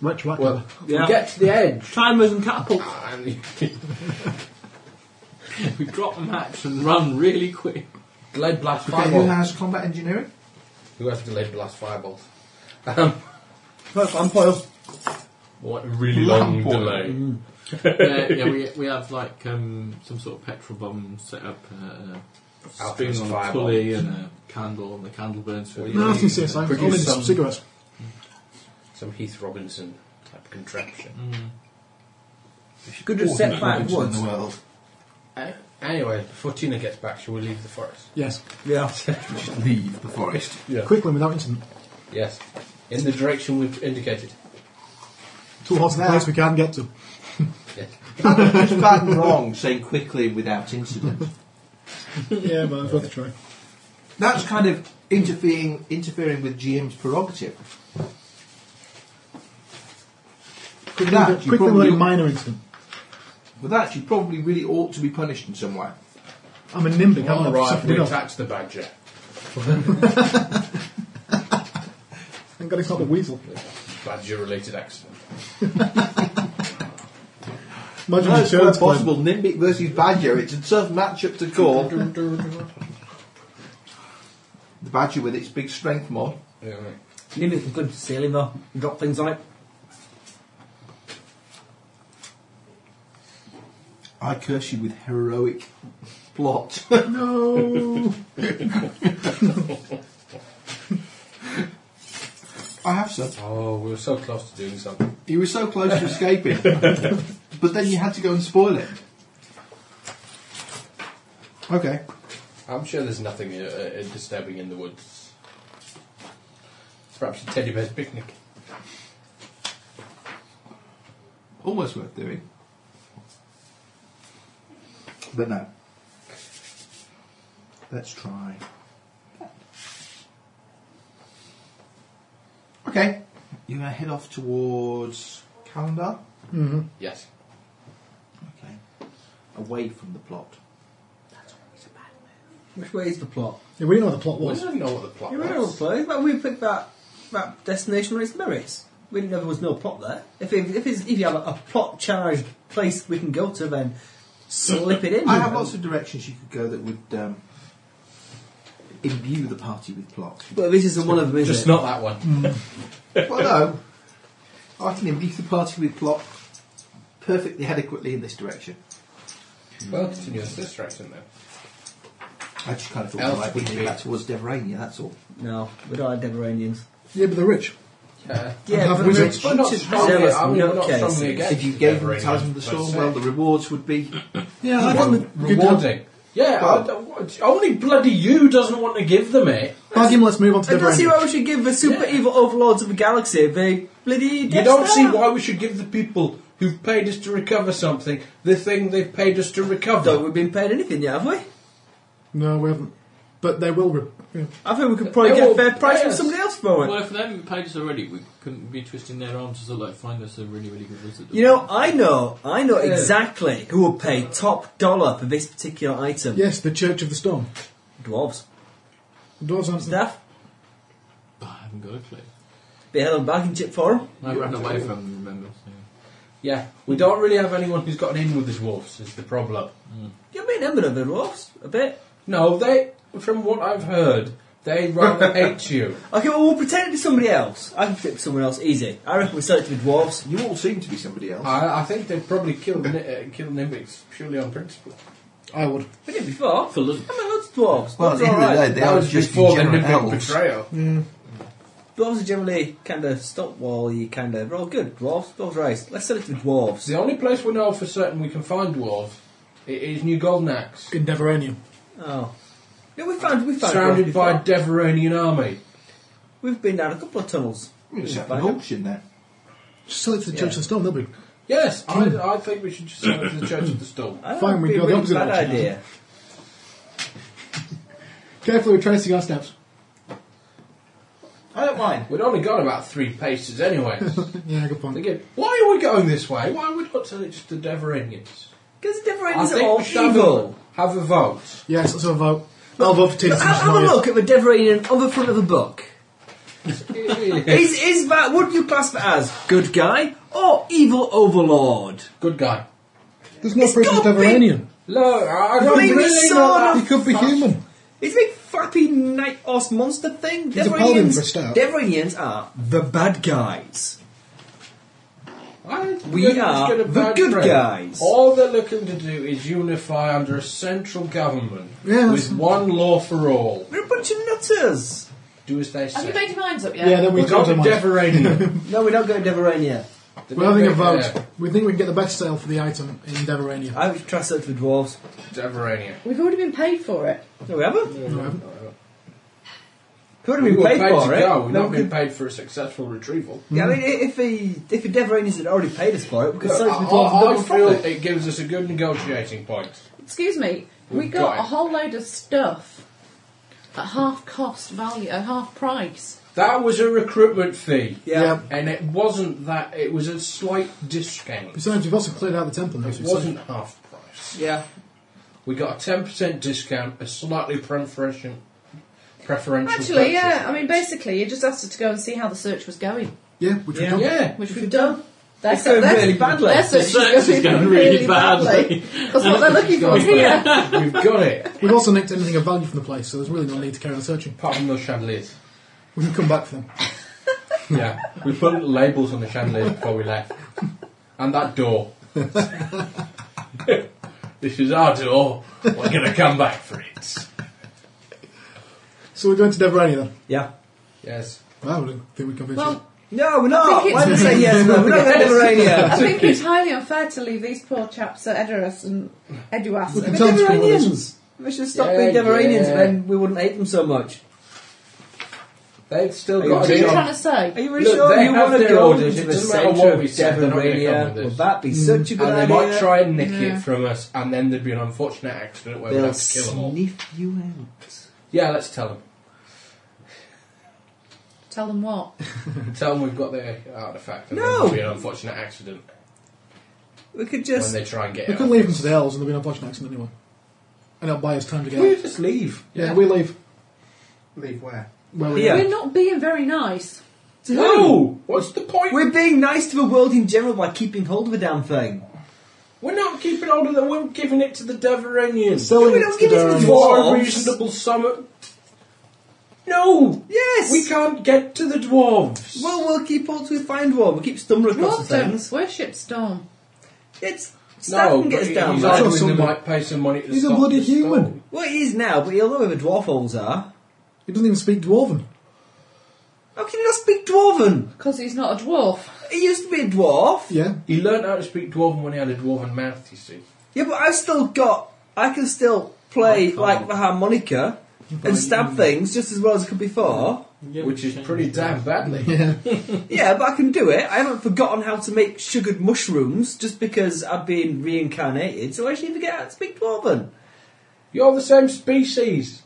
Speaker 7: Much what?
Speaker 3: Well,
Speaker 8: Yeah.
Speaker 9: Get to the edge.
Speaker 8: Timers and
Speaker 18: (laughs)
Speaker 8: catapult.
Speaker 18: we drop the match and run really quick.
Speaker 4: Delayed blast
Speaker 3: Okay, who
Speaker 4: firebolt.
Speaker 3: has combat engineering?
Speaker 4: Who has delayed blast firebolt? Um,
Speaker 3: Vampire.
Speaker 18: What a really long
Speaker 4: Lamp oil.
Speaker 18: delay. (laughs) yeah, Mm. yeah, we, we have like um, some sort of petrol bomb set up, uh, a string
Speaker 4: Alchemist
Speaker 18: on a
Speaker 4: fireball.
Speaker 18: pulley and a candle, and the candle burns for
Speaker 7: No, I was going to say it's like
Speaker 4: Produce
Speaker 7: all these
Speaker 4: some-
Speaker 7: cigarettes.
Speaker 4: some Heath Robinson type contraption.
Speaker 8: Could just set fire to woods.
Speaker 3: in the world.
Speaker 4: A- Anyway, before Tina gets back, shall we leave the forest?
Speaker 7: Yes.
Speaker 8: Yeah.
Speaker 3: Leave the (laughs) forest.
Speaker 4: Yeah.
Speaker 7: Quickly and without incident.
Speaker 4: Yes. In the direction we've indicated.
Speaker 7: Towards the place we can't get to.
Speaker 4: Yes.
Speaker 3: It's bad and wrong saying quickly without incident.
Speaker 7: yeah, but it's worth a try.
Speaker 3: That's kind of interfering interfering with GM's prerogative. With that, you
Speaker 7: Quickly without
Speaker 3: probably,
Speaker 7: a minor incident.
Speaker 3: with that, you probably really ought to be punished in some way.
Speaker 7: I'm a nimbic,
Speaker 4: All
Speaker 7: haven't I?
Speaker 4: right,
Speaker 7: Something
Speaker 4: we
Speaker 7: else.
Speaker 4: attach the badger.
Speaker 7: Thank God it's not the weasel.
Speaker 4: Badger related accident.
Speaker 7: Imagine
Speaker 3: No,
Speaker 7: the
Speaker 3: it's where
Speaker 7: insurance claim.
Speaker 3: possible. Nimbic versus Badger. It's a tough matchup to call. the
Speaker 4: (laughs)
Speaker 3: Badger with its big strength mod.
Speaker 4: Yeah, right.
Speaker 8: Nimitz is good for sailing though. Drop things on it.
Speaker 3: I curse you with heroic (laughs) plot.
Speaker 7: No!
Speaker 3: (laughs) I have some.
Speaker 4: Oh, we were so close to doing something.
Speaker 3: You were so close to escaping, but then you had to go and spoil it. Okay.
Speaker 4: I'm sure there's nothing uh, uh, disturbing in the woods. It's perhaps a teddy bear's picnic.
Speaker 3: Almost worth doing. But no. Let's try. Okay. You're going to head off towards Calendar.
Speaker 7: hmm
Speaker 4: Yes.
Speaker 3: Okay. Away from the plot.
Speaker 8: Which way is the plot?
Speaker 7: Yeah, we didn't know what the plot
Speaker 4: We
Speaker 7: was.
Speaker 4: don't know what the plot
Speaker 8: You
Speaker 4: was.
Speaker 8: remember the plot? But we picked that that destination on its merits. We didn't know there was no plot there. If if if, it's, if you have a, a plot charged place we can go to, then slip it in.
Speaker 3: I have lots of directions you could go that would um, imbue the party with plot.
Speaker 8: But this isn't one of them, is
Speaker 4: Just
Speaker 8: it?
Speaker 4: not that one.
Speaker 3: well, no. I can imbue the party with plot perfectly adequately in this direction.
Speaker 4: well, continue in this direction then.
Speaker 3: I just kind of thought
Speaker 4: Elf
Speaker 3: I might be
Speaker 4: would
Speaker 3: heading
Speaker 4: be-
Speaker 3: back towards Deverania, that's all.
Speaker 8: No, we don't like Deveranians.
Speaker 7: Yeah, but they're rich.
Speaker 4: Yeah.
Speaker 8: Yeah,
Speaker 7: have
Speaker 8: but
Speaker 7: wizards.
Speaker 8: rich-
Speaker 4: We're not
Speaker 8: rich-
Speaker 4: strongly,
Speaker 8: zealous
Speaker 4: I mean, we're not
Speaker 8: nutcases.
Speaker 4: strongly against
Speaker 3: If you gave them
Speaker 4: Deveranian,
Speaker 3: Tasman the Storm,
Speaker 4: but-
Speaker 3: well, the rewards would be.
Speaker 7: Yeah, I
Speaker 4: Well,
Speaker 7: thought the good to
Speaker 4: rewarding. Yeah, I don't- what- only bloody you doesn't want to give them it.
Speaker 7: Bargain, let's move on to
Speaker 8: I don't see
Speaker 7: Deborah.
Speaker 8: why we should give the super evil overlords of the galaxy the bloody.
Speaker 4: You don't see why we should give the people who've paid us to recover something the thing they've paid us to
Speaker 8: Don't
Speaker 4: recover.
Speaker 8: we've been paid anything yet, have we?
Speaker 7: No, we haven't. But they will. Re- yeah.
Speaker 8: I think we could probably
Speaker 4: They
Speaker 8: get a
Speaker 4: will
Speaker 8: fair price
Speaker 4: pay
Speaker 8: from
Speaker 4: us.
Speaker 8: somebody else for it.
Speaker 18: Well, if they haven't paid us already, we couldn't be twisting their arms to sort of like find us a really, really good wizard.
Speaker 8: You know, I know, I know exactly who will pay top dollar for this particular item.
Speaker 7: Yes, the Church of the Storm.
Speaker 8: Dwarves.
Speaker 7: The dwarves answer.
Speaker 8: Staff,
Speaker 18: I haven't got a clue.
Speaker 8: be held on bargain chip for them.
Speaker 18: I ran away from them, remember? So.
Speaker 4: Yeah, we don't really have anyone who's got an in with the dwarfs. Is the problem?
Speaker 8: You mean them, but the dwarves? A bit.
Speaker 4: No, they. From what I've heard, they
Speaker 3: (laughs)
Speaker 4: rather hate you.
Speaker 8: Okay, well, we'll pretend it to somebody else. I can flip someone else, easy. I reckon we sell it to the dwarves.
Speaker 3: You all seem to be somebody else.
Speaker 4: I, I think they'd probably kill Ni- uh, kill Nimbics purely on principle.
Speaker 7: I would.
Speaker 8: We did before.
Speaker 18: For lunch.
Speaker 8: I mean, lots of dwarves.
Speaker 3: well, at
Speaker 8: dwarves, are
Speaker 3: the end of the
Speaker 8: alright.
Speaker 3: day, they
Speaker 4: that
Speaker 3: are
Speaker 4: was
Speaker 3: just
Speaker 4: before the
Speaker 3: degenerate
Speaker 4: Nimbic
Speaker 3: elves.
Speaker 4: betrayal.
Speaker 8: dwarves are generally kind of stop wall you kind of. They're all good. Dwarves, dwarves are nice. Let's sell it to the dwarves.
Speaker 4: The only place we know for certain we can find dwarves i- is New Golden Axe,
Speaker 7: In Deveranium.
Speaker 8: Oh. Yeah, we found, we found
Speaker 4: surrounded
Speaker 8: dwarves
Speaker 4: by a
Speaker 8: before.
Speaker 4: Deveranian army.
Speaker 8: We've been down a couple of tunnels.
Speaker 3: We're going to
Speaker 8: We've
Speaker 3: set up
Speaker 8: been
Speaker 3: an
Speaker 8: back.
Speaker 3: auction there.
Speaker 7: Just sell it to the Church of the Storm, they'll be.
Speaker 4: Yes, I, I think we should just send it to the Church of the Storm.
Speaker 8: I think
Speaker 7: Fine,
Speaker 8: it'd
Speaker 7: we
Speaker 8: be a
Speaker 7: go the
Speaker 8: really
Speaker 7: opposite
Speaker 8: bad
Speaker 7: direction.
Speaker 8: idea.
Speaker 7: Carefully, we're tracing our steps.
Speaker 3: I don't mind.
Speaker 4: We'd only gone about three paces anyway.
Speaker 3: (laughs)
Speaker 7: Yeah, good point.
Speaker 4: Again, why are we going this way? Why would we not send it just to Deveranians?
Speaker 8: Because
Speaker 4: I
Speaker 8: Deveranians are
Speaker 4: think
Speaker 8: all
Speaker 4: we should have a-
Speaker 8: evil.
Speaker 3: (laughs)
Speaker 4: Have a vote.
Speaker 7: Yes, let's have a vote. Of opportunities.
Speaker 8: Have, have a look at the Deveranian on the front of the book. is is that would you class that as good guy or evil overlord?
Speaker 4: Good guy.
Speaker 7: There's no proof of
Speaker 8: gotta be-
Speaker 4: (laughs)
Speaker 7: Deveranian.
Speaker 4: No, I
Speaker 8: don't Maybe really know sort that. of.
Speaker 7: He could be human.
Speaker 8: It's a big flappy night horse monster thing.
Speaker 7: He's a paladin
Speaker 8: Deveranians-
Speaker 7: for a start.
Speaker 8: Deveranians are the bad guys.
Speaker 4: I think
Speaker 8: We
Speaker 4: it's
Speaker 8: are
Speaker 4: got a
Speaker 8: the
Speaker 4: bad
Speaker 8: good
Speaker 4: trend.
Speaker 8: guys.
Speaker 4: All they're looking to do is unify under a central government
Speaker 7: Yeah,
Speaker 4: with one law for all.
Speaker 8: They're a bunch of nutters.
Speaker 4: Do as they
Speaker 10: Have you
Speaker 4: say.
Speaker 10: made your minds up yet?
Speaker 7: Yeah, then we
Speaker 4: We're going
Speaker 7: told
Speaker 4: to
Speaker 7: him.
Speaker 8: (laughs)
Speaker 4: Deveranian.
Speaker 8: No, we're not going Deverania.
Speaker 7: We're having a vote. We think we can get the best sale for the item in Deverania.
Speaker 8: I would trust that to the dwarves.
Speaker 4: Deveranian.
Speaker 5: We've already been paid for it.
Speaker 8: No, we haven't.
Speaker 7: No, I haven't.
Speaker 8: Could have
Speaker 4: We
Speaker 8: been
Speaker 4: were
Speaker 8: paid,
Speaker 4: paid
Speaker 8: for
Speaker 4: to
Speaker 8: it.
Speaker 4: go. We've
Speaker 8: No,
Speaker 4: not
Speaker 8: we
Speaker 4: been paid for a successful retrieval.
Speaker 8: Yeah, I mean, i- if he, if the Deveranians had already paid us for it, we could
Speaker 4: Look,
Speaker 8: sell it
Speaker 4: I,
Speaker 8: to the
Speaker 4: I- I
Speaker 8: dwarves. and
Speaker 4: feel
Speaker 8: double profit.
Speaker 4: it gives us a good negotiating point.
Speaker 10: Excuse me, we
Speaker 4: We've
Speaker 10: got
Speaker 4: got
Speaker 10: a
Speaker 4: it.
Speaker 10: whole load of stuff at half cost value, at half price.
Speaker 4: That was a recruitment fee.
Speaker 8: Yeah.
Speaker 7: Yeah.
Speaker 4: And it wasn't that, it was a slight discount.
Speaker 7: Besides, we've also cleared out the temple now.
Speaker 4: It
Speaker 7: so we said-
Speaker 4: wasn't half price.
Speaker 8: Yeah.
Speaker 4: We got a 10% discount, a slightly preferential. preferential
Speaker 10: Actually,
Speaker 4: purchase
Speaker 10: yeah, I mean,
Speaker 4: rate.
Speaker 10: basically, you just asked us to go and see how the search was going,
Speaker 7: Yeah, which we
Speaker 8: Yeah.
Speaker 7: don't.
Speaker 5: (laughs)
Speaker 4: Yeah.
Speaker 10: which we've done. That's
Speaker 8: It's going really badly.
Speaker 10: Their search, is going, really, badly. Because what they're looking for is here.
Speaker 4: We've got it.
Speaker 7: We've also nicked anything of value from the place, so there's really no need to carry on searching.
Speaker 4: Apart from those chandeliers.
Speaker 7: We can come back for them.
Speaker 4: Yeah. We put labels on the chandeliers before we left. And that door. (laughs) this is our door. We're going to come back for it.
Speaker 7: So we're going to Deverania then.
Speaker 8: Yeah.
Speaker 4: Yes.
Speaker 7: Wow, I don't think we convinced you.
Speaker 10: Well,
Speaker 8: No, we're not.
Speaker 10: think
Speaker 8: Why did I
Speaker 10: it's-
Speaker 8: say (laughs) yes? No, we're not going
Speaker 10: I
Speaker 8: Deverania.
Speaker 10: think it's highly unfair to leave these poor chaps at Edoras and Eduas.
Speaker 7: Look
Speaker 10: and-
Speaker 7: at
Speaker 8: We're
Speaker 7: Sounds cool,
Speaker 8: Deveranians. We should stop
Speaker 4: Yeah,
Speaker 8: being Deveranians,
Speaker 4: yeah.
Speaker 8: then we wouldn't hate them so much.
Speaker 4: They've still
Speaker 8: Are you
Speaker 4: got
Speaker 10: What are
Speaker 4: a
Speaker 10: you
Speaker 8: serious?
Speaker 4: job.
Speaker 10: trying to
Speaker 8: Are
Speaker 10: say?
Speaker 8: you really
Speaker 4: Look,
Speaker 8: sure
Speaker 4: they
Speaker 8: you
Speaker 4: have
Speaker 8: want to
Speaker 4: their
Speaker 8: go
Speaker 4: orders.
Speaker 8: to
Speaker 4: It
Speaker 8: the
Speaker 4: doesn't matter
Speaker 8: centre
Speaker 4: what we
Speaker 8: of
Speaker 4: said, they're not gonna
Speaker 8: Deverania?
Speaker 4: come with
Speaker 8: Would
Speaker 4: us.
Speaker 8: that be such a good
Speaker 4: Mm. And they
Speaker 8: idea?
Speaker 4: might try and nick
Speaker 10: Yeah.
Speaker 4: it from us, and then there'd be an unfortunate accident where we'd
Speaker 8: They'll
Speaker 4: have to kill them all.
Speaker 8: sniff you out.
Speaker 4: Yeah, let's tell them.
Speaker 10: Tell them what?
Speaker 4: (laughs) Tell them we've got the artifact, and
Speaker 8: No.
Speaker 4: then there'll be an unfortunate accident
Speaker 8: We could
Speaker 4: when
Speaker 8: just.
Speaker 4: they try and get
Speaker 7: We
Speaker 4: it.
Speaker 7: can leave them to the elves and there'll be no unfortunate accident anyway. And it'll buy us time to get
Speaker 4: We
Speaker 7: out.
Speaker 4: just leave.
Speaker 7: Yeah, we leave.
Speaker 4: Leave where?
Speaker 7: Where we
Speaker 8: Yeah.
Speaker 7: are.
Speaker 10: We're not being very nice.
Speaker 8: To who?
Speaker 4: No! What's the point? We're,
Speaker 8: We're being nice to the world in general by keeping hold of the damn thing.
Speaker 4: not keeping hold of it. We're giving it to the Deveranians.
Speaker 7: Selling
Speaker 8: we
Speaker 7: it
Speaker 8: don't
Speaker 7: to
Speaker 8: give it to
Speaker 7: Darren.
Speaker 8: the
Speaker 4: For a
Speaker 8: Dwarves.
Speaker 4: reasonable sum. No!
Speaker 8: Yes!
Speaker 4: We can't get to the dwarves.
Speaker 8: Well, we'll keep on till we find one. We'll keep stumbling across
Speaker 10: Dwarves
Speaker 8: the
Speaker 10: don't
Speaker 5: um,
Speaker 8: things.
Speaker 10: worship storm.
Speaker 8: It's.
Speaker 4: no,
Speaker 8: Staffan
Speaker 4: but
Speaker 8: gets
Speaker 4: he-
Speaker 8: down
Speaker 4: he's
Speaker 8: there.
Speaker 7: on-
Speaker 4: arguing
Speaker 7: Sure,
Speaker 4: they
Speaker 7: somebody-
Speaker 4: might pay some money to
Speaker 7: He's a
Speaker 4: stop
Speaker 7: bloody
Speaker 4: the storm.
Speaker 7: human.
Speaker 8: Well, he is now, but he'll know where the dwarf holes are.
Speaker 7: He doesn't even speak Dwarven.
Speaker 8: How can he not speak dwarven?
Speaker 10: Because he's not a dwarf.
Speaker 8: He used to be a dwarf.
Speaker 7: Yeah.
Speaker 4: He learned how to speak Dwarven when he had a Dwarven mouth, you see.
Speaker 8: Yeah, but I've still got. I can still play like the harmonica and stab things just as well as I could before.
Speaker 4: Which is pretty damn badly.
Speaker 7: Yeah.
Speaker 8: Yeah, but I can do it. I haven't forgotten how to make sugared mushrooms just because I've been reincarnated, so I should even get out to speak dwarven.
Speaker 4: You're the same species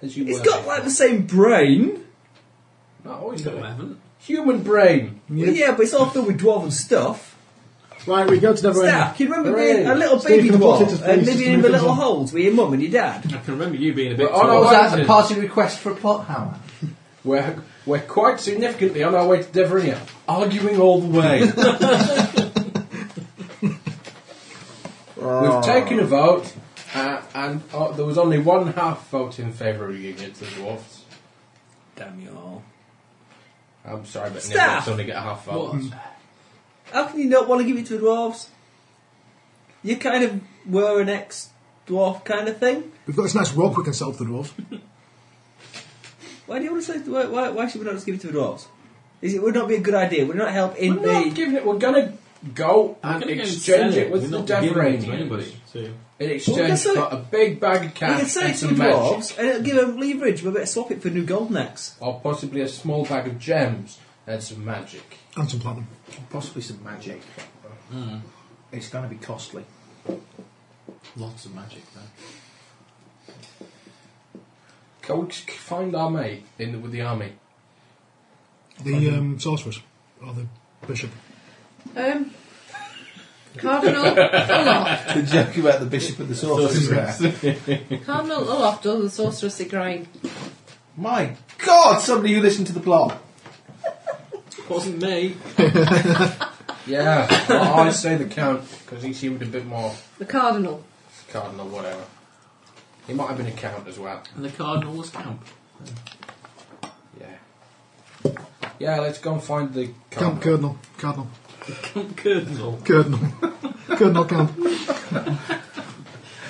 Speaker 4: as you
Speaker 8: He's
Speaker 4: were.
Speaker 8: got like the same brain.
Speaker 4: Not always got
Speaker 18: No, I
Speaker 4: it.
Speaker 18: haven't.
Speaker 4: Human brain.
Speaker 8: Yeah, but it's all filled with dwarven stuff.
Speaker 7: Right, we go to Deverania.
Speaker 8: Staff, you remember
Speaker 4: Hooray.
Speaker 8: being a little
Speaker 7: Steve
Speaker 8: baby
Speaker 7: can watch it
Speaker 8: dwarf
Speaker 7: as
Speaker 8: and
Speaker 7: please,
Speaker 8: living
Speaker 7: just
Speaker 8: in the
Speaker 7: move
Speaker 8: little
Speaker 7: on.
Speaker 8: holes with your mum and your dad?
Speaker 18: I can remember you being a
Speaker 4: We're
Speaker 18: bit.
Speaker 4: on
Speaker 18: tall.
Speaker 4: our
Speaker 3: Was
Speaker 4: way
Speaker 3: that a
Speaker 4: to-
Speaker 3: party request for a pot hammer?
Speaker 4: We're, we're quite significantly on our way to Deverania, arguing all the way. (laughs) We've taken a vote, uh, and uh, there was only one half vote in favour of giving it to the dwarfs.
Speaker 8: Damn you all.
Speaker 4: I'm sorry, but
Speaker 8: Staff.
Speaker 4: Nimrod's only get a half vote.
Speaker 18: What?
Speaker 8: How can you not want to give it to the dwarves? You kind of were an ex dwarf kind of thing.
Speaker 7: We've got this nice rock we can sell to the dwarves.
Speaker 8: Why do you want to say why, why, why should we not just give it to the dwarves? Is it would not be a good idea? Would it not help in
Speaker 4: We're not
Speaker 8: the
Speaker 4: giving it. We're gonna go
Speaker 18: I'm
Speaker 4: and
Speaker 18: gonna go and
Speaker 4: exchange
Speaker 18: sell
Speaker 4: it with
Speaker 18: We're
Speaker 4: the
Speaker 18: not giving it to
Speaker 4: Deveranians.
Speaker 18: anybody. So
Speaker 4: In
Speaker 8: Well,
Speaker 4: exchange
Speaker 8: that's
Speaker 4: for
Speaker 8: like-
Speaker 4: a big bag of
Speaker 8: we can
Speaker 4: cash
Speaker 8: sell
Speaker 4: and
Speaker 8: it to the
Speaker 4: some magic,
Speaker 8: dwarves and it'll give them leverage. We'll better swap it for new gold necks.
Speaker 4: or possibly a small bag of gems and some magic.
Speaker 7: and some platinum.
Speaker 3: Possibly some magic.
Speaker 18: Hmm.
Speaker 3: It's going to be costly.
Speaker 18: lots of magic though.
Speaker 4: Go and c- find our mate in the, with the army.
Speaker 7: The um, sorceress. Or the bishop.
Speaker 10: Um,
Speaker 5: Cardinal Olof.
Speaker 3: (laughs) the joke about the
Speaker 18: (laughs)
Speaker 3: bishop and the sorceress.
Speaker 5: Cardinal Olof does the sorceress Igraine.
Speaker 3: My God! Somebody who listened to the plot.
Speaker 18: Wasn't me.
Speaker 4: Yeah, (laughs) I- I'd say the Count, because he seemed a bit more
Speaker 5: The Cardinal.
Speaker 4: cardinal, whatever. He might have been a Count as well.
Speaker 18: And the cardinal was camp.
Speaker 4: Yeah. Yeah, let's go and find the
Speaker 7: Camp
Speaker 4: Cardinal.
Speaker 7: Cardinal. Cardinal.
Speaker 18: Cardinal.
Speaker 7: Cardinal. Cardinal (laughs) Camp.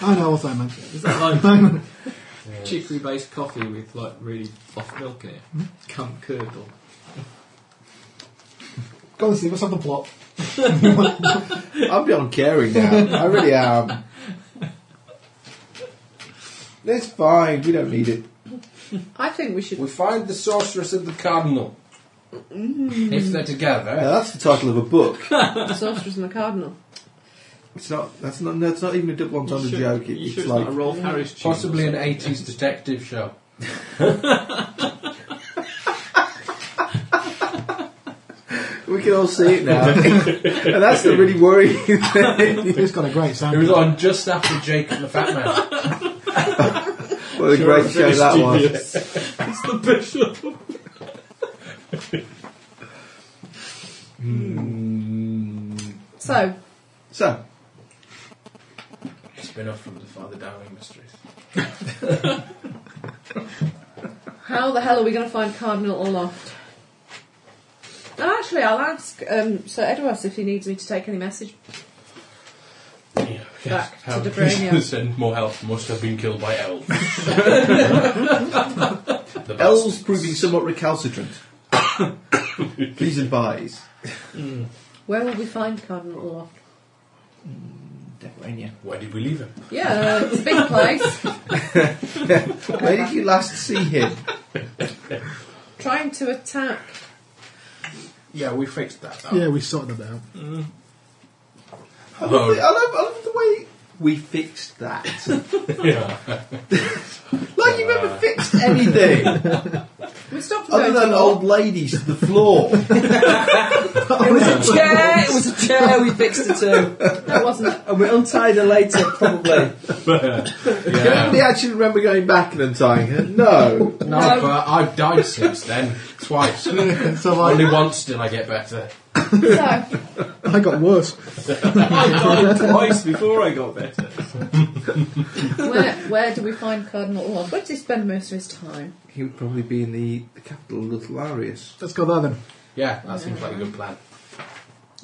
Speaker 7: I know what I meant.
Speaker 18: Is that like (laughs) chicory based coffee with like really soft milk in it? Camp curdle.
Speaker 7: Go and see, what's up the plot?
Speaker 3: I'm beyond caring now. I
Speaker 18: (laughs)
Speaker 3: really am. It's fine. We don't need it.
Speaker 5: I think we should.
Speaker 4: We find the sorceress and the Cardinal. If they're
Speaker 3: Now,
Speaker 4: together.
Speaker 3: that's the title of a book.
Speaker 5: The sorceress and the Cardinal.
Speaker 3: It's not. That's not. That's not even a double entendre
Speaker 18: Sure-
Speaker 3: joke. It,
Speaker 18: you
Speaker 3: it's
Speaker 18: sure it's
Speaker 3: like
Speaker 18: not a Rolf Harris tune or
Speaker 4: Possibly an
Speaker 18: something?
Speaker 4: 80s detective show.
Speaker 3: we can all see it (laughs) now, and that's the really worrying (laughs) thing.
Speaker 7: It's got a great
Speaker 4: It
Speaker 7: sound.
Speaker 4: was on just after Jake and the Fat Man.
Speaker 3: What a great show that was.
Speaker 18: It's the bishop.
Speaker 5: So,
Speaker 3: So,
Speaker 4: Spin off from the Father Dowling mysteries.
Speaker 5: how the hell are we going to find Cardinal Olof? No, actually, I'll ask um, Sir Edward if he needs me to take any message.
Speaker 4: Yeah,
Speaker 5: Back to
Speaker 4: How
Speaker 5: the
Speaker 4: he's (laughs)
Speaker 5: brain,
Speaker 4: gonna
Speaker 5: yeah.
Speaker 4: send more health must have been killed by
Speaker 5: (laughs)
Speaker 4: elves. the
Speaker 3: elves proving somewhat (coughs) recalcitrant. Please advise.
Speaker 5: Where will we find Cardinal Olof?
Speaker 3: Deverania.
Speaker 4: bastards. Where did we leave him?
Speaker 5: Yeah, it's a big place.
Speaker 3: Where did you last see him?
Speaker 5: Trying to attack.
Speaker 4: Yeah, we fixed that. though.
Speaker 7: Yeah, we sorted that out. (laughs)
Speaker 3: I
Speaker 4: Oh,
Speaker 3: love, the, I, love, I love the way we fixed that.
Speaker 4: Yeah.
Speaker 3: Like you've (laughs) never fixed anything
Speaker 5: We stopped
Speaker 3: other
Speaker 5: going to
Speaker 3: than
Speaker 5: the
Speaker 3: old ladies to the (laughs) floor.
Speaker 8: It was a chair. It was a chair. We fixed it too,
Speaker 5: That wasn't it.
Speaker 8: and we untied her later probably.
Speaker 3: Can we actually remember going back and untying her? No.
Speaker 4: No, but I've died since then. Twice.
Speaker 5: (laughs)
Speaker 7: So like,
Speaker 4: Only once did I get better.
Speaker 5: So,
Speaker 7: I got worse.
Speaker 18: I died twice before I got better.
Speaker 5: where, where do we find Cardinal Olof? Where does he spend most of his time?
Speaker 3: He would probably be in the, the capital of Little Arius.
Speaker 7: Let's go there then.
Speaker 4: Yeah, that seems like a good (laughs) plan.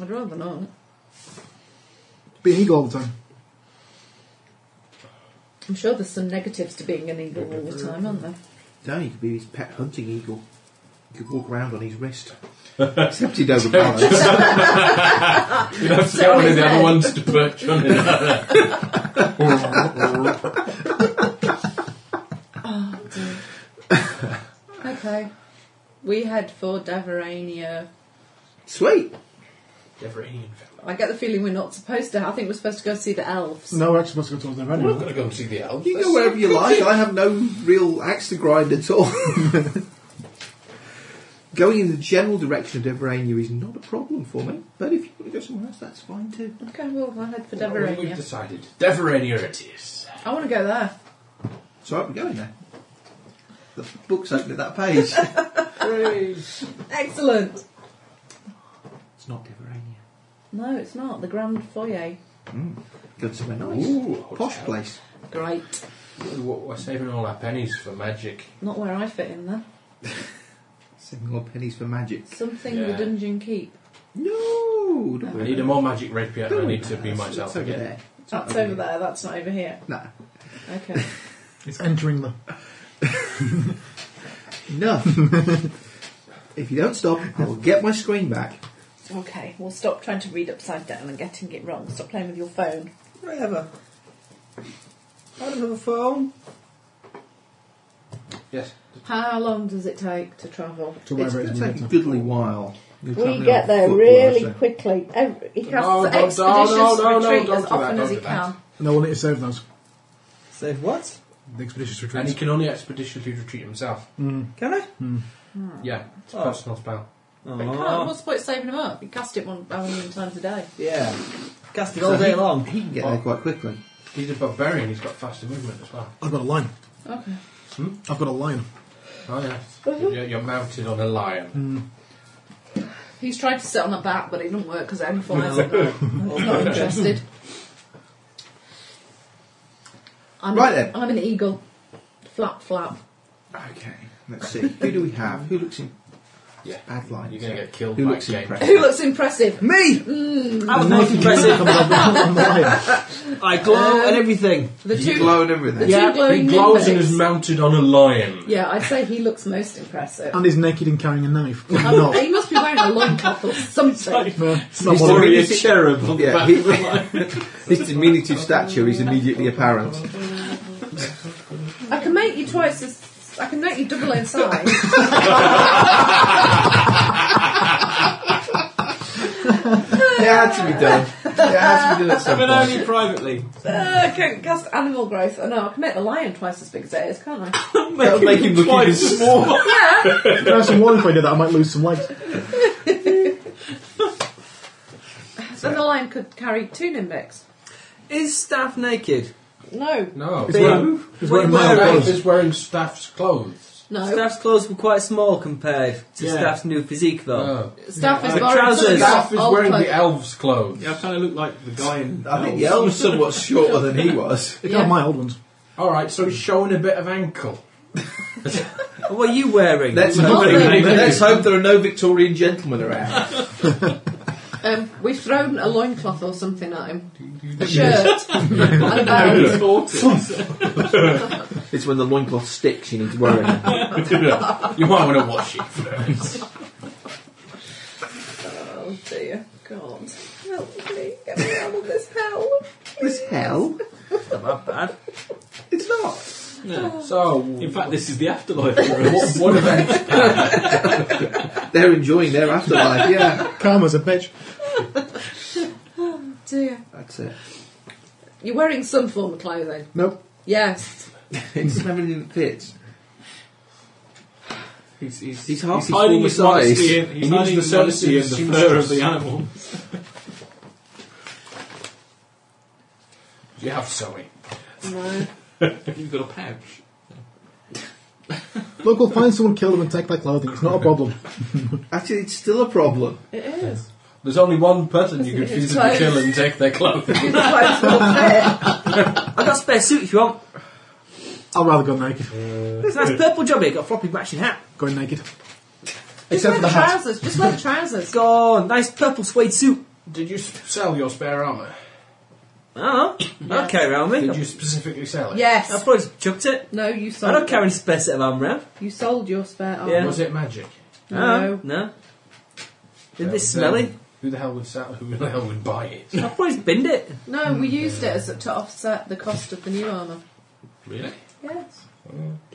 Speaker 5: I'd rather not.
Speaker 7: Be an eagle all the time.
Speaker 5: I'm sure there's some negatives to being an eagle all the time, aren't there?
Speaker 3: No, you could be his pet hunting eagle. You could walk around on his
Speaker 4: (laughs)
Speaker 3: wrist. Except he'd overbalance.
Speaker 4: You'd have to
Speaker 5: So is
Speaker 4: get one of the other
Speaker 5: that.
Speaker 4: ones to perch (laughs) on another.
Speaker 5: Okay. We head for Daverania.
Speaker 3: Sweet.
Speaker 4: Deveranian fella.
Speaker 5: I get the feeling we're not supposed to. I think we're supposed to go see the elves.
Speaker 7: No, we're actually supposed to go towards there
Speaker 4: We're not
Speaker 7: anyway.
Speaker 4: going to go and see the elves.
Speaker 3: You can go
Speaker 4: That's-
Speaker 3: wherever you like. I have no real axe to grind at all. (laughs) Going in the general direction of Deverania is not a problem for me, but if you want to go somewhere else, that's fine too.
Speaker 5: Okay, well, we'll head for
Speaker 4: Well, We've
Speaker 5: Daverania.
Speaker 4: decided. Deverania it is.
Speaker 5: I want to go there.
Speaker 3: So I'm going there. The book's open at that page.
Speaker 4: (laughs) Praise.
Speaker 5: Excellent.
Speaker 3: it's not Deverania.
Speaker 5: No, it's not. The Grand Foyer.
Speaker 3: Go to somewhere nice.
Speaker 4: Ooh, a
Speaker 3: Posh
Speaker 4: hotel.
Speaker 3: place.
Speaker 5: Great.
Speaker 4: We're we're saving all our pennies for magic.
Speaker 5: Not where I fit in there.
Speaker 3: Saving all pennies for magic.
Speaker 5: Something
Speaker 4: Yeah.
Speaker 5: the dungeon keep.
Speaker 3: No! Don't
Speaker 4: I
Speaker 3: worry.
Speaker 4: need a more magic red piano.
Speaker 3: Don't
Speaker 4: I
Speaker 3: worry
Speaker 4: need to
Speaker 3: about
Speaker 4: be
Speaker 3: that.
Speaker 4: myself
Speaker 3: It's over
Speaker 4: again.
Speaker 3: there. It's not
Speaker 5: That's over there. That's not over here.
Speaker 3: No.
Speaker 4: (laughs)
Speaker 5: Okay.
Speaker 7: It's entering the.
Speaker 3: (laughs) No. if you don't stop, I will get my screen back.
Speaker 5: okay. Well, stop trying to read upside down and getting it wrong. Stop playing with your phone.
Speaker 8: Whatever. I don't have a phone.
Speaker 4: Yes.
Speaker 5: How long does it take to travel?
Speaker 7: To
Speaker 3: It's
Speaker 7: wherever
Speaker 3: going
Speaker 7: it's
Speaker 3: to take a
Speaker 7: moving to.
Speaker 3: goodly while. You're
Speaker 5: We
Speaker 3: travelling
Speaker 5: get
Speaker 3: on
Speaker 5: there
Speaker 3: foot,
Speaker 5: really
Speaker 3: Walter.
Speaker 5: quickly. Oh, Every, he has
Speaker 4: No,
Speaker 5: to
Speaker 4: don't- no,
Speaker 5: expeditious
Speaker 4: no, no, no,
Speaker 5: retreat
Speaker 4: don't
Speaker 5: as
Speaker 4: do that,
Speaker 5: often
Speaker 4: don't
Speaker 5: as he
Speaker 4: do that.
Speaker 5: can.
Speaker 7: No, we'll need to save those.
Speaker 8: Save what?
Speaker 7: The expeditious
Speaker 4: And he
Speaker 7: retreats.
Speaker 4: can only expeditionally retreat himself.
Speaker 8: Can I?
Speaker 4: Yeah, it's a
Speaker 8: Oh.
Speaker 4: personal spell.
Speaker 5: But you can't. What's the point of saving them up? You cast it one how many times a day?
Speaker 3: Yeah.
Speaker 8: Cast it
Speaker 3: So
Speaker 8: all day
Speaker 3: he-
Speaker 8: long.
Speaker 3: He can get there quite quickly.
Speaker 4: He's a barbarian, he's got faster movement as well.
Speaker 7: I've got a lion.
Speaker 5: Okay.
Speaker 7: I've got a lion.
Speaker 4: Oh, yes. You're, you're mounted on a lion.
Speaker 8: Mm-hmm.
Speaker 5: He's tried to sit on the back, but it didn't work because it only flies. I'm
Speaker 4: (laughs)
Speaker 5: not interested. I'm
Speaker 3: Right then.
Speaker 5: I'm an eagle. Flap, flap. (laughs)
Speaker 3: Okay. Let's see. Who do we have? Who looks in?
Speaker 4: Yeah.
Speaker 3: Bad line.
Speaker 4: You're going to get killed
Speaker 3: Who
Speaker 4: by
Speaker 3: looks
Speaker 4: a game.
Speaker 3: impressed?
Speaker 5: Who looks impressive?
Speaker 3: Me!
Speaker 5: Mm.
Speaker 8: I was most impressive.
Speaker 7: (laughs)
Speaker 8: I glow and everything.
Speaker 5: The
Speaker 3: You
Speaker 5: two,
Speaker 3: glow and everything.
Speaker 5: the two glowing
Speaker 4: He glows and
Speaker 5: nimbics.
Speaker 4: is mounted on a (laughs) lion.
Speaker 5: Yeah, I'd say he looks most impressive.
Speaker 7: And he's naked and carrying a (laughs) knife. Or
Speaker 5: Um,
Speaker 7: not.
Speaker 5: he must be wearing a loincloth
Speaker 4: (laughs)
Speaker 5: or something.
Speaker 7: No, it's not
Speaker 3: He's
Speaker 7: one of
Speaker 3: already
Speaker 7: them.
Speaker 6: A cherub on the
Speaker 3: (laughs) Yeah,
Speaker 6: back
Speaker 3: he-
Speaker 6: of the line.
Speaker 3: (laughs) His diminutive stature is immediately (laughs) apparent.
Speaker 5: I can make you twice as. I can make you double in size.
Speaker 3: (laughs) It had to be done. It had to be done at some
Speaker 6: But
Speaker 3: point.
Speaker 6: only privately.
Speaker 5: Uh, I can cast animal growth. Oh no, I can make the lion twice as big as it is, can't I?
Speaker 3: That'll make him look even
Speaker 6: Twice
Speaker 3: smaller.
Speaker 6: more.
Speaker 7: If I have some water if I did that, I might lose some legs.
Speaker 5: Then the lion could carry two nimbics.
Speaker 8: Is staff naked?
Speaker 5: No,
Speaker 4: No.
Speaker 8: They-
Speaker 7: He's
Speaker 8: Wait,
Speaker 7: wearing
Speaker 8: wait,
Speaker 7: my
Speaker 8: wait.
Speaker 7: clothes.
Speaker 4: He's wearing staff's clothes.
Speaker 5: no.
Speaker 8: Staff's clothes were quite small compared to
Speaker 6: Yeah.
Speaker 8: staff's new physique, though.
Speaker 4: Oh.
Speaker 5: Staff is
Speaker 8: The
Speaker 5: wearing
Speaker 8: trousers.
Speaker 5: something
Speaker 4: Staff
Speaker 5: off-
Speaker 4: is
Speaker 5: old
Speaker 4: wearing the
Speaker 5: clothes.
Speaker 4: elves' clothes.
Speaker 6: Yeah, I kind of look like the guy in.
Speaker 3: I think the elf was somewhat shorter than he was.
Speaker 7: They got my old ones.
Speaker 4: All right, so he's showing a bit of ankle.
Speaker 8: And What are you wearing?
Speaker 3: Let's hope, let's hope there are no Victorian gentlemen around.
Speaker 5: Um, we've thrown a loincloth or something at him. A shirt. and a belt.
Speaker 3: It's when the loincloth sticks, you need to worry. (laughs)
Speaker 4: You might want to wash it first.
Speaker 5: Oh dear God. Help me. Get me out of this hell.
Speaker 3: This hell?
Speaker 8: Not bad.
Speaker 3: It's not.
Speaker 4: (laughs) So,
Speaker 6: In fact, this is the
Speaker 4: (laughs)
Speaker 6: afterlife for us.
Speaker 4: what event?
Speaker 3: (laughs) They're enjoying their afterlife, yeah.
Speaker 7: Karma's a bitch.
Speaker 5: Dear.
Speaker 3: That's it.
Speaker 5: You're wearing some form of clothing.
Speaker 7: Nope.
Speaker 5: Yes.
Speaker 3: It's just everything that fits.
Speaker 6: He's, he's,
Speaker 3: He's half his
Speaker 6: hiding
Speaker 3: former
Speaker 6: his modesty in,
Speaker 3: size.
Speaker 4: He
Speaker 6: he's
Speaker 4: needs
Speaker 6: hiding
Speaker 4: the
Speaker 6: his modesty in the
Speaker 4: services of
Speaker 6: fur of
Speaker 4: seamstress.
Speaker 6: the
Speaker 3: (laughs)
Speaker 6: animal.
Speaker 4: You have sewing.
Speaker 5: No.
Speaker 6: You've got a pouch.
Speaker 7: Look, we'll find someone, kill them, and take their clothing. It's not a problem.
Speaker 3: Actually, it's still a problem.
Speaker 5: It is.
Speaker 4: There's only one person you could
Speaker 5: It's
Speaker 4: physically
Speaker 5: clothes.
Speaker 4: kill and take
Speaker 8: (laughs)
Speaker 4: their clothes.
Speaker 5: It's quite small fit.
Speaker 8: I've got a spare suit if you want.
Speaker 7: I'd rather go naked.
Speaker 8: It's a nice purple jobby. Got a floppy matching hat.
Speaker 7: Going naked.
Speaker 5: Just
Speaker 7: Except
Speaker 5: wear
Speaker 7: for the
Speaker 5: the
Speaker 7: hat.
Speaker 5: trousers. Just wear the
Speaker 8: (laughs)
Speaker 5: trousers.
Speaker 8: Got a nice purple suede suit.
Speaker 4: Did you s- sell your spare armour?
Speaker 8: I don't know. I don't Oh, carry around
Speaker 4: Did
Speaker 8: me.
Speaker 4: you specifically sell it?
Speaker 8: I
Speaker 5: Yes.
Speaker 8: probably just chucked it.
Speaker 5: No, you
Speaker 8: I
Speaker 5: sold.
Speaker 8: don't carry any spare set of arm around.
Speaker 5: You sold your spare arm.
Speaker 8: Yeah. Uh-huh.
Speaker 4: Was it magic?
Speaker 5: No.
Speaker 8: No. Did
Speaker 4: Yeah,
Speaker 8: this smelly?
Speaker 4: then Who the hell would sell? Who the hell would buy it?
Speaker 8: I probably just binned it.
Speaker 5: No, we used it as to offset the cost of the new armour.
Speaker 6: Really?
Speaker 5: Yes.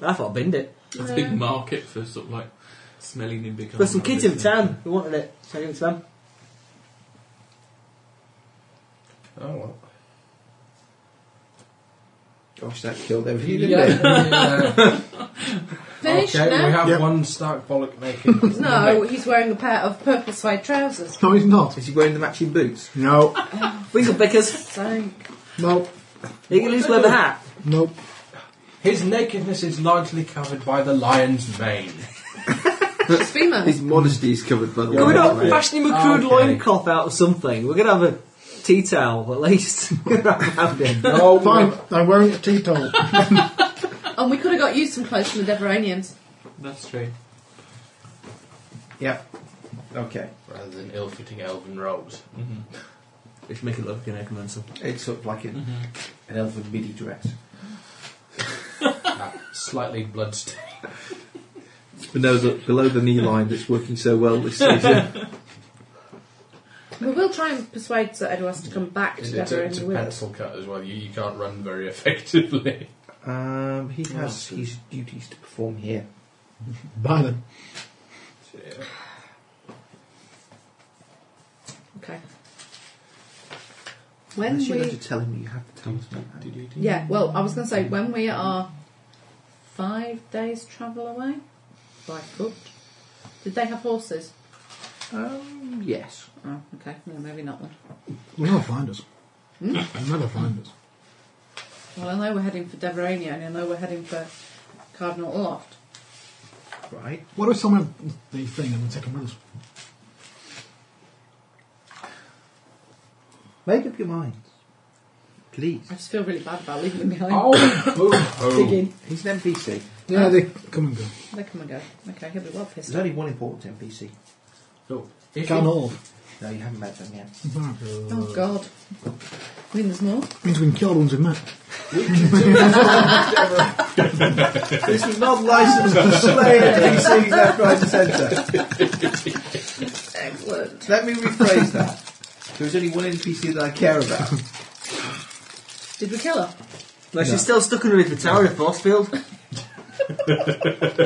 Speaker 8: I thought I binned it.
Speaker 6: There's a big market for sort of like smelling in big.
Speaker 8: There's some kids in town who wanted it. So I gave it to them.
Speaker 4: Oh well.
Speaker 3: Gosh, that killed everything, didn't it?
Speaker 4: (laughs) Yeah.
Speaker 5: Finished
Speaker 4: okay,
Speaker 5: now?
Speaker 4: we have
Speaker 7: Yep.
Speaker 4: one Stark Bollock
Speaker 5: (laughs)
Speaker 4: naked.
Speaker 5: No, he's wearing a pair of purple suede trousers.
Speaker 7: No, he's not.
Speaker 3: Is he wearing the matching boots?
Speaker 7: No.
Speaker 8: Winkle Bickers.
Speaker 3: (laughs)
Speaker 5: So,
Speaker 7: Nope.
Speaker 8: Are you going to lose weather hat?
Speaker 7: Nope.
Speaker 4: His nakedness is largely covered by the lion's mane.
Speaker 5: it's female.
Speaker 3: His modesty is covered by the
Speaker 8: Can we
Speaker 3: loincloth.
Speaker 8: not fashion him a crude
Speaker 4: Okay.
Speaker 8: loincloth out or something? We're going to have a tea towel at least (laughs) around him.
Speaker 4: Oh,
Speaker 7: Fine. I'm wearing a (laughs) teetotal.
Speaker 5: And we could have got you some clothes from the Deveranians.
Speaker 6: That's true.
Speaker 3: Yep. Okay.
Speaker 4: Rather than ill-fitting elven robes.
Speaker 6: Mm-hmm.
Speaker 8: We should make it look like an Necromancer.
Speaker 3: It's sort of like an,
Speaker 6: Mm-hmm.
Speaker 3: an elven midi dress.
Speaker 4: Ah, slightly bloodstained.
Speaker 3: Below the, below the knee line that's working so well (laughs) this season.
Speaker 5: We will try and persuade Sir Edward to come back to
Speaker 4: It's, it's, a, it's a
Speaker 5: Deveranian with us.
Speaker 4: pencil cut as well. You, you can't run very (laughs) effectively.
Speaker 3: um, he has his duties to perform here.
Speaker 7: Bye then.
Speaker 5: Okay. When
Speaker 3: Unless you
Speaker 5: we.
Speaker 3: to tell him you have to tell us about that.
Speaker 5: Yeah, well, I was going to say, when we are five days' travel away by foot, did they have horses?
Speaker 3: Um, yes.
Speaker 5: Oh, okay. No, maybe not then.
Speaker 7: They'll never find us.
Speaker 5: Hmm?
Speaker 7: They'll never find us.
Speaker 5: Well, I know we're heading for Deverania and I know we're heading for Cardinal Loft.
Speaker 3: Right.
Speaker 7: What if someone the thing and we take them with us?
Speaker 3: Make up your minds. Please.
Speaker 5: I just feel really bad about leaving them behind.
Speaker 3: oh.
Speaker 5: Digging.
Speaker 3: He's an NPC.
Speaker 5: Yeah, they
Speaker 7: come and go.
Speaker 5: They come and go. Okay, he'll be well pissed
Speaker 3: There's
Speaker 5: off.
Speaker 3: only one important NPC.
Speaker 4: No.
Speaker 7: Can all.
Speaker 3: No, you haven't met them (laughs) yet.
Speaker 5: Oh, God. I mean, there's more.
Speaker 7: Means we can kill the ones we've met.
Speaker 3: this is not licensed to slay NPCs left, right, and centre.
Speaker 5: Excellent.
Speaker 3: Let me rephrase that. There's only one NPC that I care about.
Speaker 5: Did we kill her?
Speaker 8: No, she's still stuck underneath the tower in Forcefield.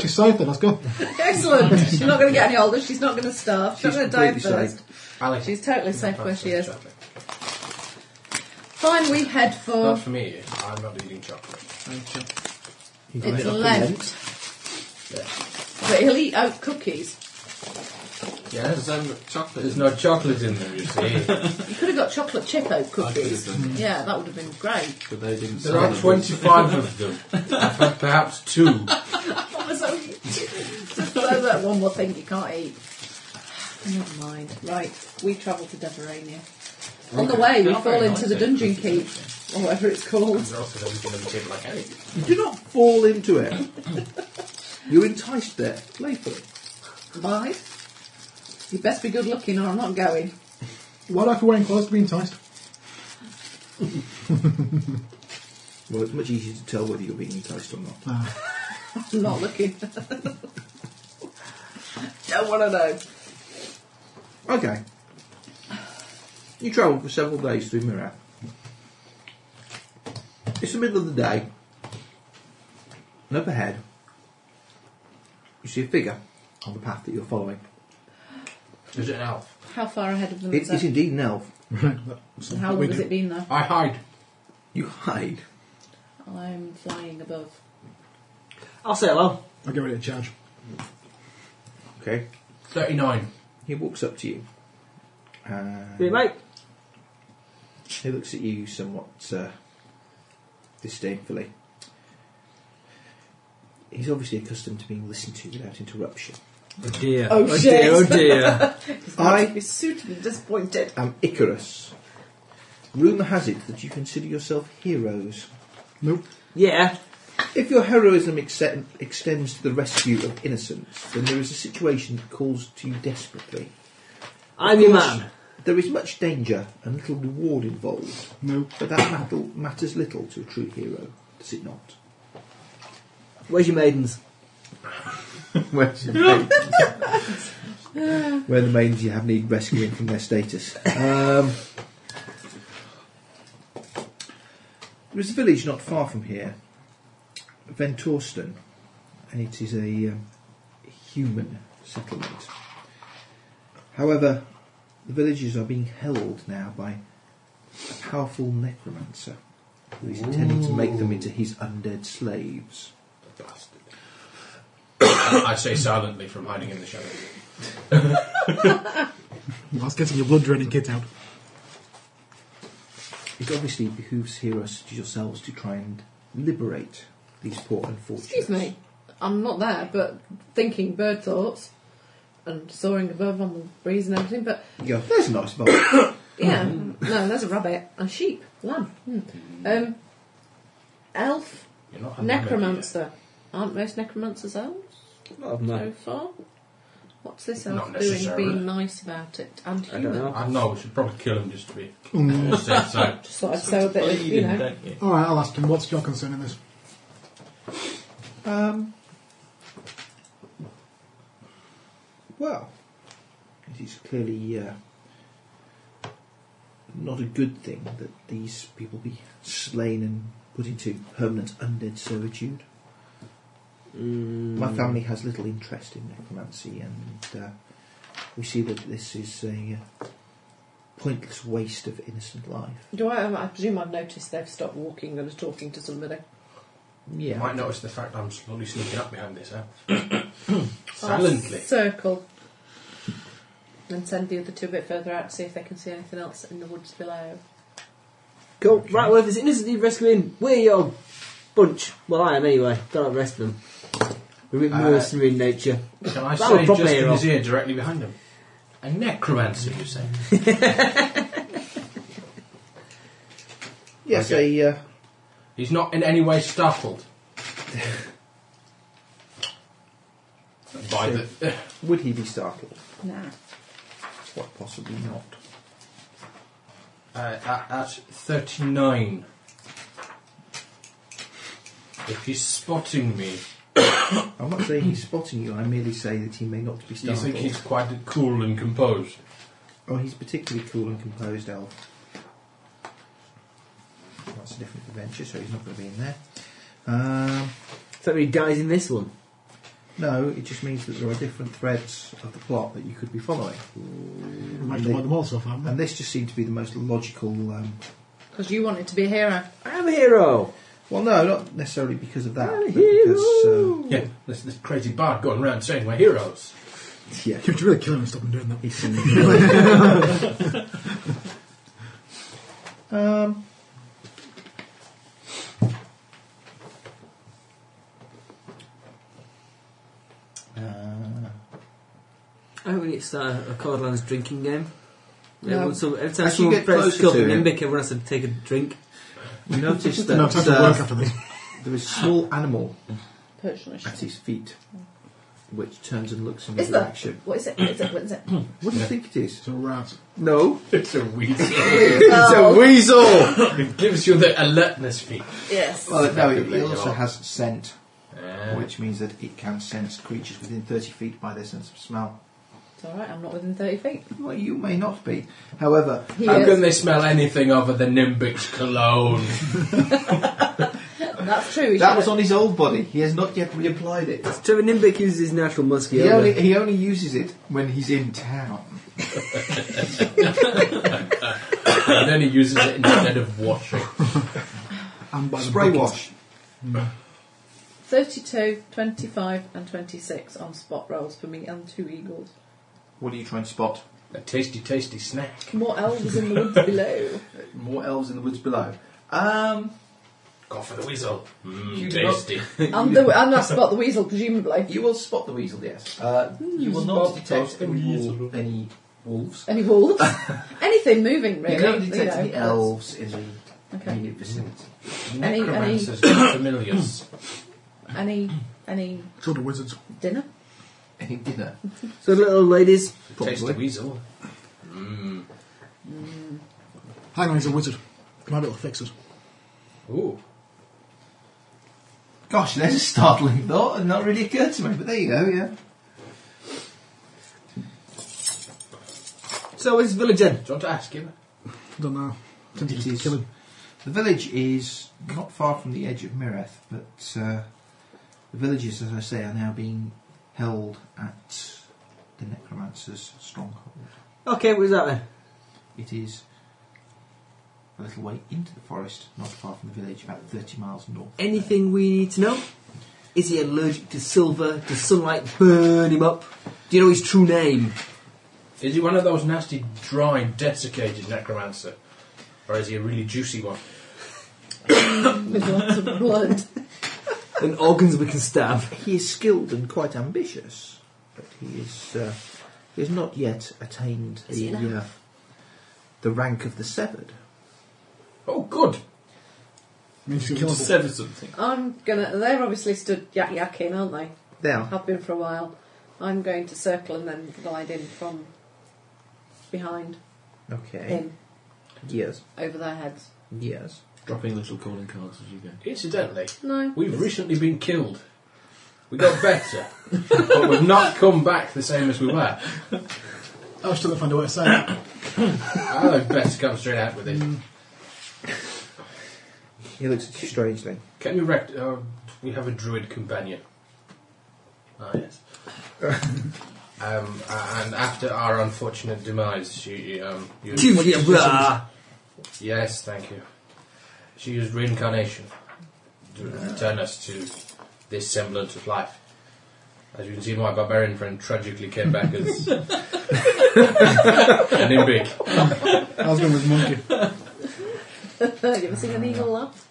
Speaker 7: She's safe then, let's go.
Speaker 4: (laughs)
Speaker 5: Excellent. She's not going to get any older. She's not going to starve. She's,
Speaker 3: She's
Speaker 5: not going to die
Speaker 3: completely
Speaker 5: first.
Speaker 4: Alex.
Speaker 5: She's totally safe where she is. Fine, we head for.
Speaker 4: Not for me. I'm not eating chocolate.
Speaker 5: It's Lent. But he'll eat oat cookies.
Speaker 4: Yes. Um, chocolate. There's no chocolate in them, you see.
Speaker 5: You could have got chocolate chip oat cookies.
Speaker 4: I could have done.
Speaker 5: Yeah, that would have been great.
Speaker 19: But they didn't
Speaker 4: (laughs) There are 25 of them. I've had (laughs) perhaps two.
Speaker 5: That was so Just so that one more thing you can't eat. (sighs) Never mind. Right, we travel to Deverania. On the way, we
Speaker 4: Not very
Speaker 5: fall into
Speaker 4: nice,
Speaker 5: the
Speaker 4: eh?
Speaker 5: dungeon keep, or whatever it's called.
Speaker 4: They're also then going to tip like hey.
Speaker 3: You do not fall into it. You're enticed there, playfully.
Speaker 5: Bye. You best be good looking, or I'm not going.
Speaker 7: Why do I have to wearing clothes to be enticed?
Speaker 3: Well, it's much easier to tell whether you're being enticed or not.
Speaker 7: Ah,
Speaker 5: I'm not looking. (laughs) Don't want to know.
Speaker 3: Okay. You travel for several days through Mirab. It's the middle of the day. And up ahead, you see a figure on the path that you're following.
Speaker 4: Is it an elf?
Speaker 5: How far ahead of them
Speaker 3: It
Speaker 5: is
Speaker 3: is
Speaker 5: that?
Speaker 3: indeed an elf.
Speaker 7: right.
Speaker 5: And how long has it been there?
Speaker 4: I hide.
Speaker 3: You hide.
Speaker 5: I'm flying above.
Speaker 8: I'll say hello.
Speaker 7: I'll get ready to charge.
Speaker 3: Okay.
Speaker 4: 39.
Speaker 3: He walks up to you. And
Speaker 8: Hey, mate.
Speaker 3: He looks at you somewhat uh, disdainfully. He's obviously accustomed to being listened to without interruption.
Speaker 8: Oh dear.
Speaker 5: Oh, shit.
Speaker 8: dear, oh (laughs) dear.
Speaker 3: I
Speaker 5: Be suitably disappointed.
Speaker 3: am Icarus. Rumour has it that you consider yourself heroes.
Speaker 7: Nope.
Speaker 8: yeah.
Speaker 3: If your heroism exten- extends to the rescue of innocents, then there is a situation that calls to you desperately.
Speaker 8: I'm your man.
Speaker 3: There is much danger and little reward involved,
Speaker 7: Nope.
Speaker 3: but that matter- matters little to a true hero, does it not?
Speaker 8: Where's your maidens?
Speaker 3: (laughs) Where's your maidens? Where the maidens you have need rescuing from their status. Um, there's a village not far from here, Ventorston, and it is a um, human settlement. However, the villages are being held now by a powerful necromancer who is intending to make them into his undead slaves.
Speaker 4: Bastard. (coughs) I say silently from hiding in the shadow.
Speaker 7: That's getting your blood draining kit out.
Speaker 3: It obviously behooves heroes such as yourselves to try and liberate these poor unfortunates.
Speaker 5: Excuse me. I'm not there, but thinking bird thoughts and soaring above on the breeze and everything. But
Speaker 3: You go, there's a nice vibe. (laughs)
Speaker 5: yeah, no, there's a rabbit, a sheep, lamb, hmm. um, elf,
Speaker 4: You're not a
Speaker 5: necromancer. Aren't most necromancers elves so
Speaker 8: no.
Speaker 5: far? What's this
Speaker 4: Not
Speaker 5: elf doing?
Speaker 4: necessarily.
Speaker 5: Being nice about it and
Speaker 8: I
Speaker 5: human.
Speaker 8: don't know.
Speaker 4: I know, we should probably kill him just to be. (laughs)
Speaker 7: Mm.
Speaker 4: just say so.
Speaker 5: Just thought I'd throw a bit of, you know.
Speaker 7: Alright, I'll ask him, what's your concern in this?
Speaker 3: Um, (coughs) well, it is clearly uh, not a good thing that these people be slain and put into permanent undead servitude.
Speaker 8: Mm. Hmm.
Speaker 3: My family has little interest in necromancy, and uh, we see that this is a uh, pointless waste of innocent life.
Speaker 5: Do I, I presume I've noticed they've stopped walking and are talking to somebody.
Speaker 4: You
Speaker 3: Yeah.
Speaker 4: might notice the fact I'm slowly (coughs) sneaking up behind this elf. silently.
Speaker 5: Circle. and send the other two a bit further out to see if they can see anything else in the woods below.
Speaker 8: Cool. Right, well, if there's innocently rescuing, we're your bunch. Well, I am anyway. Don't let the rest of them. We're a bit
Speaker 4: Uh,
Speaker 8: mercenary in nature.
Speaker 4: Can I
Speaker 8: That'll
Speaker 4: say
Speaker 8: prop my
Speaker 4: just in
Speaker 8: ear
Speaker 4: his
Speaker 8: up.
Speaker 4: ear directly behind him? A necromancer, you say?
Speaker 3: Yes,
Speaker 4: Okay.
Speaker 3: a. Uh,
Speaker 4: He's not in any way startled by
Speaker 3: so
Speaker 4: the.
Speaker 3: would he be startled?
Speaker 10: Nah.
Speaker 3: Quite possibly not.
Speaker 4: Uh, at, at 39. If he's spotting me,
Speaker 3: I'm not saying he's spotting you. I merely say that he may not be
Speaker 4: you
Speaker 3: startled.
Speaker 4: think he's quite cool and composed.
Speaker 3: Oh, he's particularly cool and composed, Elf. That's a different adventure, so he's not going to be in there. Um,
Speaker 8: So he dies in this one.
Speaker 3: no, it just means that there are different threads of the plot that you could be following.
Speaker 7: managed
Speaker 3: And
Speaker 7: to
Speaker 3: thi-
Speaker 7: buy them all so far, haven't we?
Speaker 3: and this just seemed to be the most logical. Um,
Speaker 5: Because you wanted to be a hero.
Speaker 8: I am a hero!
Speaker 3: well, no, not necessarily because of that, but
Speaker 8: hero!
Speaker 3: because um,
Speaker 4: Yeah, this, this crazy bard going around saying we're heroes.
Speaker 3: um, yeah,
Speaker 7: You should really kill him and stop him doing that.
Speaker 3: (laughs) he seemed. um, uh,
Speaker 8: I think we need to start a Cordlands drinking game.
Speaker 3: No.
Speaker 8: Everyone, so every time
Speaker 3: As you
Speaker 8: someone
Speaker 3: get
Speaker 8: presses
Speaker 3: closer to
Speaker 8: Sculpin Imbic,
Speaker 3: it-
Speaker 8: everyone has to take a drink.
Speaker 3: you noticed that
Speaker 7: No, time to
Speaker 3: uh,
Speaker 7: work after this.
Speaker 3: there is a small animal
Speaker 10: Personally.
Speaker 3: at his feet, which turns and looks in
Speaker 10: Is
Speaker 3: his
Speaker 10: there?
Speaker 3: direction.
Speaker 10: What is it? What is it? What is it?
Speaker 3: What do you think it is?
Speaker 7: So rats.
Speaker 3: No,
Speaker 4: It's a weasel.
Speaker 3: it's
Speaker 10: Oh,
Speaker 8: Oh.
Speaker 3: a weasel.
Speaker 4: it gives you the alertness fee.
Speaker 10: yes.
Speaker 3: well, no, it,
Speaker 4: Effectively,
Speaker 3: it also
Speaker 4: yeah.
Speaker 3: has scent,
Speaker 4: Uh,
Speaker 3: which means that it can sense creatures within thirty feet by their sense of smell.
Speaker 5: It's alright, I'm not within 30 feet.
Speaker 3: Well, you may not be. However,
Speaker 5: He
Speaker 4: How
Speaker 5: is.
Speaker 4: can they smell anything other than Nimbic's cologne?
Speaker 5: That's true. he
Speaker 3: that
Speaker 5: should
Speaker 3: was
Speaker 5: have-
Speaker 3: on his old body. He has not yet reapplied it.
Speaker 8: Trevor Nimbic uses his natural musky
Speaker 3: He only,
Speaker 8: odor.
Speaker 3: he only uses it when he's in town.
Speaker 4: and then he uses it instead of washing.
Speaker 7: And by the
Speaker 3: Spray
Speaker 7: bucket.
Speaker 3: wash.
Speaker 5: 32, 25, and 26 on spot rolls for me and two eagles.
Speaker 3: What are you trying to spot?
Speaker 4: A tasty, tasty snack.
Speaker 5: More elves in
Speaker 3: (laughs)
Speaker 5: the woods below.
Speaker 3: More elves in the woods below. Um,
Speaker 4: Go for the weasel.
Speaker 3: You
Speaker 4: Mmm,
Speaker 3: do not-
Speaker 4: tasty.
Speaker 5: And, the, and I spot the weasel, presumably.
Speaker 3: you will spot the weasel, yes. Uh,
Speaker 5: Hmm,
Speaker 3: you will not detect any, wolf, any wolves.
Speaker 5: Any
Speaker 3: (laughs)
Speaker 5: wolves? Anything moving, really.
Speaker 3: you don't detect
Speaker 5: know,
Speaker 3: any
Speaker 5: that's-
Speaker 3: elves in the
Speaker 5: Okay.
Speaker 3: immediate vicinity.
Speaker 5: Any-
Speaker 4: Necromancers and familiars.
Speaker 5: Any, any
Speaker 7: Children wizards.
Speaker 5: dinner?
Speaker 3: Any dinner?
Speaker 8: So little ladies,
Speaker 4: Tasty
Speaker 3: Probably.
Speaker 4: weasel.
Speaker 7: Hang on, he's a wizard. Might be able to fix it.
Speaker 4: Ooh.
Speaker 3: Gosh, there's a startling thought, and not really occurred to me. But there you go. Yeah.
Speaker 8: so is village then.
Speaker 4: Do you want to ask him?
Speaker 7: Don't know. Tend to
Speaker 3: It
Speaker 7: just
Speaker 3: is.
Speaker 7: kill him.
Speaker 3: The village is not far from the edge of Mireth, but uh, the villages, as I say, are now being held at the necromancer's stronghold.
Speaker 8: Okay, what is that then?
Speaker 3: It is a little way into the forest, not far from the village, about 30 miles north.
Speaker 8: Anything we need to know? Is he allergic to silver? Does sunlight burn him up? Do you know his true name?
Speaker 4: Is he one of those nasty, dry, desiccated necromancer? Or is he a really juicy one?
Speaker 5: With lots
Speaker 3: (laughs)
Speaker 5: of blood.
Speaker 8: And organs we can stab.
Speaker 3: He is skilled and quite ambitious, but he is uh, he has not yet attained
Speaker 10: Is he
Speaker 3: the
Speaker 10: an
Speaker 3: uh, the rank of the severed.
Speaker 4: Oh, good.
Speaker 7: Means he's
Speaker 18: Kill
Speaker 7: killable.
Speaker 18: sever something.
Speaker 5: I'm gonna. They're obviously stood yak yakking, aren't they?
Speaker 10: Oh.
Speaker 3: Now,
Speaker 5: Have been for a while. I'm going to circle and then glide in from behind,
Speaker 3: okay,
Speaker 5: in,
Speaker 3: yes,
Speaker 5: over their heads.
Speaker 3: yes.
Speaker 18: Dropping little calling cards as you go.
Speaker 4: Incidentally,
Speaker 5: No.
Speaker 4: we've recently been killed. We got better, but we've not come back the same as we were.
Speaker 7: I'll still find a way to say that.
Speaker 4: I would best come straight out with it.
Speaker 3: He looks at you strangely.
Speaker 4: Can you rec- uh, We have a druid companion. Ah, (laughs) yes. um, a- and after our unfortunate demise, she. Um, used-
Speaker 8: Give me a bra.
Speaker 4: Yes, thank you. She used reincarnation to return us to this semblance of life. I As you can see, my barbarian friend tragically came back as an imbic.
Speaker 7: I was going with monkey.
Speaker 5: you ever seen an eagle laugh?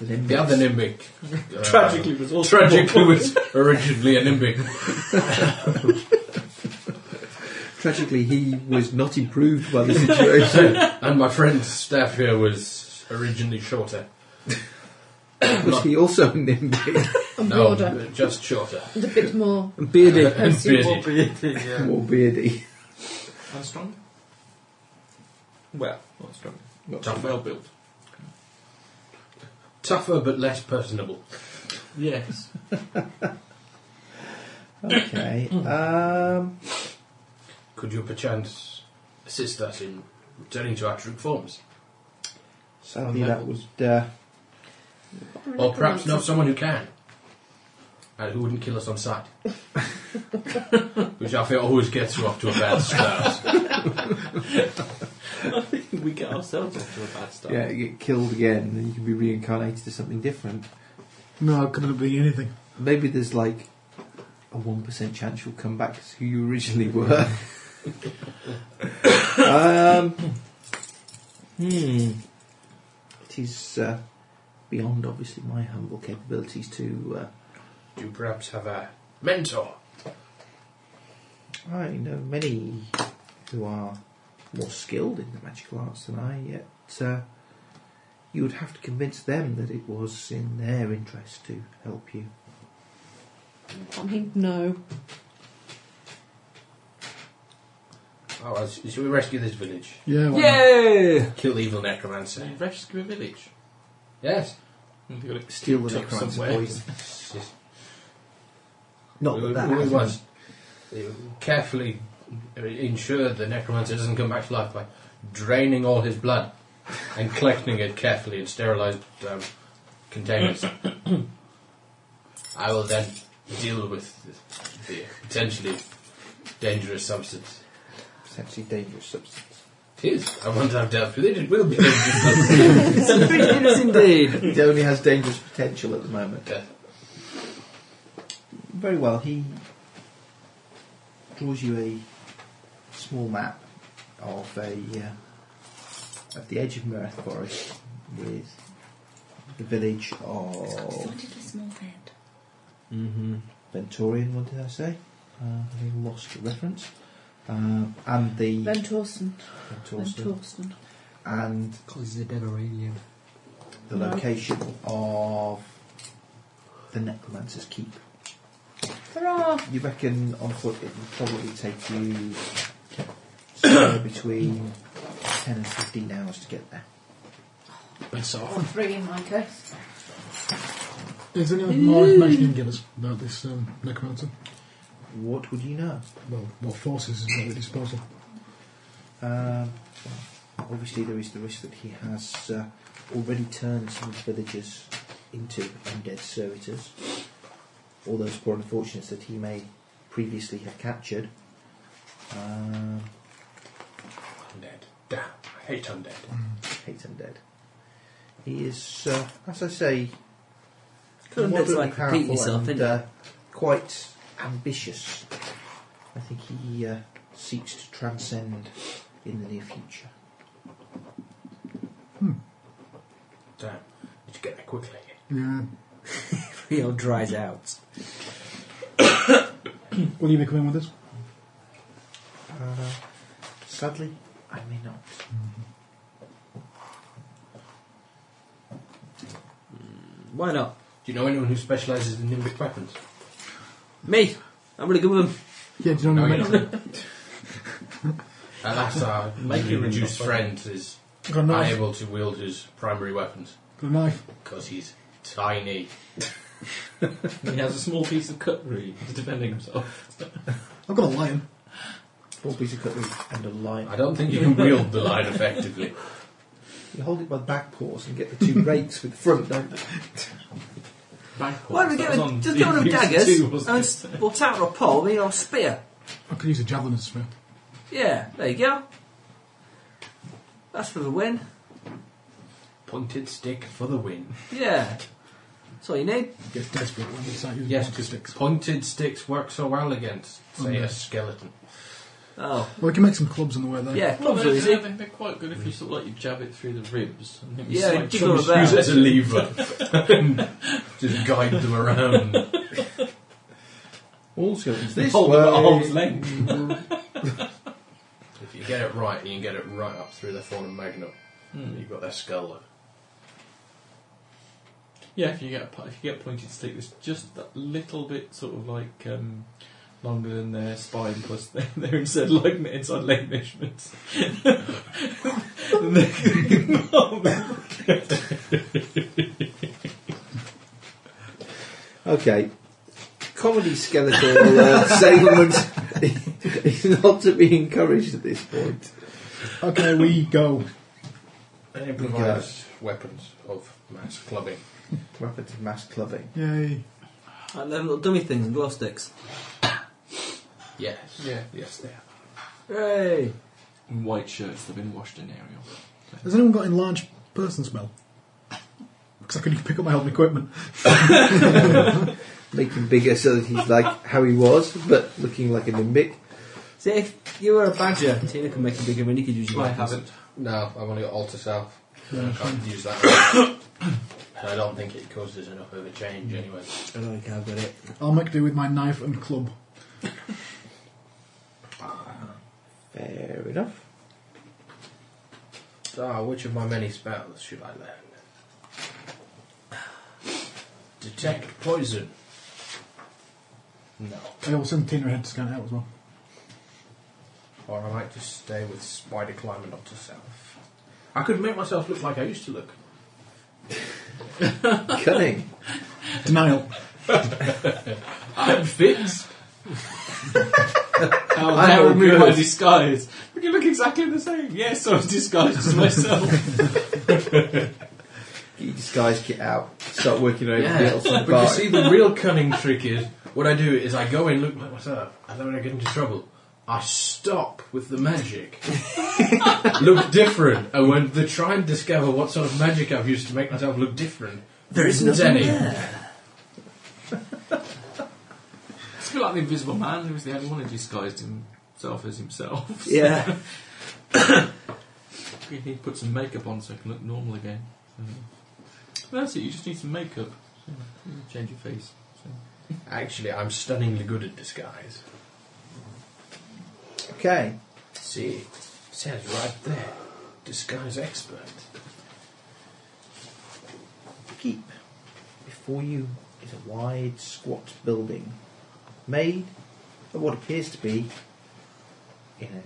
Speaker 4: The other Nimbic. uh,
Speaker 18: Tragically was also
Speaker 4: Tragically
Speaker 18: born.
Speaker 4: was originally a Nimbic.
Speaker 3: Tragically, he was not improved by
Speaker 18: (laughs)
Speaker 3: the situation.
Speaker 4: and my friend's staff here was originally shorter.
Speaker 3: was he also (laughs) nimby?
Speaker 5: And
Speaker 4: No,
Speaker 5: broader.
Speaker 4: just shorter.
Speaker 5: And a bit more.
Speaker 3: Beardy.
Speaker 4: (laughs) And bearded.
Speaker 18: bearded, yeah.
Speaker 3: More beardy.
Speaker 18: And strong? Well, not strong.
Speaker 3: Not
Speaker 4: Tough.
Speaker 18: Well built.
Speaker 4: Tougher but less personable.
Speaker 18: Yes.
Speaker 3: Okay. um,
Speaker 4: Could you perchance assist us in returning to our true forms?
Speaker 3: sadly, that would. Uh,
Speaker 4: Or Oh, perhaps know someone who can. And who wouldn't kill us on sight. Which I feel always gets you off to a bad start.
Speaker 18: I think we get ourselves off to a bad start.
Speaker 3: yeah, you get killed again, then you can be reincarnated to something different.
Speaker 7: No, it could have been anything.
Speaker 3: Maybe there's like a 1% chance you'll come back as who you (laughs) originally were. um, hmm. It is uh, beyond, obviously, my humble capabilities to. Uh,
Speaker 4: Do you perhaps have a mentor?
Speaker 3: I know many who are more skilled in the magical arts than I, yet uh, you would have to convince them that it was in their interest to help you.
Speaker 5: I mean, no.
Speaker 4: Oh, well, sh- should we rescue this village?
Speaker 7: Yeah. why not?
Speaker 9: Yay!
Speaker 4: Kill the evil necromancer?
Speaker 18: They rescue a village.
Speaker 4: Yes.
Speaker 18: And they got it
Speaker 3: Steal the
Speaker 18: tucked
Speaker 3: necromancer's
Speaker 18: somewhere.
Speaker 6: (laughs)
Speaker 3: poison.
Speaker 4: Yes.
Speaker 3: Not
Speaker 4: we,
Speaker 3: that that
Speaker 4: we
Speaker 3: has
Speaker 4: must carefully ensure the necromancer doesn't come back to life by draining all his blood and collecting it carefully in sterilised um, containers. I will then deal with the, the potentially dangerous substance.
Speaker 3: potentially dangerous substance.
Speaker 4: It is. I once I've dealt with it, it will be
Speaker 3: (laughs)
Speaker 4: dangerous substance.
Speaker 9: Yes, indeed.
Speaker 3: it only has dangerous potential at the moment.
Speaker 4: Yeah.
Speaker 3: Very well, he draws you a small map of a uh, of the edge of Mirth Forest with the village of
Speaker 10: Decidedly small head.
Speaker 3: Venturian. What did I say? Uh, I lost the reference. Um, and the
Speaker 5: Ben Torsten. Ben
Speaker 3: Ventorsen.
Speaker 5: Torsten.
Speaker 3: and
Speaker 9: Because he's a Deveranian.
Speaker 3: the
Speaker 5: No.
Speaker 3: location of the necromancer's keep.
Speaker 5: Hurrah!
Speaker 3: You reckon on foot it would probably take you somewhere between 10 and 15 hours to get there.
Speaker 10: Or three in my case.
Speaker 7: Is there any more information you can give us about this um, necromancer?
Speaker 3: What would you know?
Speaker 7: Well, what forces is at the disposal?
Speaker 3: Um, obviously, there is the risk that he has uh, already turned some villagers into undead servitors, all those poor unfortunates that he may previously have captured. Um,
Speaker 4: Undead. Damn. I hate undead.
Speaker 3: hates undead. He is, uh, as I say,
Speaker 9: Kind of looks
Speaker 3: moderately
Speaker 9: like repeat
Speaker 3: powerful
Speaker 9: yourself,
Speaker 3: and,
Speaker 9: isn't it?
Speaker 3: uh, quite ambitious. I think he uh, seeks to transcend in the near future.
Speaker 4: Damn. Need to get there quickly.
Speaker 7: Yeah.
Speaker 9: He all dries out.
Speaker 7: Will you be coming with us?
Speaker 3: Uh, sadly, I may not.
Speaker 9: Why not?
Speaker 4: Do you know anyone who specialises in nimbic weapons?
Speaker 9: Me! I'm really good with him.
Speaker 7: Yeah, do you know
Speaker 4: No,
Speaker 7: what I
Speaker 4: you're
Speaker 7: mean?
Speaker 4: (laughs) not. Alas, our lately reduced friend is
Speaker 7: I've got a knife.
Speaker 4: unable to wield his primary weapons
Speaker 7: Got a knife.
Speaker 4: because he's tiny.
Speaker 18: He has a small piece of cutlery to defend himself.
Speaker 7: I've got a lion.
Speaker 3: Four piece of cutlery and a
Speaker 4: I
Speaker 3: lion.
Speaker 4: don't think you can (laughs) wield the line effectively.
Speaker 3: You hold it by the back paws and get the two rakes with the front, don't you?
Speaker 18: Backwards.
Speaker 9: Why don't we
Speaker 18: That
Speaker 9: get
Speaker 18: was
Speaker 9: him?
Speaker 18: on
Speaker 9: Just get one of them
Speaker 18: BBC
Speaker 9: daggers.
Speaker 18: too,
Speaker 9: and
Speaker 18: wasn't
Speaker 9: s- or tart or a pole, maybe, or a spear.
Speaker 7: I could use a javelin as a spear.
Speaker 9: Yeah, there you go. That's for the win.
Speaker 4: Pointed stick for the win.
Speaker 9: Yeah.
Speaker 8: That's all you need.
Speaker 7: Get desperate when you start using
Speaker 4: Yes,
Speaker 7: pointed
Speaker 4: because
Speaker 7: sticks.
Speaker 4: pointed sticks work so well against, say,
Speaker 7: Mm.
Speaker 4: a skeleton.
Speaker 8: Oh.
Speaker 7: Well, we can make some clubs on the way there.
Speaker 6: Well, they're, they're, they're quite good if you sort of like you jab it through the ribs. And it was
Speaker 8: Yeah,
Speaker 6: like,
Speaker 8: jiggle
Speaker 6: just
Speaker 8: about.
Speaker 6: use it as a lever.
Speaker 4: (laughs) Just guide them around. Also, it's this
Speaker 6: Hold them
Speaker 4: way.
Speaker 6: at arm's length.
Speaker 4: if you get it right, you can get it right up through the fornum magnum.
Speaker 6: Mm.
Speaker 4: You've got their skull.
Speaker 6: Yeah, if you get a, po- if you get a pointed stick that's just that little bit sort of like um, longer than their spine plus (laughs) their, their inside leg inside leg measurements. (laughs) And they can-
Speaker 3: Okay. Comedy (laughs) skeletal uh, Sailorman is (laughs) not to be encouraged at this point.
Speaker 7: Okay, we go.
Speaker 4: And improvised weapons of mass clubbing.
Speaker 3: Weapons of mass clubbing.
Speaker 7: Yay.
Speaker 8: Like they're little dummy things and glow sticks.
Speaker 6: yes.
Speaker 4: Yeah. Yes, they are.
Speaker 8: Hooray!
Speaker 6: In white shirts, they've been washed in aerial.
Speaker 7: Has anyone got enlarged person spell? Because I could pick up my own equipment.
Speaker 3: Make him bigger so that he's like how he was, but looking like a nimbic.
Speaker 8: See, if you were a badger, Tina can make a bigger mini, could use your
Speaker 6: I
Speaker 8: weapons.
Speaker 6: haven't.
Speaker 4: No, I've only got alter self. I can't use that. (coughs) one. and I don't think it causes enough of a change anyway.
Speaker 8: I don't think I've got it.
Speaker 7: I'll make do with my knife and club.
Speaker 3: Fair enough.
Speaker 4: So, ah, which of my many spells should I learn? Detect poison. No.
Speaker 7: I will send Tina ahead to scan it out as
Speaker 8: (laughs)
Speaker 7: well.
Speaker 4: Or I might just stay with spider climb and alter self. I could make myself look like I used to look.
Speaker 3: Cunning.
Speaker 7: Denial.
Speaker 6: I'm
Speaker 4: (laughs)
Speaker 6: fixed. How
Speaker 3: I
Speaker 6: I
Speaker 3: am
Speaker 6: remove my
Speaker 3: good.
Speaker 6: disguise. But you look exactly the same. Yes, I was disguised as myself.
Speaker 3: Get your disguise kit out. Start working over the
Speaker 4: Yeah,
Speaker 3: else on
Speaker 4: (laughs) but
Speaker 3: the bar.
Speaker 4: you see, the real cunning trick is what I do is I go in, look like myself, and then when I get into trouble, I stop with the magic, look different, and when they try and discover what sort of magic I've used to make myself look different, there isn't any.
Speaker 6: (laughs) it's a bit like the Invisible Man, who was the only one who disguised himself as himself. (laughs)
Speaker 8: Yeah.
Speaker 6: You need to put some makeup on so I can look normal again. So- That's it, you just need some makeup. So, you can Change your face.
Speaker 4: Actually, I'm stunningly good at disguise.
Speaker 3: (laughs) Okay.
Speaker 4: See, it says right there, disguise expert.
Speaker 3: keep before you is a wide, squat building made of what appears to be in an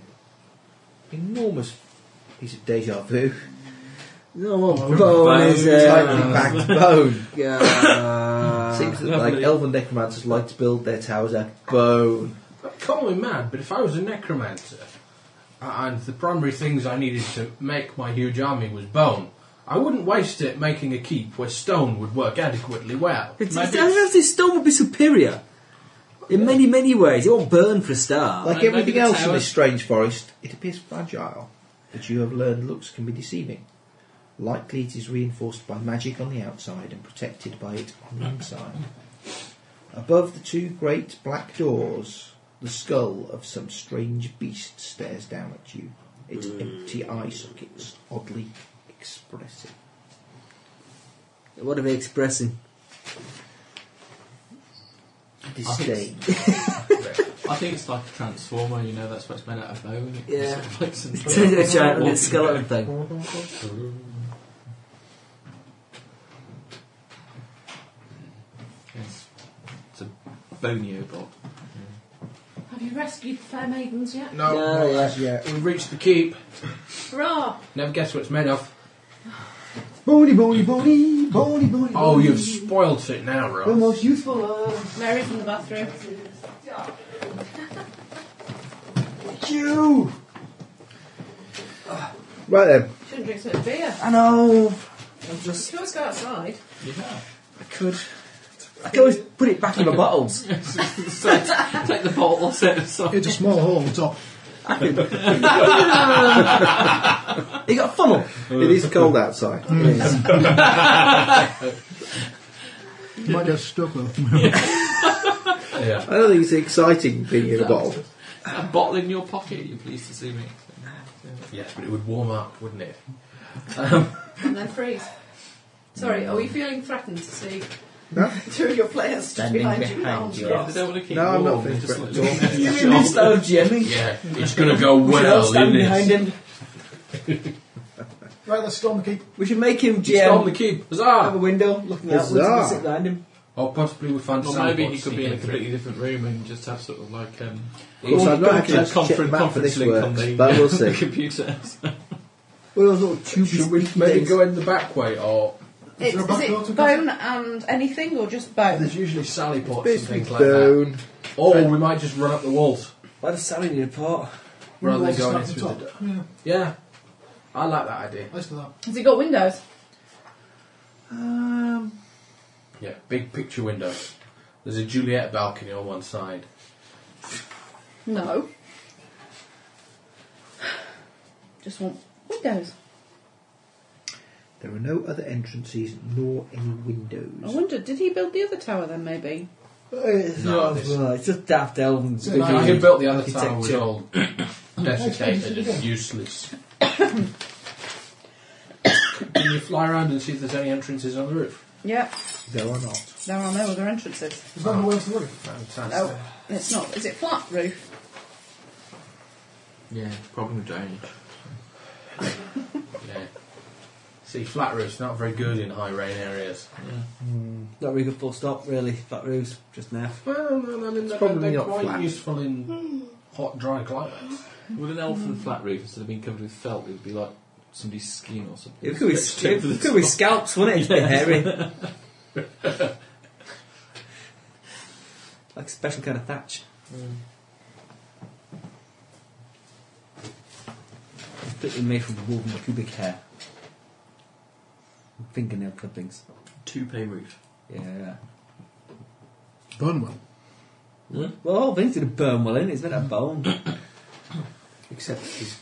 Speaker 3: enormous piece of deja vu.
Speaker 8: No,
Speaker 7: Oh,
Speaker 8: bone is
Speaker 3: Tightly
Speaker 8: a... (laughs)
Speaker 3: bagged bone.
Speaker 6: (laughs)
Speaker 8: God.
Speaker 3: Seems that like elven necromancers like to build their towers out of bone.
Speaker 4: Call me mad, but if I was a necromancer, a- and the primary things I needed to make my huge army was bone, I wouldn't waste it making a keep where stone would work adequately well.
Speaker 8: It's,
Speaker 6: Maybe
Speaker 8: it's, I don't know if this stone would be superior. In many, many ways. It won't burn for a start.
Speaker 3: Like
Speaker 6: maybe
Speaker 3: everything
Speaker 6: the
Speaker 3: else in
Speaker 6: tower-
Speaker 3: this strange forest, it appears fragile, but you have learned looks can be deceiving. Likely it is reinforced by magic on the outside and protected by it on the inside. Above the two great black doors, the skull of some strange beast stares down at you, its empty eye sockets oddly expressive.
Speaker 8: What are they expressing? (laughs)
Speaker 3: Disdain.
Speaker 6: I think it's like a transformer, you know, that's what's made out of bone. It
Speaker 8: Yeah.
Speaker 6: sort of like some-
Speaker 8: It's a giant little skeleton thing.
Speaker 6: Yes. It's a bony obob.
Speaker 5: Have you rescued the fair maidens yet?
Speaker 3: Oh,
Speaker 4: No,
Speaker 8: No,
Speaker 4: no,
Speaker 8: yeah.
Speaker 4: yeah. we reached the keep.
Speaker 5: Hurrah!
Speaker 4: Never guess what it's made of.
Speaker 7: Bony, bony, bony, bony, bony.
Speaker 4: Oh, you've spoilt it now,
Speaker 7: The
Speaker 4: Ross.
Speaker 7: most useful
Speaker 3: uh,
Speaker 7: of
Speaker 5: Mary's in the bathroom.
Speaker 3: you! Right then,
Speaker 5: Shouldn't drink so much beer.
Speaker 3: I know.
Speaker 8: I'm
Speaker 5: You
Speaker 8: just...
Speaker 5: can always go outside.
Speaker 8: I could... I could always put it back in my bottles.
Speaker 6: Take the bottle, set it aside.
Speaker 7: It's a small hole on top.
Speaker 8: You got a funnel.
Speaker 3: Mm. It is cold outside. It is.
Speaker 7: You might get stuck with them.
Speaker 6: Yeah.
Speaker 3: I don't think it's exciting being in a bottle.
Speaker 6: A bottle in your pocket, you're pleased to see me.
Speaker 4: Yes, but it would warm up, wouldn't it? Um,
Speaker 5: And then freeze. Sorry, are we feeling threatened to see
Speaker 3: No.
Speaker 5: two of your players
Speaker 3: Standing
Speaker 5: behind you?
Speaker 3: behind
Speaker 5: now?
Speaker 3: you.
Speaker 6: Yeah, they don't want to keep
Speaker 3: No, I'm not
Speaker 6: warm, they
Speaker 3: finished
Speaker 6: just
Speaker 3: with
Speaker 6: like
Speaker 3: that.
Speaker 6: to-
Speaker 3: Still in this though, Jimmy.
Speaker 4: yeah, it's going to
Speaker 6: (laughs)
Speaker 4: go
Speaker 3: We should all
Speaker 4: well
Speaker 3: stand
Speaker 4: in
Speaker 3: behind
Speaker 4: this.
Speaker 3: him.
Speaker 7: Right, let's storm the keep.
Speaker 3: We should make him
Speaker 6: Just on the
Speaker 3: GM.
Speaker 6: cube.
Speaker 3: Have a
Speaker 6: Huzzah!
Speaker 3: window looking outwards
Speaker 7: Huzzah.
Speaker 3: and sit behind him.
Speaker 4: Or possibly we find
Speaker 6: Or
Speaker 4: Sam
Speaker 6: maybe
Speaker 4: Bot
Speaker 6: he could be in a
Speaker 4: sneaking through.
Speaker 6: completely different room and just have sort of like um,
Speaker 3: course, I've not actually checked the map for this
Speaker 6: link
Speaker 3: work,
Speaker 6: on the,
Speaker 3: but we'll
Speaker 6: the (laughs)
Speaker 3: (laughs) see.
Speaker 6: computer.
Speaker 3: One of those little tubes.
Speaker 4: Should we maybe go in the back way or
Speaker 5: It's,
Speaker 7: there a
Speaker 5: is
Speaker 7: back door to
Speaker 5: it bone and anything or just bone?
Speaker 4: there's usually sally pots and
Speaker 3: Basically
Speaker 4: things like that.
Speaker 3: down.
Speaker 4: Or we might just run up the walls
Speaker 3: Why does Sally need a pot?
Speaker 4: rather than
Speaker 7: Walls
Speaker 4: going in
Speaker 7: at the
Speaker 4: through the
Speaker 7: top.
Speaker 4: door.
Speaker 7: Yeah,
Speaker 4: Yeah. I like that idea.
Speaker 7: let's do that.
Speaker 5: Has it got windows?
Speaker 3: Um,
Speaker 4: Yeah, big picture window. There's a Juliet balcony on one side.
Speaker 5: No. Just want windows.
Speaker 3: there are no other entrances nor any
Speaker 5: I
Speaker 3: windows.
Speaker 5: wonder, did he build the other tower then maybe?
Speaker 3: It's
Speaker 4: No,
Speaker 3: not
Speaker 4: this-
Speaker 3: right, It's just daft elves.
Speaker 4: The guy who built the other tower was
Speaker 3: Architecture. (coughs)
Speaker 4: all desiccated and useless. (coughs) Can you fly around and see if there's any entrances on the roof?
Speaker 5: Yeah,
Speaker 3: There are not.
Speaker 5: there are no other entrances.
Speaker 7: There's no way else to look.
Speaker 4: Fantastic.
Speaker 5: No, Oh, it's not. Is it flat roof?
Speaker 6: yeah, problem with drainage.
Speaker 4: (laughs) Yeah. See, flat roofs not very good in high rain areas.
Speaker 8: Not really good full stop, really. Flat roofs, just now.
Speaker 4: Well, no, I mean, they're,
Speaker 3: probably
Speaker 4: they're
Speaker 3: not
Speaker 4: quite
Speaker 3: flat.
Speaker 4: useful in Hmm. hot, dry climates.
Speaker 6: With an elf and flat roof, instead of being covered with felt, it would be like somebody's skin or something.
Speaker 8: It could be,
Speaker 6: Straight
Speaker 8: it
Speaker 6: to the
Speaker 8: could be scalps, wouldn't it? It's a bit
Speaker 6: (laughs)
Speaker 8: hairy. like a special kind of thatch.
Speaker 3: Completely made from woven pubic hair.
Speaker 8: Fingernail clippings.
Speaker 6: toupee roof.
Speaker 8: Yeah.
Speaker 7: Burn well.
Speaker 8: Well, the whole thing's going to burn well in. It's meant to bone.
Speaker 3: (coughs) Except his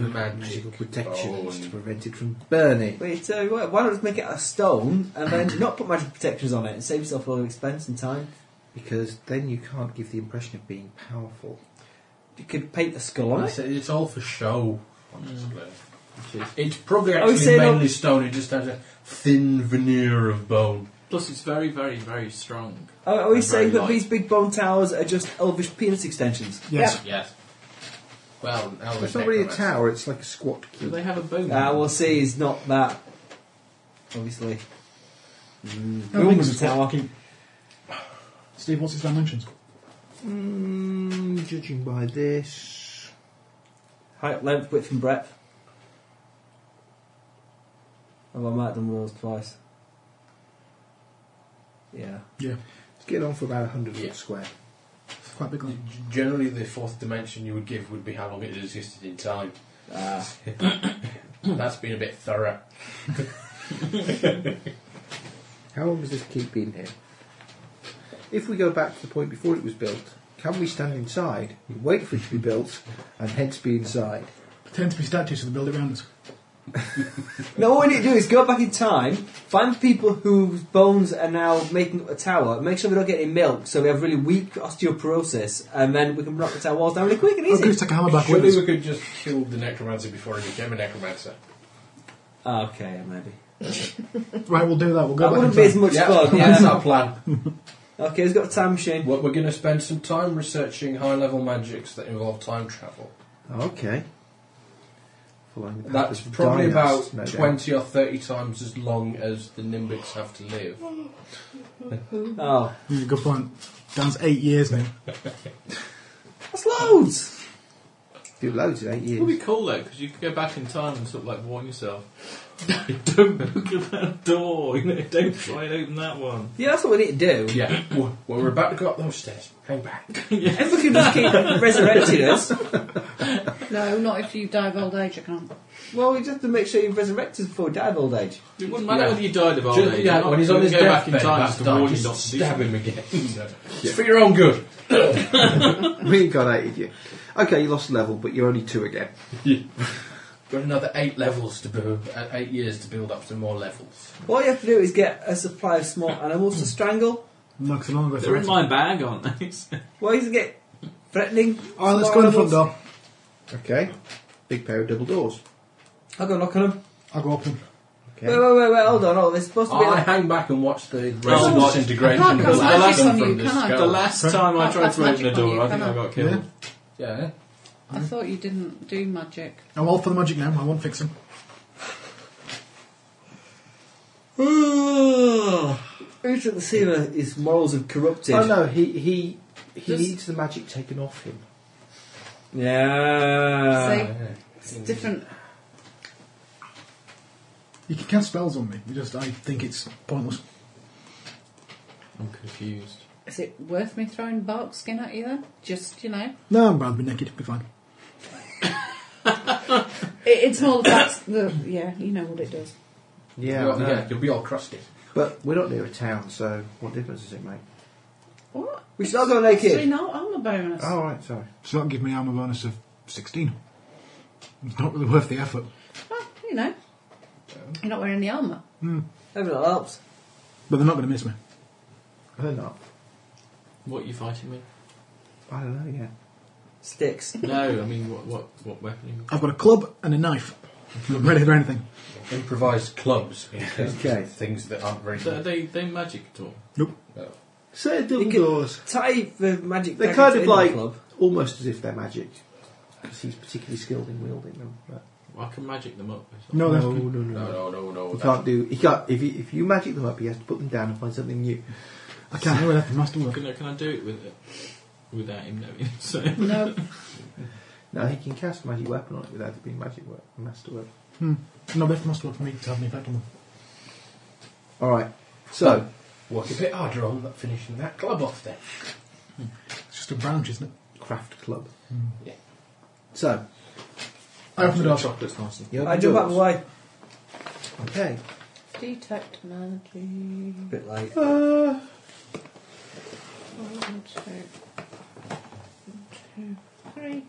Speaker 4: Magic
Speaker 3: magical protection is to
Speaker 4: bone.
Speaker 3: prevent it from burning.
Speaker 8: Wait, so why why not just make it out of stone and
Speaker 3: (coughs)
Speaker 8: then not put magic protections on it and save yourself a lot of expense and time?
Speaker 3: Because then you can't give the impression of being powerful.
Speaker 8: You could paint the skull on
Speaker 4: It's,
Speaker 8: it.
Speaker 4: it's all for show. on
Speaker 6: Hmm.
Speaker 4: display.
Speaker 6: Which is-
Speaker 4: It's
Speaker 6: Oh,
Speaker 4: probably
Speaker 8: I was
Speaker 4: actually
Speaker 8: saying
Speaker 4: mainly stone. It just has a thin veneer of bone.
Speaker 6: Plus, it's very, very, very strong.
Speaker 8: Are, are we
Speaker 6: And very
Speaker 8: Oh, saying that
Speaker 6: light.
Speaker 8: these big bone towers are just elvish penis extensions?
Speaker 7: Yes.
Speaker 4: Yes. Well, now
Speaker 3: It's not really a tower, Uh, it's like a squat
Speaker 6: Do
Speaker 3: cube.
Speaker 6: they have a bone?
Speaker 8: Ah, well, see, it's not that. Obviously.
Speaker 7: How
Speaker 8: Who
Speaker 7: big
Speaker 8: was
Speaker 7: is
Speaker 8: the
Speaker 7: it?
Speaker 8: tower?
Speaker 7: Steve, what's its dimensions?
Speaker 3: Mm, judging by this.
Speaker 8: Height, length, width, and breadth. Have I marked them rules twice? Yeah.
Speaker 7: Yeah,
Speaker 3: It's getting on for about 100
Speaker 4: Yeah.
Speaker 3: square.
Speaker 7: it's quite big. Like.
Speaker 4: Generally, the fourth dimension you would give would be how long it has existed in time.
Speaker 8: Ah.
Speaker 4: That's been a bit thorough.
Speaker 3: How long has this keep been here? If we go back to the point before it was built, can we stand inside, wait for it to be built, and hence be inside?
Speaker 7: Pretend to be statues so they build it around us.
Speaker 8: No, what we need to do is go back in time, find the people whose bones are now making up a tower, make sure we don't get any milk, so we have really weak osteoporosis, and then we can knock the tower walls down really quick and
Speaker 7: Oh, could
Speaker 8: easy.
Speaker 7: just take a hammer back with
Speaker 4: Surely
Speaker 7: us.
Speaker 4: we could just kill the necromancer before he became a necromancer.
Speaker 8: Ah, okay, yeah, maybe.
Speaker 7: Right, we'll do that. We'll go
Speaker 8: That
Speaker 7: back
Speaker 8: wouldn't
Speaker 7: in
Speaker 8: be as
Speaker 7: time.
Speaker 8: much
Speaker 4: yeah,
Speaker 7: (laughs)
Speaker 8: fun.
Speaker 4: that's
Speaker 8: Yeah.
Speaker 4: our plan.
Speaker 8: Okay, he's got a time machine.
Speaker 4: Well, we're going to spend some time researching high-level magics that involve time travel.
Speaker 3: Okay. Following the path
Speaker 4: That's
Speaker 3: of
Speaker 4: probably
Speaker 3: dynasts,
Speaker 4: about
Speaker 3: no doubt.
Speaker 4: 20 or 30 times as long as the Nimbics have to live.
Speaker 8: Oh,
Speaker 7: Mm, good point. Dan's eight years now.
Speaker 8: that's loads!
Speaker 3: Do loads in eight
Speaker 6: It would be
Speaker 3: (laughs) years.
Speaker 6: cool though, because you could go back in time and sort of like warn yourself. (laughs) don't look at that door, you know, don't try and open that one.
Speaker 8: Yeah, that's what we need to do.
Speaker 4: Yeah, well, we're about to go up those stairs. Hang back.
Speaker 8: If we can just keep
Speaker 7: (laughs)
Speaker 8: resurrecting us,
Speaker 5: No, not if you die of old age, I can't.
Speaker 8: well, we just have to make sure you resurrect us before we die of old age.
Speaker 6: It wouldn't matter
Speaker 4: Yeah.
Speaker 6: whether you died of old
Speaker 4: Just-
Speaker 6: age.
Speaker 4: yeah,
Speaker 6: or not,
Speaker 4: when he's
Speaker 6: you
Speaker 4: on his
Speaker 6: could go back in
Speaker 4: deathbed,
Speaker 6: time
Speaker 4: that's
Speaker 6: just to
Speaker 4: done,
Speaker 6: warn you
Speaker 4: just
Speaker 6: not to do
Speaker 4: stab
Speaker 6: (laughs)
Speaker 4: him again. It's for your own good.
Speaker 3: Reincarnated you. Okay, you lost a level, but you're only two again.
Speaker 4: Got another eight levels to build, uh, eight years to build up to more levels.
Speaker 8: All you have to do is get a supply of small animals to strangle.
Speaker 7: Knocks along with
Speaker 6: They're in my bag, aren't they?
Speaker 8: Why does it get threatening?
Speaker 3: Oh,
Speaker 7: Alright, let's
Speaker 8: small
Speaker 7: go in the
Speaker 8: animals?
Speaker 7: front door.
Speaker 3: Okay. Big pair of double doors.
Speaker 8: I'll go knock on them.
Speaker 7: I'll go open.
Speaker 3: Okay.
Speaker 8: Wait, wait, wait, wait, hold on, hold on. It's supposed to be
Speaker 4: I
Speaker 8: like.
Speaker 4: hang back and watch the
Speaker 6: Oh,
Speaker 4: residents' integration.
Speaker 5: I can't
Speaker 4: of
Speaker 5: cast magic
Speaker 4: last-
Speaker 5: on you, can I?
Speaker 6: The last time I
Speaker 5: Oh,
Speaker 6: tried
Speaker 5: that's
Speaker 6: to open
Speaker 5: magic
Speaker 6: a
Speaker 5: on you,
Speaker 6: door, I think
Speaker 5: can
Speaker 6: I
Speaker 5: I?
Speaker 6: got Hmm? killed.
Speaker 4: Yeah.
Speaker 5: I thought you didn't do magic.
Speaker 7: I'm all for the magic now. I won't fix him.
Speaker 8: (sighs) Who's at the sealer? His morals have corrupted.
Speaker 3: Oh no, he he he
Speaker 5: Does-
Speaker 3: needs the magic taken off him.
Speaker 6: Ah,
Speaker 8: Yeah.
Speaker 5: See? It's different.
Speaker 7: You can cast spells on me. You just, I think it's pointless.
Speaker 6: I'm confused.
Speaker 5: Is it worth me throwing bark skin at you then? Just, you know.
Speaker 7: No, I'm rather be naked. Be fine.
Speaker 5: It, it's more about the. Yeah, you know what it does.
Speaker 3: Yeah,
Speaker 4: You'll,
Speaker 3: I know.
Speaker 4: yeah, you'll be all crusty.
Speaker 3: But we're not near a town, so what difference does it make?
Speaker 5: What?
Speaker 8: We should all go
Speaker 5: See,
Speaker 8: naked.
Speaker 5: no, I'm a bonus.
Speaker 3: Oh, right, sorry.
Speaker 7: So that'll give me armor bonus of 16. It's not really worth the effort.
Speaker 5: Well, Ah, you know. You're not wearing the armour.
Speaker 8: Everything that helps.
Speaker 7: But they're not going to miss me.
Speaker 3: They're not.
Speaker 6: What are you fighting with?
Speaker 3: I don't know, yeah.
Speaker 8: Sticks.
Speaker 6: No, I mean, what what, what weapon? are you-
Speaker 7: I've got a club and a knife. I'm ready for anything.
Speaker 4: Improvised (laughs) clubs. because
Speaker 3: Okay.
Speaker 4: Things that aren't very.
Speaker 6: So Are they, they magic at all?
Speaker 3: So they're double
Speaker 8: You can-
Speaker 3: doors.
Speaker 8: Tie the magic.
Speaker 3: They're
Speaker 8: package
Speaker 3: kind of
Speaker 8: in the
Speaker 3: like
Speaker 8: club.
Speaker 3: almost as if they're magic, because he's particularly skilled in wielding them. But
Speaker 6: I can magic them up.
Speaker 7: No,
Speaker 3: no,
Speaker 7: that's
Speaker 3: no, no,
Speaker 4: No, no, no, no.
Speaker 3: He
Speaker 4: that-
Speaker 3: can't do. He can't. If, he, if you magic them up, he has to put them down and find something new.
Speaker 7: I can't hear that. Master work.
Speaker 6: Can I, can I do it with it? Without him
Speaker 18: (laughs)
Speaker 6: knowing. So.
Speaker 5: No.
Speaker 3: Now he can cast magic weapon on it without it being magic work, masterwork.
Speaker 7: Hmm. No, that must work for me to have an effect on them.
Speaker 3: All right. So
Speaker 4: Work a bit harder on that, finishing that club off then.
Speaker 7: It's just a branch, isn't it?
Speaker 3: craft club.
Speaker 4: Yeah.
Speaker 3: So
Speaker 7: I open the door.
Speaker 4: Chocolate's nice.
Speaker 3: you open
Speaker 8: I jump out
Speaker 3: doors.
Speaker 8: the way.
Speaker 3: Okay.
Speaker 5: Detect magic.
Speaker 20: bit like
Speaker 3: Uh,
Speaker 5: One, two, one, two, three,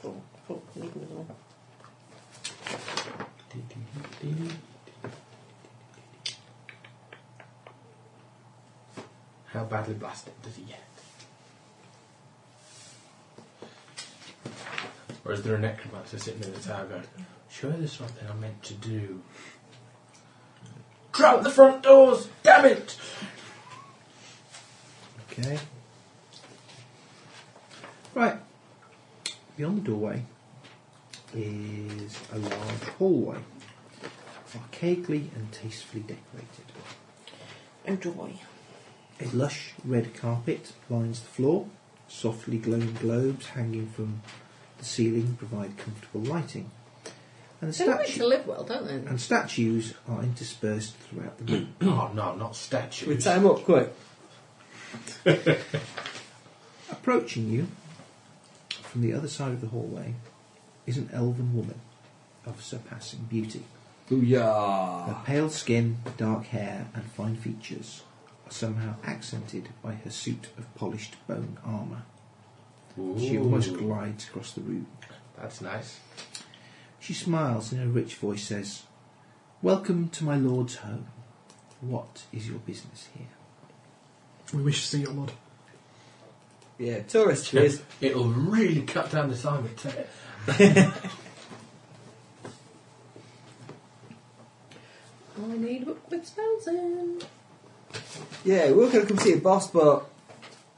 Speaker 5: four, four. Leave them alone.
Speaker 4: How badly blasted does he get? Or is there a necromancer sitting in the tower going, Surely there's something I meant to do? Trap the front doors! Damn it! (clears throat)
Speaker 3: okay. Right. Beyond the doorway is a large hallway, archaically and tastefully decorated.
Speaker 5: Oh joy.
Speaker 3: A lush red carpet lines the floor. Softly glowing globes hanging from the ceiling provide comfortable lighting. And, the
Speaker 5: They don't make
Speaker 3: statu-
Speaker 5: you live well, don't they?
Speaker 3: and statues are interspersed throughout the room.
Speaker 4: Oh no, not
Speaker 8: We
Speaker 4: statues.
Speaker 8: tie him up quick.
Speaker 3: Approaching you from the other side of the hallway is an elven woman of surpassing beauty.
Speaker 20: booyah.
Speaker 3: Her pale skin, dark hair, and fine features are somehow accented by her suit of polished bone armour. She almost
Speaker 4: Ooh,
Speaker 3: glides across the room.
Speaker 4: That's nice.
Speaker 3: She smiles and in her rich voice says, Welcome to my lord's home. What is your business here?
Speaker 7: We wish to see your lord.
Speaker 8: Yeah, tourist cheers.
Speaker 4: It'll really cut down the time it takes.
Speaker 5: I need a book with spells in.
Speaker 8: Yeah, we were going to come see your boss, but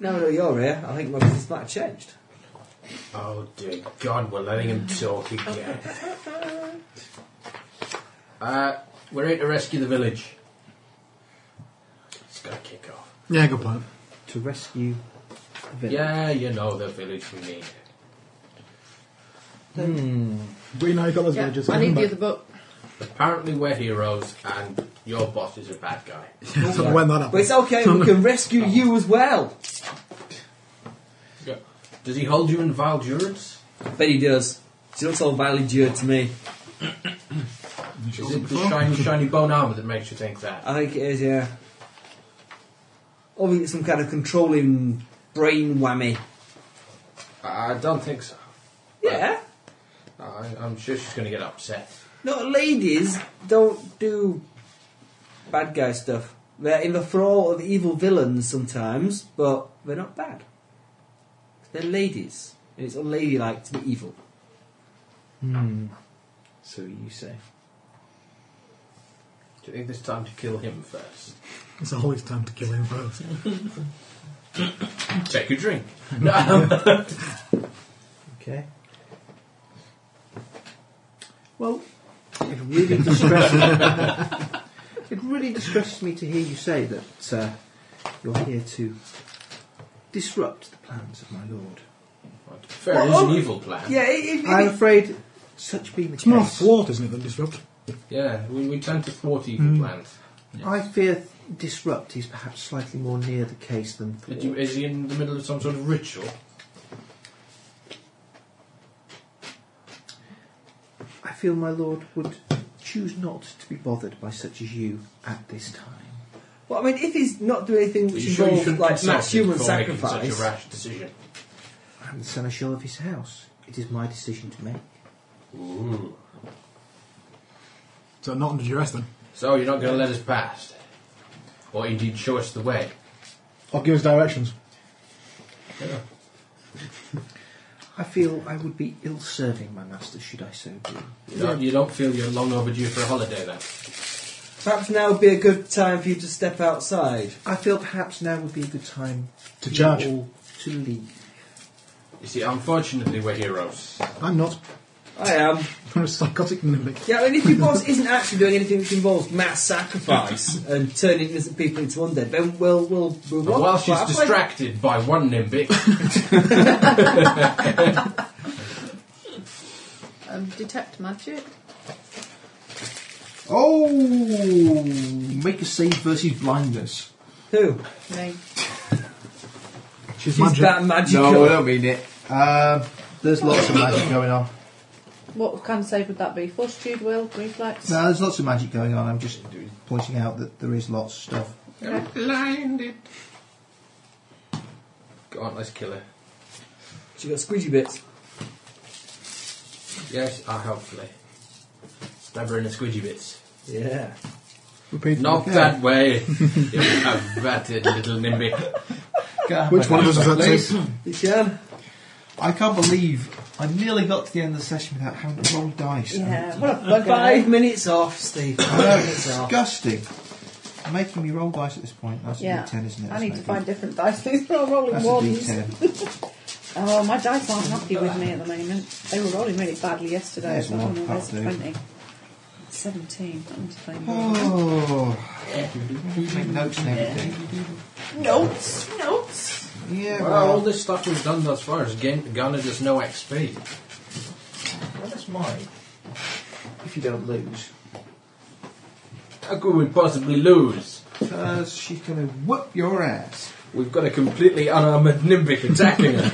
Speaker 8: now I know you're here, I think my business might have changed.
Speaker 4: Oh dear God, we're letting him talk (laughs) again. uh, we're here to rescue the village. It's gonna kick off.
Speaker 7: Yeah, good point.
Speaker 3: To rescue the village.
Speaker 4: Yeah, you know the village we need.
Speaker 7: But you know, you've got those
Speaker 5: Yeah,
Speaker 7: villages.
Speaker 5: I need the
Speaker 7: remember?
Speaker 5: other book.
Speaker 4: Apparently we're heroes and your boss is a bad (laughs) guy.
Speaker 7: Yeah, so (laughs) when that
Speaker 8: But
Speaker 7: happens.
Speaker 8: it's okay, we
Speaker 3: (laughs)
Speaker 8: can rescue you as well.
Speaker 4: Does he hold you in vile durance?
Speaker 8: I bet he does. She looks all Valley Jew to me.
Speaker 4: Is it the shiny, shiny bone armour that makes you think that?
Speaker 8: I think it is, yeah. Or we get some kind of controlling brain whammy.
Speaker 4: I don't think so.
Speaker 8: Yeah.
Speaker 4: I, I, I'm sure she's going to get upset.
Speaker 8: No, ladies don't do bad guy stuff. They're in the thrall of evil villains sometimes, but they're not bad. They're ladies, and it's unladylike to be evil.
Speaker 3: Hmm. So you say.
Speaker 4: Do you think there's time to kill him first?
Speaker 7: It's always time to kill him first.
Speaker 4: Take a (laughs) drink. No.
Speaker 3: Okay. Well, it really distresses (laughs) it really distresses me to hear you say that uh, you're here to disrupt the plans of my lord.
Speaker 4: Fair
Speaker 3: Well,
Speaker 4: is an
Speaker 3: oh,
Speaker 4: evil plan.
Speaker 3: I'm afraid such being the
Speaker 7: It's more
Speaker 3: case.
Speaker 7: thwart, isn't it, than disrupt?
Speaker 4: Yeah, we, we tend to thwart evil
Speaker 8: Hmm.
Speaker 7: Mm.
Speaker 4: plans.
Speaker 3: I fear disrupt is perhaps slightly more near the case than
Speaker 4: Did
Speaker 3: thwart.
Speaker 4: you, is he in the middle of some sort of ritual?
Speaker 3: I feel my lord would choose not to be bothered by such as you at this time.
Speaker 8: Well, I mean, if he's not doing anything
Speaker 4: Are
Speaker 8: which
Speaker 4: you sure you
Speaker 8: involves
Speaker 4: shouldn't
Speaker 8: like
Speaker 4: consult
Speaker 8: mass
Speaker 4: him
Speaker 8: human
Speaker 4: before making
Speaker 8: sacrifice,
Speaker 4: Such a rash decision.
Speaker 3: I'm the seneschal of his house. It is my decision to make.
Speaker 4: Ooh.
Speaker 7: So not under duress then.
Speaker 4: So you're not going to let us past, or indeed show us the way.
Speaker 7: Or give us directions.
Speaker 3: I feel I would be ill serving my master should I so do.
Speaker 4: You don't, you don't feel you're long overdue for a holiday then.
Speaker 8: perhaps now would be a good time for you to step outside.
Speaker 3: I feel perhaps now would be a good time
Speaker 7: To charge.
Speaker 3: all to leave.
Speaker 4: You see, unfortunately, we're heroes.
Speaker 7: I'm not. (laughs)
Speaker 8: I am.
Speaker 7: I'm a psychotic mimic.
Speaker 8: Yeah, I mean, if your boss isn't actually doing anything which involves mass sacrifice and turning innocent people into undead, then we'll we'll we'll.
Speaker 4: But while she's
Speaker 8: I'll play-
Speaker 4: distracted by
Speaker 8: (laughs)
Speaker 4: one nimbic,
Speaker 10: Um, detect magic.
Speaker 3: Oh! Make a save versus blindness.
Speaker 8: Who?
Speaker 10: Me.
Speaker 7: She's,
Speaker 8: She's
Speaker 7: magic.
Speaker 8: that magical.
Speaker 3: No, I don't mean it. Um, there's lots of magic going on.
Speaker 10: What kind of save would that be? Fortitude, will, reflex?
Speaker 3: (laughs) No, there's lots of magic going on. I'm just pointing out that there is lots of stuff.
Speaker 4: blinded. Go on, let's kill her.
Speaker 8: She got squidgy bits.
Speaker 4: Yes, I hopefully. Stab her in the squidgy bits.
Speaker 8: Yeah.
Speaker 7: We paid for
Speaker 4: Not
Speaker 7: it.
Speaker 4: that way, you averted little nimbic.
Speaker 7: Which one of us is that
Speaker 3: Please.
Speaker 7: to?
Speaker 8: You can.
Speaker 3: I can't believe I nearly got to the end of the session without having to roll dice.
Speaker 10: Yeah, what a
Speaker 8: We're
Speaker 10: bugger.
Speaker 8: Five minutes off, Steve. Five minutes off.
Speaker 3: Disgusting. Making me roll dice at this point. That's
Speaker 10: Yeah.
Speaker 3: a D10, isn't
Speaker 10: I
Speaker 3: it? That's
Speaker 10: need
Speaker 3: no
Speaker 10: to
Speaker 3: good.
Speaker 10: find different dice. (laughs) These are all rolling
Speaker 3: That's
Speaker 10: ones.
Speaker 3: a D10.
Speaker 10: Oh, my dice aren't happy with me at the moment. They were rolling really badly yesterday.
Speaker 3: There's
Speaker 10: So I
Speaker 3: one,
Speaker 10: don't know, there's
Speaker 3: that'll do.
Speaker 10: 20. 17. I need to find more.
Speaker 3: Oh. Make notes and everything.
Speaker 10: Notes! Notes!
Speaker 3: Yeah,
Speaker 4: Well, all this stuff we've done thus far has gained, garnered us no XP.
Speaker 3: well, that's mine. If you don't lose.
Speaker 4: How could we possibly lose?
Speaker 3: Because she's going to whoop your ass.
Speaker 4: We've got a completely unarmoured Nimbic attacking (laughs) her.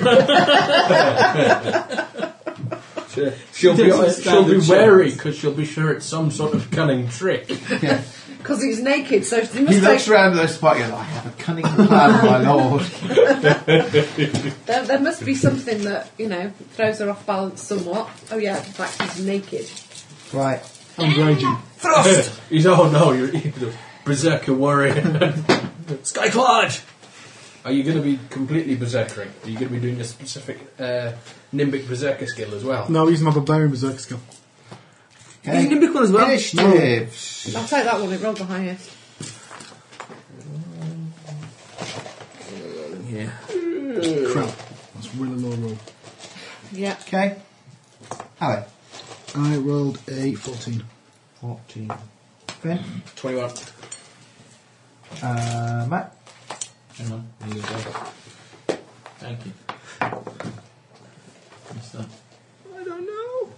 Speaker 4: She- she'll be, she'll be wary because she'll be sure it's some sort of cunning trick.
Speaker 10: Because he's naked, so they
Speaker 3: He
Speaker 10: must
Speaker 3: looks
Speaker 10: take,
Speaker 3: around at this spot and goes, I have a cunning
Speaker 10: (laughs)
Speaker 3: plan, my lord.
Speaker 10: there, there must be something that, you know, throws her off balance somewhat. Oh, yeah, in fact, he's naked.
Speaker 3: Right.
Speaker 7: (laughs) I'm raging.
Speaker 4: (laughs) He's oh no, you're, you're the berserker (laughs) warrior.
Speaker 8: Sky Clyde!
Speaker 4: Are you going to be completely berserkering? Are you going to be doing a specific uh, Nimbic berserker skill as well?
Speaker 7: No, he's another diamond berserker skill.
Speaker 3: Okay.
Speaker 8: Isn't it big one as well?
Speaker 3: Initiatives.
Speaker 10: I'll take that one, it rolled the highest.
Speaker 7: Crap. That's really low roll.
Speaker 10: Yeah.
Speaker 3: Okay. Allie.
Speaker 7: I rolled a 14.
Speaker 3: 14. Ben.
Speaker 4: 21.
Speaker 3: Uh, Matt.
Speaker 18: Hang on, there you go. Thank you. What's that?
Speaker 4: I don't know.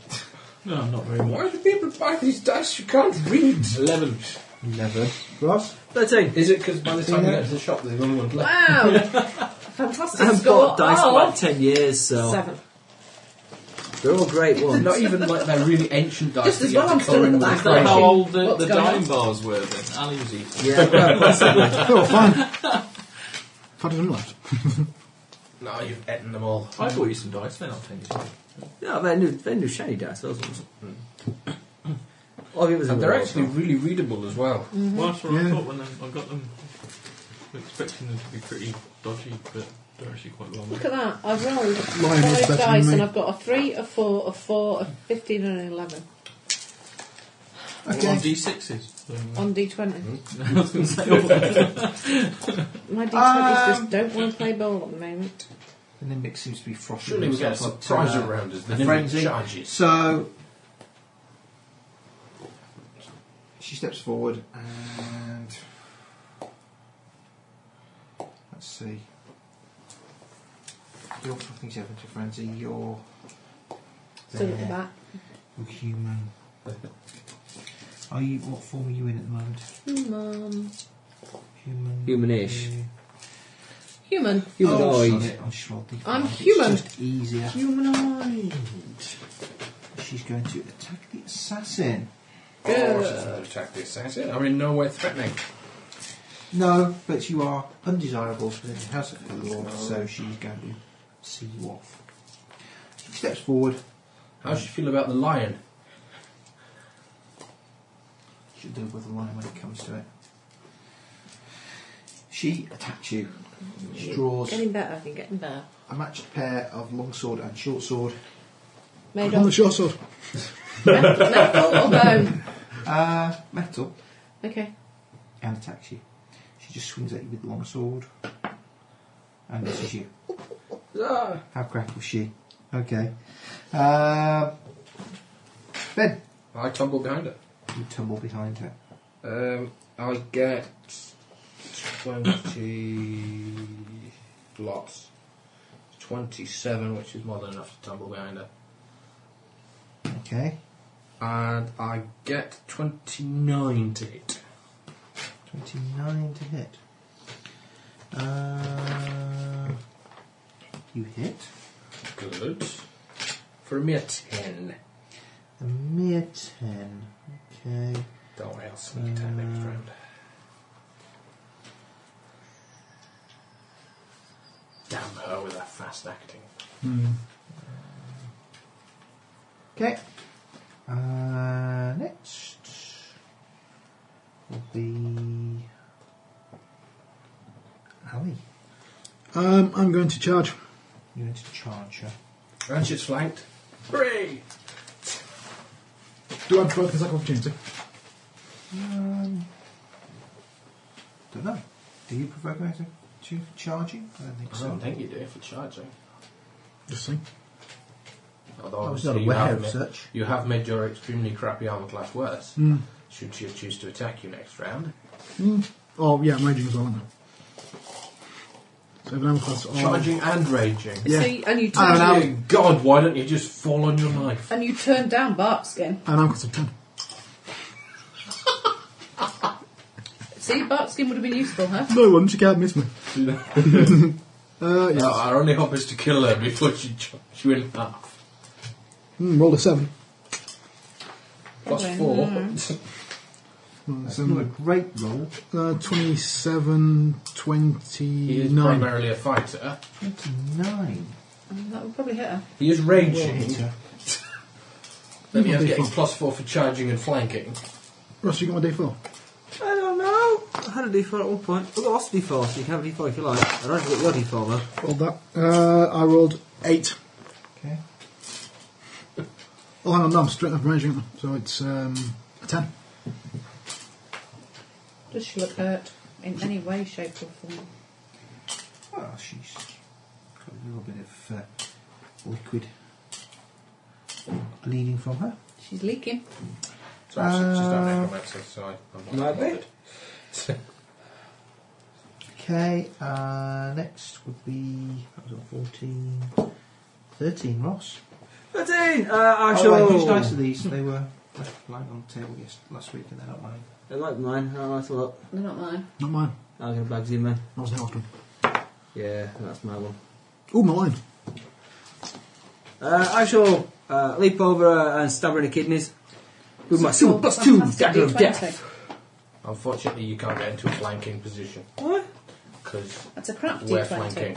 Speaker 18: No, not very much.
Speaker 4: Why do people buy these dice you can't read?
Speaker 18: 11.
Speaker 3: 11. Ross.
Speaker 8: 13.
Speaker 4: Is it because by the time you get to the shop, there's only one left?
Speaker 10: Wow! Fantastic
Speaker 8: I haven't
Speaker 10: score.
Speaker 8: bought dice for
Speaker 10: Oh,
Speaker 8: like 10 years, so.
Speaker 10: Seven.
Speaker 8: They're all great ones.
Speaker 4: Not even like they're really ancient dice.
Speaker 10: Just
Speaker 4: that
Speaker 10: as
Speaker 4: you
Speaker 10: well
Speaker 4: have
Speaker 10: I'm
Speaker 4: to
Speaker 10: still
Speaker 4: colour
Speaker 10: at
Speaker 4: in
Speaker 10: the back.
Speaker 4: with a brush.
Speaker 18: How old the,
Speaker 10: What's
Speaker 18: the
Speaker 10: going
Speaker 18: dime
Speaker 10: on?
Speaker 18: bars were then? Ali was eating.
Speaker 8: yeah, well, possibly.
Speaker 7: Oh, fine. If I didn't left.
Speaker 4: No, you've eaten them all.
Speaker 18: I bought you some dice, they're not paying you.
Speaker 8: Yeah, they knew, they knew shiny dice, those ones. Oh, it was
Speaker 4: And
Speaker 8: in
Speaker 4: they're
Speaker 8: the
Speaker 4: actually
Speaker 8: world.
Speaker 4: really readable as well.
Speaker 10: Mm-hmm.
Speaker 18: mm Well, that's what I
Speaker 4: Yeah.
Speaker 18: thought when I, I got them. Expecting them to be pretty dodgy, but they're actually quite well made.
Speaker 5: Look at that. I've rolled
Speaker 18: Lion is
Speaker 5: five
Speaker 18: better than
Speaker 5: dice
Speaker 18: me.
Speaker 5: and I've got a 3, a 4, a 4, a 15 and an 11
Speaker 18: Well, on D6s. they're, uh,
Speaker 10: Oh.
Speaker 5: on D20.
Speaker 18: (laughs) I was going to say.
Speaker 5: My D20s
Speaker 3: Um,
Speaker 5: just don't want to play ball at the moment.
Speaker 3: The Nimbic seems to be frothing.
Speaker 4: Surely we get a
Speaker 3: himself up to,
Speaker 4: surprise
Speaker 3: uh,
Speaker 4: around as the
Speaker 3: a
Speaker 4: Nimbic
Speaker 3: frenzy.
Speaker 4: charges.
Speaker 3: So she steps forward and let's see. Your nothing's happened to frenzy. You're
Speaker 5: Still at the
Speaker 3: there.
Speaker 5: back.
Speaker 3: You're human. Are you? What form are you in at the moment?
Speaker 5: Human.
Speaker 3: Human.
Speaker 8: Humanish.
Speaker 5: Human.
Speaker 3: Oh,
Speaker 8: Humanoid.
Speaker 3: sod it, I just rolled the
Speaker 5: I'm
Speaker 3: five. It's
Speaker 5: human.
Speaker 3: just easier.
Speaker 5: Humanoid.
Speaker 3: She's going to attack the assassin.
Speaker 4: Of course, it's Oh, not attack the assassin. I'm in no way threatening.
Speaker 3: No, but you are undesirable for the house of the Lord, so she's going to see you off. She steps forward.
Speaker 4: How does she feel about the lion?
Speaker 3: She'll deal with the lion when it comes to it. She attacks you. She draws
Speaker 5: Getting better, I think, getting better.
Speaker 3: a matched pair of longsword and short sword.
Speaker 5: Made
Speaker 7: I'm on
Speaker 5: of
Speaker 7: the short sword.
Speaker 5: metal or bone.
Speaker 3: Uh, metal
Speaker 5: Okay.
Speaker 3: and attacks you. She just swings at you with the longsword and misses you. How crap was she? Okay. Uh, ben,
Speaker 4: I tumble behind her.
Speaker 3: you tumble behind her.
Speaker 4: Um, I get 20 lots. 27, which is more than enough to tumble behind her.
Speaker 3: Okay.
Speaker 4: And I get 29 to hit.
Speaker 3: 29 to hit. Uh, you hit.
Speaker 4: Good. For a mere 10.
Speaker 3: A mere 10. Okay.
Speaker 4: Don't worry, I'll sneak attack next round. Damn her with her fast acting.
Speaker 3: Okay. Uh, next will be Ali.
Speaker 7: Um, I'm going to charge.
Speaker 3: You're going to charge her.
Speaker 4: And she's flanked. Hooray!
Speaker 7: Do I provoke the second opportunity?
Speaker 3: Um, don't know. Do you provoke her to to charging? I don't think
Speaker 4: I
Speaker 3: so.
Speaker 4: don't think you do for charging.
Speaker 7: Just saying.
Speaker 4: Although
Speaker 3: I was
Speaker 4: obviously
Speaker 3: not
Speaker 4: you
Speaker 3: aware
Speaker 4: have
Speaker 3: of
Speaker 4: ma-
Speaker 3: such.
Speaker 4: You have made your extremely crappy armor class worse.
Speaker 7: Hmm.
Speaker 4: Should she choose to attack you next round?
Speaker 7: Mm. Oh, yeah, I'm raging as well, aren't I? So an armor class of-
Speaker 4: Charging and raging.
Speaker 7: Yeah.
Speaker 5: So you- and you
Speaker 4: Oh,
Speaker 5: turn-
Speaker 4: dear God, why don't you just fall on your (laughs) knife?
Speaker 5: And you turn down bark skin.
Speaker 7: An armor class of 10.
Speaker 5: See, bark skin would have been useful, huh?
Speaker 7: No one, she can't miss me. uh, yes.
Speaker 4: No, our only hope is to kill her before she chops you in half.
Speaker 7: Mm, rolled a 7.
Speaker 4: Plus
Speaker 5: Okay.
Speaker 4: four.
Speaker 5: Mm.
Speaker 4: uh,
Speaker 3: That's not a great roll.
Speaker 7: Uh, 27,
Speaker 4: He is
Speaker 7: 29.
Speaker 4: primarily a fighter.
Speaker 3: 29.
Speaker 5: Mm, That would probably hit her.
Speaker 4: He is
Speaker 3: Will
Speaker 4: raging.
Speaker 3: hit her.
Speaker 4: (laughs) Let me have to
Speaker 7: Will be
Speaker 4: get his
Speaker 7: fun.
Speaker 4: plus four for charging and flanking.
Speaker 7: Ross, you got my D4?
Speaker 8: I don't know. I had a D4 at one point. I've got lots of D4, so you can have a D4 if you like. I don't have to get your D4 though.
Speaker 7: Rolled that. Uh, I rolled 8.
Speaker 3: Okay.
Speaker 7: Oh, hang on, no, I'm straight up raging. aren't I? So it's um, a 10.
Speaker 5: Does she look hurt in any way, shape, or form?
Speaker 3: Well, she's Oh, got a little bit of uh, liquid leading from her.
Speaker 5: She's leaking.
Speaker 4: So I should just don't necromancy, so I- I'm not bothered.
Speaker 3: Okay, uh, next would be that was on 14, 13, Ross.
Speaker 8: 13! Uh, I
Speaker 3: oh,
Speaker 8: shall.
Speaker 3: wait, who's dice are these? They were left lying on the table yes, last week and they're not mine.
Speaker 8: I like mine. I like a lot.
Speaker 5: They're not mine.
Speaker 7: Not mine.
Speaker 8: I'll get a bags in, man.
Speaker 7: That was the last one.
Speaker 8: Yeah, that's my one.
Speaker 7: Oh, my line.
Speaker 8: Uh, I shall uh, leap over uh, and stab her in the kidneys with my super plus two dagger of death.
Speaker 4: Unfortunately, you can't get into a flanking position.
Speaker 8: What?
Speaker 4: Because
Speaker 5: That's a crap
Speaker 4: we're
Speaker 5: D20.
Speaker 4: flanking.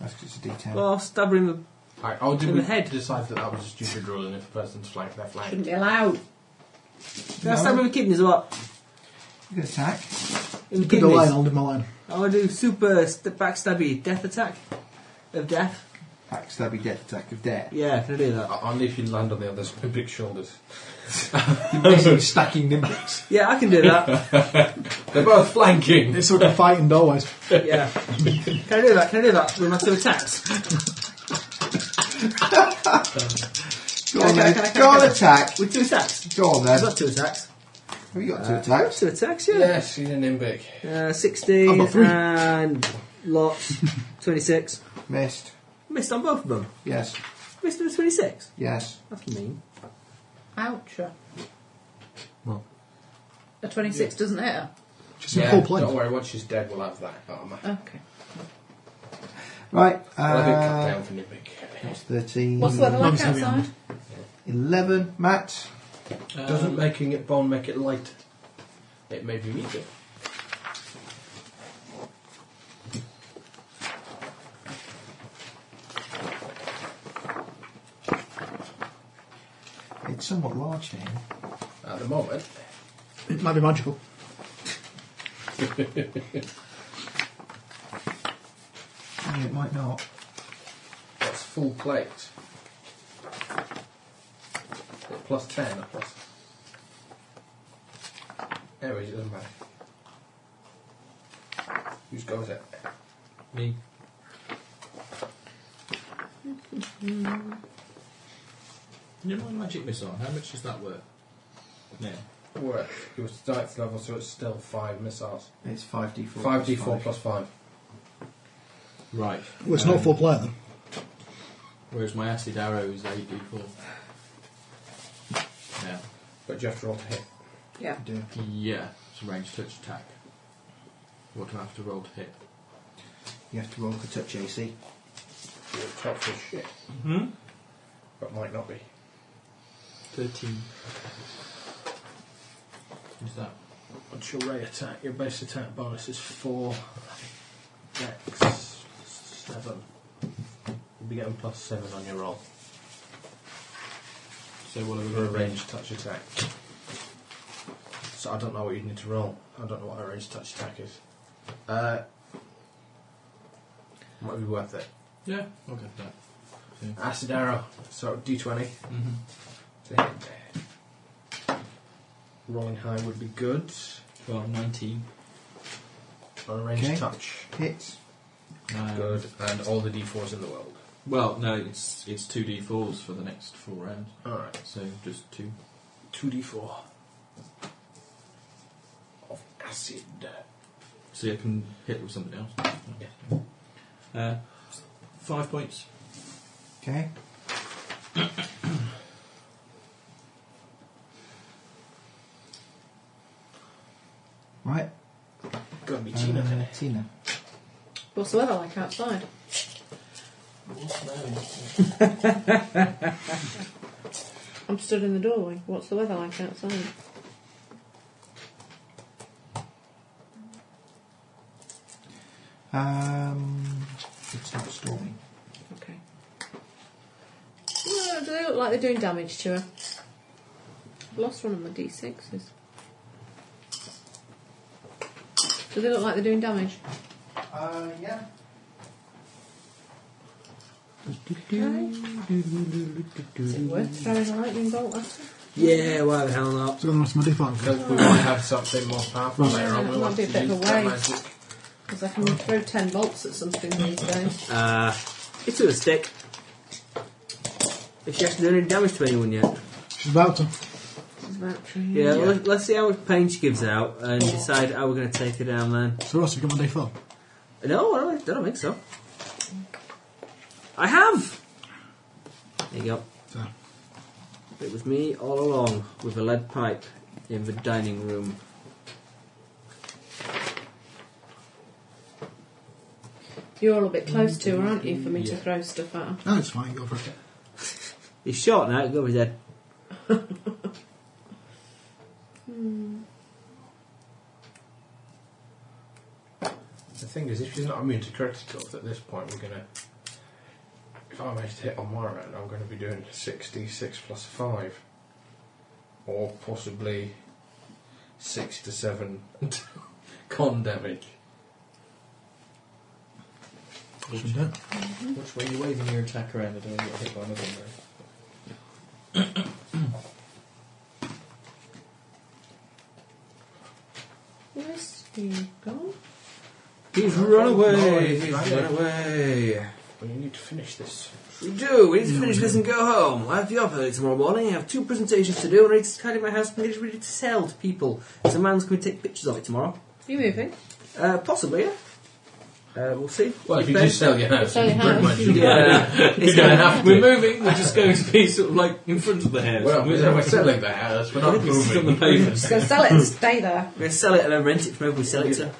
Speaker 3: That's just a detail.
Speaker 8: Well, I'll stab her in Oh, the
Speaker 4: Alright, or oh, did
Speaker 5: In
Speaker 4: we
Speaker 5: the head.
Speaker 4: decide that that was a stupid rule and if a person's flanked, they're flanked?
Speaker 5: Shouldn't be allowed.
Speaker 8: That's no. with the kidneys or what?
Speaker 3: You can attack.
Speaker 8: In the
Speaker 7: Pick
Speaker 8: kidneys.
Speaker 7: a line, I'll do my line.
Speaker 8: I want to do super st- backstabby death attack of death.
Speaker 3: Backstabby death attack of
Speaker 4: (laughs)
Speaker 3: death.
Speaker 8: Yeah, can I do that?
Speaker 4: Uh, Only if you land on the other's (laughs) big shoulders.
Speaker 3: You're basically stacking nimbus.
Speaker 8: Yeah, I can do (laughs) that.
Speaker 4: They're both flanking.
Speaker 7: It's sort of fighting doorways.
Speaker 8: yeah. Can I do that? Can I do that with my two attacks?
Speaker 3: Go on,
Speaker 8: Okay,
Speaker 3: then.
Speaker 8: okay, okay,
Speaker 3: Go on,
Speaker 8: okay.
Speaker 3: attack.
Speaker 8: With two attacks?
Speaker 3: Go on,
Speaker 8: I've
Speaker 3: then.
Speaker 8: got two attacks.
Speaker 3: Have you got
Speaker 4: Uh,
Speaker 3: two attacks?
Speaker 8: Two attacks, yeah.
Speaker 4: Yes, he's an imbic.
Speaker 8: Uh,
Speaker 7: I've
Speaker 8: 16
Speaker 7: got three.
Speaker 8: and lots. (laughs) 26.
Speaker 3: Missed.
Speaker 8: Missed on both of them.
Speaker 3: Yes.
Speaker 8: Missed on 26.
Speaker 3: Yes.
Speaker 8: That's mean.
Speaker 10: Ouch.
Speaker 3: What?
Speaker 10: A 26 doesn't hit her.
Speaker 7: Just in
Speaker 4: Yeah,
Speaker 7: full plate.
Speaker 4: don't worry, once she's dead, we'll have that. Oh, man.
Speaker 10: Okay.
Speaker 3: Right.
Speaker 4: Well, I think cut
Speaker 3: Uh,
Speaker 4: down for Nimbic.
Speaker 3: that's 13.
Speaker 10: What's the weather like
Speaker 7: Mum's heavy on
Speaker 10: outside?
Speaker 3: 11. Matt.
Speaker 5: Uh,
Speaker 4: Doesn't making it bone make it light? It made me weaker.
Speaker 3: It's somewhat large here.
Speaker 4: At the moment,
Speaker 7: It might be magical.
Speaker 3: Yeah, it might not.
Speaker 4: that's full plate. Plus 10, or plus. Anyways, it doesn't matter. Who's goes it?
Speaker 10: (laughs)
Speaker 18: Me.
Speaker 6: You know my magic missile, how much is that worth? Yeah.
Speaker 4: Work. It was ninth level, so it's still five missiles.
Speaker 3: It's 5d4.
Speaker 4: 5d4 plus 5.
Speaker 6: Right.
Speaker 7: Well, it's
Speaker 6: Um,
Speaker 7: not full plate then.
Speaker 6: Whereas my acid arrow is 8d4. Yeah.
Speaker 4: But you have to roll to hit.
Speaker 5: Yeah.
Speaker 6: Yeah, it's a ranged touch attack. What do I have to roll to hit?
Speaker 3: You have to roll for touch AC.
Speaker 4: You're top for shit.
Speaker 18: Hmm?
Speaker 4: But might not be.
Speaker 18: 13.
Speaker 6: Is that?
Speaker 4: What's your ray attack? Your base attack bonus is 4. Dex 7. You'll be getting plus 7 on your roll.
Speaker 6: So what have
Speaker 4: For
Speaker 6: I
Speaker 4: a
Speaker 6: got? Range.
Speaker 4: ranged touch attack. So I don't know what you need to roll. I don't know what a ranged touch attack is. Uh, might be worth it.
Speaker 6: Yeah, I'll get that.
Speaker 4: Acid arrow. So d20.
Speaker 6: Mm-hmm.
Speaker 4: to hit. Rolling high would be good.
Speaker 18: 12, 19.
Speaker 4: On a ranged
Speaker 3: Okay.
Speaker 4: touch.
Speaker 3: Hits.
Speaker 6: Um,
Speaker 4: Good. And all the d4s in the world.
Speaker 6: Well, no, it's it's two d4s for the next four rounds,
Speaker 4: Alright.
Speaker 6: so just two.
Speaker 4: 2d4 of acid. uh,
Speaker 6: See, I can hit with something else. Uh, five points.
Speaker 3: Okay. (clears throat) right.
Speaker 4: Gotta be
Speaker 5: Mm.
Speaker 3: uh,
Speaker 4: Tina then.
Speaker 3: Tina.
Speaker 5: What's the weather like outside? I'm stood in the doorway. What's the weather like outside?
Speaker 3: Um, it's not storming.
Speaker 5: Okay. Well, do they look like they're doing damage to her? I've lost one of my d6s. Do they look like they're doing damage?
Speaker 3: Uh, yeah.
Speaker 5: Okay. Is it worth throwing a lightning bolt at her?
Speaker 8: Yeah, why the hell not?
Speaker 7: So then that's my default.
Speaker 4: Because we might have something more powerful
Speaker 7: Right.
Speaker 4: later on.
Speaker 5: Yeah,
Speaker 4: We
Speaker 5: that
Speaker 4: want
Speaker 5: might be
Speaker 4: to
Speaker 5: a bit
Speaker 4: use
Speaker 5: of a
Speaker 4: that
Speaker 5: waste.
Speaker 4: magic.
Speaker 5: Because I can throw 10 bolts at something these days.
Speaker 8: Uh, it's with a stick. If she hasn't done any damage to anyone yet.
Speaker 7: She's about to.
Speaker 5: It's about to-
Speaker 8: Yeah, Let, let's see how much pain she gives out and decide how we're going to take her down then.
Speaker 7: So Ross, you got my default.
Speaker 8: No, I don't, I don't think so. I have! There you go.
Speaker 7: So,
Speaker 8: It was me all along with a lead pipe in the dining room.
Speaker 5: You're all a bit close to her, aren't you, for me to
Speaker 6: Yeah.
Speaker 5: throw stuff at her?
Speaker 7: no, it's fine. Go for it.
Speaker 8: He's shot now, go with his head.
Speaker 5: Hmm.
Speaker 4: The thing is, if she's not immune to critical at this point, we're gonna. if I manage to hit on my round, I'm going to be doing 6d6 plus 5. Or possibly 6 to 7 (laughs) con damage.
Speaker 18: Which way you're waving your attack around, I don't want to get hit by another one though.
Speaker 5: Where's Steve gone?
Speaker 8: He's run away. He's run away.
Speaker 4: We need to finish this.
Speaker 8: We do. We need to finish this and go home. I have the offer tomorrow morning. I have two presentations to do, and I need to tidy my house and get it ready to sell to people. So, man's going to take pictures of it tomorrow.
Speaker 5: Are you moving?
Speaker 8: Uh, possibly, yeah. Uh, we'll see.
Speaker 4: Well, if you just sell your house,
Speaker 5: Sell your
Speaker 4: you pretty
Speaker 5: house, (laughs)
Speaker 4: (laughs) much
Speaker 8: (laughs)
Speaker 5: you-
Speaker 8: Yeah.
Speaker 4: you don't (laughs) have to.
Speaker 18: We're moving, we're just going to be sort of like in front of the house.
Speaker 4: Well,
Speaker 18: we're,
Speaker 4: we're selling the house, we're not
Speaker 18: It's on
Speaker 4: moving.
Speaker 18: the pavement.
Speaker 5: Go sell it and stay there.
Speaker 8: We're going to sell it and then rent it from whoever we sell it to.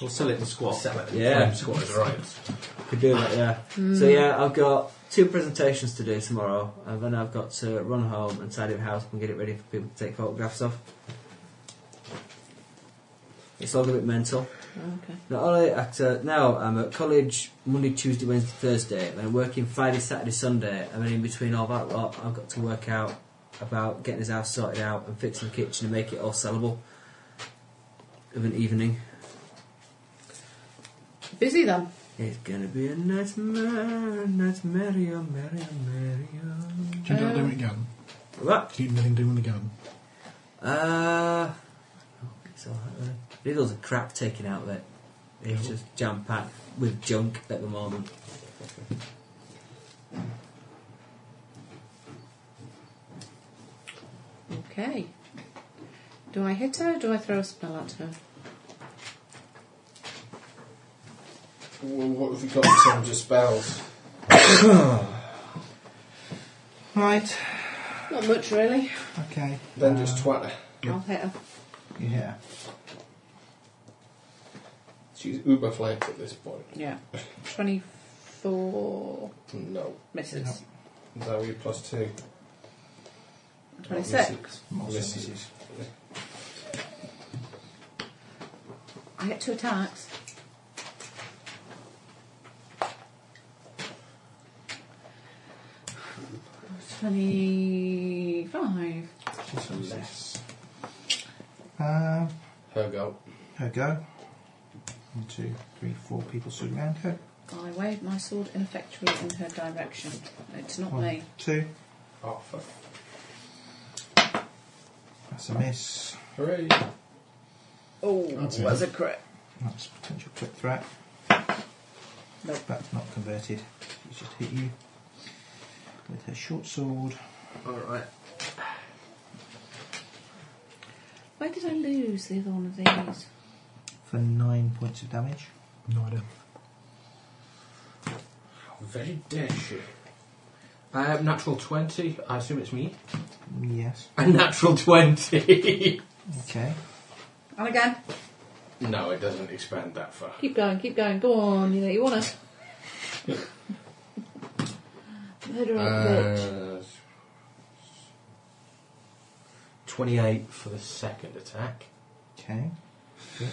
Speaker 18: We'll sell it in squat.
Speaker 4: Sell it.
Speaker 8: Yeah.
Speaker 4: Claim squatters' rights.
Speaker 8: Could do that, yeah. So, yeah, I've got two presentations to do tomorrow, and then I've got to run home and tidy my house and get it ready for people to take photographs of. It's all a bit mental.
Speaker 5: Okay.
Speaker 8: Not only at, uh, now I'm at college Monday, Tuesday, Wednesday, Thursday, and I'm working Friday, Saturday, Sunday, and then in between all that lot, I've got to work out about getting his house sorted out and fixing the kitchen and make it all sellable of an evening.
Speaker 5: Busy then.
Speaker 8: It's gonna be a nightmare, nightmare, merry, merry.
Speaker 7: Do you know what I'm doing in the garden?
Speaker 8: What?
Speaker 7: Do you nothing doing in the garden?
Speaker 8: Uh, it's all right, really. Lidl's a crap taken out of it. It's just jam packed with junk at the moment.
Speaker 5: Okay. Do I hit her or do I throw a spell at her?
Speaker 4: (laughs) Well, what have we got in terms of spells?
Speaker 3: Right.
Speaker 5: Not much really.
Speaker 3: Okay.
Speaker 4: Then just twatter.
Speaker 5: I'll hit her.
Speaker 3: Yeah.
Speaker 4: She's uber flanked at this point.
Speaker 5: Yeah. 24
Speaker 4: No.
Speaker 5: misses.
Speaker 4: No, you're plus two.
Speaker 5: 26.
Speaker 3: More
Speaker 4: Misses.
Speaker 3: misses.
Speaker 5: I get two attacks. Twenty-five.
Speaker 4: Yes.
Speaker 3: Um,
Speaker 4: Her go.
Speaker 3: her go. One, two, three, four people stood around her.
Speaker 5: I waved my sword ineffectually in her direction. It's not
Speaker 3: One,
Speaker 5: me.
Speaker 3: two.
Speaker 4: Oh, fuck.
Speaker 3: That's a miss.
Speaker 4: Hooray.
Speaker 5: Oh,
Speaker 7: That's
Speaker 5: that's a crit.
Speaker 3: That's a potential quick threat.
Speaker 5: Nope.
Speaker 3: That's not converted. She's just hit you with her short sword.
Speaker 4: Alright.
Speaker 5: Where did I lose the other one of these?
Speaker 3: for nine points of damage.
Speaker 7: No idea.
Speaker 4: Very dashy. I have natural 20. I assume it's me. (laughs)
Speaker 3: Yes.
Speaker 4: A natural (laughs) 20.
Speaker 3: Okay.
Speaker 5: And again.
Speaker 4: no, it doesn't expand that far.
Speaker 5: Keep going, keep going. Go on, you know you want to. Murder bitch.
Speaker 4: Uh, 28 for the second attack.
Speaker 3: Okay. Good.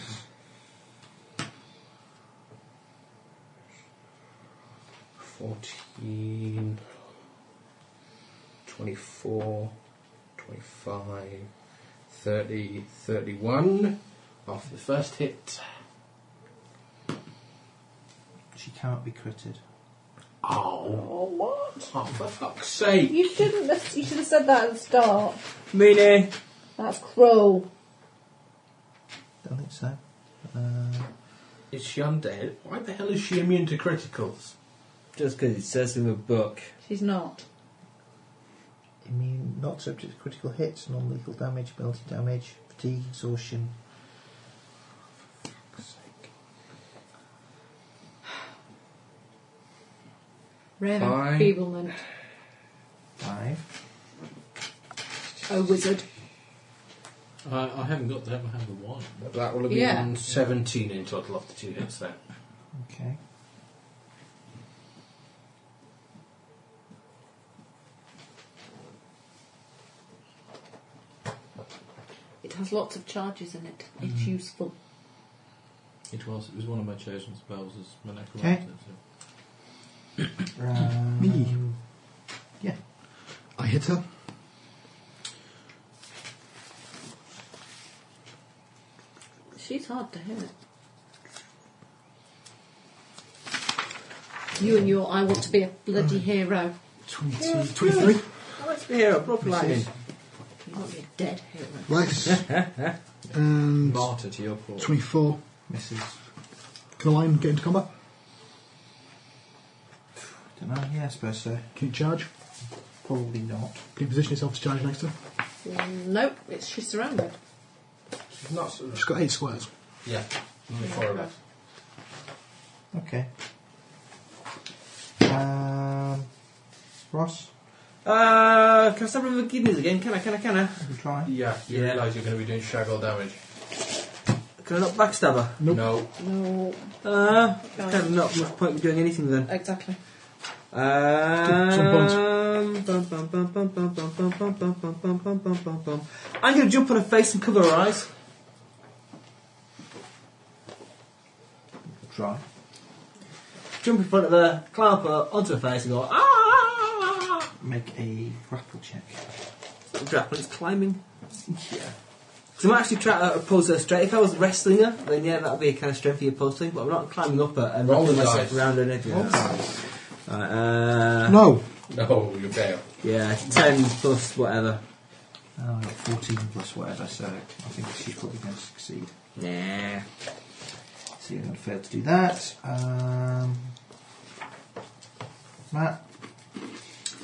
Speaker 4: Fourteen, twenty-four, twenty-five, thirty, thirty-one. 24, 25, 30, 31 off the first hit.
Speaker 3: She can't be critted.
Speaker 4: Oh,
Speaker 5: Oh, what?
Speaker 4: oh for fuck's sake.
Speaker 5: You shouldn't. Have, you should have said that at the start.
Speaker 8: Meanie!
Speaker 5: That's cruel.
Speaker 3: Don't think so. Uh,
Speaker 4: Is she undead? Why the hell is she immune to criticals?
Speaker 8: Just because it says in the book.
Speaker 5: She's not.
Speaker 3: immune, not subject to critical hits, non-lethal damage, ability damage, fatigue, exhaustion. Fuck's sake.
Speaker 5: Raven,
Speaker 4: Fine.
Speaker 5: feeblement,
Speaker 3: Five.
Speaker 5: a wizard.
Speaker 6: I, Uh, I haven't got that, I have a one.
Speaker 4: That will have been
Speaker 5: Yeah.
Speaker 4: 17 in total of the two hits then.
Speaker 3: Okay.
Speaker 5: It has lots of charges in it. It's useful.
Speaker 18: It was, it was one of my chosen spells as my necromancer.
Speaker 3: Okay.
Speaker 18: so-
Speaker 7: Me.
Speaker 3: Um, Yeah.
Speaker 7: I hit her.
Speaker 5: She's hard to hit. You and your I want to be a bloody hero.
Speaker 7: 22, 23.
Speaker 5: I want to be a hero, proper
Speaker 7: life.
Speaker 5: You want to be a dead hero.
Speaker 7: Lex. and.
Speaker 6: Martyr to your fault.
Speaker 7: 24.
Speaker 3: Misses.
Speaker 7: Can a lion get into combat?
Speaker 3: Don't know. Yeah, I suppose so.
Speaker 7: Can it charge?
Speaker 3: Probably not.
Speaker 7: Can it position itself to charge next to her?
Speaker 5: Nope, it's she's surrounded.
Speaker 4: She's not sort of-
Speaker 7: She's got eight squares.
Speaker 4: Yeah.
Speaker 5: Mm.
Speaker 4: Only four of us.
Speaker 3: Okay. Um, Ross,
Speaker 8: Uh, can I stop with kidneys again? Can I? Can I? Can I?
Speaker 3: you try.
Speaker 4: Yeah, you
Speaker 8: Yeah.
Speaker 4: realise you're going to be doing shaggle damage.
Speaker 8: Can I not backstab her?
Speaker 4: No.
Speaker 5: No,
Speaker 8: Uh, there's kind of not much point in doing anything then.
Speaker 5: exactly.
Speaker 7: Some bones.
Speaker 8: Um, bum, bum, bum, bum, bum, bum, bum, bum, bum, bum, bum, bum, bum, bum, bum. I'm going to jump on her face and cover her eyes.
Speaker 3: Try.
Speaker 8: Jump in front of her, climb up her onto her face and go, ah!
Speaker 3: Make a grapple check.
Speaker 8: Grapple, it's climbing.
Speaker 3: Yeah.
Speaker 8: So I'm actually trying to oppose her straight. If I was wrestling her, then yeah, that would be a kind of strengthy opposed thing, but I'm not climbing up her and
Speaker 4: Roll
Speaker 8: wrapping
Speaker 4: the
Speaker 8: myself
Speaker 4: dice.
Speaker 8: around her and everything. else. Alright, uh,
Speaker 7: No!
Speaker 4: No, you fail.
Speaker 8: Yeah, 10 plus whatever.
Speaker 3: Oh, I got 14 plus whatever, so I think she's probably going to succeed.
Speaker 8: Nah.
Speaker 3: So you're going to fail to do that. Um, Matt,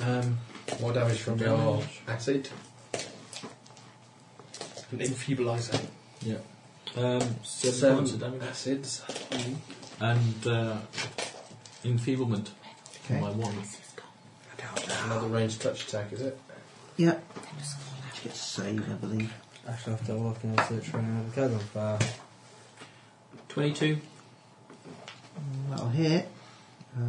Speaker 4: Um, more damage from your acid. An enfeeblizer.
Speaker 18: Yeah. Um, seven, points of damage.
Speaker 4: acids.
Speaker 18: And uh, enfeeblement.
Speaker 3: Okay.
Speaker 18: My one.
Speaker 4: Another ranged touch attack, is it?
Speaker 3: Yeah. She gets saved, I believe.
Speaker 8: Actually, after walking, I'll search for another card on fire.
Speaker 18: 22.
Speaker 3: Mm, That'll hit. Uh,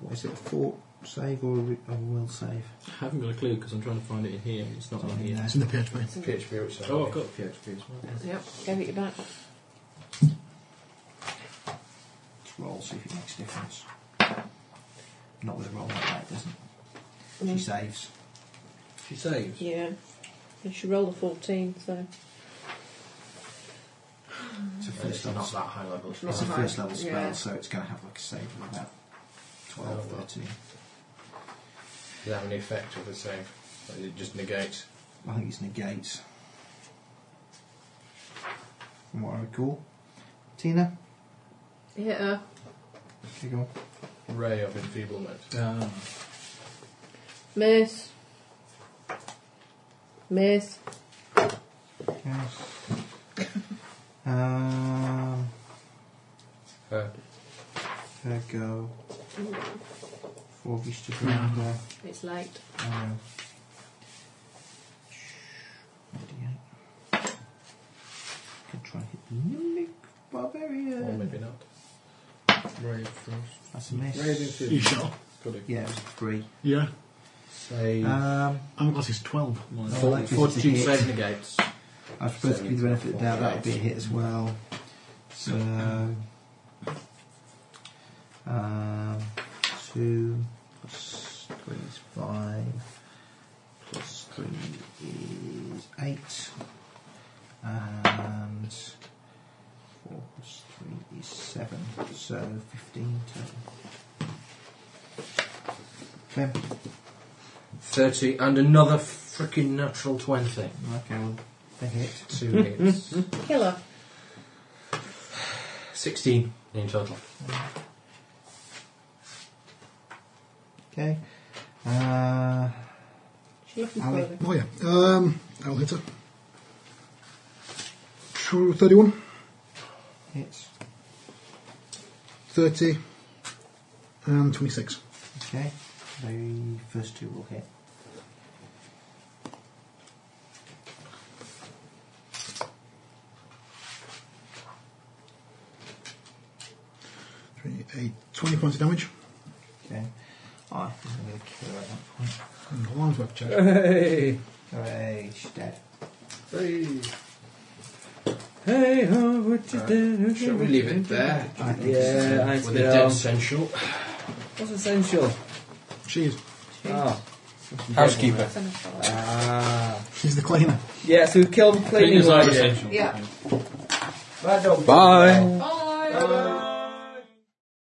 Speaker 3: what is it? A fort save or a, re- a will save?
Speaker 18: I haven't got a clue because I'm trying to find it in here. It's not on
Speaker 3: in
Speaker 18: here.
Speaker 3: there.
Speaker 7: It's in the PHP.
Speaker 8: Mm.
Speaker 4: PHP, which is
Speaker 18: Oh, I've got PHP as well.
Speaker 5: Yep, gave it you back.
Speaker 3: Let's roll, see if it makes a difference. Not with a roll like that, it doesn't. She
Speaker 5: Mm.
Speaker 3: saves.
Speaker 6: She saves.
Speaker 5: Yeah. You should roll a 14, so.
Speaker 3: It's a first
Speaker 4: It's not
Speaker 3: level,
Speaker 4: that high level.
Speaker 5: not
Speaker 3: it's a
Speaker 5: high.
Speaker 3: first level spell,
Speaker 5: Yeah.
Speaker 3: so it's going to have like a save of about 12,
Speaker 4: Oh, well.
Speaker 3: 13.
Speaker 4: Does it have any effect with the save? Or It just negates.
Speaker 3: I think it's negates. From what I recall. Tina?
Speaker 5: Hit her.
Speaker 3: Okay, go on.
Speaker 4: Ray of enfeeblement.
Speaker 18: Ah.
Speaker 5: Miss. Miss.
Speaker 3: Yes. (coughs) um,
Speaker 4: Her.
Speaker 3: her go. Four beast to ground there.
Speaker 5: It's late.
Speaker 3: I know. Can try and hit the Munich
Speaker 8: Mm.
Speaker 4: Or
Speaker 3: Barbarian.
Speaker 4: maybe not.
Speaker 18: Ray of Frost.
Speaker 3: That's a miss.
Speaker 4: Ray of
Speaker 7: You
Speaker 4: enfeeblement.
Speaker 7: shot.
Speaker 18: Got it.
Speaker 3: Yeah, it was three.
Speaker 7: Yeah.
Speaker 4: Save.
Speaker 3: Um,
Speaker 7: I'm glass is 12.
Speaker 18: Mine.
Speaker 3: Oh, that is a hit.
Speaker 4: save negates.
Speaker 3: I suppose to give you the benefit of the doubt, that would be a hit as well. So, um, two plus three is five, plus three is eight, and four plus three is seven, so fifteen total. Clem?
Speaker 4: 30 and another freaking natural 20.
Speaker 3: Okay, well, they hit.
Speaker 8: (laughs)
Speaker 4: Two hits.
Speaker 5: Killer.
Speaker 4: 16 in total.
Speaker 3: Okay. Uh,
Speaker 5: She's looking
Speaker 3: Ali.
Speaker 5: for
Speaker 7: Oh, yeah. Um, I'll hit her. True, 31.
Speaker 3: hits.
Speaker 7: 30. And 26.
Speaker 3: Okay, the first two will hit.
Speaker 7: Three, eight, 20 points of damage.
Speaker 3: Okay. I think I'm going to kill her at that point.
Speaker 7: And alarms web check.
Speaker 8: Hey!
Speaker 3: Hooray, she's dead.
Speaker 8: Hey, ho, what you did?
Speaker 4: Shall we leave it there?
Speaker 3: I think
Speaker 8: Yeah, I
Speaker 4: With a
Speaker 8: still.
Speaker 4: dead sensual.
Speaker 8: What's essential?
Speaker 7: Cheese.
Speaker 8: Ah.
Speaker 4: Housekeeper.
Speaker 8: Ah.
Speaker 7: She's the cleaner.
Speaker 8: Yeah, so we've killed the cleaning
Speaker 4: Cleaners are
Speaker 8: lady.
Speaker 4: essential.
Speaker 1: Yeah.
Speaker 8: Bye.
Speaker 4: Bye.
Speaker 1: Bye.